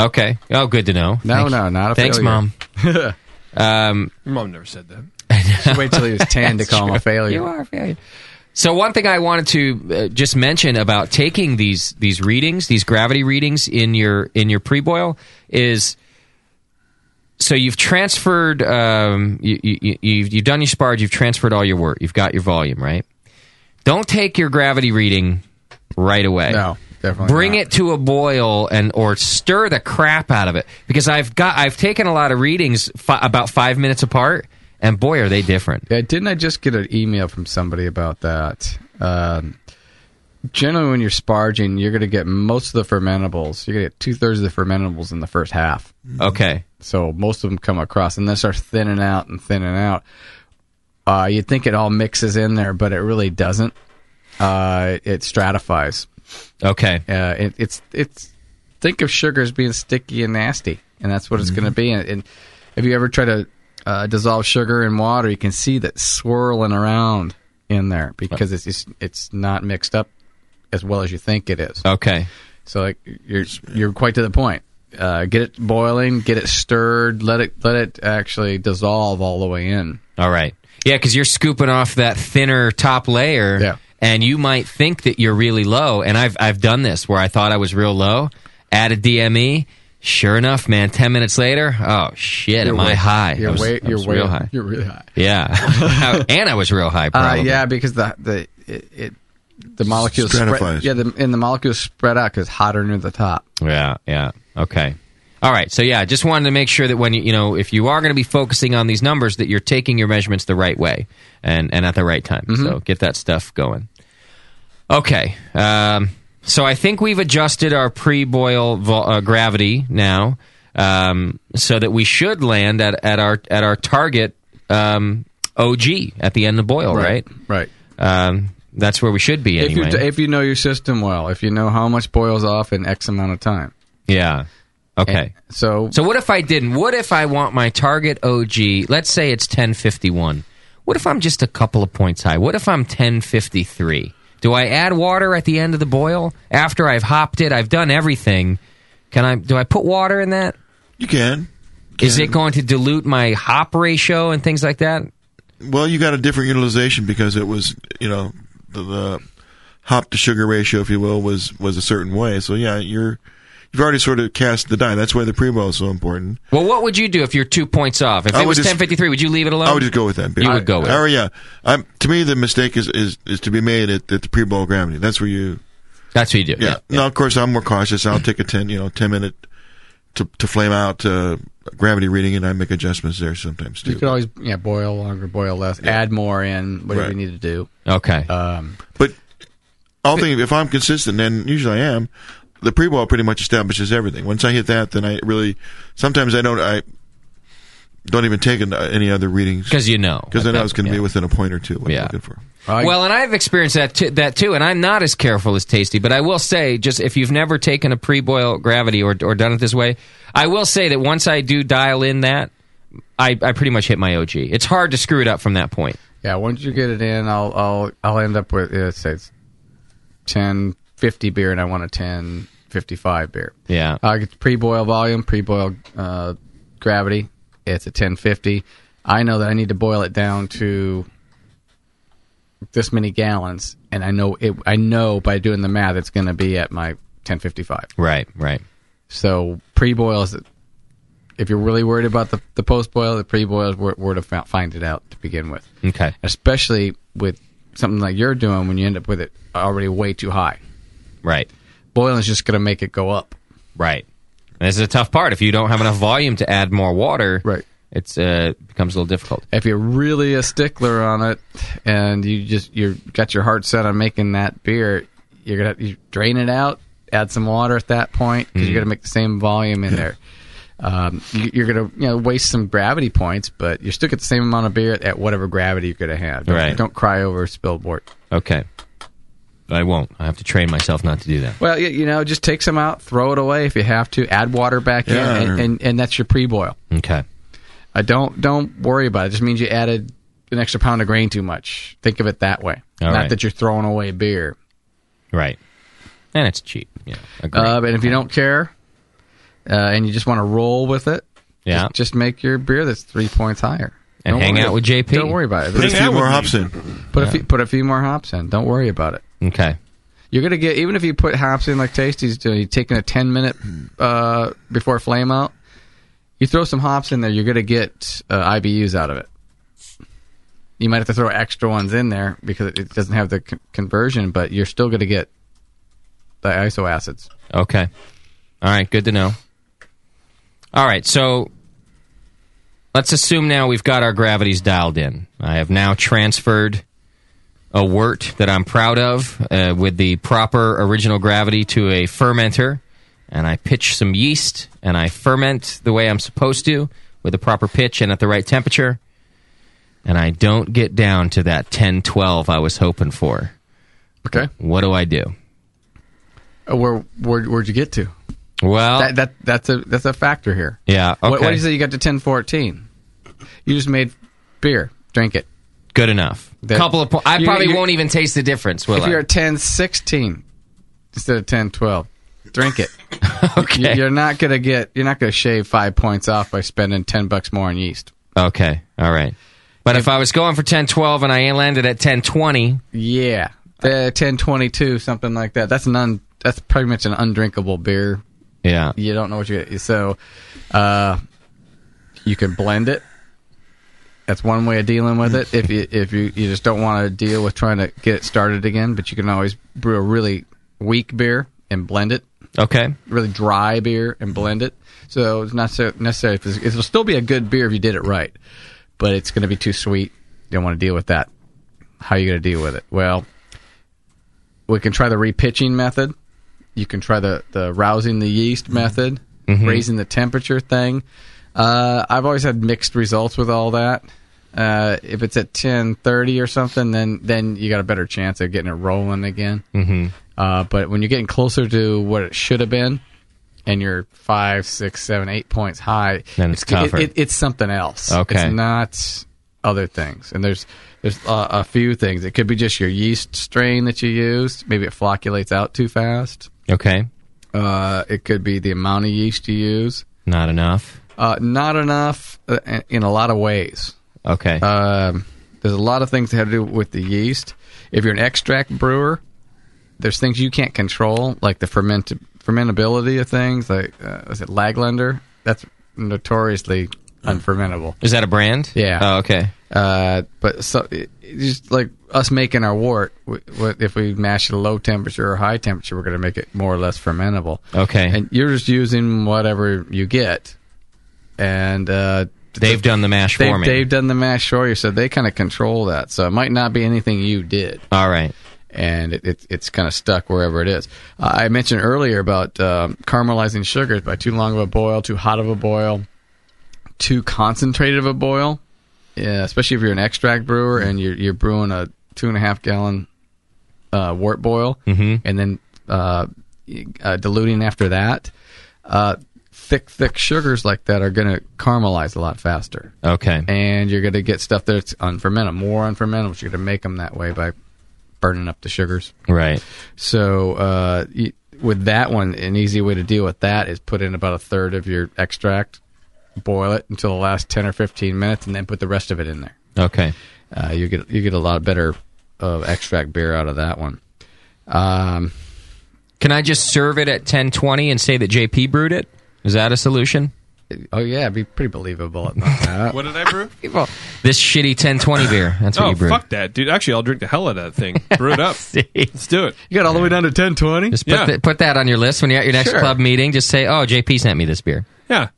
[SPEAKER 8] Okay. Oh, good to know.
[SPEAKER 10] No,
[SPEAKER 8] Thank-
[SPEAKER 10] no, not a
[SPEAKER 8] Thanks,
[SPEAKER 10] failure.
[SPEAKER 8] mom. um,
[SPEAKER 12] Your mom never said that.
[SPEAKER 10] Just wait till he was ten to call him a failure.
[SPEAKER 8] You are a failure. So one thing I wanted to uh, just mention about taking these these readings, these gravity readings in your in your pre-boil is so you've transferred. Um, you, you, you've you've done your sparge. You've transferred all your work. You've got your volume right. Don't take your gravity reading right away. No,
[SPEAKER 10] definitely
[SPEAKER 8] Bring it to a boil and or stir the crap out of it because I've got I've taken a lot of readings fi- about five minutes apart and boy are they different.
[SPEAKER 10] Yeah, didn't I just get an email from somebody about that? Um, generally, when you're sparging, you're going to get most of the fermentables. You're going to get two thirds of the fermentables in the first half.
[SPEAKER 8] Okay.
[SPEAKER 10] So most of them come across, and then start thinning out and thinning out. Uh, you'd think it all mixes in there, but it really doesn't. Uh, it stratifies.
[SPEAKER 8] Okay.
[SPEAKER 10] Uh, it, it's it's think of sugar as being sticky and nasty, and that's what it's going to be. And, and if you ever try to uh, dissolve sugar in water, you can see that swirling around in there because it's it's, it's not mixed up as well as you think it is.
[SPEAKER 8] Okay.
[SPEAKER 10] So like you're you're quite to the point. Uh, get it boiling, get it stirred, let it let it actually dissolve all the way in.
[SPEAKER 8] All right. Yeah, because you're scooping off that thinner top layer, and you might think that you're really low. And I've I've done this where I thought I was real low, added DME. E. Sure enough, man. Ten minutes later, oh shit,
[SPEAKER 10] You're
[SPEAKER 8] am I
[SPEAKER 10] way-
[SPEAKER 8] high?
[SPEAKER 10] You're
[SPEAKER 8] I was,
[SPEAKER 10] way.
[SPEAKER 8] I
[SPEAKER 10] You're
[SPEAKER 8] was
[SPEAKER 10] way.
[SPEAKER 8] real high.
[SPEAKER 10] You're really high.
[SPEAKER 8] Yeah, and I was real high.
[SPEAKER 10] Uh,
[SPEAKER 8] Probably.
[SPEAKER 10] yeah, because the the it, it the molecules
[SPEAKER 8] Stratifies.
[SPEAKER 10] spread, yeah, the, and the molecules spread out because hotter near the top.
[SPEAKER 8] Yeah, yeah. Okay. All right. So yeah, just wanted to make sure that when you you know if you are going to be focusing on these numbers, that you're taking your measurements the right way and and at the right time.
[SPEAKER 10] Mm-hmm.
[SPEAKER 8] So get that stuff going. Okay. Um, so I think we've adjusted our pre-boil vol- uh, gravity now, um, so that we should land at, at our at our target um, OG at the end of boil. Right.
[SPEAKER 10] Right, right.
[SPEAKER 8] Um, that's where we should be anyway.
[SPEAKER 10] If you if you know your system well, if you know how much boils off in X amount of time.
[SPEAKER 8] Yeah. Okay.
[SPEAKER 10] so
[SPEAKER 8] So what if I didn't? What if I want my target OG? Let's say it's 1051. What if I'm just a couple of points high? What if I'm 1053? Do I add water at the end of the boil after I've hopped it? I've done everything. Can I do I put water in that?
[SPEAKER 14] You can.
[SPEAKER 8] Is it going to dilute my hop ratio and things like that?
[SPEAKER 14] Well, you got a different utilization because it was, you know, the, the hop to sugar ratio, if you will, was was a certain way. So yeah, you're you've already sort of cast the die. That's why the pre boil is so important.
[SPEAKER 8] Well, what would you do if you're 2 points off? If
[SPEAKER 14] I
[SPEAKER 8] it
[SPEAKER 14] would
[SPEAKER 8] was
[SPEAKER 14] just-
[SPEAKER 8] 1053, would you leave it alone?
[SPEAKER 14] I would just go with that.
[SPEAKER 8] Um, You would go with it.
[SPEAKER 14] Oh yeah. I'm, to me, the mistake is, is, is to be made at, at the pre boil gravity. That's where you.
[SPEAKER 8] That's what you do.
[SPEAKER 14] Yeah. Now, of course, I'm more cautious. I'll take a ten, you know, ten minute to to flame out uh, gravity reading, and I make adjustments there sometimes
[SPEAKER 10] You
[SPEAKER 14] too.
[SPEAKER 10] could always yeah boil longer, boil less, add more in whatever you
[SPEAKER 14] Right.
[SPEAKER 10] need to do.
[SPEAKER 8] Okay.
[SPEAKER 10] Um,
[SPEAKER 14] but I'll think if I'm consistent, and usually I am, the pre boil pretty much establishes everything. Once I hit that, then I really sometimes I don't I don't even take an- uh, any other readings
[SPEAKER 8] 'Cause you know.
[SPEAKER 14] because I know it's going to
[SPEAKER 8] Yeah.
[SPEAKER 14] be within a point or two. What I'm looking for.
[SPEAKER 8] well, and I've experienced that too, that too, and I'm not as careful as Tasty. But I will say, just if you've never taken a pre-boil gravity or or done it this way, I will say that once I do dial in that, I, I pretty much hit my OG. It's hard to screw it up from that point.
[SPEAKER 10] Yeah, once you get it in, I'll I'll I'll end up with uh, say it's ten fifty beer, and I want a ten fifty five beer.
[SPEAKER 8] Yeah.
[SPEAKER 10] I get pre boil volume, pre boil uh, gravity. It's a ten fifty. I know that I need to boil it down to this many gallons, and I know it. I know by doing the math, it's going to be at my ten fifty five.
[SPEAKER 8] Right. Right.
[SPEAKER 10] So pre boil is if you're really worried about the, the post boil, the pre boil is where, where to fou- find it out to begin with.
[SPEAKER 8] Okay.
[SPEAKER 10] Especially with something like you're doing when you end up with it already way too high.
[SPEAKER 8] Right.
[SPEAKER 10] Boiling is just going to make it go up.
[SPEAKER 8] Right. And this is a tough part. If you don't have enough volume to add more water, right, it's uh, becomes a little difficult.
[SPEAKER 10] If you're really a stickler on it and you just you got your heart set on making that beer, you're gonna you drain it out, add some water at that point because
[SPEAKER 8] Hmm.
[SPEAKER 4] Mhm.
[SPEAKER 10] you're gonna make the same volume in there. Um, you, you're gonna you know waste some gravity points, but you still get the same amount of beer at whatever gravity you could have had. Don't,
[SPEAKER 8] Right.
[SPEAKER 10] don't cry over spilled wort.
[SPEAKER 8] Okay. I won't. I have to train myself not to do that.
[SPEAKER 10] Well, you, you know, just take some out, throw it away if you have to, add water back
[SPEAKER 8] Yeah.
[SPEAKER 10] in, and, and, and that's your pre-boil.
[SPEAKER 8] Okay.
[SPEAKER 10] I don't don't worry about it. It just means you added an extra pound of grain too much. Think of it that way.
[SPEAKER 8] All
[SPEAKER 10] Not
[SPEAKER 8] right.
[SPEAKER 10] that you're throwing away beer.
[SPEAKER 8] Right. And it's cheap. Yeah. Agree.
[SPEAKER 10] Uh, and if you don't care, uh, and you just want to roll with it,
[SPEAKER 8] Yeah.
[SPEAKER 10] just, just make your beer that's three points higher.
[SPEAKER 8] And hang
[SPEAKER 10] worry-
[SPEAKER 8] out with JP.
[SPEAKER 10] Don't worry about it.
[SPEAKER 8] Put a Hang few out with more me.
[SPEAKER 14] hops in.
[SPEAKER 10] Put
[SPEAKER 8] Yeah.
[SPEAKER 10] a few, put a few more hops in. Don't worry about it.
[SPEAKER 8] okay.
[SPEAKER 10] You're gonna get even if you put hops in like Tasty's doing. You're taking a ten minute uh, before flame out. You throw some hops in there, you're going to get uh, IBUs out of it. You might have to throw extra ones in there because it- it doesn't have the con- conversion, but you're still going to get the isoacids.
[SPEAKER 8] Okay. All right. Good to know. All right. So let's assume now we've got our gravities dialed in. I have now transferred a wort that I'm proud of uh, with the proper original gravity to a fermenter. And I pitch some yeast and I ferment the way I'm supposed to with the proper pitch and at the right temperature. And I don't get down to that 10 12 I was hoping for.
[SPEAKER 10] Okay.
[SPEAKER 8] What do I do?
[SPEAKER 10] Uh, Where, where where'd you get to?
[SPEAKER 8] Well,
[SPEAKER 10] that, that that's a that's a factor here.
[SPEAKER 8] Yeah. Okay.
[SPEAKER 10] What, what do you say you got to ten fourteen? You just made beer. Drink it.
[SPEAKER 8] Good enough.
[SPEAKER 10] That-
[SPEAKER 8] couple of po- I
[SPEAKER 10] You're-
[SPEAKER 8] probably
[SPEAKER 10] you're-
[SPEAKER 8] won't even taste the difference, will
[SPEAKER 10] if
[SPEAKER 8] I?
[SPEAKER 10] you're at ten sixteen instead of ten twelve, drink it.
[SPEAKER 8] okay.
[SPEAKER 10] You're not gonna get. You're not gonna shave five points off by spending ten bucks more on yeast.
[SPEAKER 8] Okay. All right. But if I was going for 1012 and I landed at 1020,
[SPEAKER 10] Yeah, uh, ten twenty two, something like that. That's an un. That's pretty much an undrinkable beer.
[SPEAKER 8] Yeah,
[SPEAKER 10] you don't know what you get. So, uh, you can blend it. That's one way of dealing with it. If you if you, you just don't want to deal with trying to get it started again, but you can always brew a really weak beer and blend it.
[SPEAKER 8] Okay,
[SPEAKER 10] really dry beer and blend it. So it's not so necessary. It'll still be a good beer if you did it right, but it's going to be too sweet. You don't want to deal with that. How are you going to deal with it? Well, we can try the repitching method. You can try the, the rousing the yeast method,
[SPEAKER 4] Mhm.
[SPEAKER 10] raising the temperature thing. Uh, I've always had mixed results with all that. Uh, if it's at ten thirty or something, then then you got a better chance of getting it rolling again.
[SPEAKER 8] Mhm.
[SPEAKER 10] Uh, but when you're getting closer to what it should have been, and you're five, six, seven, eight points high,
[SPEAKER 8] Then it's
[SPEAKER 10] it-
[SPEAKER 8] tougher.
[SPEAKER 10] It, it's something else.
[SPEAKER 8] Okay.
[SPEAKER 10] It's not other things. And there's there's a, a few things. It could be just your yeast strain that you used. Maybe it flocculates out too fast.
[SPEAKER 8] okay,
[SPEAKER 10] Uh, it could be the amount of yeast you use.
[SPEAKER 8] not enough.
[SPEAKER 10] Uh, not enough uh, in a lot of ways.
[SPEAKER 8] Okay.
[SPEAKER 10] Um, there's a lot of things that have to do with the yeast. If you're an extract brewer, there's things you can't control, like the ferment fermentability of things. Like uh, is it Laglender? That's notoriously unfermentable.
[SPEAKER 8] Is that a brand?
[SPEAKER 10] Yeah.
[SPEAKER 8] Oh, okay.
[SPEAKER 10] Uh, but so it, it's just like us making our wort, w- w- if we mash it at a low temperature or high temperature, we're going to make it more or less fermentable.
[SPEAKER 8] Okay.
[SPEAKER 10] And you're just using whatever you get, and uh,
[SPEAKER 8] They've done the mash
[SPEAKER 10] they've,
[SPEAKER 8] for me.
[SPEAKER 10] They've done the mash for you, so they kind of control that. So it might not be anything you did.
[SPEAKER 8] All right.
[SPEAKER 10] And it, it, it's kind of stuck wherever it is. Uh, I mentioned earlier about um, caramelizing sugars by too long of a boil, too hot of a boil, too concentrated of a boil. Yeah, especially if you're an extract brewer and you're, you're brewing a two and a half gallon uh, wort boil,
[SPEAKER 8] Mhm.
[SPEAKER 10] and then uh, y- uh, diluting after that. Uh, thick, thick sugars like that are going to caramelize a lot faster.
[SPEAKER 8] Okay.
[SPEAKER 10] And you're going to get stuff that's unfermentable, more unfermentable. You're going to make them that way by burning up the sugars.
[SPEAKER 8] Right.
[SPEAKER 10] So uh, y- with that one, an easy way to deal with that is put in about a third of your extract, boil it until the last ten or fifteen minutes, and then put the rest of it in there.
[SPEAKER 8] Okay.
[SPEAKER 10] Uh, you get you get a lot better of extract beer out of that one. Um,
[SPEAKER 8] Can I just serve it at 1020 and say that JP brewed it? Is that a solution?
[SPEAKER 10] Oh yeah, it'd be pretty believable. About that.
[SPEAKER 12] What did I brew?
[SPEAKER 10] well,
[SPEAKER 8] This shitty 1020 beer. That's what
[SPEAKER 12] oh,
[SPEAKER 8] you brewed.
[SPEAKER 12] fuck that, dude. Actually, I'll drink the hell out of that thing. Brew it up. Let's do it.
[SPEAKER 10] You got all the way down to 1020?
[SPEAKER 8] Just put, th- put that on your list when you're at your next
[SPEAKER 12] Sure.
[SPEAKER 8] club meeting. Just say, "Oh, JP sent me this beer."
[SPEAKER 12] Yeah.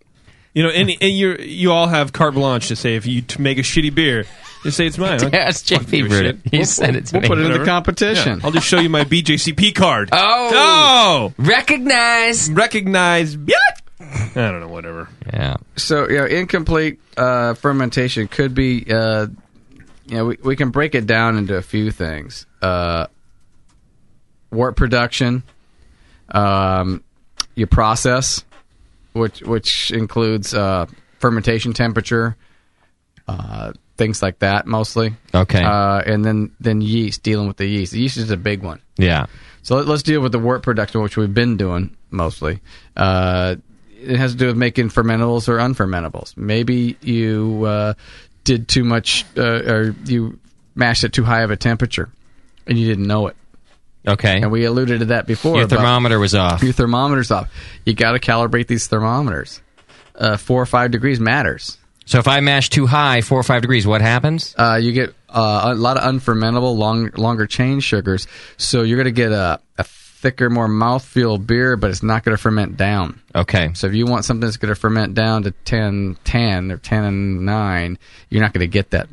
[SPEAKER 12] You know, and, and you you all have carte blanche to say if you t- make a shitty beer, just say it's mine.
[SPEAKER 8] Yeah, it's
[SPEAKER 12] Fuck
[SPEAKER 8] JP
[SPEAKER 12] your
[SPEAKER 8] brewed
[SPEAKER 12] shit.
[SPEAKER 8] it. He sent it to
[SPEAKER 12] we'll
[SPEAKER 8] me.
[SPEAKER 12] put it in the
[SPEAKER 8] Whatever.
[SPEAKER 12] competition.
[SPEAKER 8] Yeah.
[SPEAKER 12] I'll just show you my BJCP card.
[SPEAKER 8] Oh.
[SPEAKER 12] oh!
[SPEAKER 8] recognize,
[SPEAKER 12] recognize. Yeah. I don't know. Whatever.
[SPEAKER 8] Yeah.
[SPEAKER 10] So you know, incomplete uh, fermentation could be. Uh, you know, we, we can break it down into a few things. Uh, wort production, um, your process, which which includes uh, fermentation temperature, uh, things like that, mostly.
[SPEAKER 8] Okay.
[SPEAKER 10] Uh, and then then yeast, dealing with the yeast. The yeast is a big one.
[SPEAKER 8] Yeah.
[SPEAKER 10] So let, us deal with the wort production, which we've been doing mostly. Uh, it has to do with making fermentables or unfermentables. Maybe you uh, did too much, uh, or you mashed at too high of a temperature, and you didn't know it.
[SPEAKER 8] Okay.
[SPEAKER 10] And we alluded to that before.
[SPEAKER 8] Your
[SPEAKER 10] about-
[SPEAKER 8] thermometer was off.
[SPEAKER 10] Your thermometer's off. You got to calibrate these thermometers. uh, four or five degrees matters.
[SPEAKER 8] So if I mash too high, four or five degrees, what happens?
[SPEAKER 10] Uh, you get uh, a lot of unfermentable, long, longer chain sugars. So you're going to get a, a thicker, more mouthfeel beer, but it's not going to ferment down.
[SPEAKER 8] Okay.
[SPEAKER 10] So if you want something that's going to ferment down to 10, 10 or 10 and 9, you're not going to get that.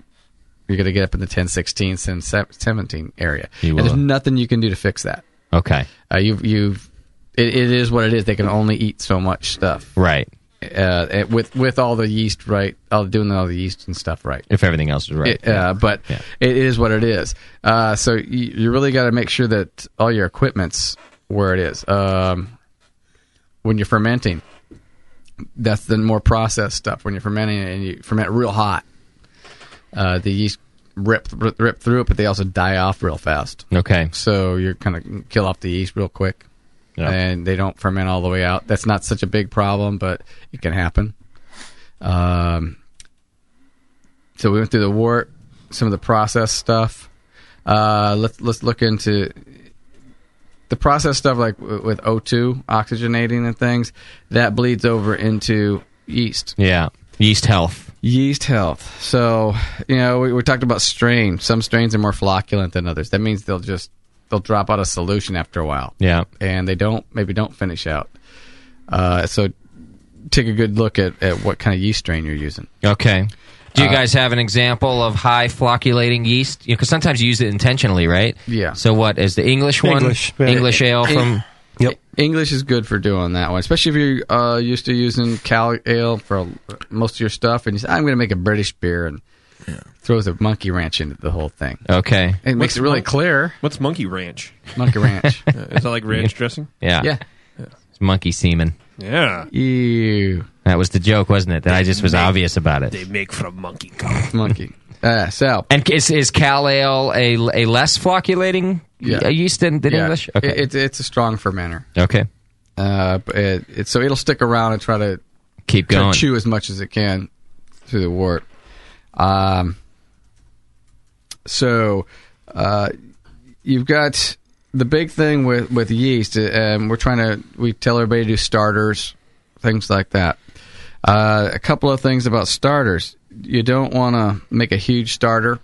[SPEAKER 10] You're going to get up in the 10, 16, 10, 17 area.
[SPEAKER 8] You
[SPEAKER 10] And there's
[SPEAKER 8] will.
[SPEAKER 10] nothing you can do to fix that.
[SPEAKER 8] Okay.
[SPEAKER 10] Uh, you've, you've, it, it is what it is. They can only eat so much stuff.
[SPEAKER 8] Right.
[SPEAKER 10] Uh, it- with with all the yeast right, all doing all the yeast and stuff right.
[SPEAKER 8] If everything else is right.
[SPEAKER 10] It, uh, but it is what it is. Uh, so you, you really got to make sure that all your equipment's where it is. Um, when you're fermenting, that's the more processed stuff. When you're fermenting it and you ferment real hot, uh, the yeast rip, rip rip through it, but they also die off real fast.
[SPEAKER 8] Okay.
[SPEAKER 10] So you're kind of kill off the yeast real quick, and they don't ferment all the way out. That's not such a big problem, but it can happen. Um, so we went through the wort, some of the process stuff. Uh, let's let's look into the process stuff, like w- with O2 oxygenating and things. That bleeds over into yeast.
[SPEAKER 8] Yeah. Yeast health.
[SPEAKER 10] Yeast health. So you know we, we talked about strain. Some strains are more flocculent than others. That means they'll just they'll drop out of solution after a while
[SPEAKER 8] Yeah.
[SPEAKER 10] and they don't maybe don't finish out. Uh, so take a good look at, at what kind of yeast strain you're using.
[SPEAKER 8] Okay. Do you
[SPEAKER 10] Uh,
[SPEAKER 8] guys have an example of high flocculating yeast? Because sometimes you use it intentionally, right?
[SPEAKER 10] Yeah.
[SPEAKER 8] So what is the English one?
[SPEAKER 10] English, yeah.
[SPEAKER 8] English ale from.
[SPEAKER 10] Yep. English is good for doing that one, especially if you're uh, used to using Cal ale for most of your stuff, and you say, "I'm going to make a British beer," and throws a monkey ranch into the whole thing.
[SPEAKER 8] Okay.
[SPEAKER 10] It makes it really clear.
[SPEAKER 12] What's monkey ranch?
[SPEAKER 10] Monkey ranch.
[SPEAKER 12] Uh, is that like ranch dressing?
[SPEAKER 8] Yeah.
[SPEAKER 10] Yeah.
[SPEAKER 8] It's monkey semen.
[SPEAKER 12] Yeah.
[SPEAKER 10] Ew.
[SPEAKER 8] That was the joke, wasn't it? That I just was obvious about it.
[SPEAKER 12] They make from monkey.
[SPEAKER 10] monkey. Uh, so.
[SPEAKER 8] And is, is Cal Ale a, a less flocculating
[SPEAKER 10] Yeah.
[SPEAKER 8] y- yeast than, than
[SPEAKER 10] Yeah.
[SPEAKER 8] English?
[SPEAKER 10] It, it's- it's a strong fermenter.
[SPEAKER 8] Okay.
[SPEAKER 10] Uh, but it, it, so it'll stick around and try to
[SPEAKER 8] Keep
[SPEAKER 10] try to
[SPEAKER 8] going.
[SPEAKER 10] chew as much as it can through the wort. Um, so uh, you've got the big thing with with yeast, uh, and we're trying to we tell everybody to do starters, things like that. Uh, a couple of things about starters: you don't want to make a huge starter,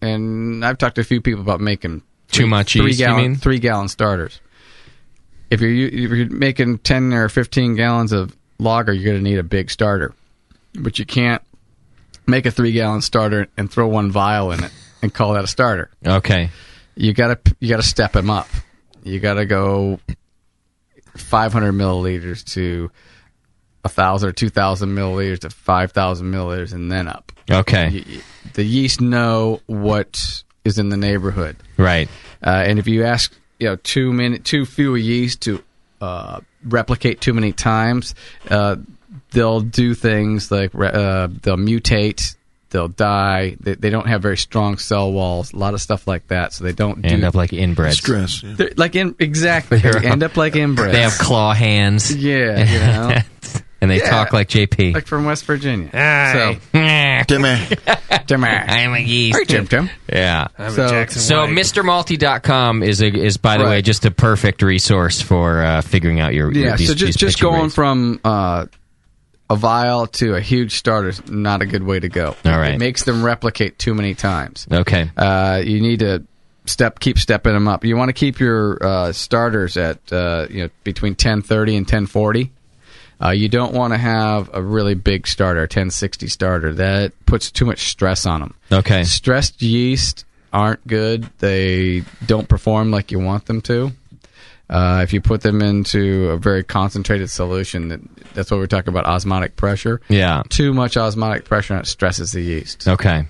[SPEAKER 10] and I've talked to a few people about making
[SPEAKER 8] Too much
[SPEAKER 10] three
[SPEAKER 8] yeast, you
[SPEAKER 10] gallon
[SPEAKER 8] mean?
[SPEAKER 10] three gallon starters. If you're if you're making ten or fifteen gallons of lager, you're going to need a big starter, but you can't make a three gallon starter and throw one vial in it and call that a starter.
[SPEAKER 8] Okay.
[SPEAKER 10] You gotta you gotta step him up. You gotta go 500 milliliters to a thousand or 2,000 milliliters to 5,000 milliliters and then up.
[SPEAKER 8] Okay.
[SPEAKER 10] Y- y- the yeast know what is in the neighborhood,
[SPEAKER 8] right?
[SPEAKER 10] Uh, and if you ask, you know, too many, too few yeast to uh, replicate too many times, uh, they'll do things like re- uh, they'll mutate. They'll die. They, they don't have very strong cell walls. A lot of stuff like that, so they don't
[SPEAKER 8] End
[SPEAKER 10] do,
[SPEAKER 8] up like inbreds.
[SPEAKER 14] Stress, yeah.
[SPEAKER 10] They're- Like in exactly, they
[SPEAKER 8] They're-
[SPEAKER 10] end up like inbreds.
[SPEAKER 8] They have claw hands.
[SPEAKER 10] Yeah, you know.
[SPEAKER 8] and they
[SPEAKER 10] Yeah.
[SPEAKER 8] talk like JP.
[SPEAKER 10] like from West Virginia.
[SPEAKER 8] So,
[SPEAKER 14] Timmy.
[SPEAKER 10] Timmy.
[SPEAKER 8] I'm a yeast.
[SPEAKER 10] Hey, Tim Tim.
[SPEAKER 8] Yeah.
[SPEAKER 10] I'm a So- Jackson
[SPEAKER 8] so
[SPEAKER 10] White.
[SPEAKER 8] MrMalty.com is a, is by the way just a perfect resource for uh, figuring out your
[SPEAKER 10] Yeah,
[SPEAKER 8] your- these-
[SPEAKER 10] so just
[SPEAKER 8] these
[SPEAKER 10] just
[SPEAKER 8] pitching
[SPEAKER 10] going
[SPEAKER 8] rates.
[SPEAKER 10] from uh, a vial to a huge starter is not a good way to go.
[SPEAKER 8] All right.
[SPEAKER 10] it makes them replicate too many times.
[SPEAKER 8] Okay.
[SPEAKER 10] Uh, you need to step keep stepping them up. You want to keep your uh, starters at uh, you know between 1030 and 1040. Uh, you don't want to have a really big starter, 1060 starter. That puts too much stress on them.
[SPEAKER 8] Okay.
[SPEAKER 10] Stressed yeast aren't good. They don't perform like you want them to. Uh, if you put them into a very concentrated solution, that, that's what we're talking about osmotic pressure.
[SPEAKER 8] Yeah.
[SPEAKER 10] Too much osmotic pressure and it stresses the yeast.
[SPEAKER 8] Okay.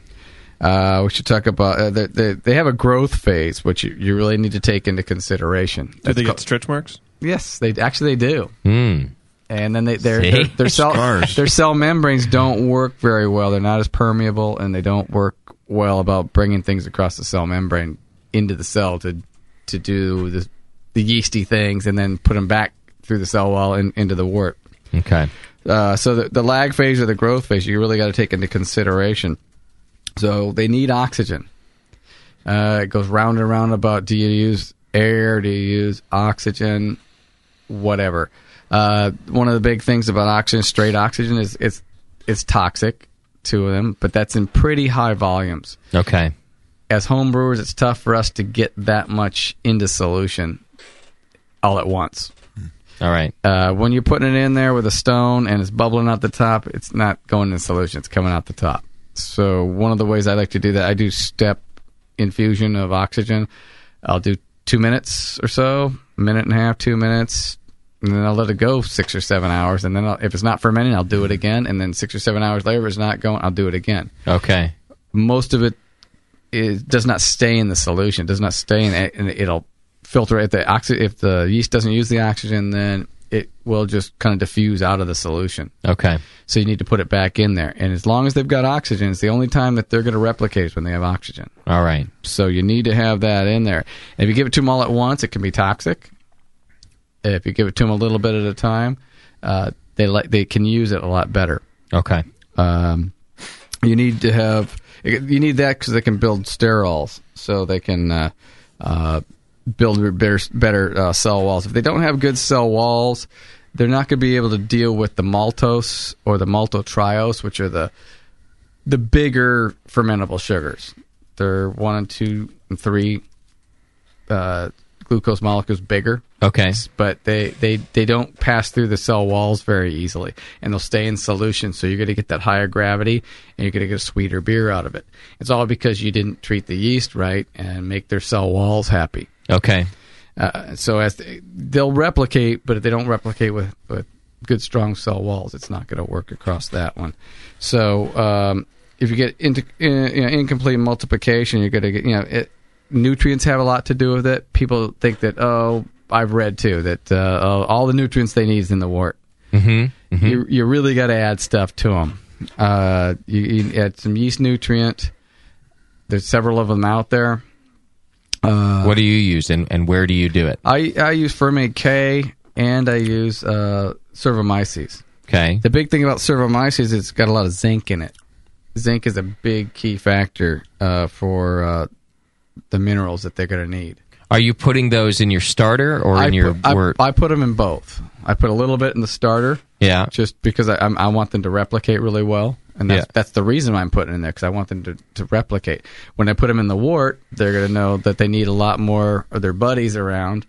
[SPEAKER 10] Uh, we should talk about uh, they, they, they have a growth phase, which you, you really need to take into consideration.
[SPEAKER 12] Do they
[SPEAKER 10] That's
[SPEAKER 12] get stretch marks?
[SPEAKER 10] Yes, they actually they do.
[SPEAKER 8] Hmm.
[SPEAKER 10] And then they their
[SPEAKER 12] See?
[SPEAKER 10] their, their cell
[SPEAKER 12] Scars.
[SPEAKER 10] their cell membranes don't work very well. They're not as permeable, and they don't work well about bringing things across the cell membrane into the cell to to do the, the yeasty things, and then put them back through the cell wall and into the wort.
[SPEAKER 8] Okay.
[SPEAKER 10] Uh, so the, the lag phase or the growth phase, you really got to take into consideration. So they need oxygen. Uh, it goes round and round about do you use air? Do you use oxygen? Whatever. Uh, one of the big things about oxygen, straight oxygen, is it's it's toxic to them, but that's in pretty high volumes.
[SPEAKER 8] Okay.
[SPEAKER 10] As home brewers, it's tough for us to get that much into solution all at once.
[SPEAKER 8] Hmm. All right.
[SPEAKER 10] Uh, when you're putting it in there with a stone and it's bubbling out the top, it's not going in solution. It's coming out the top. So one of the ways I like to do that, I do step infusion of oxygen. I'll do two minutes or so, minute and a half, two minutes, and then I'll let it go six or seven hours. And then I'll, if it's not fermenting, I'll do it again. And then six or seven hours later, if it's not going, I'll do it again.
[SPEAKER 8] Okay.
[SPEAKER 10] Most of it is, does not stay in the solution. It does not stay in, it, and it'll filter if the oxy- if the yeast doesn't use the oxygen then it will just kind of diffuse out of the solution
[SPEAKER 8] Okay.
[SPEAKER 10] so you need to put it back in there and as long as they've got oxygen it's the only time that they're going to replicate is when they have oxygen
[SPEAKER 8] All right.
[SPEAKER 10] so you need to have that in there and if you give it to them all at once it can be toxic if you give it to them a little bit at a time uh, they like they can use it a lot better
[SPEAKER 8] Okay.
[SPEAKER 10] um, you need to have you need that because they can build sterols, so they can uh, uh, build better, better uh, cell walls. If they don't have good cell walls, they're not going to be able to deal with the maltose or the maltotriose, which are the the bigger fermentable sugars. They're one and two and three uh, glucose molecules bigger.
[SPEAKER 8] Okay.
[SPEAKER 10] But they, they, they don't pass through the cell walls very easily and they'll stay in solution. So you're going to get that higher gravity and you're going to get a sweeter beer out of it. It's all because you didn't treat the yeast right and make their cell walls happy.
[SPEAKER 8] Okay.
[SPEAKER 10] Uh, so as they, they'll replicate, but if they don't replicate with, with good strong cell walls, it's not going to work across that one. So um, if you get into in, you know, incomplete multiplication, you're going to get you know it, nutrients have a lot to do with it. People think that oh, I've read too that uh, oh, all the nutrients they need is in the wort.
[SPEAKER 8] Mm-hmm.
[SPEAKER 10] You you really got to add stuff to them. Uh, you, you add some yeast nutrient. There's several of them out there. Uh,
[SPEAKER 8] what do you use and, and where do you do it?
[SPEAKER 10] I, I use Fermate K and I use uh, Servomyces.
[SPEAKER 8] Okay.
[SPEAKER 10] The big thing about Servomyces is it's got a lot of zinc in it. Zinc is a big key factor uh, for uh, the minerals that they're going to need.
[SPEAKER 8] Are you putting those in your starter or in
[SPEAKER 10] I
[SPEAKER 8] your
[SPEAKER 10] put, I-
[SPEAKER 8] wort?
[SPEAKER 10] I, put them in both. I put a little bit in the starter.
[SPEAKER 8] Yeah.
[SPEAKER 10] Just because I, I'm- I want them to replicate really well. And that's,
[SPEAKER 8] Yeah.
[SPEAKER 10] that's the reason why I'm putting it in there because I want them to, to replicate. When I put them in the wart, they're going to know that they need a lot more of their buddies around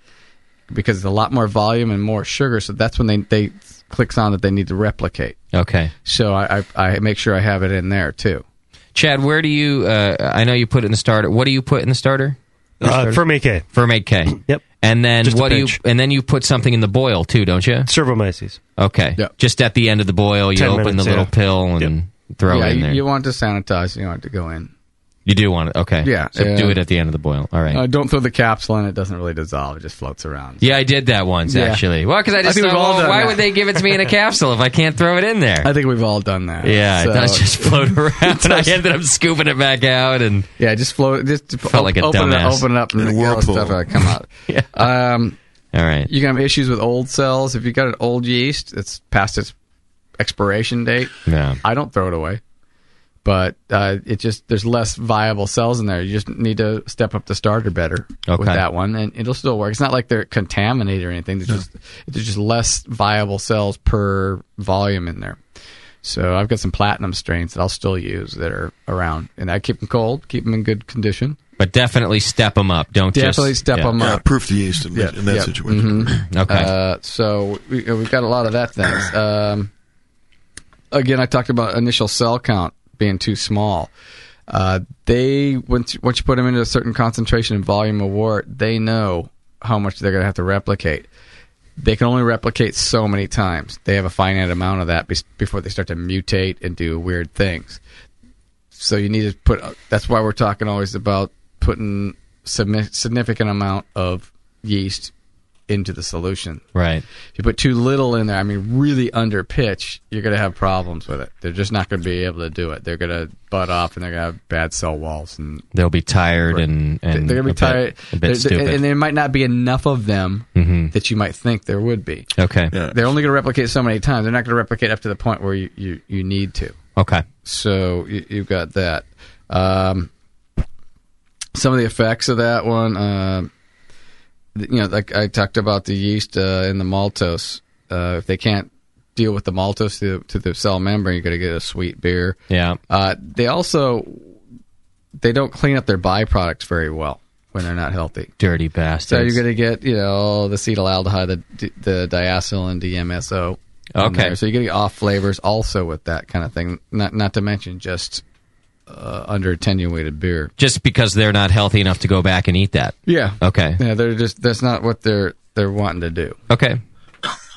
[SPEAKER 10] because it's a lot more volume and more sugar. So that's when they, they clicks on that they need to replicate.
[SPEAKER 8] Okay.
[SPEAKER 10] So I, I, I make sure I have it in there too.
[SPEAKER 8] Chad, where do you? Uh, I know you put it in the starter. What do you put in the starter?
[SPEAKER 13] Uh, Fermate K.
[SPEAKER 8] Fermate K.
[SPEAKER 13] Yep.
[SPEAKER 8] And then
[SPEAKER 13] Just a
[SPEAKER 8] what do you?
[SPEAKER 13] pinch.
[SPEAKER 8] And then you put something in the boil too, don't you?
[SPEAKER 13] Servomyces.
[SPEAKER 8] Okay. Just at the end of the boil, you
[SPEAKER 10] Ten
[SPEAKER 8] open
[SPEAKER 10] minutes,
[SPEAKER 8] the little
[SPEAKER 10] yeah.
[SPEAKER 8] pill and throw
[SPEAKER 10] yeah,
[SPEAKER 8] it in
[SPEAKER 10] you,
[SPEAKER 8] there.
[SPEAKER 10] you
[SPEAKER 8] You,
[SPEAKER 10] want to sanitize. You want it to go in.
[SPEAKER 8] do want it. Okay.
[SPEAKER 10] Yeah,
[SPEAKER 8] So
[SPEAKER 10] yeah.
[SPEAKER 8] do it at the end of the boil. All right.
[SPEAKER 10] Uh, don't throw the capsule in; it doesn't really dissolve; it just floats around.
[SPEAKER 8] yeah, I did that once
[SPEAKER 10] Yeah.
[SPEAKER 8] actually. Well, because I
[SPEAKER 10] I
[SPEAKER 8] just
[SPEAKER 10] think
[SPEAKER 8] thought,
[SPEAKER 10] we've all
[SPEAKER 8] well,
[SPEAKER 10] done
[SPEAKER 8] why
[SPEAKER 10] that.
[SPEAKER 8] would they give it to me in a capsule if I can't throw it in there?
[SPEAKER 10] I think we've all done that.
[SPEAKER 8] yeah,
[SPEAKER 10] So-
[SPEAKER 8] it does just float around. and I ended up scooping it back out, and
[SPEAKER 10] yeah, just float. Just
[SPEAKER 8] felt like a
[SPEAKER 10] open It,
[SPEAKER 8] dumbass.
[SPEAKER 10] open it up and
[SPEAKER 8] In a
[SPEAKER 10] the yellow
[SPEAKER 8] whirlpool.
[SPEAKER 10] stuff will come out.
[SPEAKER 8] yeah.
[SPEAKER 10] Um,
[SPEAKER 8] All right.
[SPEAKER 10] You can have issues with old cells if you got an old yeast that's past its expiration date.
[SPEAKER 8] Yeah.
[SPEAKER 10] I don't throw it away, but uh, it just there's less viable cells in there. You just need to step up the starter better
[SPEAKER 8] Okay.
[SPEAKER 10] with that one, and it'll still work. It's not like they're contaminated or anything. There's just there's just less viable cells per volume in there. So I've got some platinum strains that I'll still use that are around, and I keep them cold, keep them in good condition.
[SPEAKER 8] But definitely step them up. Don't just-
[SPEAKER 10] Definitely step
[SPEAKER 8] yeah.
[SPEAKER 10] 'em up.
[SPEAKER 14] proof the yeast in, in that
[SPEAKER 10] yeah.
[SPEAKER 14] situation.
[SPEAKER 10] Mhm.
[SPEAKER 8] Okay.
[SPEAKER 10] Uh, so we, we've got a lot of that things. Um, again, I talked about initial cell count being too small. Uh, they once once you put them into a certain concentration and volume of wort, they know how much they're going to have to replicate. They can only replicate so many times. They have a finite amount of that bes- before they start to mutate and do weird things. So you need to put. That's why we're talking always about putting signi- significant amount of yeast into the solution.
[SPEAKER 8] Right.
[SPEAKER 10] If you put too little in there, I mean, really under pitch, you're going to have problems with it. They're just not going to be able to do it. They're going to butt off, and they're going to have bad cell walls, and
[SPEAKER 8] They'll be tired and,
[SPEAKER 10] they're going
[SPEAKER 8] and
[SPEAKER 10] to be
[SPEAKER 8] a bit-
[SPEAKER 10] tired.
[SPEAKER 8] a bit
[SPEAKER 10] They're-
[SPEAKER 8] stupid.
[SPEAKER 10] and there might not be enough of them
[SPEAKER 8] Mhm.
[SPEAKER 10] that you might think there would be.
[SPEAKER 8] okay.
[SPEAKER 10] They're only going to replicate so many times. They're not going to replicate up to the point where you, you, you need to.
[SPEAKER 8] Okay.
[SPEAKER 10] So you, you've got that. Um, some of the effects of that one, um, th- you know, like I talked about the yeast uh, and the uh, maltose. uh, if they can't deal with the maltose to, to the cell membrane, you're going to get a sweet beer.
[SPEAKER 8] Yeah.
[SPEAKER 10] Uh, they also they don't clean up their byproducts very well when they're not healthy.
[SPEAKER 8] Dirty bastards.
[SPEAKER 10] So you're going to get you know the acetaldehyde, the the diacylin, DMSO. in
[SPEAKER 8] Okay.
[SPEAKER 10] there. So you're getting off flavors also with that kind of thing. Not not to mention just uh, under attenuated beer.
[SPEAKER 8] Just because they're not healthy enough to go back and eat that.
[SPEAKER 10] Yeah.
[SPEAKER 8] Okay.
[SPEAKER 10] Yeah, they're just that's not what they're they're wanting to do.
[SPEAKER 8] Okay.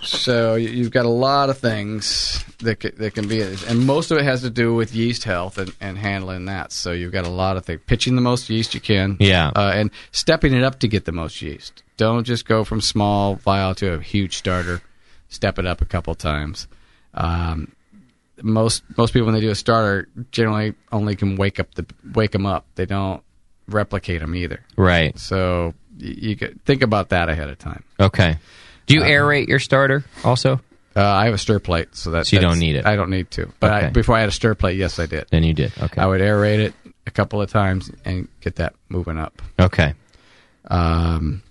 [SPEAKER 10] So you- you've got a lot of things that ca- that can be, and most of it has to do with yeast health and, and handling that. So you've got a lot of things. Pitching the most yeast you can,
[SPEAKER 8] Yeah.
[SPEAKER 10] uh, and stepping it up to get the most yeast. Don't just go from small vial to a huge starter. Step it up a couple times. Um, most most people when they do a starter generally only can wake up the wake them up. They don't replicate them either.
[SPEAKER 8] Right.
[SPEAKER 10] So y- you could think about that ahead of time.
[SPEAKER 8] Okay. Do you aerate your starter also?
[SPEAKER 10] Uh, I have a stir plate, so that's
[SPEAKER 8] So you
[SPEAKER 10] that's-
[SPEAKER 8] don't need it.
[SPEAKER 10] I don't need to. But I,
[SPEAKER 8] Okay.
[SPEAKER 10] before I had a stir plate, yes, I did.
[SPEAKER 8] Then you did. Okay.
[SPEAKER 10] I would aerate it a couple of times and get that moving up.
[SPEAKER 8] Okay.
[SPEAKER 10] Um,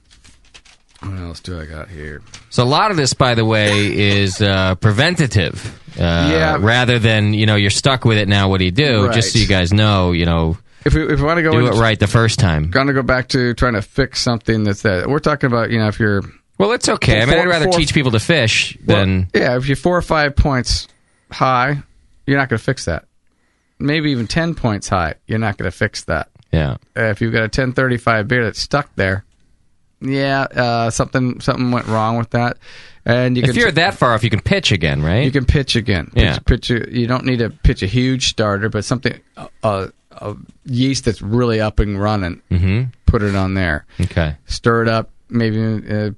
[SPEAKER 10] what else do I got here?
[SPEAKER 8] So a lot of this, by the way, is uh, preventative. Uh,
[SPEAKER 10] Yeah.
[SPEAKER 8] Rather than you know you're stuck with it now. What do you do? Just so
[SPEAKER 10] Right.
[SPEAKER 8] you guys know, you know,
[SPEAKER 10] If we, if we want to go
[SPEAKER 8] do it
[SPEAKER 10] into-
[SPEAKER 8] right the first time.
[SPEAKER 10] Going to go back to trying to fix something that's that. We're talking about you know if you're
[SPEAKER 8] well, it's okay. I mean, I'd rather teach people to fish than
[SPEAKER 10] Yeah, if you're four or five points high, you're not going to fix that. Maybe even ten points high, you're not going to fix that.
[SPEAKER 8] yeah.
[SPEAKER 10] Uh, if you've got a 1035 beer that's stuck there, yeah, uh, something something went wrong with that. And you
[SPEAKER 8] if
[SPEAKER 10] can
[SPEAKER 8] you're that far off, you can pitch again, right?
[SPEAKER 10] you can pitch again. Pitch-
[SPEAKER 8] Yeah.
[SPEAKER 10] pitch, a- you don't need to pitch a huge starter, but something a uh, uh, yeast that's really up and running.
[SPEAKER 8] Mhm.
[SPEAKER 10] Put it on there.
[SPEAKER 8] Okay.
[SPEAKER 10] Stir it up. Maybe uh,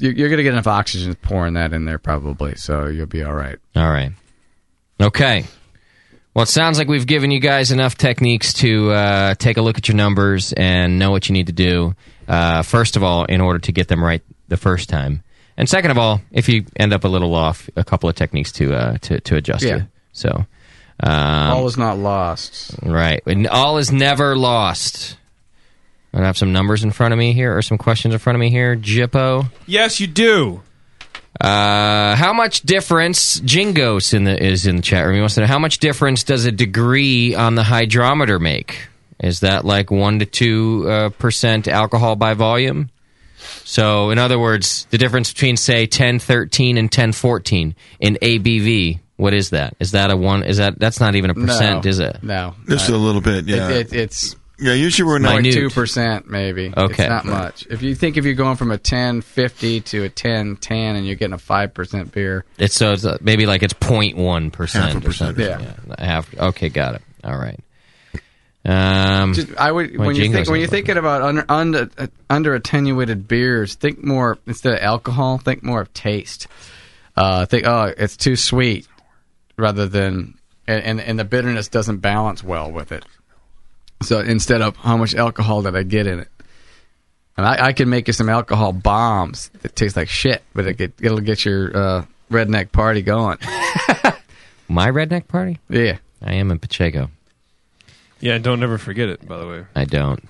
[SPEAKER 10] you, you're going to get enough oxygen pouring that in there probably, so you'll be all right.
[SPEAKER 8] All right. Okay. Well, it sounds like we've given you guys enough techniques to uh, take a look at your numbers and know what you need to do. Uh, first of all, in order to get them right the first time, and second of all, if you end up a little off, a couple of techniques to uh, to to adjust
[SPEAKER 10] Yeah.
[SPEAKER 8] to. So um, all
[SPEAKER 10] All is not lost.
[SPEAKER 8] right, and all is never lost. I have some numbers in front of me here, or some questions in front of me here, Jippo.
[SPEAKER 12] Yes, you do.
[SPEAKER 8] Uh, how much difference Jingos in the is in the chat room? He wants to know how much difference does a degree on the hydrometer make? Is that like one to two uh, percent alcohol by volume? So, in other words, the difference between say ten thirteen and ten fourteen in ABV, what is that? Is that a one? Is that that's not even a percent,
[SPEAKER 10] No.
[SPEAKER 8] is it?
[SPEAKER 10] No.
[SPEAKER 14] Just
[SPEAKER 10] Uh,
[SPEAKER 14] a little bit, yeah.
[SPEAKER 10] It, it, it's
[SPEAKER 14] yeah, usually we're not
[SPEAKER 10] like two percent, maybe.
[SPEAKER 14] Okay.
[SPEAKER 10] it's not
[SPEAKER 14] Right.
[SPEAKER 10] much. If you think if you're going from a ten fifty to a ten ten, and you're getting a five percent beer,
[SPEAKER 8] It's so it's uh, maybe like it's 0.1 percent.
[SPEAKER 10] Half a percent or
[SPEAKER 8] Yeah. half. Okay, got it. All right. Um,
[SPEAKER 10] Just- I would
[SPEAKER 8] my
[SPEAKER 10] when you
[SPEAKER 8] Jingo's
[SPEAKER 10] think when
[SPEAKER 8] not
[SPEAKER 10] you're thinking about under under uh, under attenuated beers, think more instead of alcohol, think more of taste. Uh, think oh, it's too sweet, rather than and, and and the bitterness doesn't balance well with it. So instead of how much alcohol did I get in it, and I, I can make you some alcohol bombs that taste like shit, but it get, it'll get your uh, redneck party going.
[SPEAKER 8] My redneck party?
[SPEAKER 10] Yeah,
[SPEAKER 8] I am in Pacheco.
[SPEAKER 12] Yeah, and don't ever forget it. By the way,
[SPEAKER 8] I don't.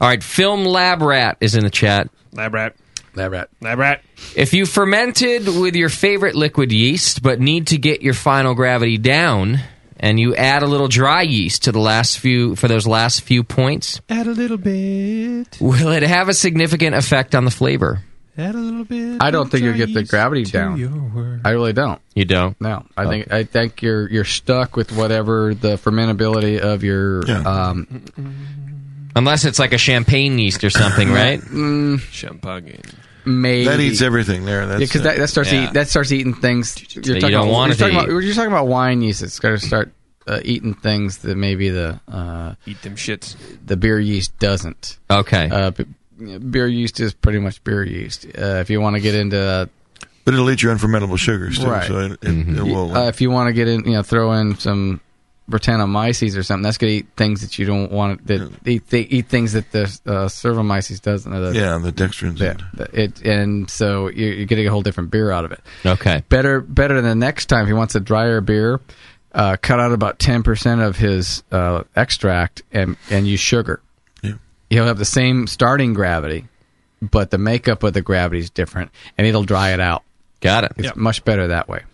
[SPEAKER 8] All right, Film Lab Rat is in the chat.
[SPEAKER 12] lab rat,
[SPEAKER 10] lab rat,
[SPEAKER 12] lab rat.
[SPEAKER 8] If you fermented with your favorite liquid yeast but need to get your final gravity down and you add a little dry yeast to the last few for those last few points,
[SPEAKER 12] Add a little bit.
[SPEAKER 8] will it have a significant effect on the flavor?
[SPEAKER 12] Add a little bit.
[SPEAKER 10] I don't think you get the gravity down. I really don't.
[SPEAKER 8] You don't.
[SPEAKER 10] No, I think I think you're you're stuck with whatever the fermentability of your. Um,
[SPEAKER 8] Unless it's like a champagne yeast or something, right?
[SPEAKER 10] mm,
[SPEAKER 12] Champagne.
[SPEAKER 10] Maybe
[SPEAKER 14] That eats everything there. That's,
[SPEAKER 10] because that, that starts
[SPEAKER 14] yeah.
[SPEAKER 10] eat, that starts eating things. You're
[SPEAKER 8] you don't
[SPEAKER 10] about,
[SPEAKER 8] want
[SPEAKER 10] you're
[SPEAKER 8] it to
[SPEAKER 10] talking about,
[SPEAKER 8] eat.
[SPEAKER 10] you're talking about wine yeast. It's going to start uh, eating things that maybe the uh,
[SPEAKER 12] eat them shits.
[SPEAKER 10] The beer yeast doesn't.
[SPEAKER 8] Okay.
[SPEAKER 10] Uh, b- beer yeast is pretty much beer yeast. Uh, if you want to get into uh,
[SPEAKER 14] But it'll eat your unfermentable sugars, too.
[SPEAKER 10] Right.
[SPEAKER 14] So it, it, it will.
[SPEAKER 10] Uh, if you want to get in, you know, throw in some Britannomyces or something. That's going to eat things that you don't want. That eat, they eat things that the uh, Cervomyces doesn't. uh, the-
[SPEAKER 14] yeah, the dextrins.
[SPEAKER 10] Yeah, the- it and so you're, you're getting a whole different beer out of it.
[SPEAKER 8] Okay.
[SPEAKER 10] Better, better than next time. If he wants a drier beer, uh, cut out about ten percent of his uh, extract and and use sugar.
[SPEAKER 14] Yeah.
[SPEAKER 10] He'll have the same starting gravity, but the makeup of the gravity is different, and it'll dry it out.
[SPEAKER 8] Got it.
[SPEAKER 10] It's much better that way.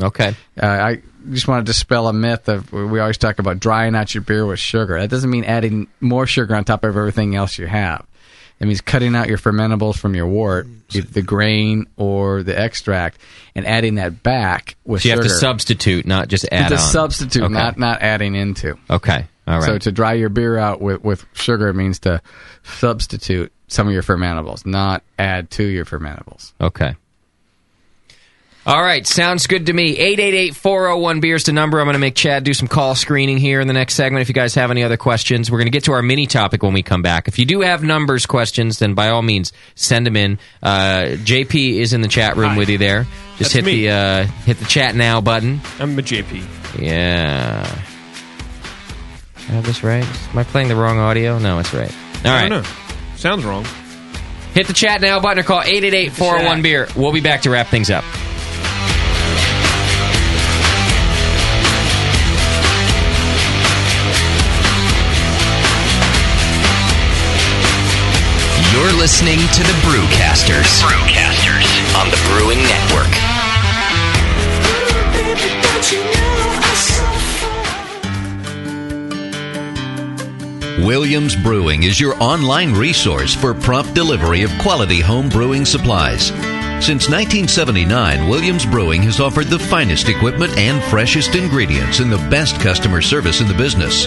[SPEAKER 8] Okay.
[SPEAKER 10] Uh, I just want to dispel a myth of we always talk about drying out your beer with sugar. That doesn't mean adding more sugar on top of everything else you have. It means cutting out your fermentables from your wort, if the grain or the extract, and adding that back with
[SPEAKER 8] so you
[SPEAKER 10] sugar.
[SPEAKER 8] have to substitute, not just add
[SPEAKER 10] to
[SPEAKER 8] on.
[SPEAKER 10] substitute,
[SPEAKER 8] Okay.
[SPEAKER 10] not not adding into.
[SPEAKER 8] Okay. All right.
[SPEAKER 10] So to dry your beer out with, with sugar means to substitute some of your fermentables, not add to your fermentables.
[SPEAKER 8] Okay. All right, sounds good to me. 888-401-BEERS the number. I'm going oh to make Chad do some call screening here in the next segment. If you guys have any other questions, we're going to get to our mini topic when we come back. If you do have numbers questions, then by all means, send them in. Uh, JP is in the chat room with you there.
[SPEAKER 12] That's
[SPEAKER 8] Just hit
[SPEAKER 12] me.
[SPEAKER 8] the uh, hit the chat now button.
[SPEAKER 12] I'm a JP.
[SPEAKER 8] Yeah. I have this right? Am I playing the wrong audio? No, it's right. All
[SPEAKER 12] I
[SPEAKER 8] right.
[SPEAKER 12] don't know. Sounds wrong.
[SPEAKER 8] Hit the chat now button or call 888 401 Beer. We'll be back to wrap things up.
[SPEAKER 15] You're listening to the Brewcasters. Brewcasters on the Brewing Network.
[SPEAKER 4] Williams Brewing is your online resource for prompt delivery of quality home brewing supplies. Since 1979, Williams Brewing has offered the finest equipment and freshest ingredients and the best customer service in the business.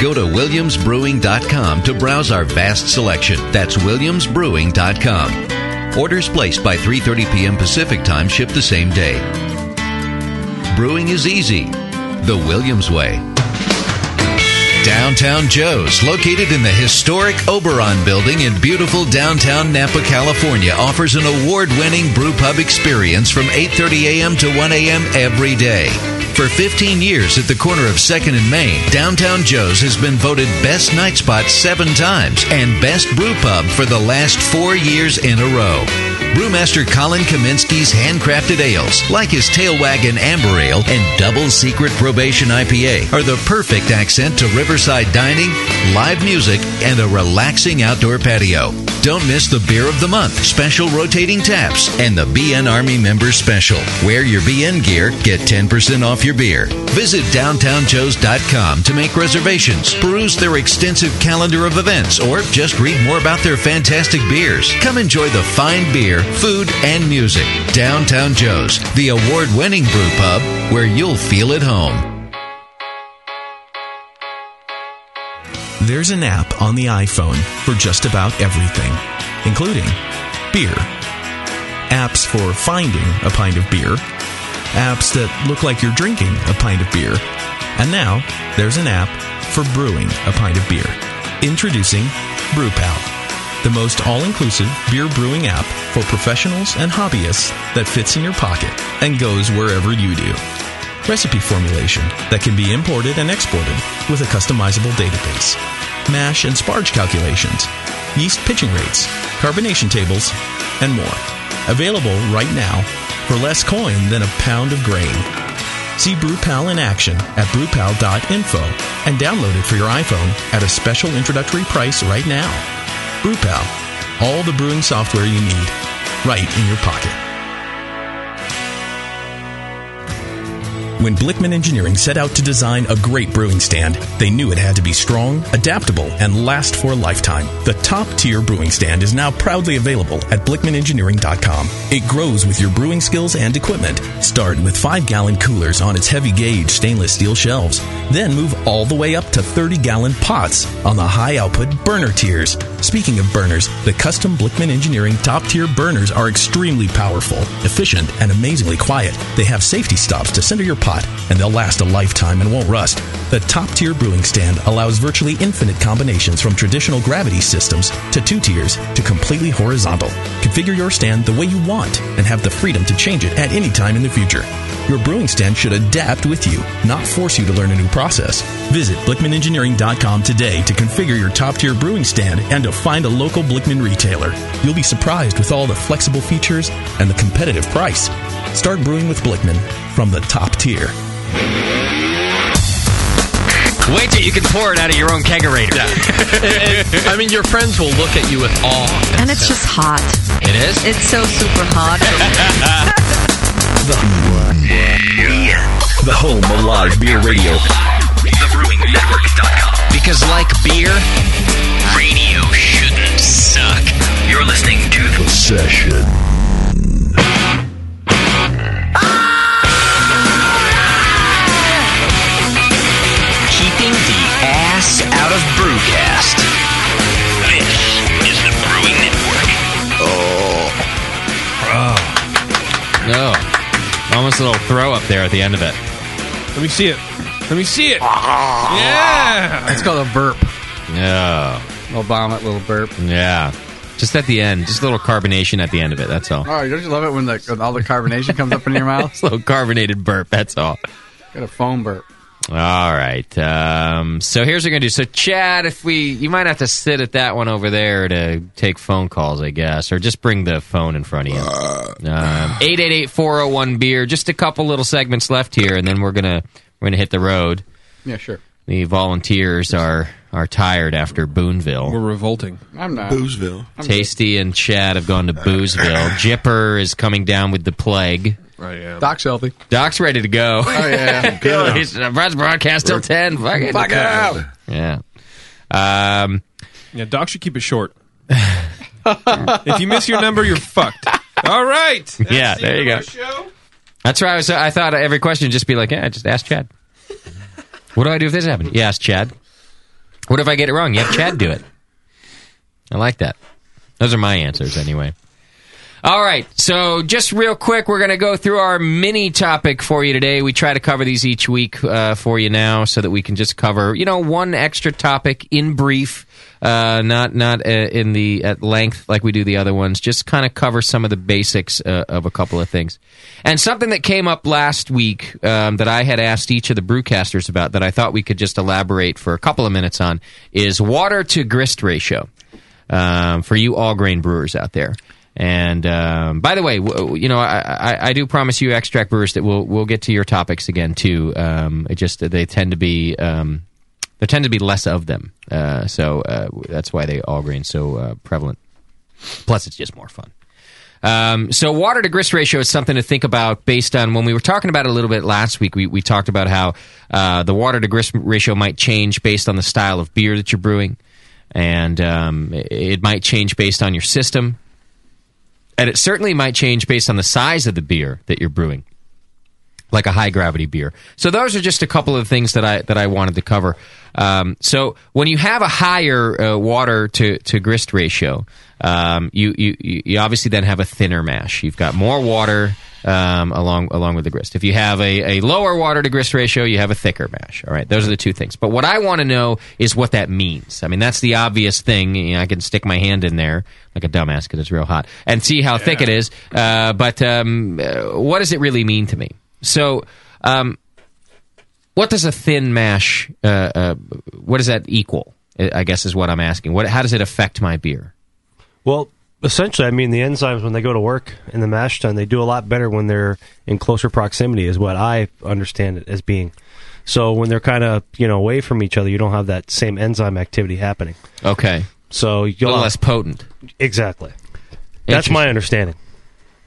[SPEAKER 4] Go to WilliamsBrewing.com to browse our vast selection. That's WilliamsBrewing.com. Orders placed by 3:30 p.m. Pacific time ship the same day. Brewing is easy, the Williams way. Downtown Joe's, located in the historic Oberon building in beautiful downtown Napa, California, offers an award-winning brew pub experience from 8:30 a.m. to 1 a.m. every day. For 15 years at the corner of 2nd and Main, Downtown Joe's has been voted Best Night Spot seven times and Best Brew Pub for the last four years in a row. Brewmaster Colin Kaminsky's handcrafted ales, like his Tail Wagon Amber Ale and Double Secret Probation IPA, are the perfect accent to riverside dining, live music, and a relaxing outdoor patio. Don't miss the Beer of the Month, special rotating taps, and the BN Army Member Special. Wear your BN gear, get 10% off your beer. Visit downtownjoes.com to make reservations, peruse their extensive calendar of events, or just read more about their fantastic beers. Come enjoy the fine beer, food, and music. Downtown Joe's, the award winning brew pub where you'll feel at home.
[SPEAKER 3] There's an app on the iPhone for just about everything, including beer. Apps for finding a pint of beer. Apps that look like you're drinking a pint of beer. And now, there's an app for brewing a pint of beer. Introducing BrewPal, the most all inclusive beer brewing app for professionals and hobbyists that fits in your pocket and goes wherever you do recipe formulation that can be imported and exported with a customizable database, mash and sparge calculations, yeast pitching rates, carbonation tables, and more. Available right now for less coin than a pound of grain. See BrewPal in action at brewpal.info and download it for your iPhone at a special introductory price right now. BrewPal, all the brewing software you need, right in your pocket. When Blickman Engineering set out to design a great brewing stand, they knew it had to be strong, adaptable, and last for a lifetime. The top tier brewing stand is now proudly available at BlickmanEngineering.com. It grows with your brewing skills and equipment. Start with 5 gallon coolers on its heavy gauge stainless steel shelves, then move all the way up to 30 gallon pots on the high output burner tiers. Speaking of burners, the custom Blickman Engineering top tier burners are extremely powerful, efficient, and amazingly quiet. They have safety stops to center your pot
[SPEAKER 9] pot, and they'll last a lifetime and won't rust. The top tier brewing stand allows virtually infinite combinations from traditional gravity systems to two tiers to completely horizontal. Configure your stand the way you want and have the freedom to change it at any time in the future. Your brewing stand should adapt with you, not force you to learn a new process. Visit BlickmanEngineering.com today to configure your top tier brewing stand and to find a local Blickman retailer. You'll be surprised with all the flexible features and the competitive price. Start brewing with Blickman from the top tier.
[SPEAKER 8] Wait till you can pour it out of your own kegerator.
[SPEAKER 11] I mean, your friends will look at you with awe.
[SPEAKER 5] And it's just hot.
[SPEAKER 11] It is?
[SPEAKER 5] It's so super hot.
[SPEAKER 9] The home of live beer radio.
[SPEAKER 15] Because, like beer, radio shouldn't suck. You're listening to The Session. Keeping the ass out of Brewcast. This is the Brewing Network. Oh.
[SPEAKER 8] Oh. No. Almost a little throw up there at the end of it.
[SPEAKER 12] Let me see it. Let me see it. Yeah.
[SPEAKER 10] It's called a burp.
[SPEAKER 8] No.
[SPEAKER 10] Little vomit, little burp.
[SPEAKER 8] Yeah. Just at the end. Just a little carbonation at the end of it. That's all.
[SPEAKER 10] Oh, don't you love it when, the, when all the carbonation comes up in your mouth?
[SPEAKER 8] Just a little carbonated burp. That's all.
[SPEAKER 10] Got a foam burp.
[SPEAKER 8] All right. Um, so here's what we're gonna do. So Chad, if we, you might have to sit at that one over there to take phone calls, I guess, or just bring the phone in front of you. Um, Eight eight eight four zero one beer. Just a couple little segments left here, and then we're gonna we're gonna hit the road.
[SPEAKER 10] Yeah, sure.
[SPEAKER 8] The volunteers are are tired after Boonville.
[SPEAKER 12] We're revolting.
[SPEAKER 10] I'm not.
[SPEAKER 14] Boozville.
[SPEAKER 8] Tasty and Chad have gone to Boozville. Jipper is coming down with the plague.
[SPEAKER 12] Right, yeah.
[SPEAKER 10] Doc's healthy.
[SPEAKER 8] Doc's ready to go.
[SPEAKER 10] Oh, yeah.
[SPEAKER 8] You know, he's- Brad's broadcast till ten. Fuck it.
[SPEAKER 10] Fuck out.
[SPEAKER 8] Yeah. Um,
[SPEAKER 12] yeah, Doc should keep it short. if you miss your number, you're fucked. All right. That's
[SPEAKER 8] yeah,
[SPEAKER 12] the
[SPEAKER 8] there you
[SPEAKER 12] end
[SPEAKER 8] go.
[SPEAKER 12] of our show.
[SPEAKER 8] That's right. I, was, I thought every question would just be like, yeah, just ask Chad. what do I do if this happened? Yeah, ask Chad. What if I get it wrong? You have Chad do it. I like that. Those are my answers anyway. All right. So, just real quick, we're going to go through our mini topic for you today. We try to cover these each week uh, for you now so that we can just cover, you know, one extra topic in brief, uh, not not uh, in the at length like we do the other ones. Just kind of cover some of the basics uh, of a couple of things. And something that came up last week um, that I had asked each of the brewcasters about that I thought we could just elaborate for a couple of minutes on is water to grist ratio um, for you all grain brewers out there. And um, by the way, w- w- you know, I, I, I do promise you, extract brewers, that we'll we'll get to your topics again too. Um, it just they tend to be um, there tend to be less of them, uh, so uh, w- that's why they all grain so uh, prevalent. Plus, it's just more fun. Um, so, water to grist ratio is something to think about based on when we were talking about it a little bit last week. We, we talked about how uh, the water to grist ratio might change based on the style of beer that you're brewing, and um, it- it might change based on your system. And it certainly might change based on the size of the beer that you're brewing like a high gravity beer. So those are just a couple of things that I that I wanted to cover. Um, so when you have a higher uh, water to, to grist ratio, um, you, you you obviously then have a thinner mash. You've got more water um, along along with the grist. If you have a, a lower water to grist ratio, you have a thicker mash. All right, those are the two things. But what I want to know is what that means. I mean, that's the obvious thing. You know, I can stick my hand in there like a dumbass because it's real hot and see how thick it is. Uh, but um, uh, what does it really mean to me? So, um, what does a thin mash? Uh, uh, what does that equal? I I guess is what I'm asking. What? How does it affect my beer?
[SPEAKER 13] Well, essentially, I mean, the enzymes when they go to work in the mash tun, they do a lot better when they're in closer proximity, is what I understand it as being. So when they're kind of you know away from each other, you don't have that same enzyme activity happening.
[SPEAKER 8] Okay,
[SPEAKER 13] so you're
[SPEAKER 8] little less potent.
[SPEAKER 13] Exactly. That's my understanding.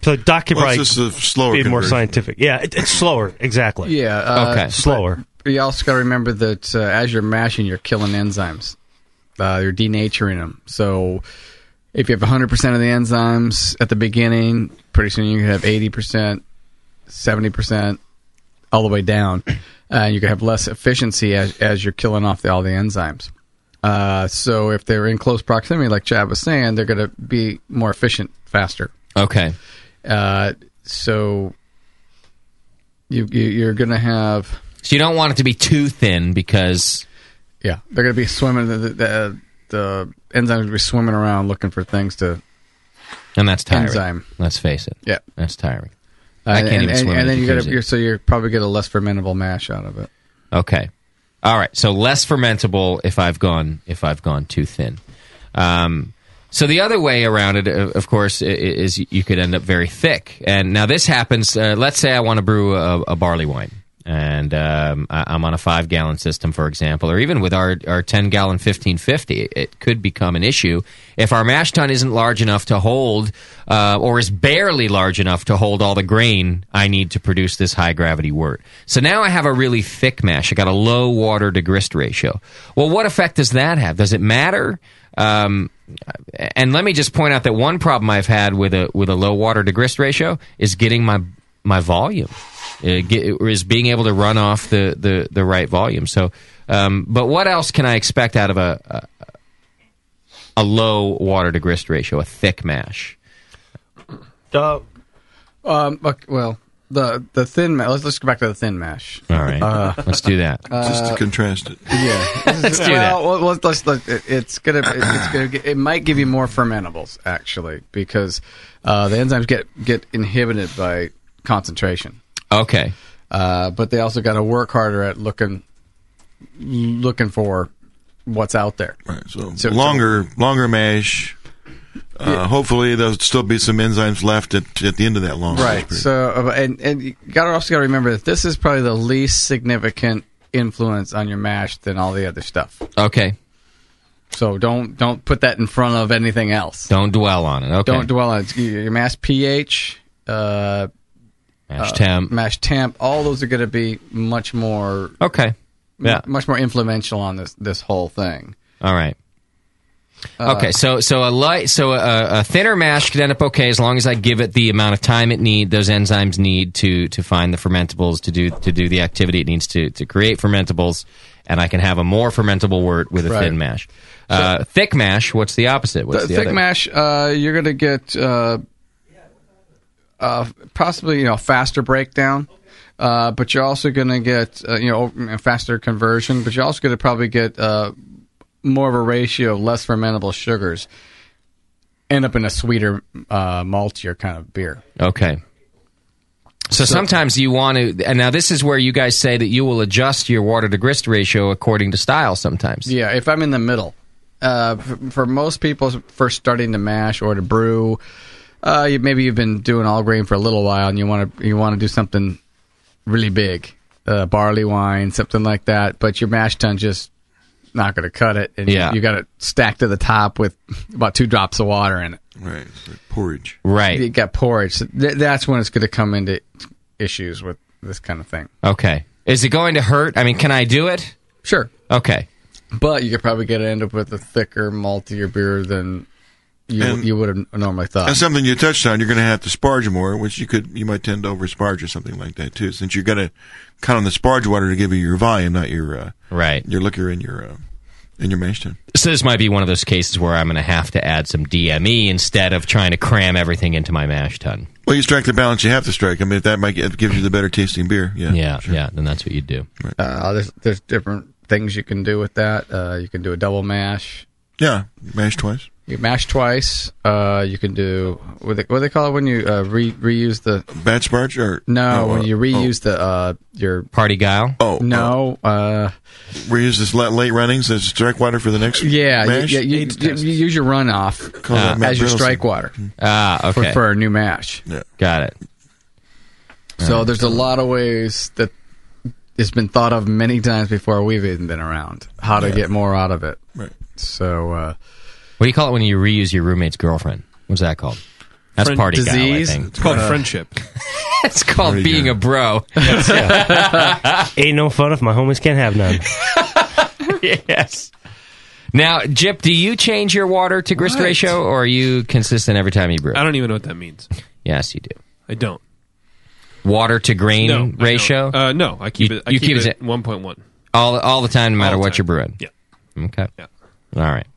[SPEAKER 13] So Doc could
[SPEAKER 10] Well, it's
[SPEAKER 13] probably
[SPEAKER 10] just a slower
[SPEAKER 13] be more
[SPEAKER 10] conversion.
[SPEAKER 13] scientific. Yeah, it, it's slower. Exactly.
[SPEAKER 10] Yeah. Uh,
[SPEAKER 13] okay.
[SPEAKER 10] but-
[SPEAKER 13] Slower.
[SPEAKER 10] But you also got to remember that uh, as you're mashing, you're killing enzymes. Uh, you're denaturing them. So if you have 100% of the enzymes at the beginning, pretty soon you can have 80%, 70%, all the way down. Uh, And you can have less efficiency as, as you're killing off the, all the enzymes. Uh, so if they're in close proximity, like Chad was saying, they're going to be more efficient faster.
[SPEAKER 8] Okay.
[SPEAKER 10] Uh, so Uh, You, you you're gonna have.
[SPEAKER 8] So you don't want it to be too thin because
[SPEAKER 10] yeah, they're gonna be swimming. The the, the, the enzymes will be swimming around looking for things to.
[SPEAKER 8] And that's tiring.
[SPEAKER 10] Enzyme.
[SPEAKER 8] Let's face it.
[SPEAKER 10] Yeah, Uh,
[SPEAKER 8] that's tiring. I can't
[SPEAKER 10] and,
[SPEAKER 8] even
[SPEAKER 10] and,
[SPEAKER 8] swim.
[SPEAKER 10] And
[SPEAKER 8] in a
[SPEAKER 10] then you gotta
[SPEAKER 8] jacuzzi.
[SPEAKER 10] you're, so you're probably get a less fermentable mash out of it.
[SPEAKER 8] Okay. All right. So less fermentable if I've gone if I've gone too thin. Um, so the other way around it, uh, of course, i- i- is you could end up very thick. And now this happens. Uh, let's say I want to brew a, a barley wine, and um, I, I'm on a five gallon system, for example, or even with our our ten gallon fifteen fifty, it could become an issue if our mash tun isn't large enough to hold, uh, or is barely large enough to hold all the grain I need to produce this high gravity wort. So now I have a really thick mash. I got a low water to grist ratio. Well, what effect does that have? Does it matter? Um, and let me just point out that one problem I've had with a with a low water to grist ratio is getting my my volume, uh, get, or is being able to run off the the, the right volume. So, um, but what else can I expect out of a a, a low water to grist ratio, a thick mash?
[SPEAKER 10] Um. ok- Well, the the thin mash. Let's let's go back to the thin mash.
[SPEAKER 8] All right,
[SPEAKER 10] Uh,
[SPEAKER 8] let's do that.
[SPEAKER 14] Just to contrast it.
[SPEAKER 10] Yeah,
[SPEAKER 14] Let's do
[SPEAKER 10] well, well, let's, let's, let it- it's gonna it's gonna get, it might give you more fermentables actually because uh, the enzymes get get inhibited by concentration.
[SPEAKER 8] Okay,
[SPEAKER 10] uh, but they also got to work harder at looking looking for what's out there.
[SPEAKER 14] Right. So, longer, longer mash. Uh,
[SPEAKER 10] Yeah.
[SPEAKER 14] Hopefully, there'll still be some enzymes left at, at the end of that long.
[SPEAKER 10] right. So uh, and and you got also got to remember that this is probably the least significant influence on your mash than all the other stuff.
[SPEAKER 8] Okay,
[SPEAKER 10] So don't don't put that in front of anything else.
[SPEAKER 8] don't dwell on it. Okay,
[SPEAKER 10] Don't dwell on it. Your mass pH, uh,
[SPEAKER 8] Mash temp.
[SPEAKER 10] mash temp. All those are going to be much more
[SPEAKER 8] okay, Yeah.
[SPEAKER 10] much more influential on this this whole thing.
[SPEAKER 8] All right.
[SPEAKER 10] Uh,
[SPEAKER 8] okay, so so a light, so a, a thinner mash could end up okay as long as I give it the amount of time it need. Those enzymes need to to find the fermentables to do to do the activity it needs to to create fermentables, and I can have a more fermentable wort with a
[SPEAKER 10] Right.
[SPEAKER 8] thin mash. Uh, thick mash. What's the opposite? What's
[SPEAKER 10] the
[SPEAKER 8] the,
[SPEAKER 10] thick
[SPEAKER 8] other?
[SPEAKER 10] mash, uh, you're going to get uh, uh, possibly you know faster breakdown, uh, but you're also going to get uh, you know a faster conversion, but you're also going to probably get uh, more of a ratio of less fermentable sugars. End up in a sweeter, uh, maltier kind of beer.
[SPEAKER 8] Okay. So, sometimes you want to, and now this is where you guys say that you will adjust your water to grist ratio according to style. Sometimes.
[SPEAKER 10] Yeah, if I'm in the middle, uh, for, for most people first starting to mash or to brew, uh, you, maybe you've been doing all grain for a little while and you want to you want to do something really big, uh, barley wine, something like that. But your mash tun just not going to cut it, and you-
[SPEAKER 8] Yeah.
[SPEAKER 10] you, got it stacked to the top with about two drops of water in it.
[SPEAKER 14] Right. It's like porridge.
[SPEAKER 8] Right.
[SPEAKER 10] You got porridge. So th- that's when it's going to come into issues with this kind of thing.
[SPEAKER 8] Okay. Is it going to hurt? I mean, can I do it?
[SPEAKER 10] Sure.
[SPEAKER 8] Okay.
[SPEAKER 10] But you could probably get end up with a thicker, maltier beer than you
[SPEAKER 14] And-
[SPEAKER 10] you would have normally thought.
[SPEAKER 14] That's something you touched on. You're going to have to sparge more, which you could, you might tend to over sparge or something like that too, since you've got to count on the sparge water to give you your volume, not your uh,
[SPEAKER 8] right
[SPEAKER 14] your liquor in your uh, in your mash tun.
[SPEAKER 8] So this might be one of those cases where I'm going to have to add some DME instead of trying to cram everything into my mash tun.
[SPEAKER 14] Well, you strike the balance you have to strike. I mean, that might get, gives you the better tasting beer. Yeah.
[SPEAKER 8] Yeah, yeah. Then that's what you do.
[SPEAKER 10] Uh, there's there's different things you can do with that. Uh, you can do a double mash.
[SPEAKER 14] Yeah, mash twice.
[SPEAKER 10] You mash twice. Uh, you can do what they, what they call it when you uh, re, reuse the
[SPEAKER 14] batch barge or
[SPEAKER 10] no
[SPEAKER 14] oh,
[SPEAKER 10] when
[SPEAKER 14] uh,
[SPEAKER 10] you reuse the uh, your
[SPEAKER 8] party guile.
[SPEAKER 14] Oh
[SPEAKER 10] no. Uh,
[SPEAKER 14] reuse this la- late runnings as strike water for the next.
[SPEAKER 10] yeah, you,
[SPEAKER 14] mash?
[SPEAKER 10] yeah you, you, you use your runoff
[SPEAKER 14] Call that Matt
[SPEAKER 10] as your
[SPEAKER 14] Brittleson.
[SPEAKER 10] strike water
[SPEAKER 8] Ah,
[SPEAKER 10] for,
[SPEAKER 8] okay.
[SPEAKER 10] for a new mash.
[SPEAKER 14] Yeah.
[SPEAKER 8] Got it.
[SPEAKER 10] So there's a lot of ways that it's been thought of many times before we've even been around how to
[SPEAKER 8] Yeah.
[SPEAKER 10] get more out of it.
[SPEAKER 14] Right.
[SPEAKER 10] So uh,
[SPEAKER 8] What do you call it when you reuse your roommate's girlfriend? What's that called? That's
[SPEAKER 10] Friend-
[SPEAKER 8] party
[SPEAKER 10] disease?
[SPEAKER 8] guile. I think.
[SPEAKER 10] It's called Uh, friendship.
[SPEAKER 8] it's called
[SPEAKER 13] Party
[SPEAKER 8] being a bro.
[SPEAKER 13] Ain't no fun if my homies can't have none.
[SPEAKER 8] yes. Now, Jip, do you change your water to grist
[SPEAKER 12] What?
[SPEAKER 8] ratio, or are you consistent every time you brew?
[SPEAKER 10] Uh,
[SPEAKER 12] I don't even know what that means.
[SPEAKER 8] Yes, you do.
[SPEAKER 12] I don't.
[SPEAKER 8] Water to grain
[SPEAKER 12] No, I don't.
[SPEAKER 8] ratio.
[SPEAKER 12] Uh, no, I keep
[SPEAKER 8] You-
[SPEAKER 12] it. I
[SPEAKER 8] you
[SPEAKER 12] keep,
[SPEAKER 8] keep
[SPEAKER 12] it
[SPEAKER 8] it-
[SPEAKER 12] at one point one.
[SPEAKER 8] all all the time, no matter
[SPEAKER 12] All the
[SPEAKER 8] what
[SPEAKER 12] time.
[SPEAKER 8] you're brewing.
[SPEAKER 12] Yeah.
[SPEAKER 8] Okay. All right.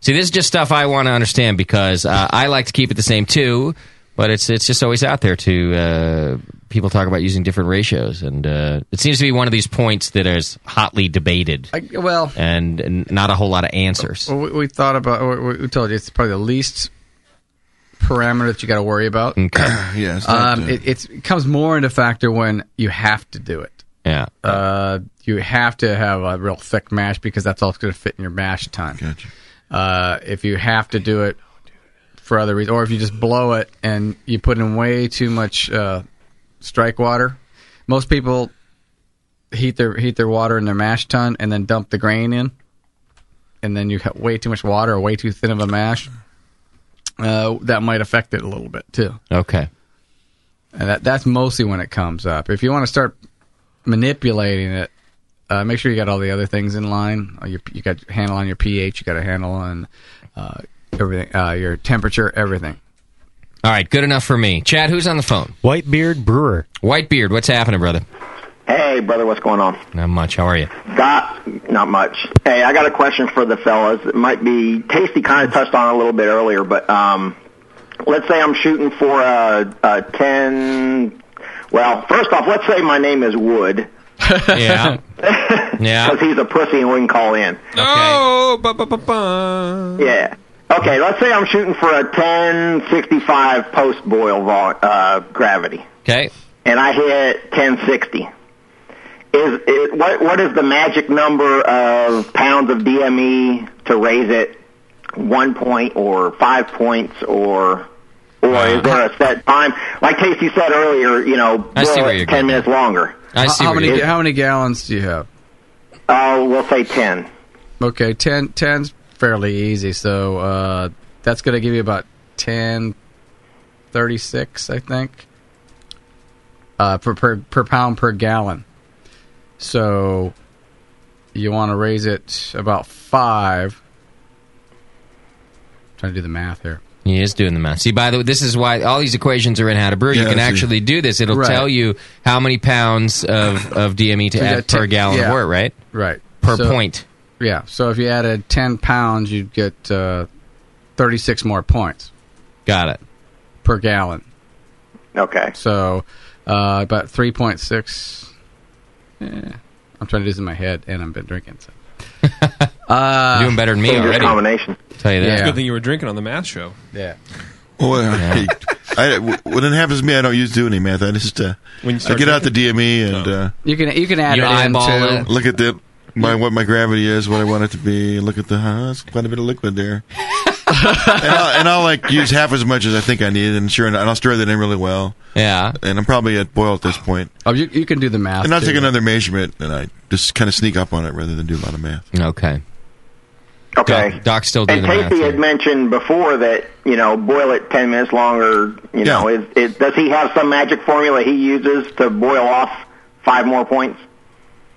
[SPEAKER 8] See, this is just stuff I want to understand because uh, I like to keep it the same too, But it's it's just always out there to uh, people talk about using different ratios, and uh, it seems to be one of these points that is hotly debated
[SPEAKER 10] I, well,
[SPEAKER 8] and, and not a whole lot of answers.
[SPEAKER 10] Well, we, we thought about. We, we told you it's probably the least parameter that you got to worry about.
[SPEAKER 14] yeah, it's not,
[SPEAKER 10] um,
[SPEAKER 14] uh,
[SPEAKER 10] it, it's, it comes more into factor when you have to do it.
[SPEAKER 8] Yeah.
[SPEAKER 10] Uh, you have to have a real thick mash because that's all it's going to fit in your mash time.
[SPEAKER 14] Gotcha.
[SPEAKER 10] Uh, if you have to do it for other reasons, or if you just blow it and you put in way too much uh, strike water, most people heat their heat their water in their mash tun and then dump the grain in, and then you have way too much water or way too thin of a mash. Uh, that might affect it a little bit too.
[SPEAKER 8] Okay.
[SPEAKER 10] And that that's mostly when it comes up. If you want to start manipulating it, uh, make sure you got all the other things in line. Uh, You, you got a handle on your pH. You got a handle on uh, everything. Uh, your temperature, everything.
[SPEAKER 8] All right, good enough for me. Chad, who's on the phone?
[SPEAKER 13] Whitebeard Brewer.
[SPEAKER 8] Whitebeard, what's happening, brother?
[SPEAKER 16] Hey, brother, what's going on?
[SPEAKER 8] Not much. How are you?
[SPEAKER 16] Got not much. Hey, I got a question for the fellas. It might be tasty, kind of touched on a little bit earlier, but um, let's say I'm shooting for a, a ten. Well, first off, let's say my name is Wood.
[SPEAKER 8] yeah. yeah.
[SPEAKER 16] Because he's a pussy and wouldn't call in.
[SPEAKER 12] Oh, ba ba ba ba.
[SPEAKER 16] Yeah. Okay, let's say I'm shooting for a 1065 post boil vol- uh, gravity.
[SPEAKER 8] Okay.
[SPEAKER 16] and I hit 1060. Is it, what what is the magic number of pounds of DME to raise it one point or five points or or is there a set time? Like Casey said earlier, you know,
[SPEAKER 10] I see
[SPEAKER 16] boil
[SPEAKER 10] where
[SPEAKER 16] it
[SPEAKER 10] you're
[SPEAKER 16] ten minutes longer.
[SPEAKER 10] How- how many how many gallons do you have?
[SPEAKER 16] Oh, we'll say ten.
[SPEAKER 10] Okay, 10, 10's fairly easy. So uh, that's going to give you about ten thirty six, I think, uh, per, per per pound per gallon. So you want to raise it about five. trying to do the math here.
[SPEAKER 8] He is doing the math. See, by the way, this is why all these equations are in How to Brew. you
[SPEAKER 10] Yeah,
[SPEAKER 8] can
[SPEAKER 10] I see.
[SPEAKER 8] actually do this. It'll
[SPEAKER 10] Right.
[SPEAKER 8] tell you how many pounds of, of DME to
[SPEAKER 10] So you
[SPEAKER 8] add
[SPEAKER 10] got
[SPEAKER 8] per
[SPEAKER 10] ten-
[SPEAKER 8] gallon
[SPEAKER 10] yeah.
[SPEAKER 8] of wort, right?
[SPEAKER 10] Right.
[SPEAKER 8] Per
[SPEAKER 10] So-
[SPEAKER 8] point.
[SPEAKER 10] Yeah. So if you added ten pounds, you'd get uh, thirty six more points.
[SPEAKER 8] Got it.
[SPEAKER 10] Per gallon.
[SPEAKER 16] Okay.
[SPEAKER 10] So uh, about three point six. Eh, I'm trying to do this in my head, and I've been drinking. So. uh,
[SPEAKER 8] You're doing better than me already. Tell you
[SPEAKER 12] It's a
[SPEAKER 8] that.
[SPEAKER 12] good thing you were drinking on the math show.
[SPEAKER 10] Yeah.
[SPEAKER 14] Well,
[SPEAKER 12] Yeah.
[SPEAKER 14] I, I- when it happens to me, I don't used to do any math. I just uh,
[SPEAKER 12] When you
[SPEAKER 14] I
[SPEAKER 12] start Oh.
[SPEAKER 14] get out the DME and uh,
[SPEAKER 10] You can you can add it in too.
[SPEAKER 14] look at the my what my gravity is, what I want it to be. Look at the huh, it's quite a bit of liquid there. and, I'll, and I'll like use half as much as I think I need, and sure, and I'll stir that in really well.
[SPEAKER 8] Yeah,
[SPEAKER 14] and I'm probably at boil at this point.
[SPEAKER 10] Oh, you, you can do the math.
[SPEAKER 14] And I'll
[SPEAKER 10] too.
[SPEAKER 14] take another measurement, and I just kind of sneak up on it rather than do a lot of math.
[SPEAKER 8] Okay.
[SPEAKER 16] Okay.
[SPEAKER 8] Doc, Doc's still doing
[SPEAKER 16] And
[SPEAKER 8] the math.
[SPEAKER 16] Casey had mentioned before that you know boil it ten minutes longer. You know, is, is does he have some magic formula he uses to boil off five more points?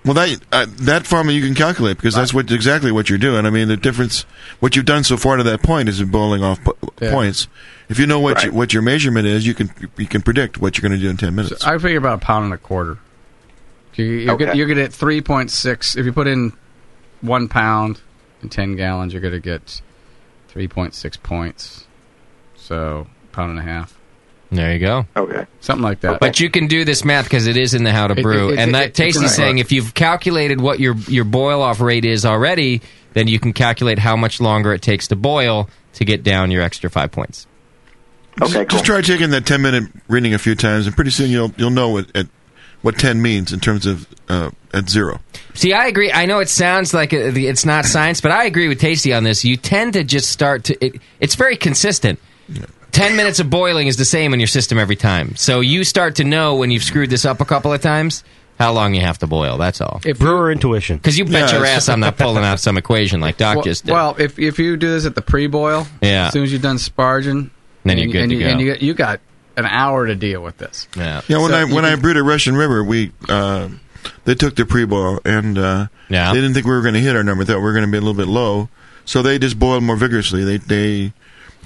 [SPEAKER 14] Well, that uh, that formula you can calculate because that's what exactly what you're doing. I mean, the difference what you've done so far to that point is bowling off po-
[SPEAKER 10] Yeah.
[SPEAKER 14] points. If you know what you, what your measurement is, you can you can predict what you're going to do in ten minutes.
[SPEAKER 10] I figure about a pound and a quarter. You, you're,
[SPEAKER 14] Okay.
[SPEAKER 10] gonna, you're gonna get three point six. If you put in one pound and ten gallons, you're gonna get three point six points. So pound and a half.
[SPEAKER 8] There you go.
[SPEAKER 16] Okay.
[SPEAKER 10] Something like that.
[SPEAKER 8] But you can do this math because it is in the how to
[SPEAKER 10] It-
[SPEAKER 8] brew.
[SPEAKER 10] it- it-
[SPEAKER 8] and
[SPEAKER 10] it-
[SPEAKER 8] that
[SPEAKER 10] it's
[SPEAKER 8] Tasty's
[SPEAKER 10] right.
[SPEAKER 8] saying if you've calculated what your your boil off rate is already, then you can calculate how much longer it takes to boil to get down your extra five points.
[SPEAKER 16] Okay,
[SPEAKER 14] Just try taking that ten minute reading a few times, and pretty soon you'll you'll know what at, what ten means in terms of uh, at zero.
[SPEAKER 8] See, I agree. I know it sounds like it- it's not science, but I agree with Tasty on this. You tend to just start to. It, it's very consistent. Ten minutes of boiling is the same in your system every time, so you start to know when you've screwed this up a couple of times how long you have to boil. That's all.
[SPEAKER 13] Brewer intuition.
[SPEAKER 8] Because you bet your ass I'm not pulling out some equation like Doc
[SPEAKER 10] well,
[SPEAKER 8] just did.
[SPEAKER 10] well, if if you do this at the pre-boil,
[SPEAKER 8] Yeah.
[SPEAKER 10] as soon as you've done sparging,
[SPEAKER 8] Then you're
[SPEAKER 10] and-
[SPEAKER 8] good
[SPEAKER 10] and
[SPEAKER 8] to
[SPEAKER 10] you,
[SPEAKER 8] go.
[SPEAKER 10] And you, got- you got an hour to deal with this.
[SPEAKER 8] Yeah.
[SPEAKER 14] Yeah, when
[SPEAKER 10] So
[SPEAKER 14] I
[SPEAKER 10] you
[SPEAKER 14] when I
[SPEAKER 10] can-
[SPEAKER 14] brewed at Russian River, we uh, they took the pre boil and uh,
[SPEAKER 8] yeah.
[SPEAKER 14] they didn't think we were going to hit our number. They Thought we were going to be a little bit low, so they just boiled more vigorously. They they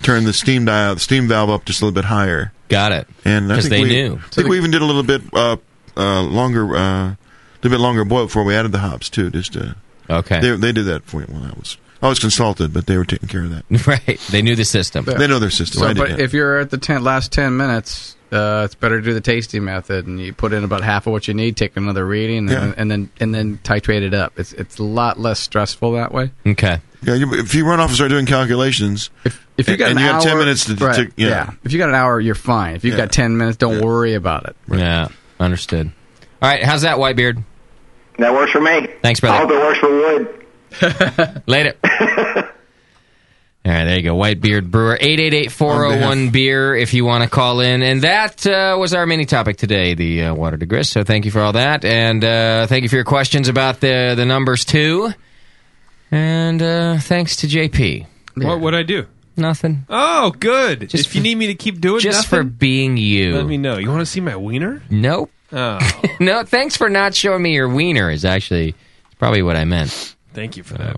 [SPEAKER 14] turned the steam dial steam valve up just a little bit higher.
[SPEAKER 8] Got it.
[SPEAKER 14] And I
[SPEAKER 8] 'Cause
[SPEAKER 14] think
[SPEAKER 8] they
[SPEAKER 14] we,
[SPEAKER 8] knew.
[SPEAKER 14] I think we even did a little bit uh, uh, longer, uh, a little bit longer boil before we added the hops too. Just to,
[SPEAKER 8] okay,
[SPEAKER 14] they they did that for you. Well, I was I was consulted, but they were taking care of that.
[SPEAKER 8] Right. They knew the system.
[SPEAKER 14] They know their system.
[SPEAKER 10] So,
[SPEAKER 14] I
[SPEAKER 10] but
[SPEAKER 14] didn't.
[SPEAKER 10] if you're at the ten, last ten minutes, uh, it's better to do the tasty method, and you put in about half of what you need, take another reading, and,
[SPEAKER 14] Yeah.
[SPEAKER 10] and then and then titrate it up. It's it's a lot less stressful that way.
[SPEAKER 8] Okay.
[SPEAKER 14] Yeah, you, if you run off and start doing calculations,
[SPEAKER 10] if, if you got
[SPEAKER 14] and
[SPEAKER 10] an
[SPEAKER 14] you
[SPEAKER 10] hour,
[SPEAKER 14] have ten minutes to, to-
[SPEAKER 10] right,
[SPEAKER 14] yeah.
[SPEAKER 10] If you got an hour, you're fine. If you've
[SPEAKER 14] Yeah.
[SPEAKER 10] got ten minutes, don't worry about it.
[SPEAKER 8] Yeah. Understood. All right. How's that, Whitebeard?
[SPEAKER 16] That works for me.
[SPEAKER 8] Thanks,
[SPEAKER 16] I
[SPEAKER 8] brother.
[SPEAKER 16] hope it works for Wood.
[SPEAKER 8] Later. All right, there you go. Whitebeard Brewer, 888-401-BEER if you want to call in. And that uh, was our mini topic today, the uh, water to grist. So thank you for all that. And uh, thank you for your questions about the, the numbers, too. And uh, thanks to JP.
[SPEAKER 12] What would I do?
[SPEAKER 8] Nothing.
[SPEAKER 12] Oh, good. if you need me to keep doing
[SPEAKER 8] Just for
[SPEAKER 12] nothing,
[SPEAKER 8] being you.
[SPEAKER 12] let me know. You want to see my wiener?
[SPEAKER 8] Nope.
[SPEAKER 12] Oh,
[SPEAKER 8] no, thanks for not showing me your wiener is actually probably what I meant.
[SPEAKER 12] thank you for that.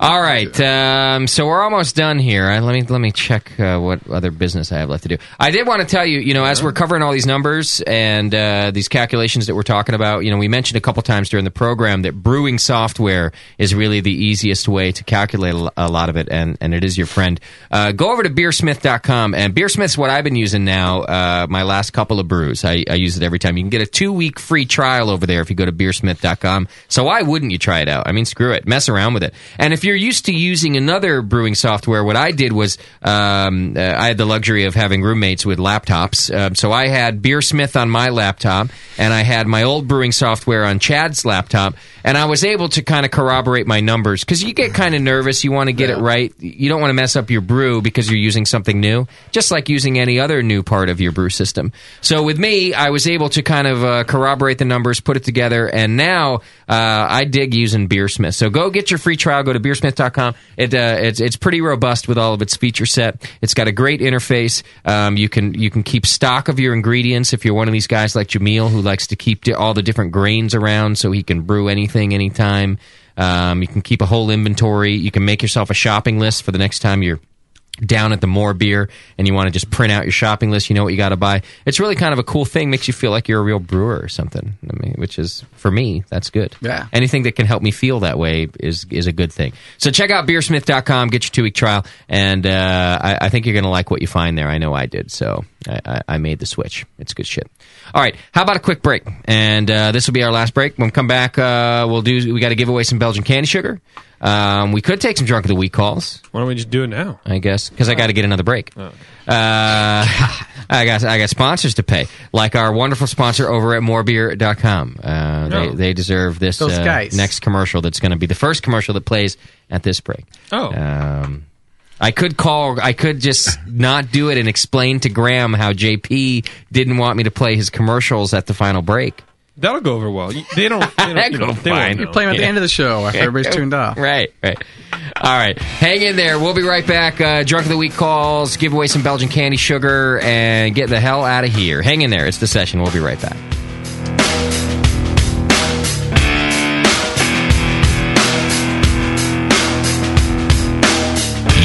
[SPEAKER 8] All right, um, so we're almost done here. Uh, let me let me check uh, what other business I have left to do. I did want to tell you, you know, as we're covering all these numbers and uh, these calculations that we're talking about, you know, we mentioned a couple times during the program that brewing software is really the easiest way to calculate a lo- a lot of it, and and it is your friend. Uh, go over to beersmith.com, and beersmith's what I've been using now. Uh, my last couple of brews, I, I use it every time. You can get a two week free trial over there if you go to beersmith.com. So why wouldn't you try it out? I mean, screw it, mess around with it. And if you're used to using another brewing software, what I did was um, uh, I had the luxury of having roommates with laptops, um, so I had Beersmith on my laptop, and I had my old brewing software on Chad's laptop, and I was able to kind of corroborate my numbers because you get kind of nervous. You want to get it right. You don't want to mess up your brew because you're using something new, just like using any other new part of your brew system. So with me, I was able to kind of uh, corroborate the numbers, put it together, and now uh, I dig using Beersmith. So go get your free trial. Go to beersmith.com. It, uh, it's it's pretty robust with all of its feature set. It's got a great interface. Um, you can you can keep stock of your ingredients if you're one of these guys like Jamil who likes to keep di- all the different grains around so he can brew anything anytime. Um, you can keep a whole inventory. You can make yourself a shopping list for the next time you're down at the more beer and you want to just print out your shopping list you know what you got to buy it's really kind of a cool thing makes you feel like you're a real brewer or something i mean which is for me that's good
[SPEAKER 10] Yeah.
[SPEAKER 8] anything that can help me feel that way is is a good thing so check out beersmith.com get your two week trial and uh, I, I think you're gonna like what you find there i know i did so I, I, I made the switch it's good shit all right how about a quick break and uh, this will be our last break when we come back uh, we'll do we got to give away some belgian candy sugar um, we could take some drunk of the week calls
[SPEAKER 12] Why don't we just do it now? Oh.
[SPEAKER 8] I guess because I got to get another break. Uh, I got I got sponsors to pay, like our wonderful sponsor over at morebeer.com. Uh, they,
[SPEAKER 12] Oh.
[SPEAKER 8] they deserve this
[SPEAKER 10] Those
[SPEAKER 8] uh,
[SPEAKER 10] guys.
[SPEAKER 8] next commercial that's going to be the first commercial that plays at this break.
[SPEAKER 12] Oh.
[SPEAKER 8] Um, I could call. I could just not do it and explain to Graham how JP didn't want me to play his commercials at the final break.
[SPEAKER 12] That'll go over well. You- They don't. They don't you
[SPEAKER 8] That'll
[SPEAKER 12] know,
[SPEAKER 8] go
[SPEAKER 12] they won't
[SPEAKER 8] fine.
[SPEAKER 12] know.
[SPEAKER 10] You play them at the
[SPEAKER 8] Yeah.
[SPEAKER 10] end of the show after everybody's tuned off.
[SPEAKER 8] Right, right. All right. Hang in there. We'll be right back. Uh, Drunk of the Week calls, give away some Belgian candy sugar, and get the hell out of here. Hang in there. It's the session. We'll be right back.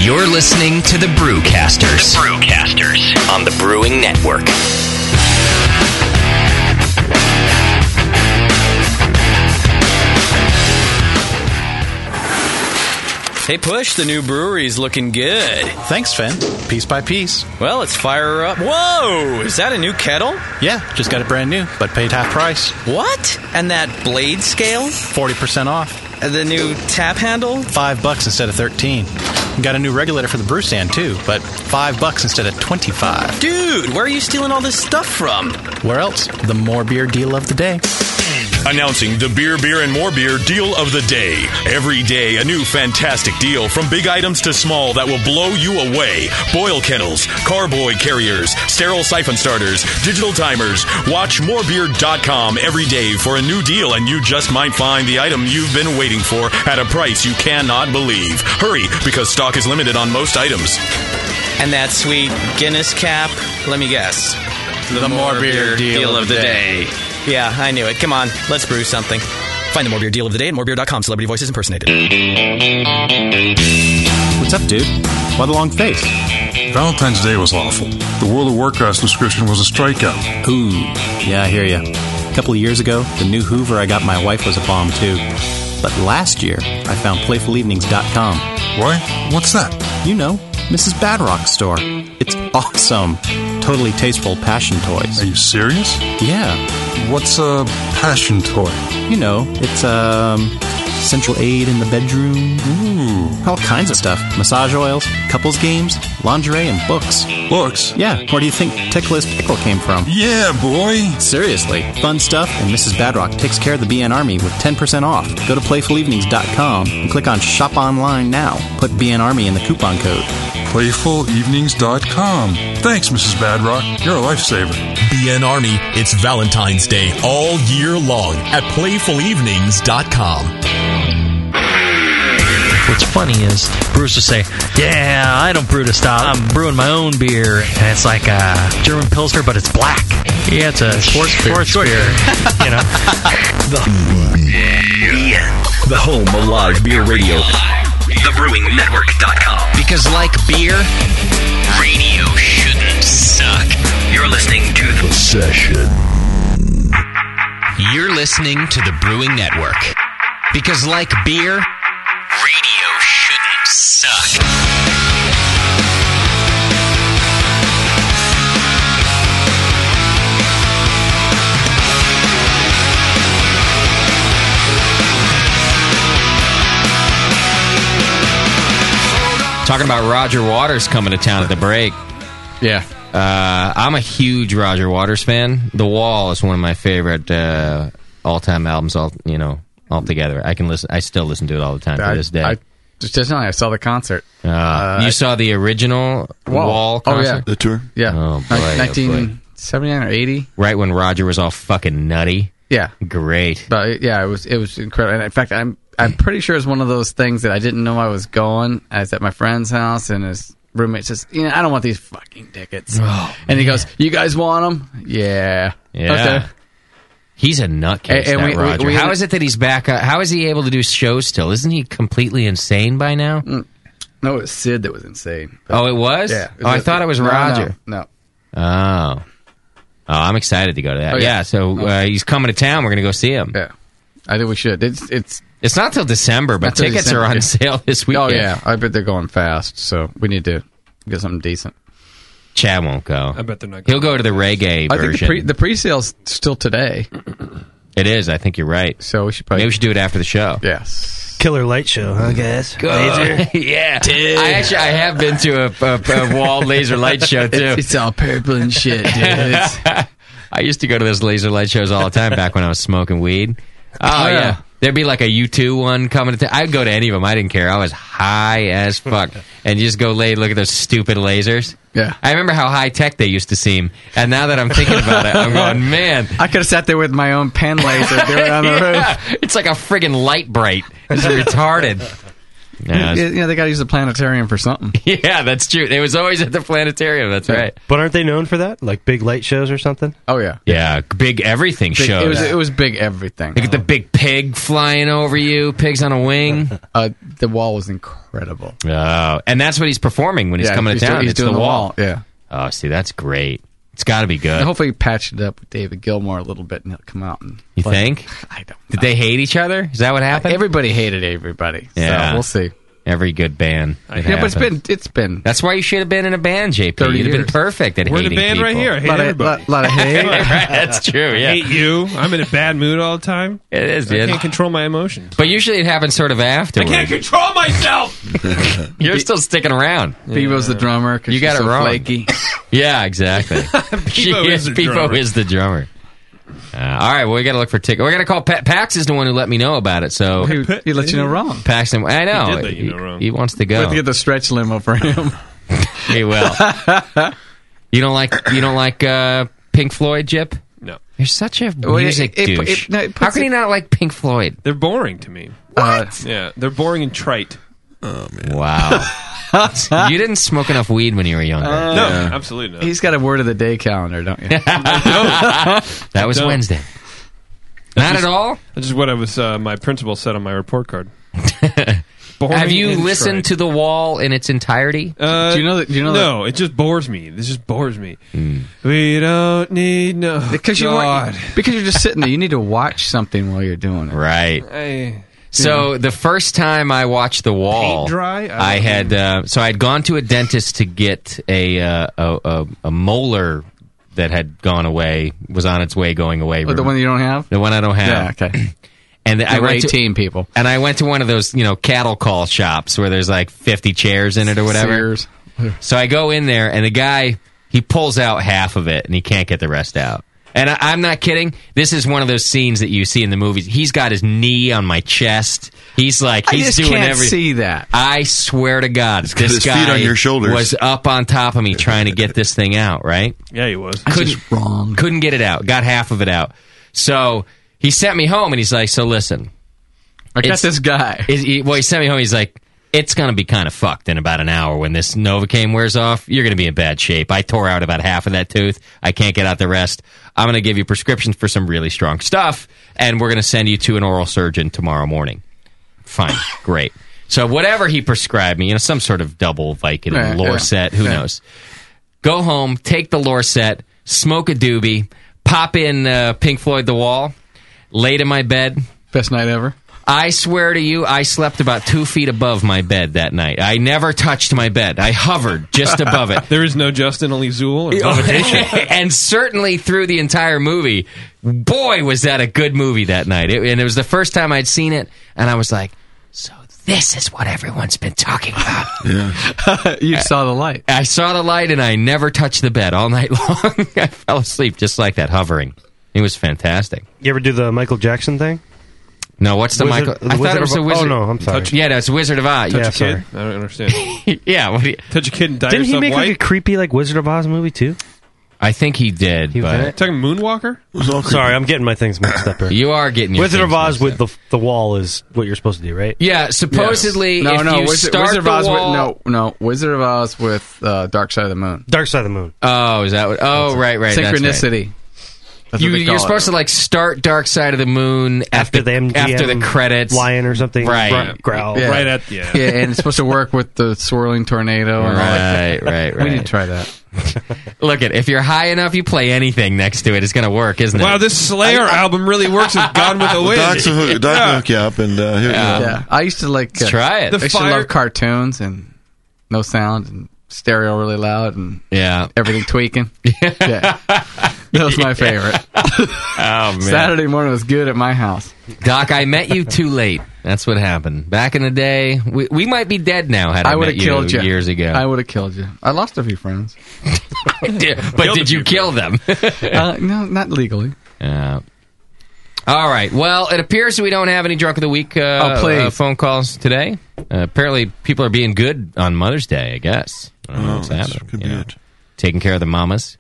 [SPEAKER 15] You're listening to the Brewcasters. The Brewcasters on the Brewing Network.
[SPEAKER 21] Hey, Push, the new brewery's looking good. Thanks, Finn. Piece by piece. Well, let's fire her up. Whoa! Is that a new kettle?
[SPEAKER 1] Yeah, just got it brand new, but paid half price.
[SPEAKER 21] What? And that blade scale?
[SPEAKER 1] 40% off.
[SPEAKER 21] The new tap handle?
[SPEAKER 1] Five bucks instead of 13. Got a new regulator for the brew stand too, but five bucks instead of 25.
[SPEAKER 21] Dude, where are you stealing all this stuff from?
[SPEAKER 1] Where else? The more beer deal of the day.
[SPEAKER 22] Announcing the Beer, Beer, and More Beer deal of the day. Every day, a new fantastic deal from big items to small that will blow you away. Boil kennels, carboy carriers, sterile siphon starters, digital timers. Watch morebeer.com every day for a new deal, and you just might find the item you've been waiting for at a price you cannot believe. Hurry, because stock is limited on most items.
[SPEAKER 21] And that sweet Guinness cap? Let me guess. The,
[SPEAKER 1] more beer deal of the day.
[SPEAKER 21] Yeah, I knew it. Come on, let's brew something. Find the More Beer deal of the day at morebeer.com. Celebrity voices impersonated.
[SPEAKER 1] What's up, dude? Why the long face?
[SPEAKER 19] Valentine's Day was awful. The World of Warcraft subscription was a strikeout.
[SPEAKER 1] Ooh, yeah, I hear ya. A couple of years ago, the new Hoover I got my wife was a bomb too.
[SPEAKER 21] But last year, I found PlayfulEvenings.com. What? What's that? You know, Mrs. Badrock's store. It's awesome. Totally tasteful passion toys. Are you serious? Yeah. What's a passion toy? You know, it's um central aid in the bedroom. Ooh. All kinds of stuff. Massage oils, couples games, lingerie, and books. Books? Yeah. Where do you think Ticklish Pickle came from? Yeah, boy. Seriously. Fun stuff, and Mrs. Badrock takes care of the BN Army with 10% off. Go to playfulevenings.com and click on Shop Online Now. Put BN Army in the coupon code.
[SPEAKER 28] PlayfulEvenings.com. Thanks, Mrs. Badrock. You're a lifesaver.
[SPEAKER 22] BN Army, it's Valentine's Day all year long at PlayfulEvenings.com.
[SPEAKER 29] What's funny is Bruce would say, "Yeah, I don't brew to style. I'm brewing my own beer, and it's like uh, a German Pilsner, but it's black. Yeah, it's a sports beer. Sports beer. you know,
[SPEAKER 30] The home of live beer radio. TheBrewingNetwork.com.
[SPEAKER 15] Because, like beer, radio shouldn't suck. You're listening to The Session. You're listening to The Brewing Network. Because, like beer, radio shouldn't suck.
[SPEAKER 8] Talking about Roger Waters coming to town at the break. Yeah. Uh, I'm a huge Roger Waters fan. The Wall is one of my favorite uh, all-time albums. All you know, altogether. I can listen. I still listen to it all the time
[SPEAKER 10] I-
[SPEAKER 8] to this day.
[SPEAKER 10] I, just just now, I saw the concert.
[SPEAKER 8] uh, you saw the original Wall,
[SPEAKER 10] Wall. Oh, yeah.
[SPEAKER 8] concert?
[SPEAKER 10] The
[SPEAKER 31] tour.
[SPEAKER 10] Yeah.
[SPEAKER 8] Oh boy, oh, boy.
[SPEAKER 10] 1979 or 80.
[SPEAKER 8] Right when Roger was all fucking nutty.
[SPEAKER 10] Yeah.
[SPEAKER 8] Great.
[SPEAKER 10] But yeah, it was it was incredible. And in fact, I'm I'm pretty sure it's one of those things that I didn't know I was going. I was at my friend's house, and his roommate says, "You know, I don't want these fucking tickets."
[SPEAKER 8] Oh,
[SPEAKER 10] and he goes, "You guys want them? Yeah,
[SPEAKER 8] Yeah.
[SPEAKER 10] Okay.
[SPEAKER 8] He's a nutcase,
[SPEAKER 10] And- and
[SPEAKER 8] that
[SPEAKER 10] we- we-
[SPEAKER 8] Roger.
[SPEAKER 10] we-
[SPEAKER 8] how is it that he's back? Uh, how is he able to do shows still? Isn't he completely insane by now?
[SPEAKER 10] Mm. No, it was Sid that was insane.
[SPEAKER 8] Oh, it was?
[SPEAKER 10] Yeah.
[SPEAKER 8] Oh, I thought it was
[SPEAKER 10] No, no,
[SPEAKER 8] Roger.
[SPEAKER 10] No.
[SPEAKER 8] Oh. Oh, I'm excited to go to that.
[SPEAKER 10] Oh,
[SPEAKER 8] yeah.
[SPEAKER 10] yeah.
[SPEAKER 8] so
[SPEAKER 10] Oh.
[SPEAKER 8] uh, he's coming to town. We're going to go see him.
[SPEAKER 10] Yeah. I think we should. It's it's
[SPEAKER 8] it's not till December, but
[SPEAKER 10] Not till
[SPEAKER 8] tickets
[SPEAKER 10] December.
[SPEAKER 8] are on sale this weekend.
[SPEAKER 10] Oh yeah, I bet they're going fast. So we need to get something decent.
[SPEAKER 8] Chad won't go.
[SPEAKER 10] I bet they're not
[SPEAKER 8] He'll go to the reggae
[SPEAKER 10] I think the,
[SPEAKER 8] version.
[SPEAKER 10] pre, the pre-sales still today.
[SPEAKER 8] it is. I think you're right.
[SPEAKER 10] So we should probably
[SPEAKER 8] maybe we should do it after the show.
[SPEAKER 10] Yes.
[SPEAKER 13] Killer light show, huh, guys?
[SPEAKER 8] Laser. yeah. I actually I have been to a, a, a wall laser light show too.
[SPEAKER 10] It's, it's all purple and shit, dude. It's-
[SPEAKER 8] I used to go to those laser light shows all the time back when I was smoking weed. Oh,
[SPEAKER 10] Oh,
[SPEAKER 8] yeah.
[SPEAKER 10] yeah.
[SPEAKER 8] There'd be like a U2 one coming. To I'd go to any of them. I didn't care. I was high as fuck. and you just go lay, look at those stupid lasers.
[SPEAKER 10] Yeah.
[SPEAKER 8] I remember how high tech they used to seem. And now that I'm thinking about it, I'm going, man.
[SPEAKER 10] I could have sat there with my own pen laser doing it on the
[SPEAKER 8] Yeah.
[SPEAKER 10] roof.
[SPEAKER 8] It's like a friggin' light bright. It's retarded. Yeah,
[SPEAKER 10] Yeah,
[SPEAKER 8] it's-
[SPEAKER 10] you know, they got to use the planetarium for something.
[SPEAKER 8] yeah, that's true. It was always at the planetarium. That's right.
[SPEAKER 13] But aren't they known for that? Like big light shows or something?
[SPEAKER 10] Oh yeah.
[SPEAKER 8] Yeah, big everything
[SPEAKER 10] Big-
[SPEAKER 8] shows.
[SPEAKER 10] It was it was big everything.
[SPEAKER 8] Look at the big pig flying over you. Pigs on a wing.
[SPEAKER 10] Uh, the wall was incredible.
[SPEAKER 8] Oh, and that's what he's performing when he's
[SPEAKER 10] Yeah,
[SPEAKER 8] coming
[SPEAKER 10] he's
[SPEAKER 8] to town.
[SPEAKER 10] doing- he's
[SPEAKER 8] it's
[SPEAKER 10] doing
[SPEAKER 8] the
[SPEAKER 10] the
[SPEAKER 8] wall.
[SPEAKER 10] wall, yeah.
[SPEAKER 8] Oh, see, that's great. It's got to be good.
[SPEAKER 10] And hopefully, he patched it up with David Gilmour a little bit, and he'll come out. And
[SPEAKER 8] you
[SPEAKER 10] play.
[SPEAKER 8] think? I don't. Did they hate each other? Is that what happened?
[SPEAKER 10] Everybody hated everybody.
[SPEAKER 8] Yeah,
[SPEAKER 10] so we'll see.
[SPEAKER 8] Every good band.
[SPEAKER 10] Yeah, but it's been it's been.
[SPEAKER 8] That's why you should have been in a band, JP. You'd
[SPEAKER 10] 30
[SPEAKER 8] have been
[SPEAKER 10] years.
[SPEAKER 8] perfect at
[SPEAKER 10] We're the
[SPEAKER 8] hating
[SPEAKER 10] band right
[SPEAKER 8] people.
[SPEAKER 10] here. I hate Lot of- everybody. lot- lot of hate.
[SPEAKER 8] Right, that's true. Yeah.
[SPEAKER 12] I hate you. I'm in a bad mood all the time.
[SPEAKER 8] It is,
[SPEAKER 12] I
[SPEAKER 8] dude.
[SPEAKER 12] can't control my emotions.
[SPEAKER 8] But usually it happens sort of
[SPEAKER 12] I
[SPEAKER 8] afterwards.
[SPEAKER 12] can't control myself.
[SPEAKER 8] You're still sticking around.
[SPEAKER 10] Bebo's the drummer. 'cause
[SPEAKER 8] You got
[SPEAKER 10] she's
[SPEAKER 8] it
[SPEAKER 10] so
[SPEAKER 8] wrong.
[SPEAKER 10] Flaky.
[SPEAKER 8] Yeah, exactly. she
[SPEAKER 10] is the
[SPEAKER 8] Bebo
[SPEAKER 10] drummer.
[SPEAKER 8] is the drummer. Uh, all right, well, we got to look for tickets. We're going to call Pat. Pax is the one who let me know about it. So
[SPEAKER 10] He- he let you know wrong.
[SPEAKER 8] Paxton, I know.
[SPEAKER 10] He did let you know
[SPEAKER 8] He-
[SPEAKER 10] wrong.
[SPEAKER 8] He wants to
[SPEAKER 10] We have
[SPEAKER 8] go.
[SPEAKER 10] to get the stretch limo for him.
[SPEAKER 8] he will. you don't like you don't like uh, Pink Floyd, Jip? No. You're such a
[SPEAKER 12] Well, it-
[SPEAKER 8] music
[SPEAKER 12] it- it-
[SPEAKER 8] douche.
[SPEAKER 12] no, it
[SPEAKER 8] How
[SPEAKER 12] puts
[SPEAKER 8] can
[SPEAKER 12] it-
[SPEAKER 8] you not like Pink Floyd?
[SPEAKER 12] They're boring to me. yeah, they're boring and trite.
[SPEAKER 8] Uh,
[SPEAKER 31] Oh man.
[SPEAKER 8] Wow. you didn't smoke enough weed when you were younger.
[SPEAKER 12] no, absolutely not.
[SPEAKER 10] Uh, He's got a word of the day calendar, don't you?
[SPEAKER 8] that was
[SPEAKER 12] Don't.
[SPEAKER 8] Wednesday. Not
[SPEAKER 12] That's
[SPEAKER 8] at
[SPEAKER 12] just-
[SPEAKER 8] all.
[SPEAKER 12] That's just what I was. Uh, my principal said on my report card. Boring
[SPEAKER 8] Have you
[SPEAKER 12] and
[SPEAKER 8] listened
[SPEAKER 12] trite.
[SPEAKER 8] to The Wall in its entirety?
[SPEAKER 12] Uh,
[SPEAKER 8] do you know that? Do you know
[SPEAKER 12] no, it just bores me. This just bores me.
[SPEAKER 8] Hmm.
[SPEAKER 12] We don't need no
[SPEAKER 10] because you want, because you're just sitting there. You need to watch something while you're doing it.
[SPEAKER 8] Right.
[SPEAKER 12] I,
[SPEAKER 8] So the first time I watched The Wall,
[SPEAKER 12] Paint dry?
[SPEAKER 8] I, had uh, so I had gone to a dentist to get a uh, a, a, a molar that had gone away was on its way going away.
[SPEAKER 10] Oh, the one you don't have?
[SPEAKER 8] The one I don't have.
[SPEAKER 10] Yeah, okay.
[SPEAKER 8] And then I
[SPEAKER 10] Number
[SPEAKER 8] went
[SPEAKER 10] 18,
[SPEAKER 8] to, people. And I went to one of those, you know, cattle call shops where there's like 50 chairs in it or whatever.
[SPEAKER 10] Sears.
[SPEAKER 8] So I go in there, and the guy he pulls out half of it, and he can't get the rest out. And I, I'm not kidding. This is one of those scenes that you see in the movies. He's got his knee on my chest. He's like
[SPEAKER 10] I
[SPEAKER 8] he's
[SPEAKER 10] just
[SPEAKER 8] doing
[SPEAKER 10] can't
[SPEAKER 8] every-
[SPEAKER 10] see that.
[SPEAKER 8] I swear to God,
[SPEAKER 10] got
[SPEAKER 8] this
[SPEAKER 10] his
[SPEAKER 8] guy
[SPEAKER 10] feet on your shoulders.
[SPEAKER 8] was up on top of me trying to get this thing out. Right?
[SPEAKER 12] Yeah, he was.
[SPEAKER 8] couldn't
[SPEAKER 10] wrong.
[SPEAKER 8] Couldn't get it out. Got half of it out. So he sent me home, and he's like, "So listen,
[SPEAKER 10] I got this guy."
[SPEAKER 8] well, he sent me home. He's like, "It's gonna be kind of fucked in about an hour when this Novocaine wears off. You're gonna be in bad shape. I tore out about half of that tooth. I can't get out the rest. I'm gonna give you prescriptions for some really strong stuff, and we're gonna send you to an oral surgeon tomorrow morning." Fine, great. So whatever he prescribed me, you know, some sort of double Vicodin,
[SPEAKER 32] Yeah, yeah.
[SPEAKER 8] Lorset, who
[SPEAKER 32] Yeah.
[SPEAKER 8] knows? go home, take the lore set, smoke a doobie, pop in uh, Pink Floyd The Wall, laid in my bed.
[SPEAKER 10] Best night ever.
[SPEAKER 8] I swear to you, I slept about two feet above my bed that night. I never touched my bed. I hovered just above it.
[SPEAKER 12] There is no Justin Alizoul or Levitation.
[SPEAKER 8] and certainly through the entire movie, boy, was that a good movie that night. It, and it was the first time I'd seen it, and I was like, so this is what everyone's been talking about.
[SPEAKER 10] Yeah. you saw the light.
[SPEAKER 8] I saw the light and I never touched the bed all night long. I fell asleep just like that, hovering. It was fantastic.
[SPEAKER 13] You ever do the Michael Jackson thing?
[SPEAKER 8] No, what's the
[SPEAKER 13] Wizard-
[SPEAKER 8] Michael?
[SPEAKER 13] the
[SPEAKER 8] I thought
[SPEAKER 13] Wizard
[SPEAKER 8] it was
[SPEAKER 13] of-
[SPEAKER 8] the Wizard.
[SPEAKER 13] oh, no, I'm sorry.
[SPEAKER 8] yeah, that's Wizard of Oz.
[SPEAKER 13] Touch a Yeah, kid?
[SPEAKER 12] I don't understand.
[SPEAKER 8] yeah, what do you,
[SPEAKER 12] touch a kid and dye
[SPEAKER 13] Didn't he
[SPEAKER 12] yourself
[SPEAKER 13] make
[SPEAKER 12] white.
[SPEAKER 13] like a creepy like Wizard of Oz movie too?
[SPEAKER 8] I think he did.
[SPEAKER 13] was in
[SPEAKER 8] but
[SPEAKER 13] it?
[SPEAKER 12] Talking Moonwalker.
[SPEAKER 13] Sorry, I'm getting my things mixed up here.
[SPEAKER 8] You are getting your
[SPEAKER 13] Wizard of
[SPEAKER 8] things
[SPEAKER 13] Oz with the the wall is what you're supposed to do, right?
[SPEAKER 8] Yeah, supposedly
[SPEAKER 10] no,
[SPEAKER 8] if
[SPEAKER 10] no,
[SPEAKER 8] you
[SPEAKER 10] Wizard,
[SPEAKER 8] start
[SPEAKER 10] Wizard of
[SPEAKER 8] the
[SPEAKER 10] Oz
[SPEAKER 8] wall-
[SPEAKER 10] with no, no, Wizard of Oz with uh, Dark Side of the Moon.
[SPEAKER 13] Dark Side of the Moon.
[SPEAKER 8] Oh, is that what? Oh, right, right. that's right.
[SPEAKER 10] Synchronicity. That's what
[SPEAKER 8] you,
[SPEAKER 10] they call
[SPEAKER 8] you're
[SPEAKER 10] it.
[SPEAKER 8] supposed to like start Dark Side of the Moon after, the after the credits,
[SPEAKER 13] lion or something,
[SPEAKER 8] right?
[SPEAKER 13] grunt, growl,
[SPEAKER 10] Yeah.
[SPEAKER 13] yeah.
[SPEAKER 10] yeah, and it's supposed to work with the swirling tornado. And all that.
[SPEAKER 8] Right, right,
[SPEAKER 10] We need
[SPEAKER 8] right.
[SPEAKER 10] to try that.
[SPEAKER 8] Look at if you're high enough, you play anything next to it. It's gonna work, isn't it?
[SPEAKER 12] Wow, this Slayer album really works with Gone with the Wind.
[SPEAKER 14] Ah, Doc's a hook, Doc's a hook you up, and uh, here
[SPEAKER 8] Yeah.
[SPEAKER 14] you go.
[SPEAKER 10] Yeah, I used to like
[SPEAKER 8] Let's try it.
[SPEAKER 10] I
[SPEAKER 8] The
[SPEAKER 10] used to
[SPEAKER 8] fire-
[SPEAKER 10] love cartoons and no sound and stereo really loud and
[SPEAKER 8] yeah,
[SPEAKER 10] everything tweaking. yeah, that was my favorite.
[SPEAKER 8] Oh man.
[SPEAKER 10] Saturday morning was good at my house.
[SPEAKER 8] Doc, I met you too late. That's what happened. Back in the day, we, we might be dead now had I,
[SPEAKER 10] I would
[SPEAKER 8] met
[SPEAKER 10] have killed you
[SPEAKER 8] years ago.
[SPEAKER 10] I would have killed you. I lost a few friends.
[SPEAKER 8] did, but did you kill them?
[SPEAKER 10] uh, no, not legally.
[SPEAKER 8] Yeah. All right. Well, it appears we don't have any drunk of the week uh,
[SPEAKER 10] Oh, please.
[SPEAKER 8] uh, phone calls today. Uh, apparently, people are being good on Mother's Day. I guess. I don't know what's happening. you know, Taking care of the mamas.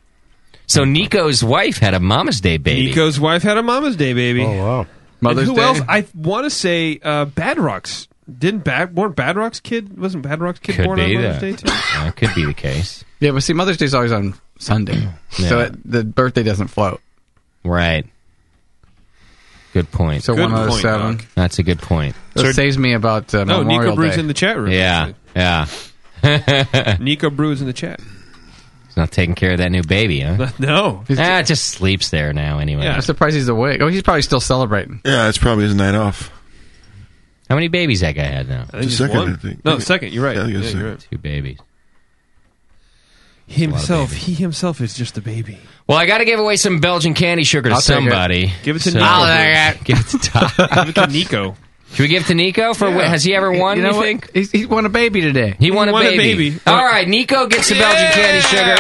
[SPEAKER 8] So Nico's wife had a Mama's Day baby.
[SPEAKER 12] Nico's wife had a Mama's Day baby. Oh
[SPEAKER 13] wow,
[SPEAKER 8] Mother's
[SPEAKER 12] and who
[SPEAKER 8] Day?
[SPEAKER 12] else? I want to say uh, Bad Rocks. Didn't Bad weren't Bad Rocks kid? Wasn't Bad Rocks kid
[SPEAKER 8] Could
[SPEAKER 12] born
[SPEAKER 8] be
[SPEAKER 12] on Mother's
[SPEAKER 8] that.
[SPEAKER 12] Day? Too?
[SPEAKER 8] That could be the case.
[SPEAKER 10] Yeah, but see, Mother's Day's always on Sunday, so
[SPEAKER 8] Yeah.
[SPEAKER 10] it, the birthday doesn't float.
[SPEAKER 8] Right. Good point.
[SPEAKER 10] So Good one out of point, seven. Doc.
[SPEAKER 8] That's a good point.
[SPEAKER 10] So it saves me about
[SPEAKER 8] Oh,
[SPEAKER 10] uh,
[SPEAKER 12] No,
[SPEAKER 10] Memorial
[SPEAKER 12] Nico Brew's
[SPEAKER 10] Day.
[SPEAKER 12] in the chat room.
[SPEAKER 8] Yeah. Yeah.
[SPEAKER 12] Nico Brew's in the chat.
[SPEAKER 8] He's not taking care of that new baby, huh?
[SPEAKER 12] No.
[SPEAKER 8] Ah, it just sleeps there now anyway.
[SPEAKER 10] I'm surprised he's awake. Oh, he's probably still celebrating.
[SPEAKER 14] Yeah, it's probably his night off.
[SPEAKER 8] How many babies that guy had
[SPEAKER 12] I
[SPEAKER 8] now?
[SPEAKER 12] think
[SPEAKER 14] The
[SPEAKER 12] it's
[SPEAKER 14] second,
[SPEAKER 12] one.
[SPEAKER 14] I think.
[SPEAKER 12] No, second. You're right.
[SPEAKER 14] Yeah, I
[SPEAKER 12] Yeah,
[SPEAKER 14] think it's
[SPEAKER 12] you're right.
[SPEAKER 8] Two babies.
[SPEAKER 12] Himself. He himself is just a baby.
[SPEAKER 8] Well, I got to give away some Belgian candy sugar to
[SPEAKER 12] I'll take it.
[SPEAKER 8] somebody. Oh,
[SPEAKER 12] Give it to Nico.
[SPEAKER 8] I'll take it. Give it to Doc.
[SPEAKER 12] Look at Nico.
[SPEAKER 8] Should we give it to Nico for
[SPEAKER 10] Yeah.
[SPEAKER 8] wh- has he ever
[SPEAKER 10] You
[SPEAKER 8] won?
[SPEAKER 10] know
[SPEAKER 8] you
[SPEAKER 10] what?
[SPEAKER 8] think
[SPEAKER 10] He's, he won a baby today?
[SPEAKER 8] he won, a,
[SPEAKER 10] won a
[SPEAKER 8] baby.
[SPEAKER 10] baby.
[SPEAKER 8] All right, Nico gets the Belgian candy sugar.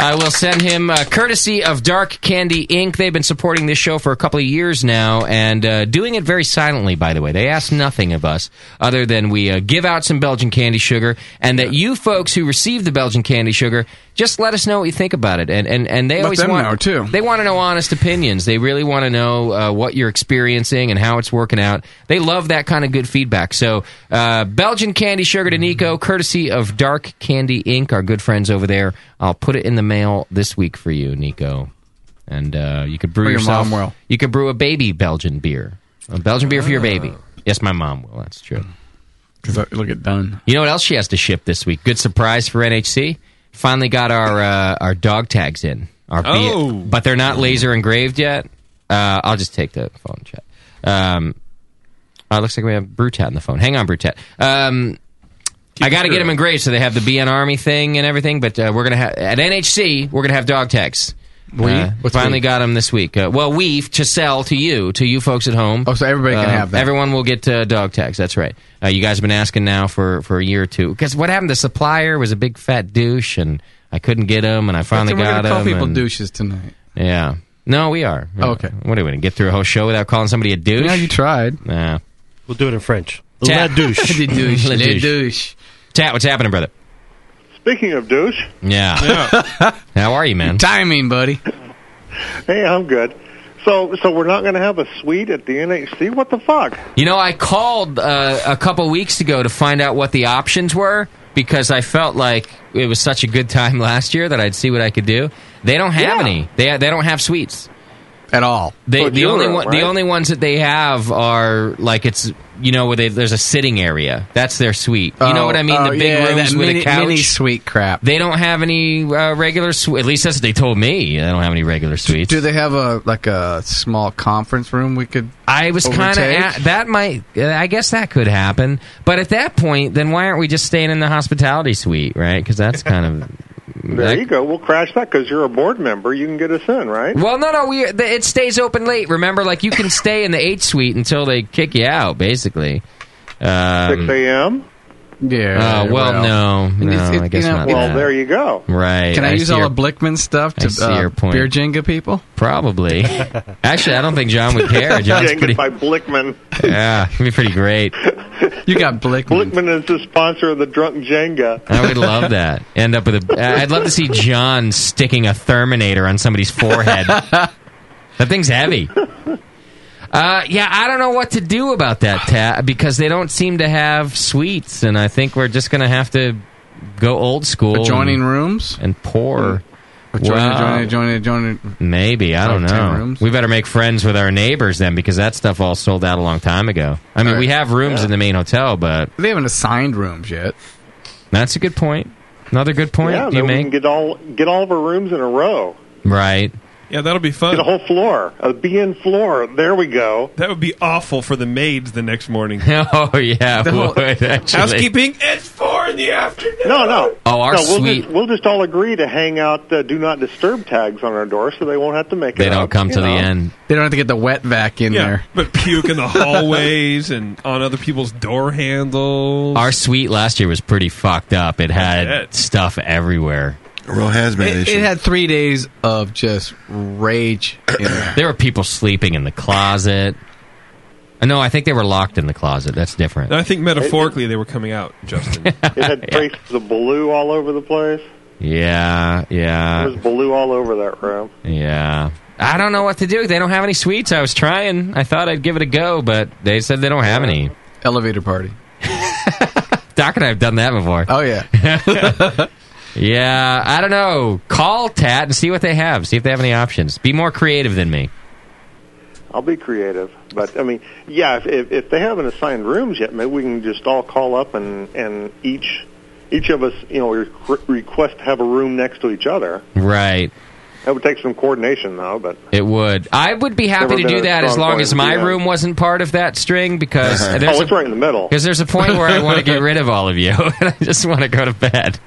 [SPEAKER 8] I will send him uh, courtesy of Dark Candy Inc. They've been supporting this show for a couple of years now and uh, doing it very silently, by the way. They ask nothing of us other than we uh, give out some Belgian candy sugar and that you folks who receive the Belgian candy sugar just let us know what you think about it. And, and, and they
[SPEAKER 10] Let
[SPEAKER 8] always
[SPEAKER 10] them
[SPEAKER 8] want
[SPEAKER 10] know, too.
[SPEAKER 8] They want to know honest opinions. They really want to know uh, what you're experiencing and how it's working out. They love that kind of good feedback. So, uh, Belgian candy sugar to Nico, courtesy of Dark Candy Inc., our good friends over there. I'll put it in the mail this week for you, Nico. And uh, you could brew
[SPEAKER 10] Or your
[SPEAKER 8] yourself.
[SPEAKER 10] mom will.
[SPEAKER 8] You could brew a baby Belgian beer, a Belgian beer for your baby.
[SPEAKER 10] Ah.
[SPEAKER 8] Yes, my mom will. That's true.
[SPEAKER 10] look at done.
[SPEAKER 8] You know what else she has to ship this week? Good surprise for NHC. Finally got our uh, our dog tags in. Our be-
[SPEAKER 12] Oh.
[SPEAKER 8] but they're not laser engraved yet. Uh, I'll just take the phone chat. Um, Uh, looks like we have Brutat on the phone. Hang on, Brutat. Um, I got to get them engraved so they have the BN Army thing and everything. But uh, we're gonna have at NHC we're gonna have dog tags.
[SPEAKER 10] We?
[SPEAKER 8] Uh,
[SPEAKER 10] What's
[SPEAKER 8] finally
[SPEAKER 10] we?
[SPEAKER 8] got them this week. Uh, well, we to sell to you, to you folks at home. Oh, so
[SPEAKER 10] everybody can have that.
[SPEAKER 8] Everyone will get uh, dog tags. That's right. Uh, you guys have been asking now for for a year or two because what happened? The supplier was a big fat douche, and I couldn't get them, and I finally
[SPEAKER 10] we're
[SPEAKER 8] got
[SPEAKER 10] gonna
[SPEAKER 8] them.
[SPEAKER 10] call people
[SPEAKER 8] and-
[SPEAKER 10] douches tonight.
[SPEAKER 8] yeah. No, we are.
[SPEAKER 10] Oh, okay.
[SPEAKER 8] What are we going to get through a whole show without calling somebody a douche?
[SPEAKER 10] Yeah, you
[SPEAKER 8] tried. Nah.
[SPEAKER 13] We'll do it in French.
[SPEAKER 8] Tat-
[SPEAKER 13] La douche.
[SPEAKER 8] La douche. Tat, what's happening, brother?
[SPEAKER 32] Speaking of douche,
[SPEAKER 8] Yeah. How are you, man?
[SPEAKER 10] Timing, buddy.
[SPEAKER 32] hey, I'm good. So, so we're not going to have a suite at the NHC. What the fuck?
[SPEAKER 8] You know, I called uh, a couple weeks ago to find out what the options were because I felt like it was such a good time last year that I'd see what I could do. They don't have any. They they don't have suites
[SPEAKER 10] at all.
[SPEAKER 8] They,
[SPEAKER 10] Oh,
[SPEAKER 8] the only
[SPEAKER 10] Europe,
[SPEAKER 8] one,
[SPEAKER 10] right?
[SPEAKER 8] the only ones that they have are like it's you know where they, there's a sitting area. That's their suite. You know
[SPEAKER 10] Oh,
[SPEAKER 8] what I mean?
[SPEAKER 10] oh,
[SPEAKER 8] the big
[SPEAKER 10] yeah,
[SPEAKER 8] rooms
[SPEAKER 10] that
[SPEAKER 8] with
[SPEAKER 10] mini-
[SPEAKER 8] a couch.
[SPEAKER 10] mini suite crap.
[SPEAKER 8] They don't have any uh, regular suite. At least that's what they told me. They don't have any regular suites.
[SPEAKER 10] Do they have a like a small conference room we could?
[SPEAKER 8] I was kind of that might. uh, I guess that could happen. But at that point, then why aren't we just staying in the hospitality suite, right? Because that's kind of.
[SPEAKER 32] There you go. We'll crash that because you're a board member. You can get us in, right?
[SPEAKER 8] Well, no, no, we the, it stays open late. Remember, like you can stay in the H suite until they kick you out, basically. Um,
[SPEAKER 32] Six a.m.
[SPEAKER 10] Yeah.
[SPEAKER 8] Oh, well, no,
[SPEAKER 10] And it's-
[SPEAKER 8] no,
[SPEAKER 10] it-
[SPEAKER 8] I guess
[SPEAKER 10] you know,
[SPEAKER 8] not.
[SPEAKER 10] well,
[SPEAKER 8] that.
[SPEAKER 10] there
[SPEAKER 32] you go.
[SPEAKER 8] Right.
[SPEAKER 10] Can I, use
[SPEAKER 8] see
[SPEAKER 10] all
[SPEAKER 8] your-
[SPEAKER 10] the Blickman stuff
[SPEAKER 8] I
[SPEAKER 10] to
[SPEAKER 8] see
[SPEAKER 10] uh,
[SPEAKER 8] your point.
[SPEAKER 10] beer Jenga people?
[SPEAKER 8] Probably. Actually, I don't think John would care. John's
[SPEAKER 32] Jenga
[SPEAKER 8] pretty.
[SPEAKER 32] by Blickman.
[SPEAKER 8] Yeah, it'd be pretty great.
[SPEAKER 10] You got Blickman.
[SPEAKER 32] Blickman is the sponsor of the Drunk Jenga.
[SPEAKER 8] I would love that. End up with a. uh, I'd love to see John sticking a Terminator on somebody's forehead. that thing's heavy. Uh, yeah, I don't know what to do about that, Tat, because they don't seem to have suites, and I think we're just going to have to go old school.
[SPEAKER 10] Adjoining
[SPEAKER 8] and,
[SPEAKER 10] rooms
[SPEAKER 8] and pour.
[SPEAKER 10] Adjoining,
[SPEAKER 8] Wow.
[SPEAKER 10] adjoining, adjoining, adjoining.
[SPEAKER 8] Maybe I don't
[SPEAKER 10] Like 10
[SPEAKER 8] know.
[SPEAKER 10] rooms?
[SPEAKER 8] We better make friends with our neighbors then, because that stuff all sold out a long time ago. I mean,
[SPEAKER 10] All right.
[SPEAKER 8] we have rooms
[SPEAKER 10] Yeah.
[SPEAKER 8] in the main hotel, but
[SPEAKER 10] They haven't assigned rooms yet.
[SPEAKER 8] that's a good point. Another good point
[SPEAKER 32] yeah,
[SPEAKER 8] you
[SPEAKER 32] then we
[SPEAKER 8] make.
[SPEAKER 32] can get all get all of our rooms in a row.
[SPEAKER 8] Right.
[SPEAKER 32] Yeah, that'll be fun. Get a whole floor, a BN floor. There we go.
[SPEAKER 12] That would be awful for the maids the next morning.
[SPEAKER 8] oh yeah,
[SPEAKER 32] The whole-
[SPEAKER 8] would, actually.
[SPEAKER 12] housekeeping. It's four in the afternoon.
[SPEAKER 32] No, no.
[SPEAKER 8] Oh, our
[SPEAKER 32] no, we'll
[SPEAKER 8] suite-
[SPEAKER 32] Just, we'll just all agree to hang out uh, do not disturb tags on our door, so they won't have to make it. up, you know.
[SPEAKER 10] They don't have to get the wet vac in there.
[SPEAKER 12] But puke in the hallways and on other people's door handles.
[SPEAKER 8] Our suite last year was pretty fucked up. It had
[SPEAKER 12] bet.
[SPEAKER 8] stuff everywhere.
[SPEAKER 14] Real hazmat
[SPEAKER 10] It, it had three days of just rage in there.
[SPEAKER 8] There were people sleeping in the closet. Uh, No, I think they were locked in the closet. That's different.
[SPEAKER 12] No, I think metaphorically they were coming out, Justin.
[SPEAKER 32] It had traces of blue all over the place.
[SPEAKER 8] Yeah,
[SPEAKER 32] There's
[SPEAKER 8] yeah,
[SPEAKER 32] blue all over that room.
[SPEAKER 8] yeah. I don't know what to do. They don't have any suites. I was trying. I thought I'd give it a go, but they said they don't have any.
[SPEAKER 10] Elevator party.
[SPEAKER 8] Doc and I have done that before.
[SPEAKER 10] Oh yeah.
[SPEAKER 8] Yeah, I don't know. Call Tat and see what they have. See if they have any options. Be more creative than me.
[SPEAKER 32] I'll be creative, but I mean, yeah. If, if, if they haven't assigned rooms yet, maybe we can just all call up and and each each of us, you know, re- request to have a room next to each other.
[SPEAKER 8] Right.
[SPEAKER 32] That would take some coordination, though. But
[SPEAKER 8] It would. I would be happy
[SPEAKER 32] Never
[SPEAKER 8] to
[SPEAKER 32] been
[SPEAKER 8] do
[SPEAKER 32] a
[SPEAKER 8] that as
[SPEAKER 32] strong
[SPEAKER 8] long
[SPEAKER 32] point
[SPEAKER 8] as
[SPEAKER 32] of
[SPEAKER 8] my
[SPEAKER 32] view.
[SPEAKER 8] room wasn't part of that string because
[SPEAKER 32] Uh-huh.
[SPEAKER 8] there's
[SPEAKER 32] Oh,
[SPEAKER 8] a-
[SPEAKER 32] it's right in the middle.
[SPEAKER 8] Because there's a point where I want to get rid of all of you and I just want to go to bed.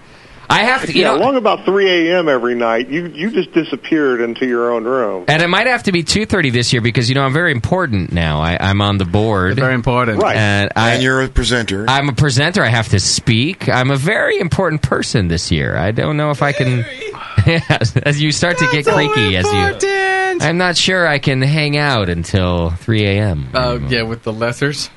[SPEAKER 8] I have to, you
[SPEAKER 32] yeah,
[SPEAKER 8] know,
[SPEAKER 32] long about three a.m. every night, you you just disappeared into your own room.
[SPEAKER 8] and it might have to be two thirty this year because you know I'm very important now. I, I'm on the board.
[SPEAKER 10] Very important.
[SPEAKER 32] Right.
[SPEAKER 8] And, I,
[SPEAKER 14] and you're a presenter.
[SPEAKER 8] I'm a presenter. I have to speak. I'm a very important person this year. I don't know if I can. Yes, as you start to get creaky, as you, I'm not sure I can hang out until 3 a.m.
[SPEAKER 10] Oh yeah, with the lessers.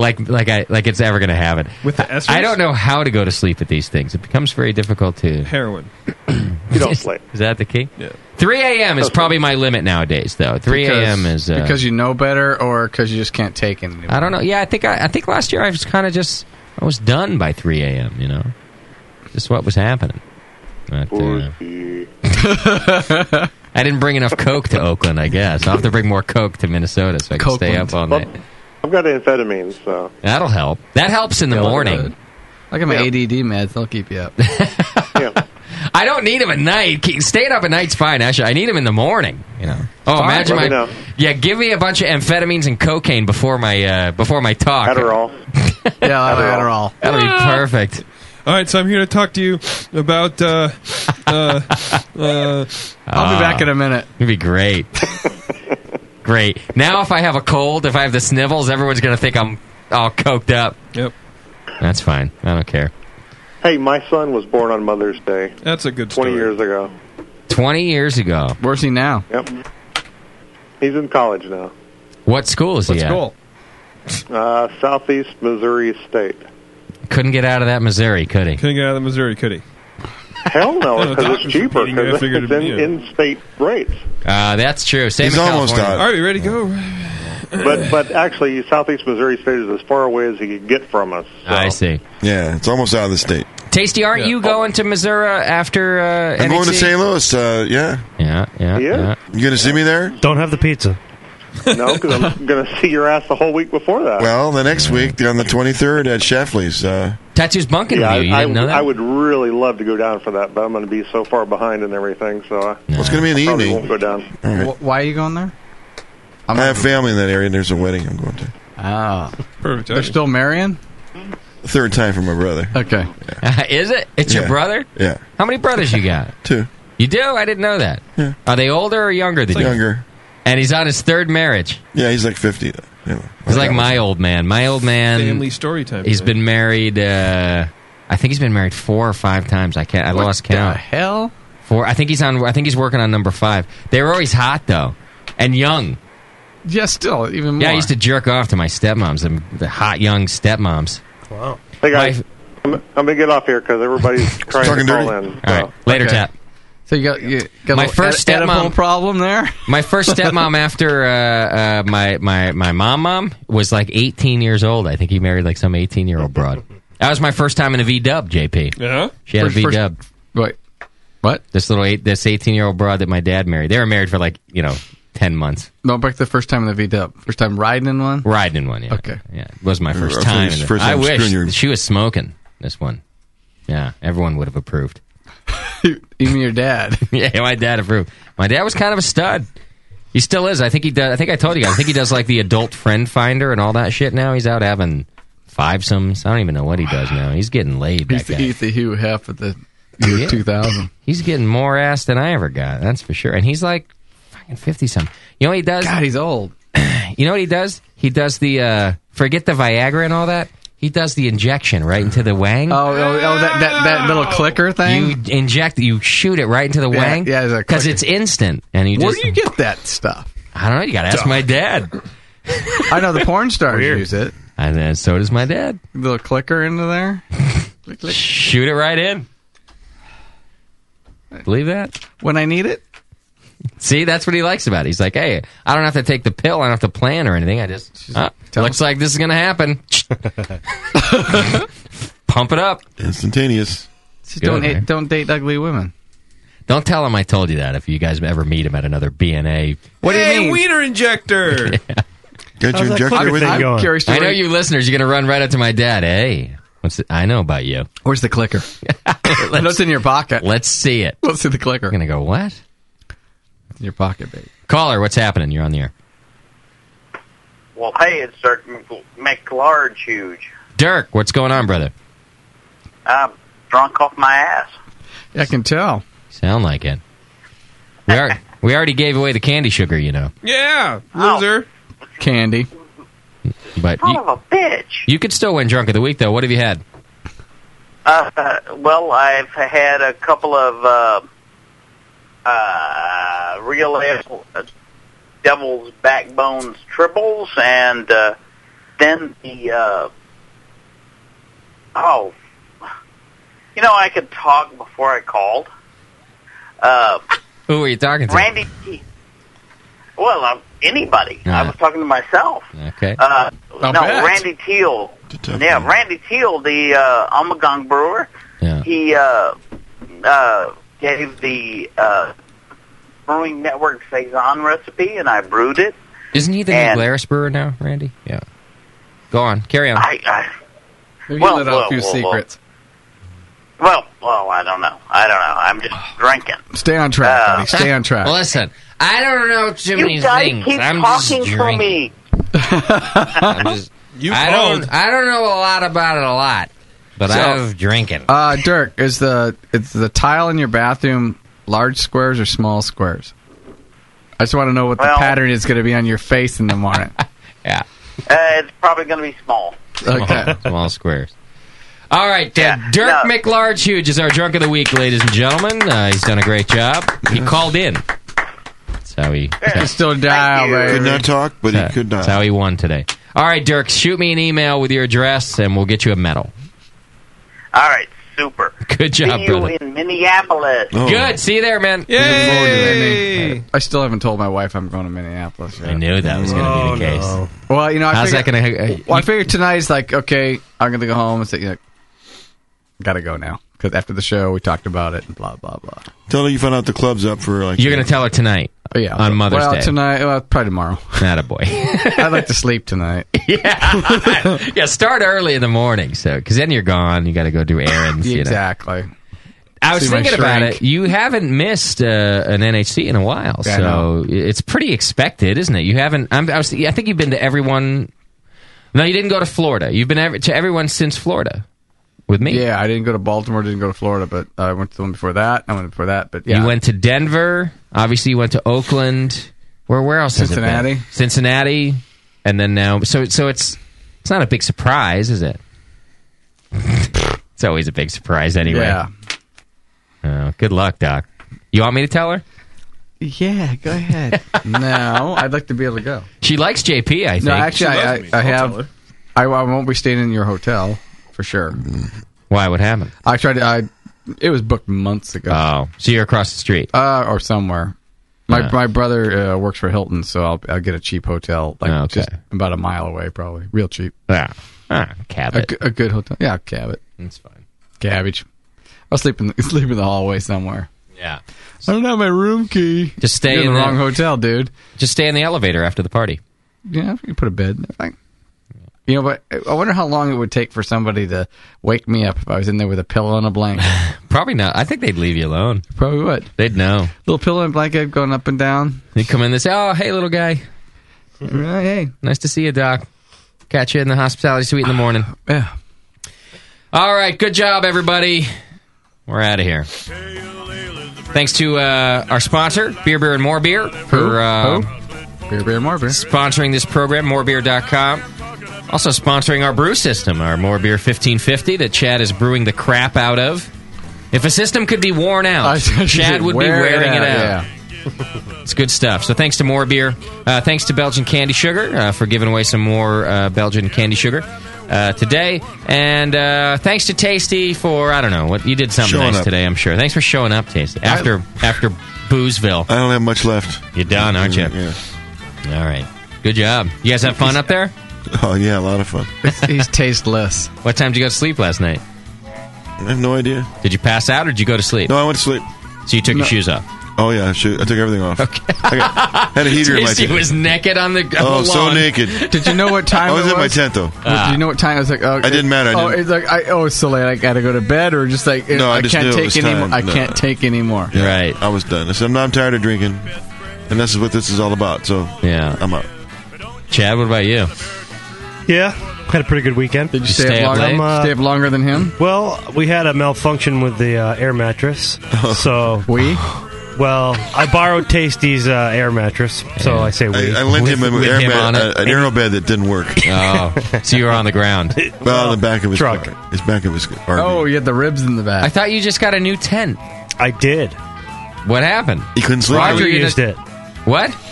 [SPEAKER 8] Like like I like it's ever going to happen.
[SPEAKER 12] With the S's?
[SPEAKER 8] I don't know how to go to sleep at these things. It becomes very difficult to.
[SPEAKER 12] Heroin.
[SPEAKER 32] You don't sleep.
[SPEAKER 8] Is that the key? Yeah. 3 a.m. is probably my limit nowadays, though. 3 a.m. is uh,
[SPEAKER 10] because you know better, or because you just can't take it. Anymore.
[SPEAKER 8] I don't know. Yeah, I think I, I think last year I was kind of just I was done by 3 a.m. You know, just what was happening. But, uh, I didn't bring enough coke to Oakland. I guess I'll have to bring more coke to Minnesota so I can stay up all
[SPEAKER 32] Well,
[SPEAKER 8] night.
[SPEAKER 32] I've got amphetamines, so
[SPEAKER 8] That'll help. That helps in the
[SPEAKER 32] That'll
[SPEAKER 8] morning.
[SPEAKER 10] Like I'm ADD meds, they'll keep you up.
[SPEAKER 8] I don't need them at night. Ke- Staying up at night's fine. Actually, I need them in the morning. You know. Oh,
[SPEAKER 10] Fine.
[SPEAKER 8] imagine
[SPEAKER 10] Let
[SPEAKER 8] my
[SPEAKER 10] me know.
[SPEAKER 8] Yeah, give me a bunch of amphetamines and cocaine before my uh, before my talk.
[SPEAKER 12] Adderall.
[SPEAKER 10] yeah,
[SPEAKER 12] Adderall.
[SPEAKER 8] That'll be perfect.
[SPEAKER 12] All right, so I'm here to talk to you about. Uh, uh, uh,
[SPEAKER 8] I'll be back in
[SPEAKER 10] a minute.
[SPEAKER 8] It'd Ah, be great. great. Now, if I have a cold, if I have the snivels, everyone's gonna think I'm all coked up.
[SPEAKER 12] Yep.
[SPEAKER 8] That's fine. I don't care.
[SPEAKER 32] Hey, my son was born on Mother's Day.
[SPEAKER 12] That's a good.
[SPEAKER 32] Twenty years ago.
[SPEAKER 8] Twenty years ago.
[SPEAKER 10] Where's he now?
[SPEAKER 32] Yep. He's in college now.
[SPEAKER 8] What school is he at?
[SPEAKER 32] Uh, Southeast Missouri State.
[SPEAKER 8] Couldn't get out of that Missouri, could he?
[SPEAKER 12] Couldn't get out of the Missouri, could he?
[SPEAKER 32] Hell no,
[SPEAKER 12] No,
[SPEAKER 32] because
[SPEAKER 12] Oh, doctors
[SPEAKER 32] it's cheaper.
[SPEAKER 12] are beating it. I
[SPEAKER 32] Because
[SPEAKER 12] figured
[SPEAKER 32] it's
[SPEAKER 12] it'd
[SPEAKER 32] in,
[SPEAKER 12] be
[SPEAKER 32] in state rates.
[SPEAKER 8] Uh, that's true. Same
[SPEAKER 32] He's
[SPEAKER 8] in
[SPEAKER 32] almost out.
[SPEAKER 8] California.
[SPEAKER 12] All right, ready to go.
[SPEAKER 32] But but actually, Southeast Missouri State is as far away as he could get from us.
[SPEAKER 8] I see.
[SPEAKER 14] Yeah, it's almost out of the state.
[SPEAKER 8] Tasty, aren't you going to Missouri after? Uh,
[SPEAKER 14] I'm going to
[SPEAKER 8] NEC?
[SPEAKER 14] St. Louis. Uh, yeah.
[SPEAKER 8] Yeah,
[SPEAKER 32] Yeah.
[SPEAKER 8] yeah,
[SPEAKER 32] yeah.
[SPEAKER 14] You going to see me there?
[SPEAKER 13] Don't have the pizza.
[SPEAKER 32] No, because I'm going to see your ass the whole week before that.
[SPEAKER 14] Well, the next week on the 23rd at Sheffley's. Uh,
[SPEAKER 8] Tattoo's bunking
[SPEAKER 32] yeah,
[SPEAKER 14] you. You
[SPEAKER 32] I,
[SPEAKER 14] didn't know that?
[SPEAKER 32] I would really love to go down for that, but I'm going to be so far behind and everything. So I,
[SPEAKER 14] Well, it's gonna be in the
[SPEAKER 32] I probably
[SPEAKER 14] evening.
[SPEAKER 32] Won't go down.
[SPEAKER 10] Wh- Why are you going there?
[SPEAKER 14] I have family in that area, and there's a wedding I'm going to.
[SPEAKER 10] Ah.
[SPEAKER 12] Perfect.
[SPEAKER 10] They're still marrying?
[SPEAKER 14] Third time for my brother.
[SPEAKER 10] Okay.
[SPEAKER 8] Is it? It's
[SPEAKER 14] Yeah.
[SPEAKER 8] your brother.
[SPEAKER 14] Yeah.
[SPEAKER 8] How many brothers you got?
[SPEAKER 14] Two.
[SPEAKER 8] You do? I didn't know that.
[SPEAKER 14] Yeah.
[SPEAKER 8] Are they older or younger than
[SPEAKER 14] It's like-
[SPEAKER 8] you?
[SPEAKER 14] Younger.
[SPEAKER 8] And he's on his third marriage.
[SPEAKER 14] Yeah, he's like 50. though. Anyway.
[SPEAKER 8] He's like my old man. My old man.
[SPEAKER 12] Family story time
[SPEAKER 8] He's
[SPEAKER 12] today.
[SPEAKER 8] been married. Uh, I think he's been married four or five times. I can't. I lost count.
[SPEAKER 10] hell.
[SPEAKER 8] Four. I think he's on. I think he's working on number five. They were always hot though, and young.
[SPEAKER 10] Yeah, still, even more.
[SPEAKER 8] Yeah, I used to jerk off to my stepmoms, them- the hot young stepmoms.
[SPEAKER 13] Wow.
[SPEAKER 32] Hey guys, I'm, I'm going to get off here because everybody's trying to call in.
[SPEAKER 8] All right, later
[SPEAKER 10] Oh, Okay.
[SPEAKER 8] tap.
[SPEAKER 10] So you got, you got
[SPEAKER 8] My
[SPEAKER 10] a little
[SPEAKER 8] first
[SPEAKER 10] ed- edible
[SPEAKER 8] stepmom-
[SPEAKER 10] problem there?
[SPEAKER 8] My first stepmom after uh, uh, my my my mom mom was like 18 years old. I think he married like some 18 year old broad. That was my first time in a V Dub. JP.
[SPEAKER 12] Yeah.
[SPEAKER 8] She had
[SPEAKER 10] First-
[SPEAKER 8] a V
[SPEAKER 10] first-
[SPEAKER 8] Dub.
[SPEAKER 10] Wait. What?
[SPEAKER 8] This little eight, this 18 year old broad that my dad married. They were married for like you know 10 months.
[SPEAKER 10] No, back the first time in the V dub. First time riding in one?
[SPEAKER 8] Riding in one. Yeah.
[SPEAKER 10] Okay.
[SPEAKER 8] Yeah. It was my
[SPEAKER 10] Or
[SPEAKER 8] first time.
[SPEAKER 10] first-
[SPEAKER 8] in it.
[SPEAKER 10] first
[SPEAKER 8] I
[SPEAKER 10] time
[SPEAKER 8] wish
[SPEAKER 10] screwing your-
[SPEAKER 8] she was smoking this one. Yeah. Everyone would have approved.
[SPEAKER 10] Even your dad.
[SPEAKER 8] yeah, my dad approved. My dad was kind of a stud. He still is. I think he does. I think I told you guys. I think he does like the adult friend finder and all that shit. Now he's out having fivesomes. I don't even know what he does now. He's getting laid. That
[SPEAKER 10] He's the,
[SPEAKER 8] guy.
[SPEAKER 10] he's the Hugh Hef of the year
[SPEAKER 8] Yeah.
[SPEAKER 10] 2000.
[SPEAKER 8] He's getting more ass than I ever got. That's for sure. And he's like fucking fifty something. You know what he does? God,
[SPEAKER 10] he's old.
[SPEAKER 8] you know what he does? He does the uh, forget the Viagra and all that. He does the injection right into the wang.
[SPEAKER 10] Oh, oh, oh, that, that, that little clicker thing?
[SPEAKER 8] You inject, you shoot it right into the
[SPEAKER 10] Yeah,
[SPEAKER 8] wang.
[SPEAKER 10] yeah, it's a
[SPEAKER 8] because it's instant. And you
[SPEAKER 10] Where
[SPEAKER 8] just
[SPEAKER 10] do you get that stuff?
[SPEAKER 8] I don't know. You got to ask my dad.
[SPEAKER 10] I know the porn stars use it.
[SPEAKER 8] And then so does my dad.
[SPEAKER 10] Little clicker into there. Click, click.
[SPEAKER 8] Shoot it right in. Believe that?
[SPEAKER 10] When I need it?
[SPEAKER 8] See, that's what he likes about it. He's like, hey, I don't have to take the pill. I don't have to plan or anything. I just, uh, looks like this is going to happen. Pump it up.
[SPEAKER 14] Instantaneous.
[SPEAKER 10] Just don't, hate, don't date ugly women.
[SPEAKER 8] Don't tell him I told you that if you guys ever meet him at another BNA.
[SPEAKER 12] What do you mean? wiener injector.
[SPEAKER 14] Got
[SPEAKER 12] How's
[SPEAKER 14] your
[SPEAKER 12] that
[SPEAKER 14] injector
[SPEAKER 12] clicker
[SPEAKER 14] with
[SPEAKER 12] thing
[SPEAKER 14] you?
[SPEAKER 12] going?
[SPEAKER 10] curious to
[SPEAKER 8] I know
[SPEAKER 10] read-
[SPEAKER 8] you listeners, you're going to run right up to my dad. Hey, what's it? I know about you.
[SPEAKER 10] Where's the clicker? What's in your pocket?
[SPEAKER 8] Let's see it.
[SPEAKER 10] Let's see the clicker. I'm
[SPEAKER 8] going to go, what?
[SPEAKER 10] In your pocket, baby.
[SPEAKER 8] Caller, what's happening? You're on the air.
[SPEAKER 7] Well, hey, it's Dirk Mc- McLarge huge.
[SPEAKER 8] Dirk, what's going on, brother?
[SPEAKER 7] I'm drunk off my ass.
[SPEAKER 10] I can tell.
[SPEAKER 8] Sound like it. We, are, we already gave away the candy sugar, you know.
[SPEAKER 12] Yeah, loser.
[SPEAKER 10] Candy.
[SPEAKER 8] But
[SPEAKER 7] Oh, Son
[SPEAKER 8] you,
[SPEAKER 7] of a bitch.
[SPEAKER 8] you could still win drunk of the week, though. What have you had?
[SPEAKER 7] Uh, well, I've had a couple of uh, uh, real ale, uh, devil's backbones triples, and uh, then the uh, oh, you know, I could talk before I called. Uh,
[SPEAKER 8] Who are you talking to?
[SPEAKER 7] Randy. T. Well, um, anybody. I was talking to myself.
[SPEAKER 8] Okay.
[SPEAKER 7] Uh,
[SPEAKER 8] I'll
[SPEAKER 7] no,
[SPEAKER 8] bet.
[SPEAKER 7] Randy Teal. Yeah, Randy Teal, the uh, Umagong brewer. He uh, uh, gave the uh, Brewing Network saison recipe, and I brewed it.
[SPEAKER 8] Isn't he the new Glarus brewer now, Randy? Yeah. Go on. Carry on.
[SPEAKER 7] I, I
[SPEAKER 10] Maybe
[SPEAKER 7] Well,
[SPEAKER 10] you let out
[SPEAKER 7] well,
[SPEAKER 10] a few
[SPEAKER 7] well, well.
[SPEAKER 10] secrets.
[SPEAKER 7] well, well, I don't know. I don't know. I'm just drinking.
[SPEAKER 10] Stay on track, buddy. Stay on track.
[SPEAKER 8] Listen, I don't know too
[SPEAKER 7] you
[SPEAKER 8] many
[SPEAKER 7] guys
[SPEAKER 8] things.
[SPEAKER 7] keep
[SPEAKER 8] I'm just
[SPEAKER 7] talking for
[SPEAKER 8] drinking.
[SPEAKER 7] me.
[SPEAKER 8] I'm just, I don't. I don't know a lot about it a lot, but
[SPEAKER 10] So-
[SPEAKER 8] I was drinking.
[SPEAKER 10] Uh, Dirk, is the is the tile in your bathroom large squares or small squares? I just want to know what the
[SPEAKER 7] Well-
[SPEAKER 10] pattern is going to be on your face in the morning.
[SPEAKER 8] yeah.
[SPEAKER 7] Uh, it's probably going to be small.
[SPEAKER 10] Okay.
[SPEAKER 8] Small squares. All right, uh, Dirk McLarge Huge is our drunk of the week, ladies and gentlemen. Uh, he's done a great job. He called in. That's how he.
[SPEAKER 10] still dial,
[SPEAKER 14] you. Could not talk, but he
[SPEAKER 8] could dial. That's how he won today. All right, Dirk, shoot me an email with your address, and we'll get you a medal.
[SPEAKER 7] All right, super.
[SPEAKER 8] Good job,
[SPEAKER 7] See you
[SPEAKER 8] brother.
[SPEAKER 7] in Minneapolis.
[SPEAKER 10] Oh.
[SPEAKER 8] Good. See you there, man.
[SPEAKER 10] I still haven't told my wife I'm going to Minneapolis. Yet.
[SPEAKER 8] I knew that was going to be the case.
[SPEAKER 10] Well, you know, I
[SPEAKER 8] How's that
[SPEAKER 10] figure-
[SPEAKER 8] gonna- uh,
[SPEAKER 10] well, I figured tonight's like, okay, I'm going to go home and say, you know, gotta go now because after the show we talked about it and blah blah blah.
[SPEAKER 14] Tell her you found out the club's up for like.
[SPEAKER 8] You're going to tell her tonight.
[SPEAKER 10] Oh, Yeah,
[SPEAKER 8] on Mother's
[SPEAKER 10] well,
[SPEAKER 8] Day.
[SPEAKER 10] tonight, well, probably tomorrow.
[SPEAKER 8] Not a boy.
[SPEAKER 10] I'd like to sleep tonight.
[SPEAKER 8] yeah. yeah. Start early in the morning, so because then you're gone. You got to go do errands. you know.
[SPEAKER 10] exactly.
[SPEAKER 8] I was
[SPEAKER 10] See my
[SPEAKER 8] thinking about
[SPEAKER 10] shrink.
[SPEAKER 8] it. You haven't missed uh, an NHC in a while,
[SPEAKER 10] Yeah, I
[SPEAKER 8] so it's pretty expected, isn't it? You haven't. I'm, I, was, I think you've been to everyone. No, you didn't go to Florida. You've been ev- to everyone since Florida. With me?
[SPEAKER 10] Yeah, I didn't go to Baltimore, didn't go to Florida, but I went to the one before that. I went before that, but yeah.
[SPEAKER 8] You went to Denver. Obviously, you went to Oakland. Where where else? has it been?
[SPEAKER 10] Cincinnati.
[SPEAKER 8] Cincinnati, and then now. So so it's it's not a big surprise, is it? it's always a big surprise anyway.
[SPEAKER 10] Yeah.
[SPEAKER 8] Oh, good luck, Doc. You want me to tell her?
[SPEAKER 10] Yeah, go ahead. no, I'd like to be able to go.
[SPEAKER 8] She likes JP. I think.
[SPEAKER 10] No, actually, I, I, I have. I, I won't be staying in your hotel for sure.
[SPEAKER 8] Why? What happened?
[SPEAKER 10] I tried to. I. It was booked months ago.
[SPEAKER 8] Oh, so you're across the street,
[SPEAKER 10] uh, or somewhere. My
[SPEAKER 8] Yeah.
[SPEAKER 10] my brother uh, works for Hilton, so I'll I'll get a cheap hotel, like
[SPEAKER 8] Oh, okay.
[SPEAKER 10] just about a mile away, probably real cheap.
[SPEAKER 8] Yeah, ah, Cabot.
[SPEAKER 10] A, g- a good hotel. Yeah, Cabot.
[SPEAKER 8] That's fine.
[SPEAKER 10] Cabbage. I'll sleep in the, sleep in the hallway somewhere.
[SPEAKER 8] Yeah.
[SPEAKER 10] I don't have my room key.
[SPEAKER 8] Just stay
[SPEAKER 10] You're in
[SPEAKER 8] in
[SPEAKER 10] the
[SPEAKER 8] the-
[SPEAKER 10] wrong hotel, dude.
[SPEAKER 8] Just stay in the elevator after the party.
[SPEAKER 10] Yeah, you put a bed. in there. Like, you know, but I wonder how long it would take for somebody to wake me up if I was in there with a pillow and a blanket.
[SPEAKER 8] Probably not. I think they'd leave you alone.
[SPEAKER 10] Probably would.
[SPEAKER 8] They'd know.
[SPEAKER 10] Little pillow and blanket going up and down.
[SPEAKER 8] They come in and say, "Oh, hey, little guy.
[SPEAKER 10] hey,
[SPEAKER 8] nice to see you, Doc. Catch you in the hospitality suite in the morning."
[SPEAKER 10] yeah.
[SPEAKER 8] All right. Good job, everybody. We're out of here. Thanks to uh, our sponsor, Beer, Beer, and More Beer, for uh,
[SPEAKER 10] Beer, Beer, More Beer
[SPEAKER 8] sponsoring this program. Morebeer.com. Also sponsoring our brew system, our More Beer 1550 that Chad is brewing the crap out of. If a system could be worn out, Chad would be
[SPEAKER 10] Wear it
[SPEAKER 8] wearing it
[SPEAKER 10] out, yeah.
[SPEAKER 8] out. It's good stuff. So thanks to More Beer. Uh, thanks to Belgian Candy Sugar uh, for giving away some more uh, Belgian Candy Sugar uh, today. And uh, thanks to Tasty for, I don't know, what you did something
[SPEAKER 14] Showing
[SPEAKER 8] nice
[SPEAKER 14] up.
[SPEAKER 8] today, I'm sure. Thanks for showing up, Tasty. After after Boozville.
[SPEAKER 14] I don't have much left.
[SPEAKER 8] You're done, aren't you?
[SPEAKER 14] Yeah.
[SPEAKER 8] All right. Good job. You guys have fun up there?
[SPEAKER 14] Oh yeah, a lot of fun.
[SPEAKER 10] He's tasteless.
[SPEAKER 8] What time did you go to sleep last night?
[SPEAKER 14] I have no idea.
[SPEAKER 8] Did you pass out or did you go to sleep?
[SPEAKER 14] No, I went to sleep.
[SPEAKER 8] So you took your
[SPEAKER 14] No.
[SPEAKER 8] shoes off.
[SPEAKER 14] Oh yeah, I should- I took everything off. Okay. I got, had a heater in my
[SPEAKER 8] Tasty
[SPEAKER 14] tent.
[SPEAKER 8] was naked on the, on
[SPEAKER 14] oh,
[SPEAKER 8] the
[SPEAKER 14] so
[SPEAKER 8] lawn.
[SPEAKER 14] naked.
[SPEAKER 10] Did you know what time
[SPEAKER 14] I was
[SPEAKER 10] it
[SPEAKER 14] in my
[SPEAKER 10] was?
[SPEAKER 14] tent though.
[SPEAKER 8] Uh.
[SPEAKER 13] Ah,
[SPEAKER 10] Do you know what time? I was like, oh, it
[SPEAKER 14] didn't matter, I
[SPEAKER 10] oh,
[SPEAKER 14] didn't-
[SPEAKER 10] it's like, I, oh, it's so late. I gotta go to bed, or just like,
[SPEAKER 14] No, I
[SPEAKER 10] I
[SPEAKER 14] just
[SPEAKER 10] can't
[SPEAKER 14] knew it
[SPEAKER 10] take
[SPEAKER 14] was
[SPEAKER 10] anymore.
[SPEAKER 14] time.
[SPEAKER 10] I
[SPEAKER 14] No.
[SPEAKER 10] can't take anymore.
[SPEAKER 8] right.
[SPEAKER 14] I was done. I said, I'm, I'm tired of drinking, and this is what this is all about. So
[SPEAKER 8] yeah,
[SPEAKER 14] I'm out.
[SPEAKER 8] Chad, what about you?
[SPEAKER 13] Yeah, had a pretty good weekend. Did
[SPEAKER 10] you stay up longer- stay up longer than him?
[SPEAKER 13] Well, we had a malfunction with the uh, air mattress, so
[SPEAKER 10] we.
[SPEAKER 13] Well, I borrowed Tasty's uh, air mattress, so I say we.
[SPEAKER 14] I, I lent him, an air bed- uh, an
[SPEAKER 13] And-
[SPEAKER 14] aero bed that didn't work.
[SPEAKER 8] Oh, so you were on the ground.
[SPEAKER 14] well, on the back of his
[SPEAKER 8] Truck.
[SPEAKER 14] car. His back of his car.
[SPEAKER 10] Oh, you had the ribs in the back.
[SPEAKER 8] I thought you just got a new tent.
[SPEAKER 13] I did.
[SPEAKER 8] What happened?
[SPEAKER 14] He couldn't sleep.
[SPEAKER 13] Roger
[SPEAKER 14] You
[SPEAKER 13] used
[SPEAKER 14] didn't-
[SPEAKER 13] it.
[SPEAKER 8] What?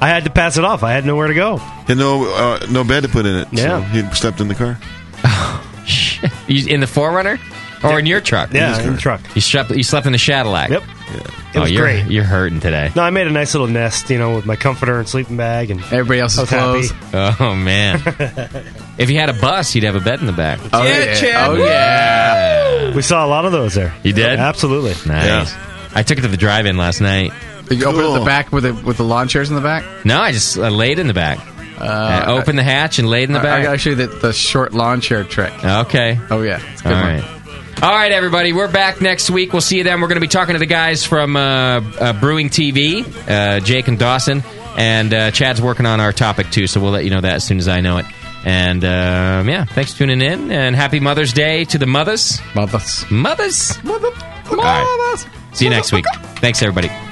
[SPEAKER 13] I had to pass it off. I had nowhere to go.
[SPEAKER 14] He had no uh, no bed to put in it.
[SPEAKER 13] Yeah.
[SPEAKER 14] so he slept in the car.
[SPEAKER 8] You, in the Forerunner or in your truck?
[SPEAKER 13] Yeah, In his in the truck.
[SPEAKER 8] You slept. You slept in the Cadillac. Yep.
[SPEAKER 13] It was
[SPEAKER 8] oh, you're,
[SPEAKER 13] great.
[SPEAKER 8] You're hurting today.
[SPEAKER 13] No, I made a nice little nest, you know, with my comforter and sleeping bag and
[SPEAKER 10] everybody else's
[SPEAKER 13] I was happy.
[SPEAKER 8] Oh man. if you had a bus, you'd have a bed in the back.
[SPEAKER 13] Oh, Yeah, yeah. Chad. Oh,
[SPEAKER 8] yeah.
[SPEAKER 13] We saw a lot of those there.
[SPEAKER 8] You did?
[SPEAKER 13] Absolutely.
[SPEAKER 8] Nice. I took it to the drive-in last night.
[SPEAKER 10] Did you open it at the back with the with the lawn chairs in the back?
[SPEAKER 8] No, I just uh, laid in the back. Uh, I opened the hatch and laid in the
[SPEAKER 10] I, I
[SPEAKER 8] back.
[SPEAKER 10] gotta show you the, the short lawn chair trick.
[SPEAKER 8] okay.
[SPEAKER 10] Oh yeah, it's a
[SPEAKER 8] All
[SPEAKER 10] good one.
[SPEAKER 8] right. All right, everybody. We're back next week. We'll see you then. We're going to be talking to the guys from uh, uh, Brewing TV, uh, Jake and Dawson. And uh, Chad's working on our topic, too, so we'll let you know that as soon as I know it. And um, yeah, thanks for tuning in. And happy Mother's Day to the mothers. Mothers. Mothers. Mothers. All right. See you next week. Thanks, everybody.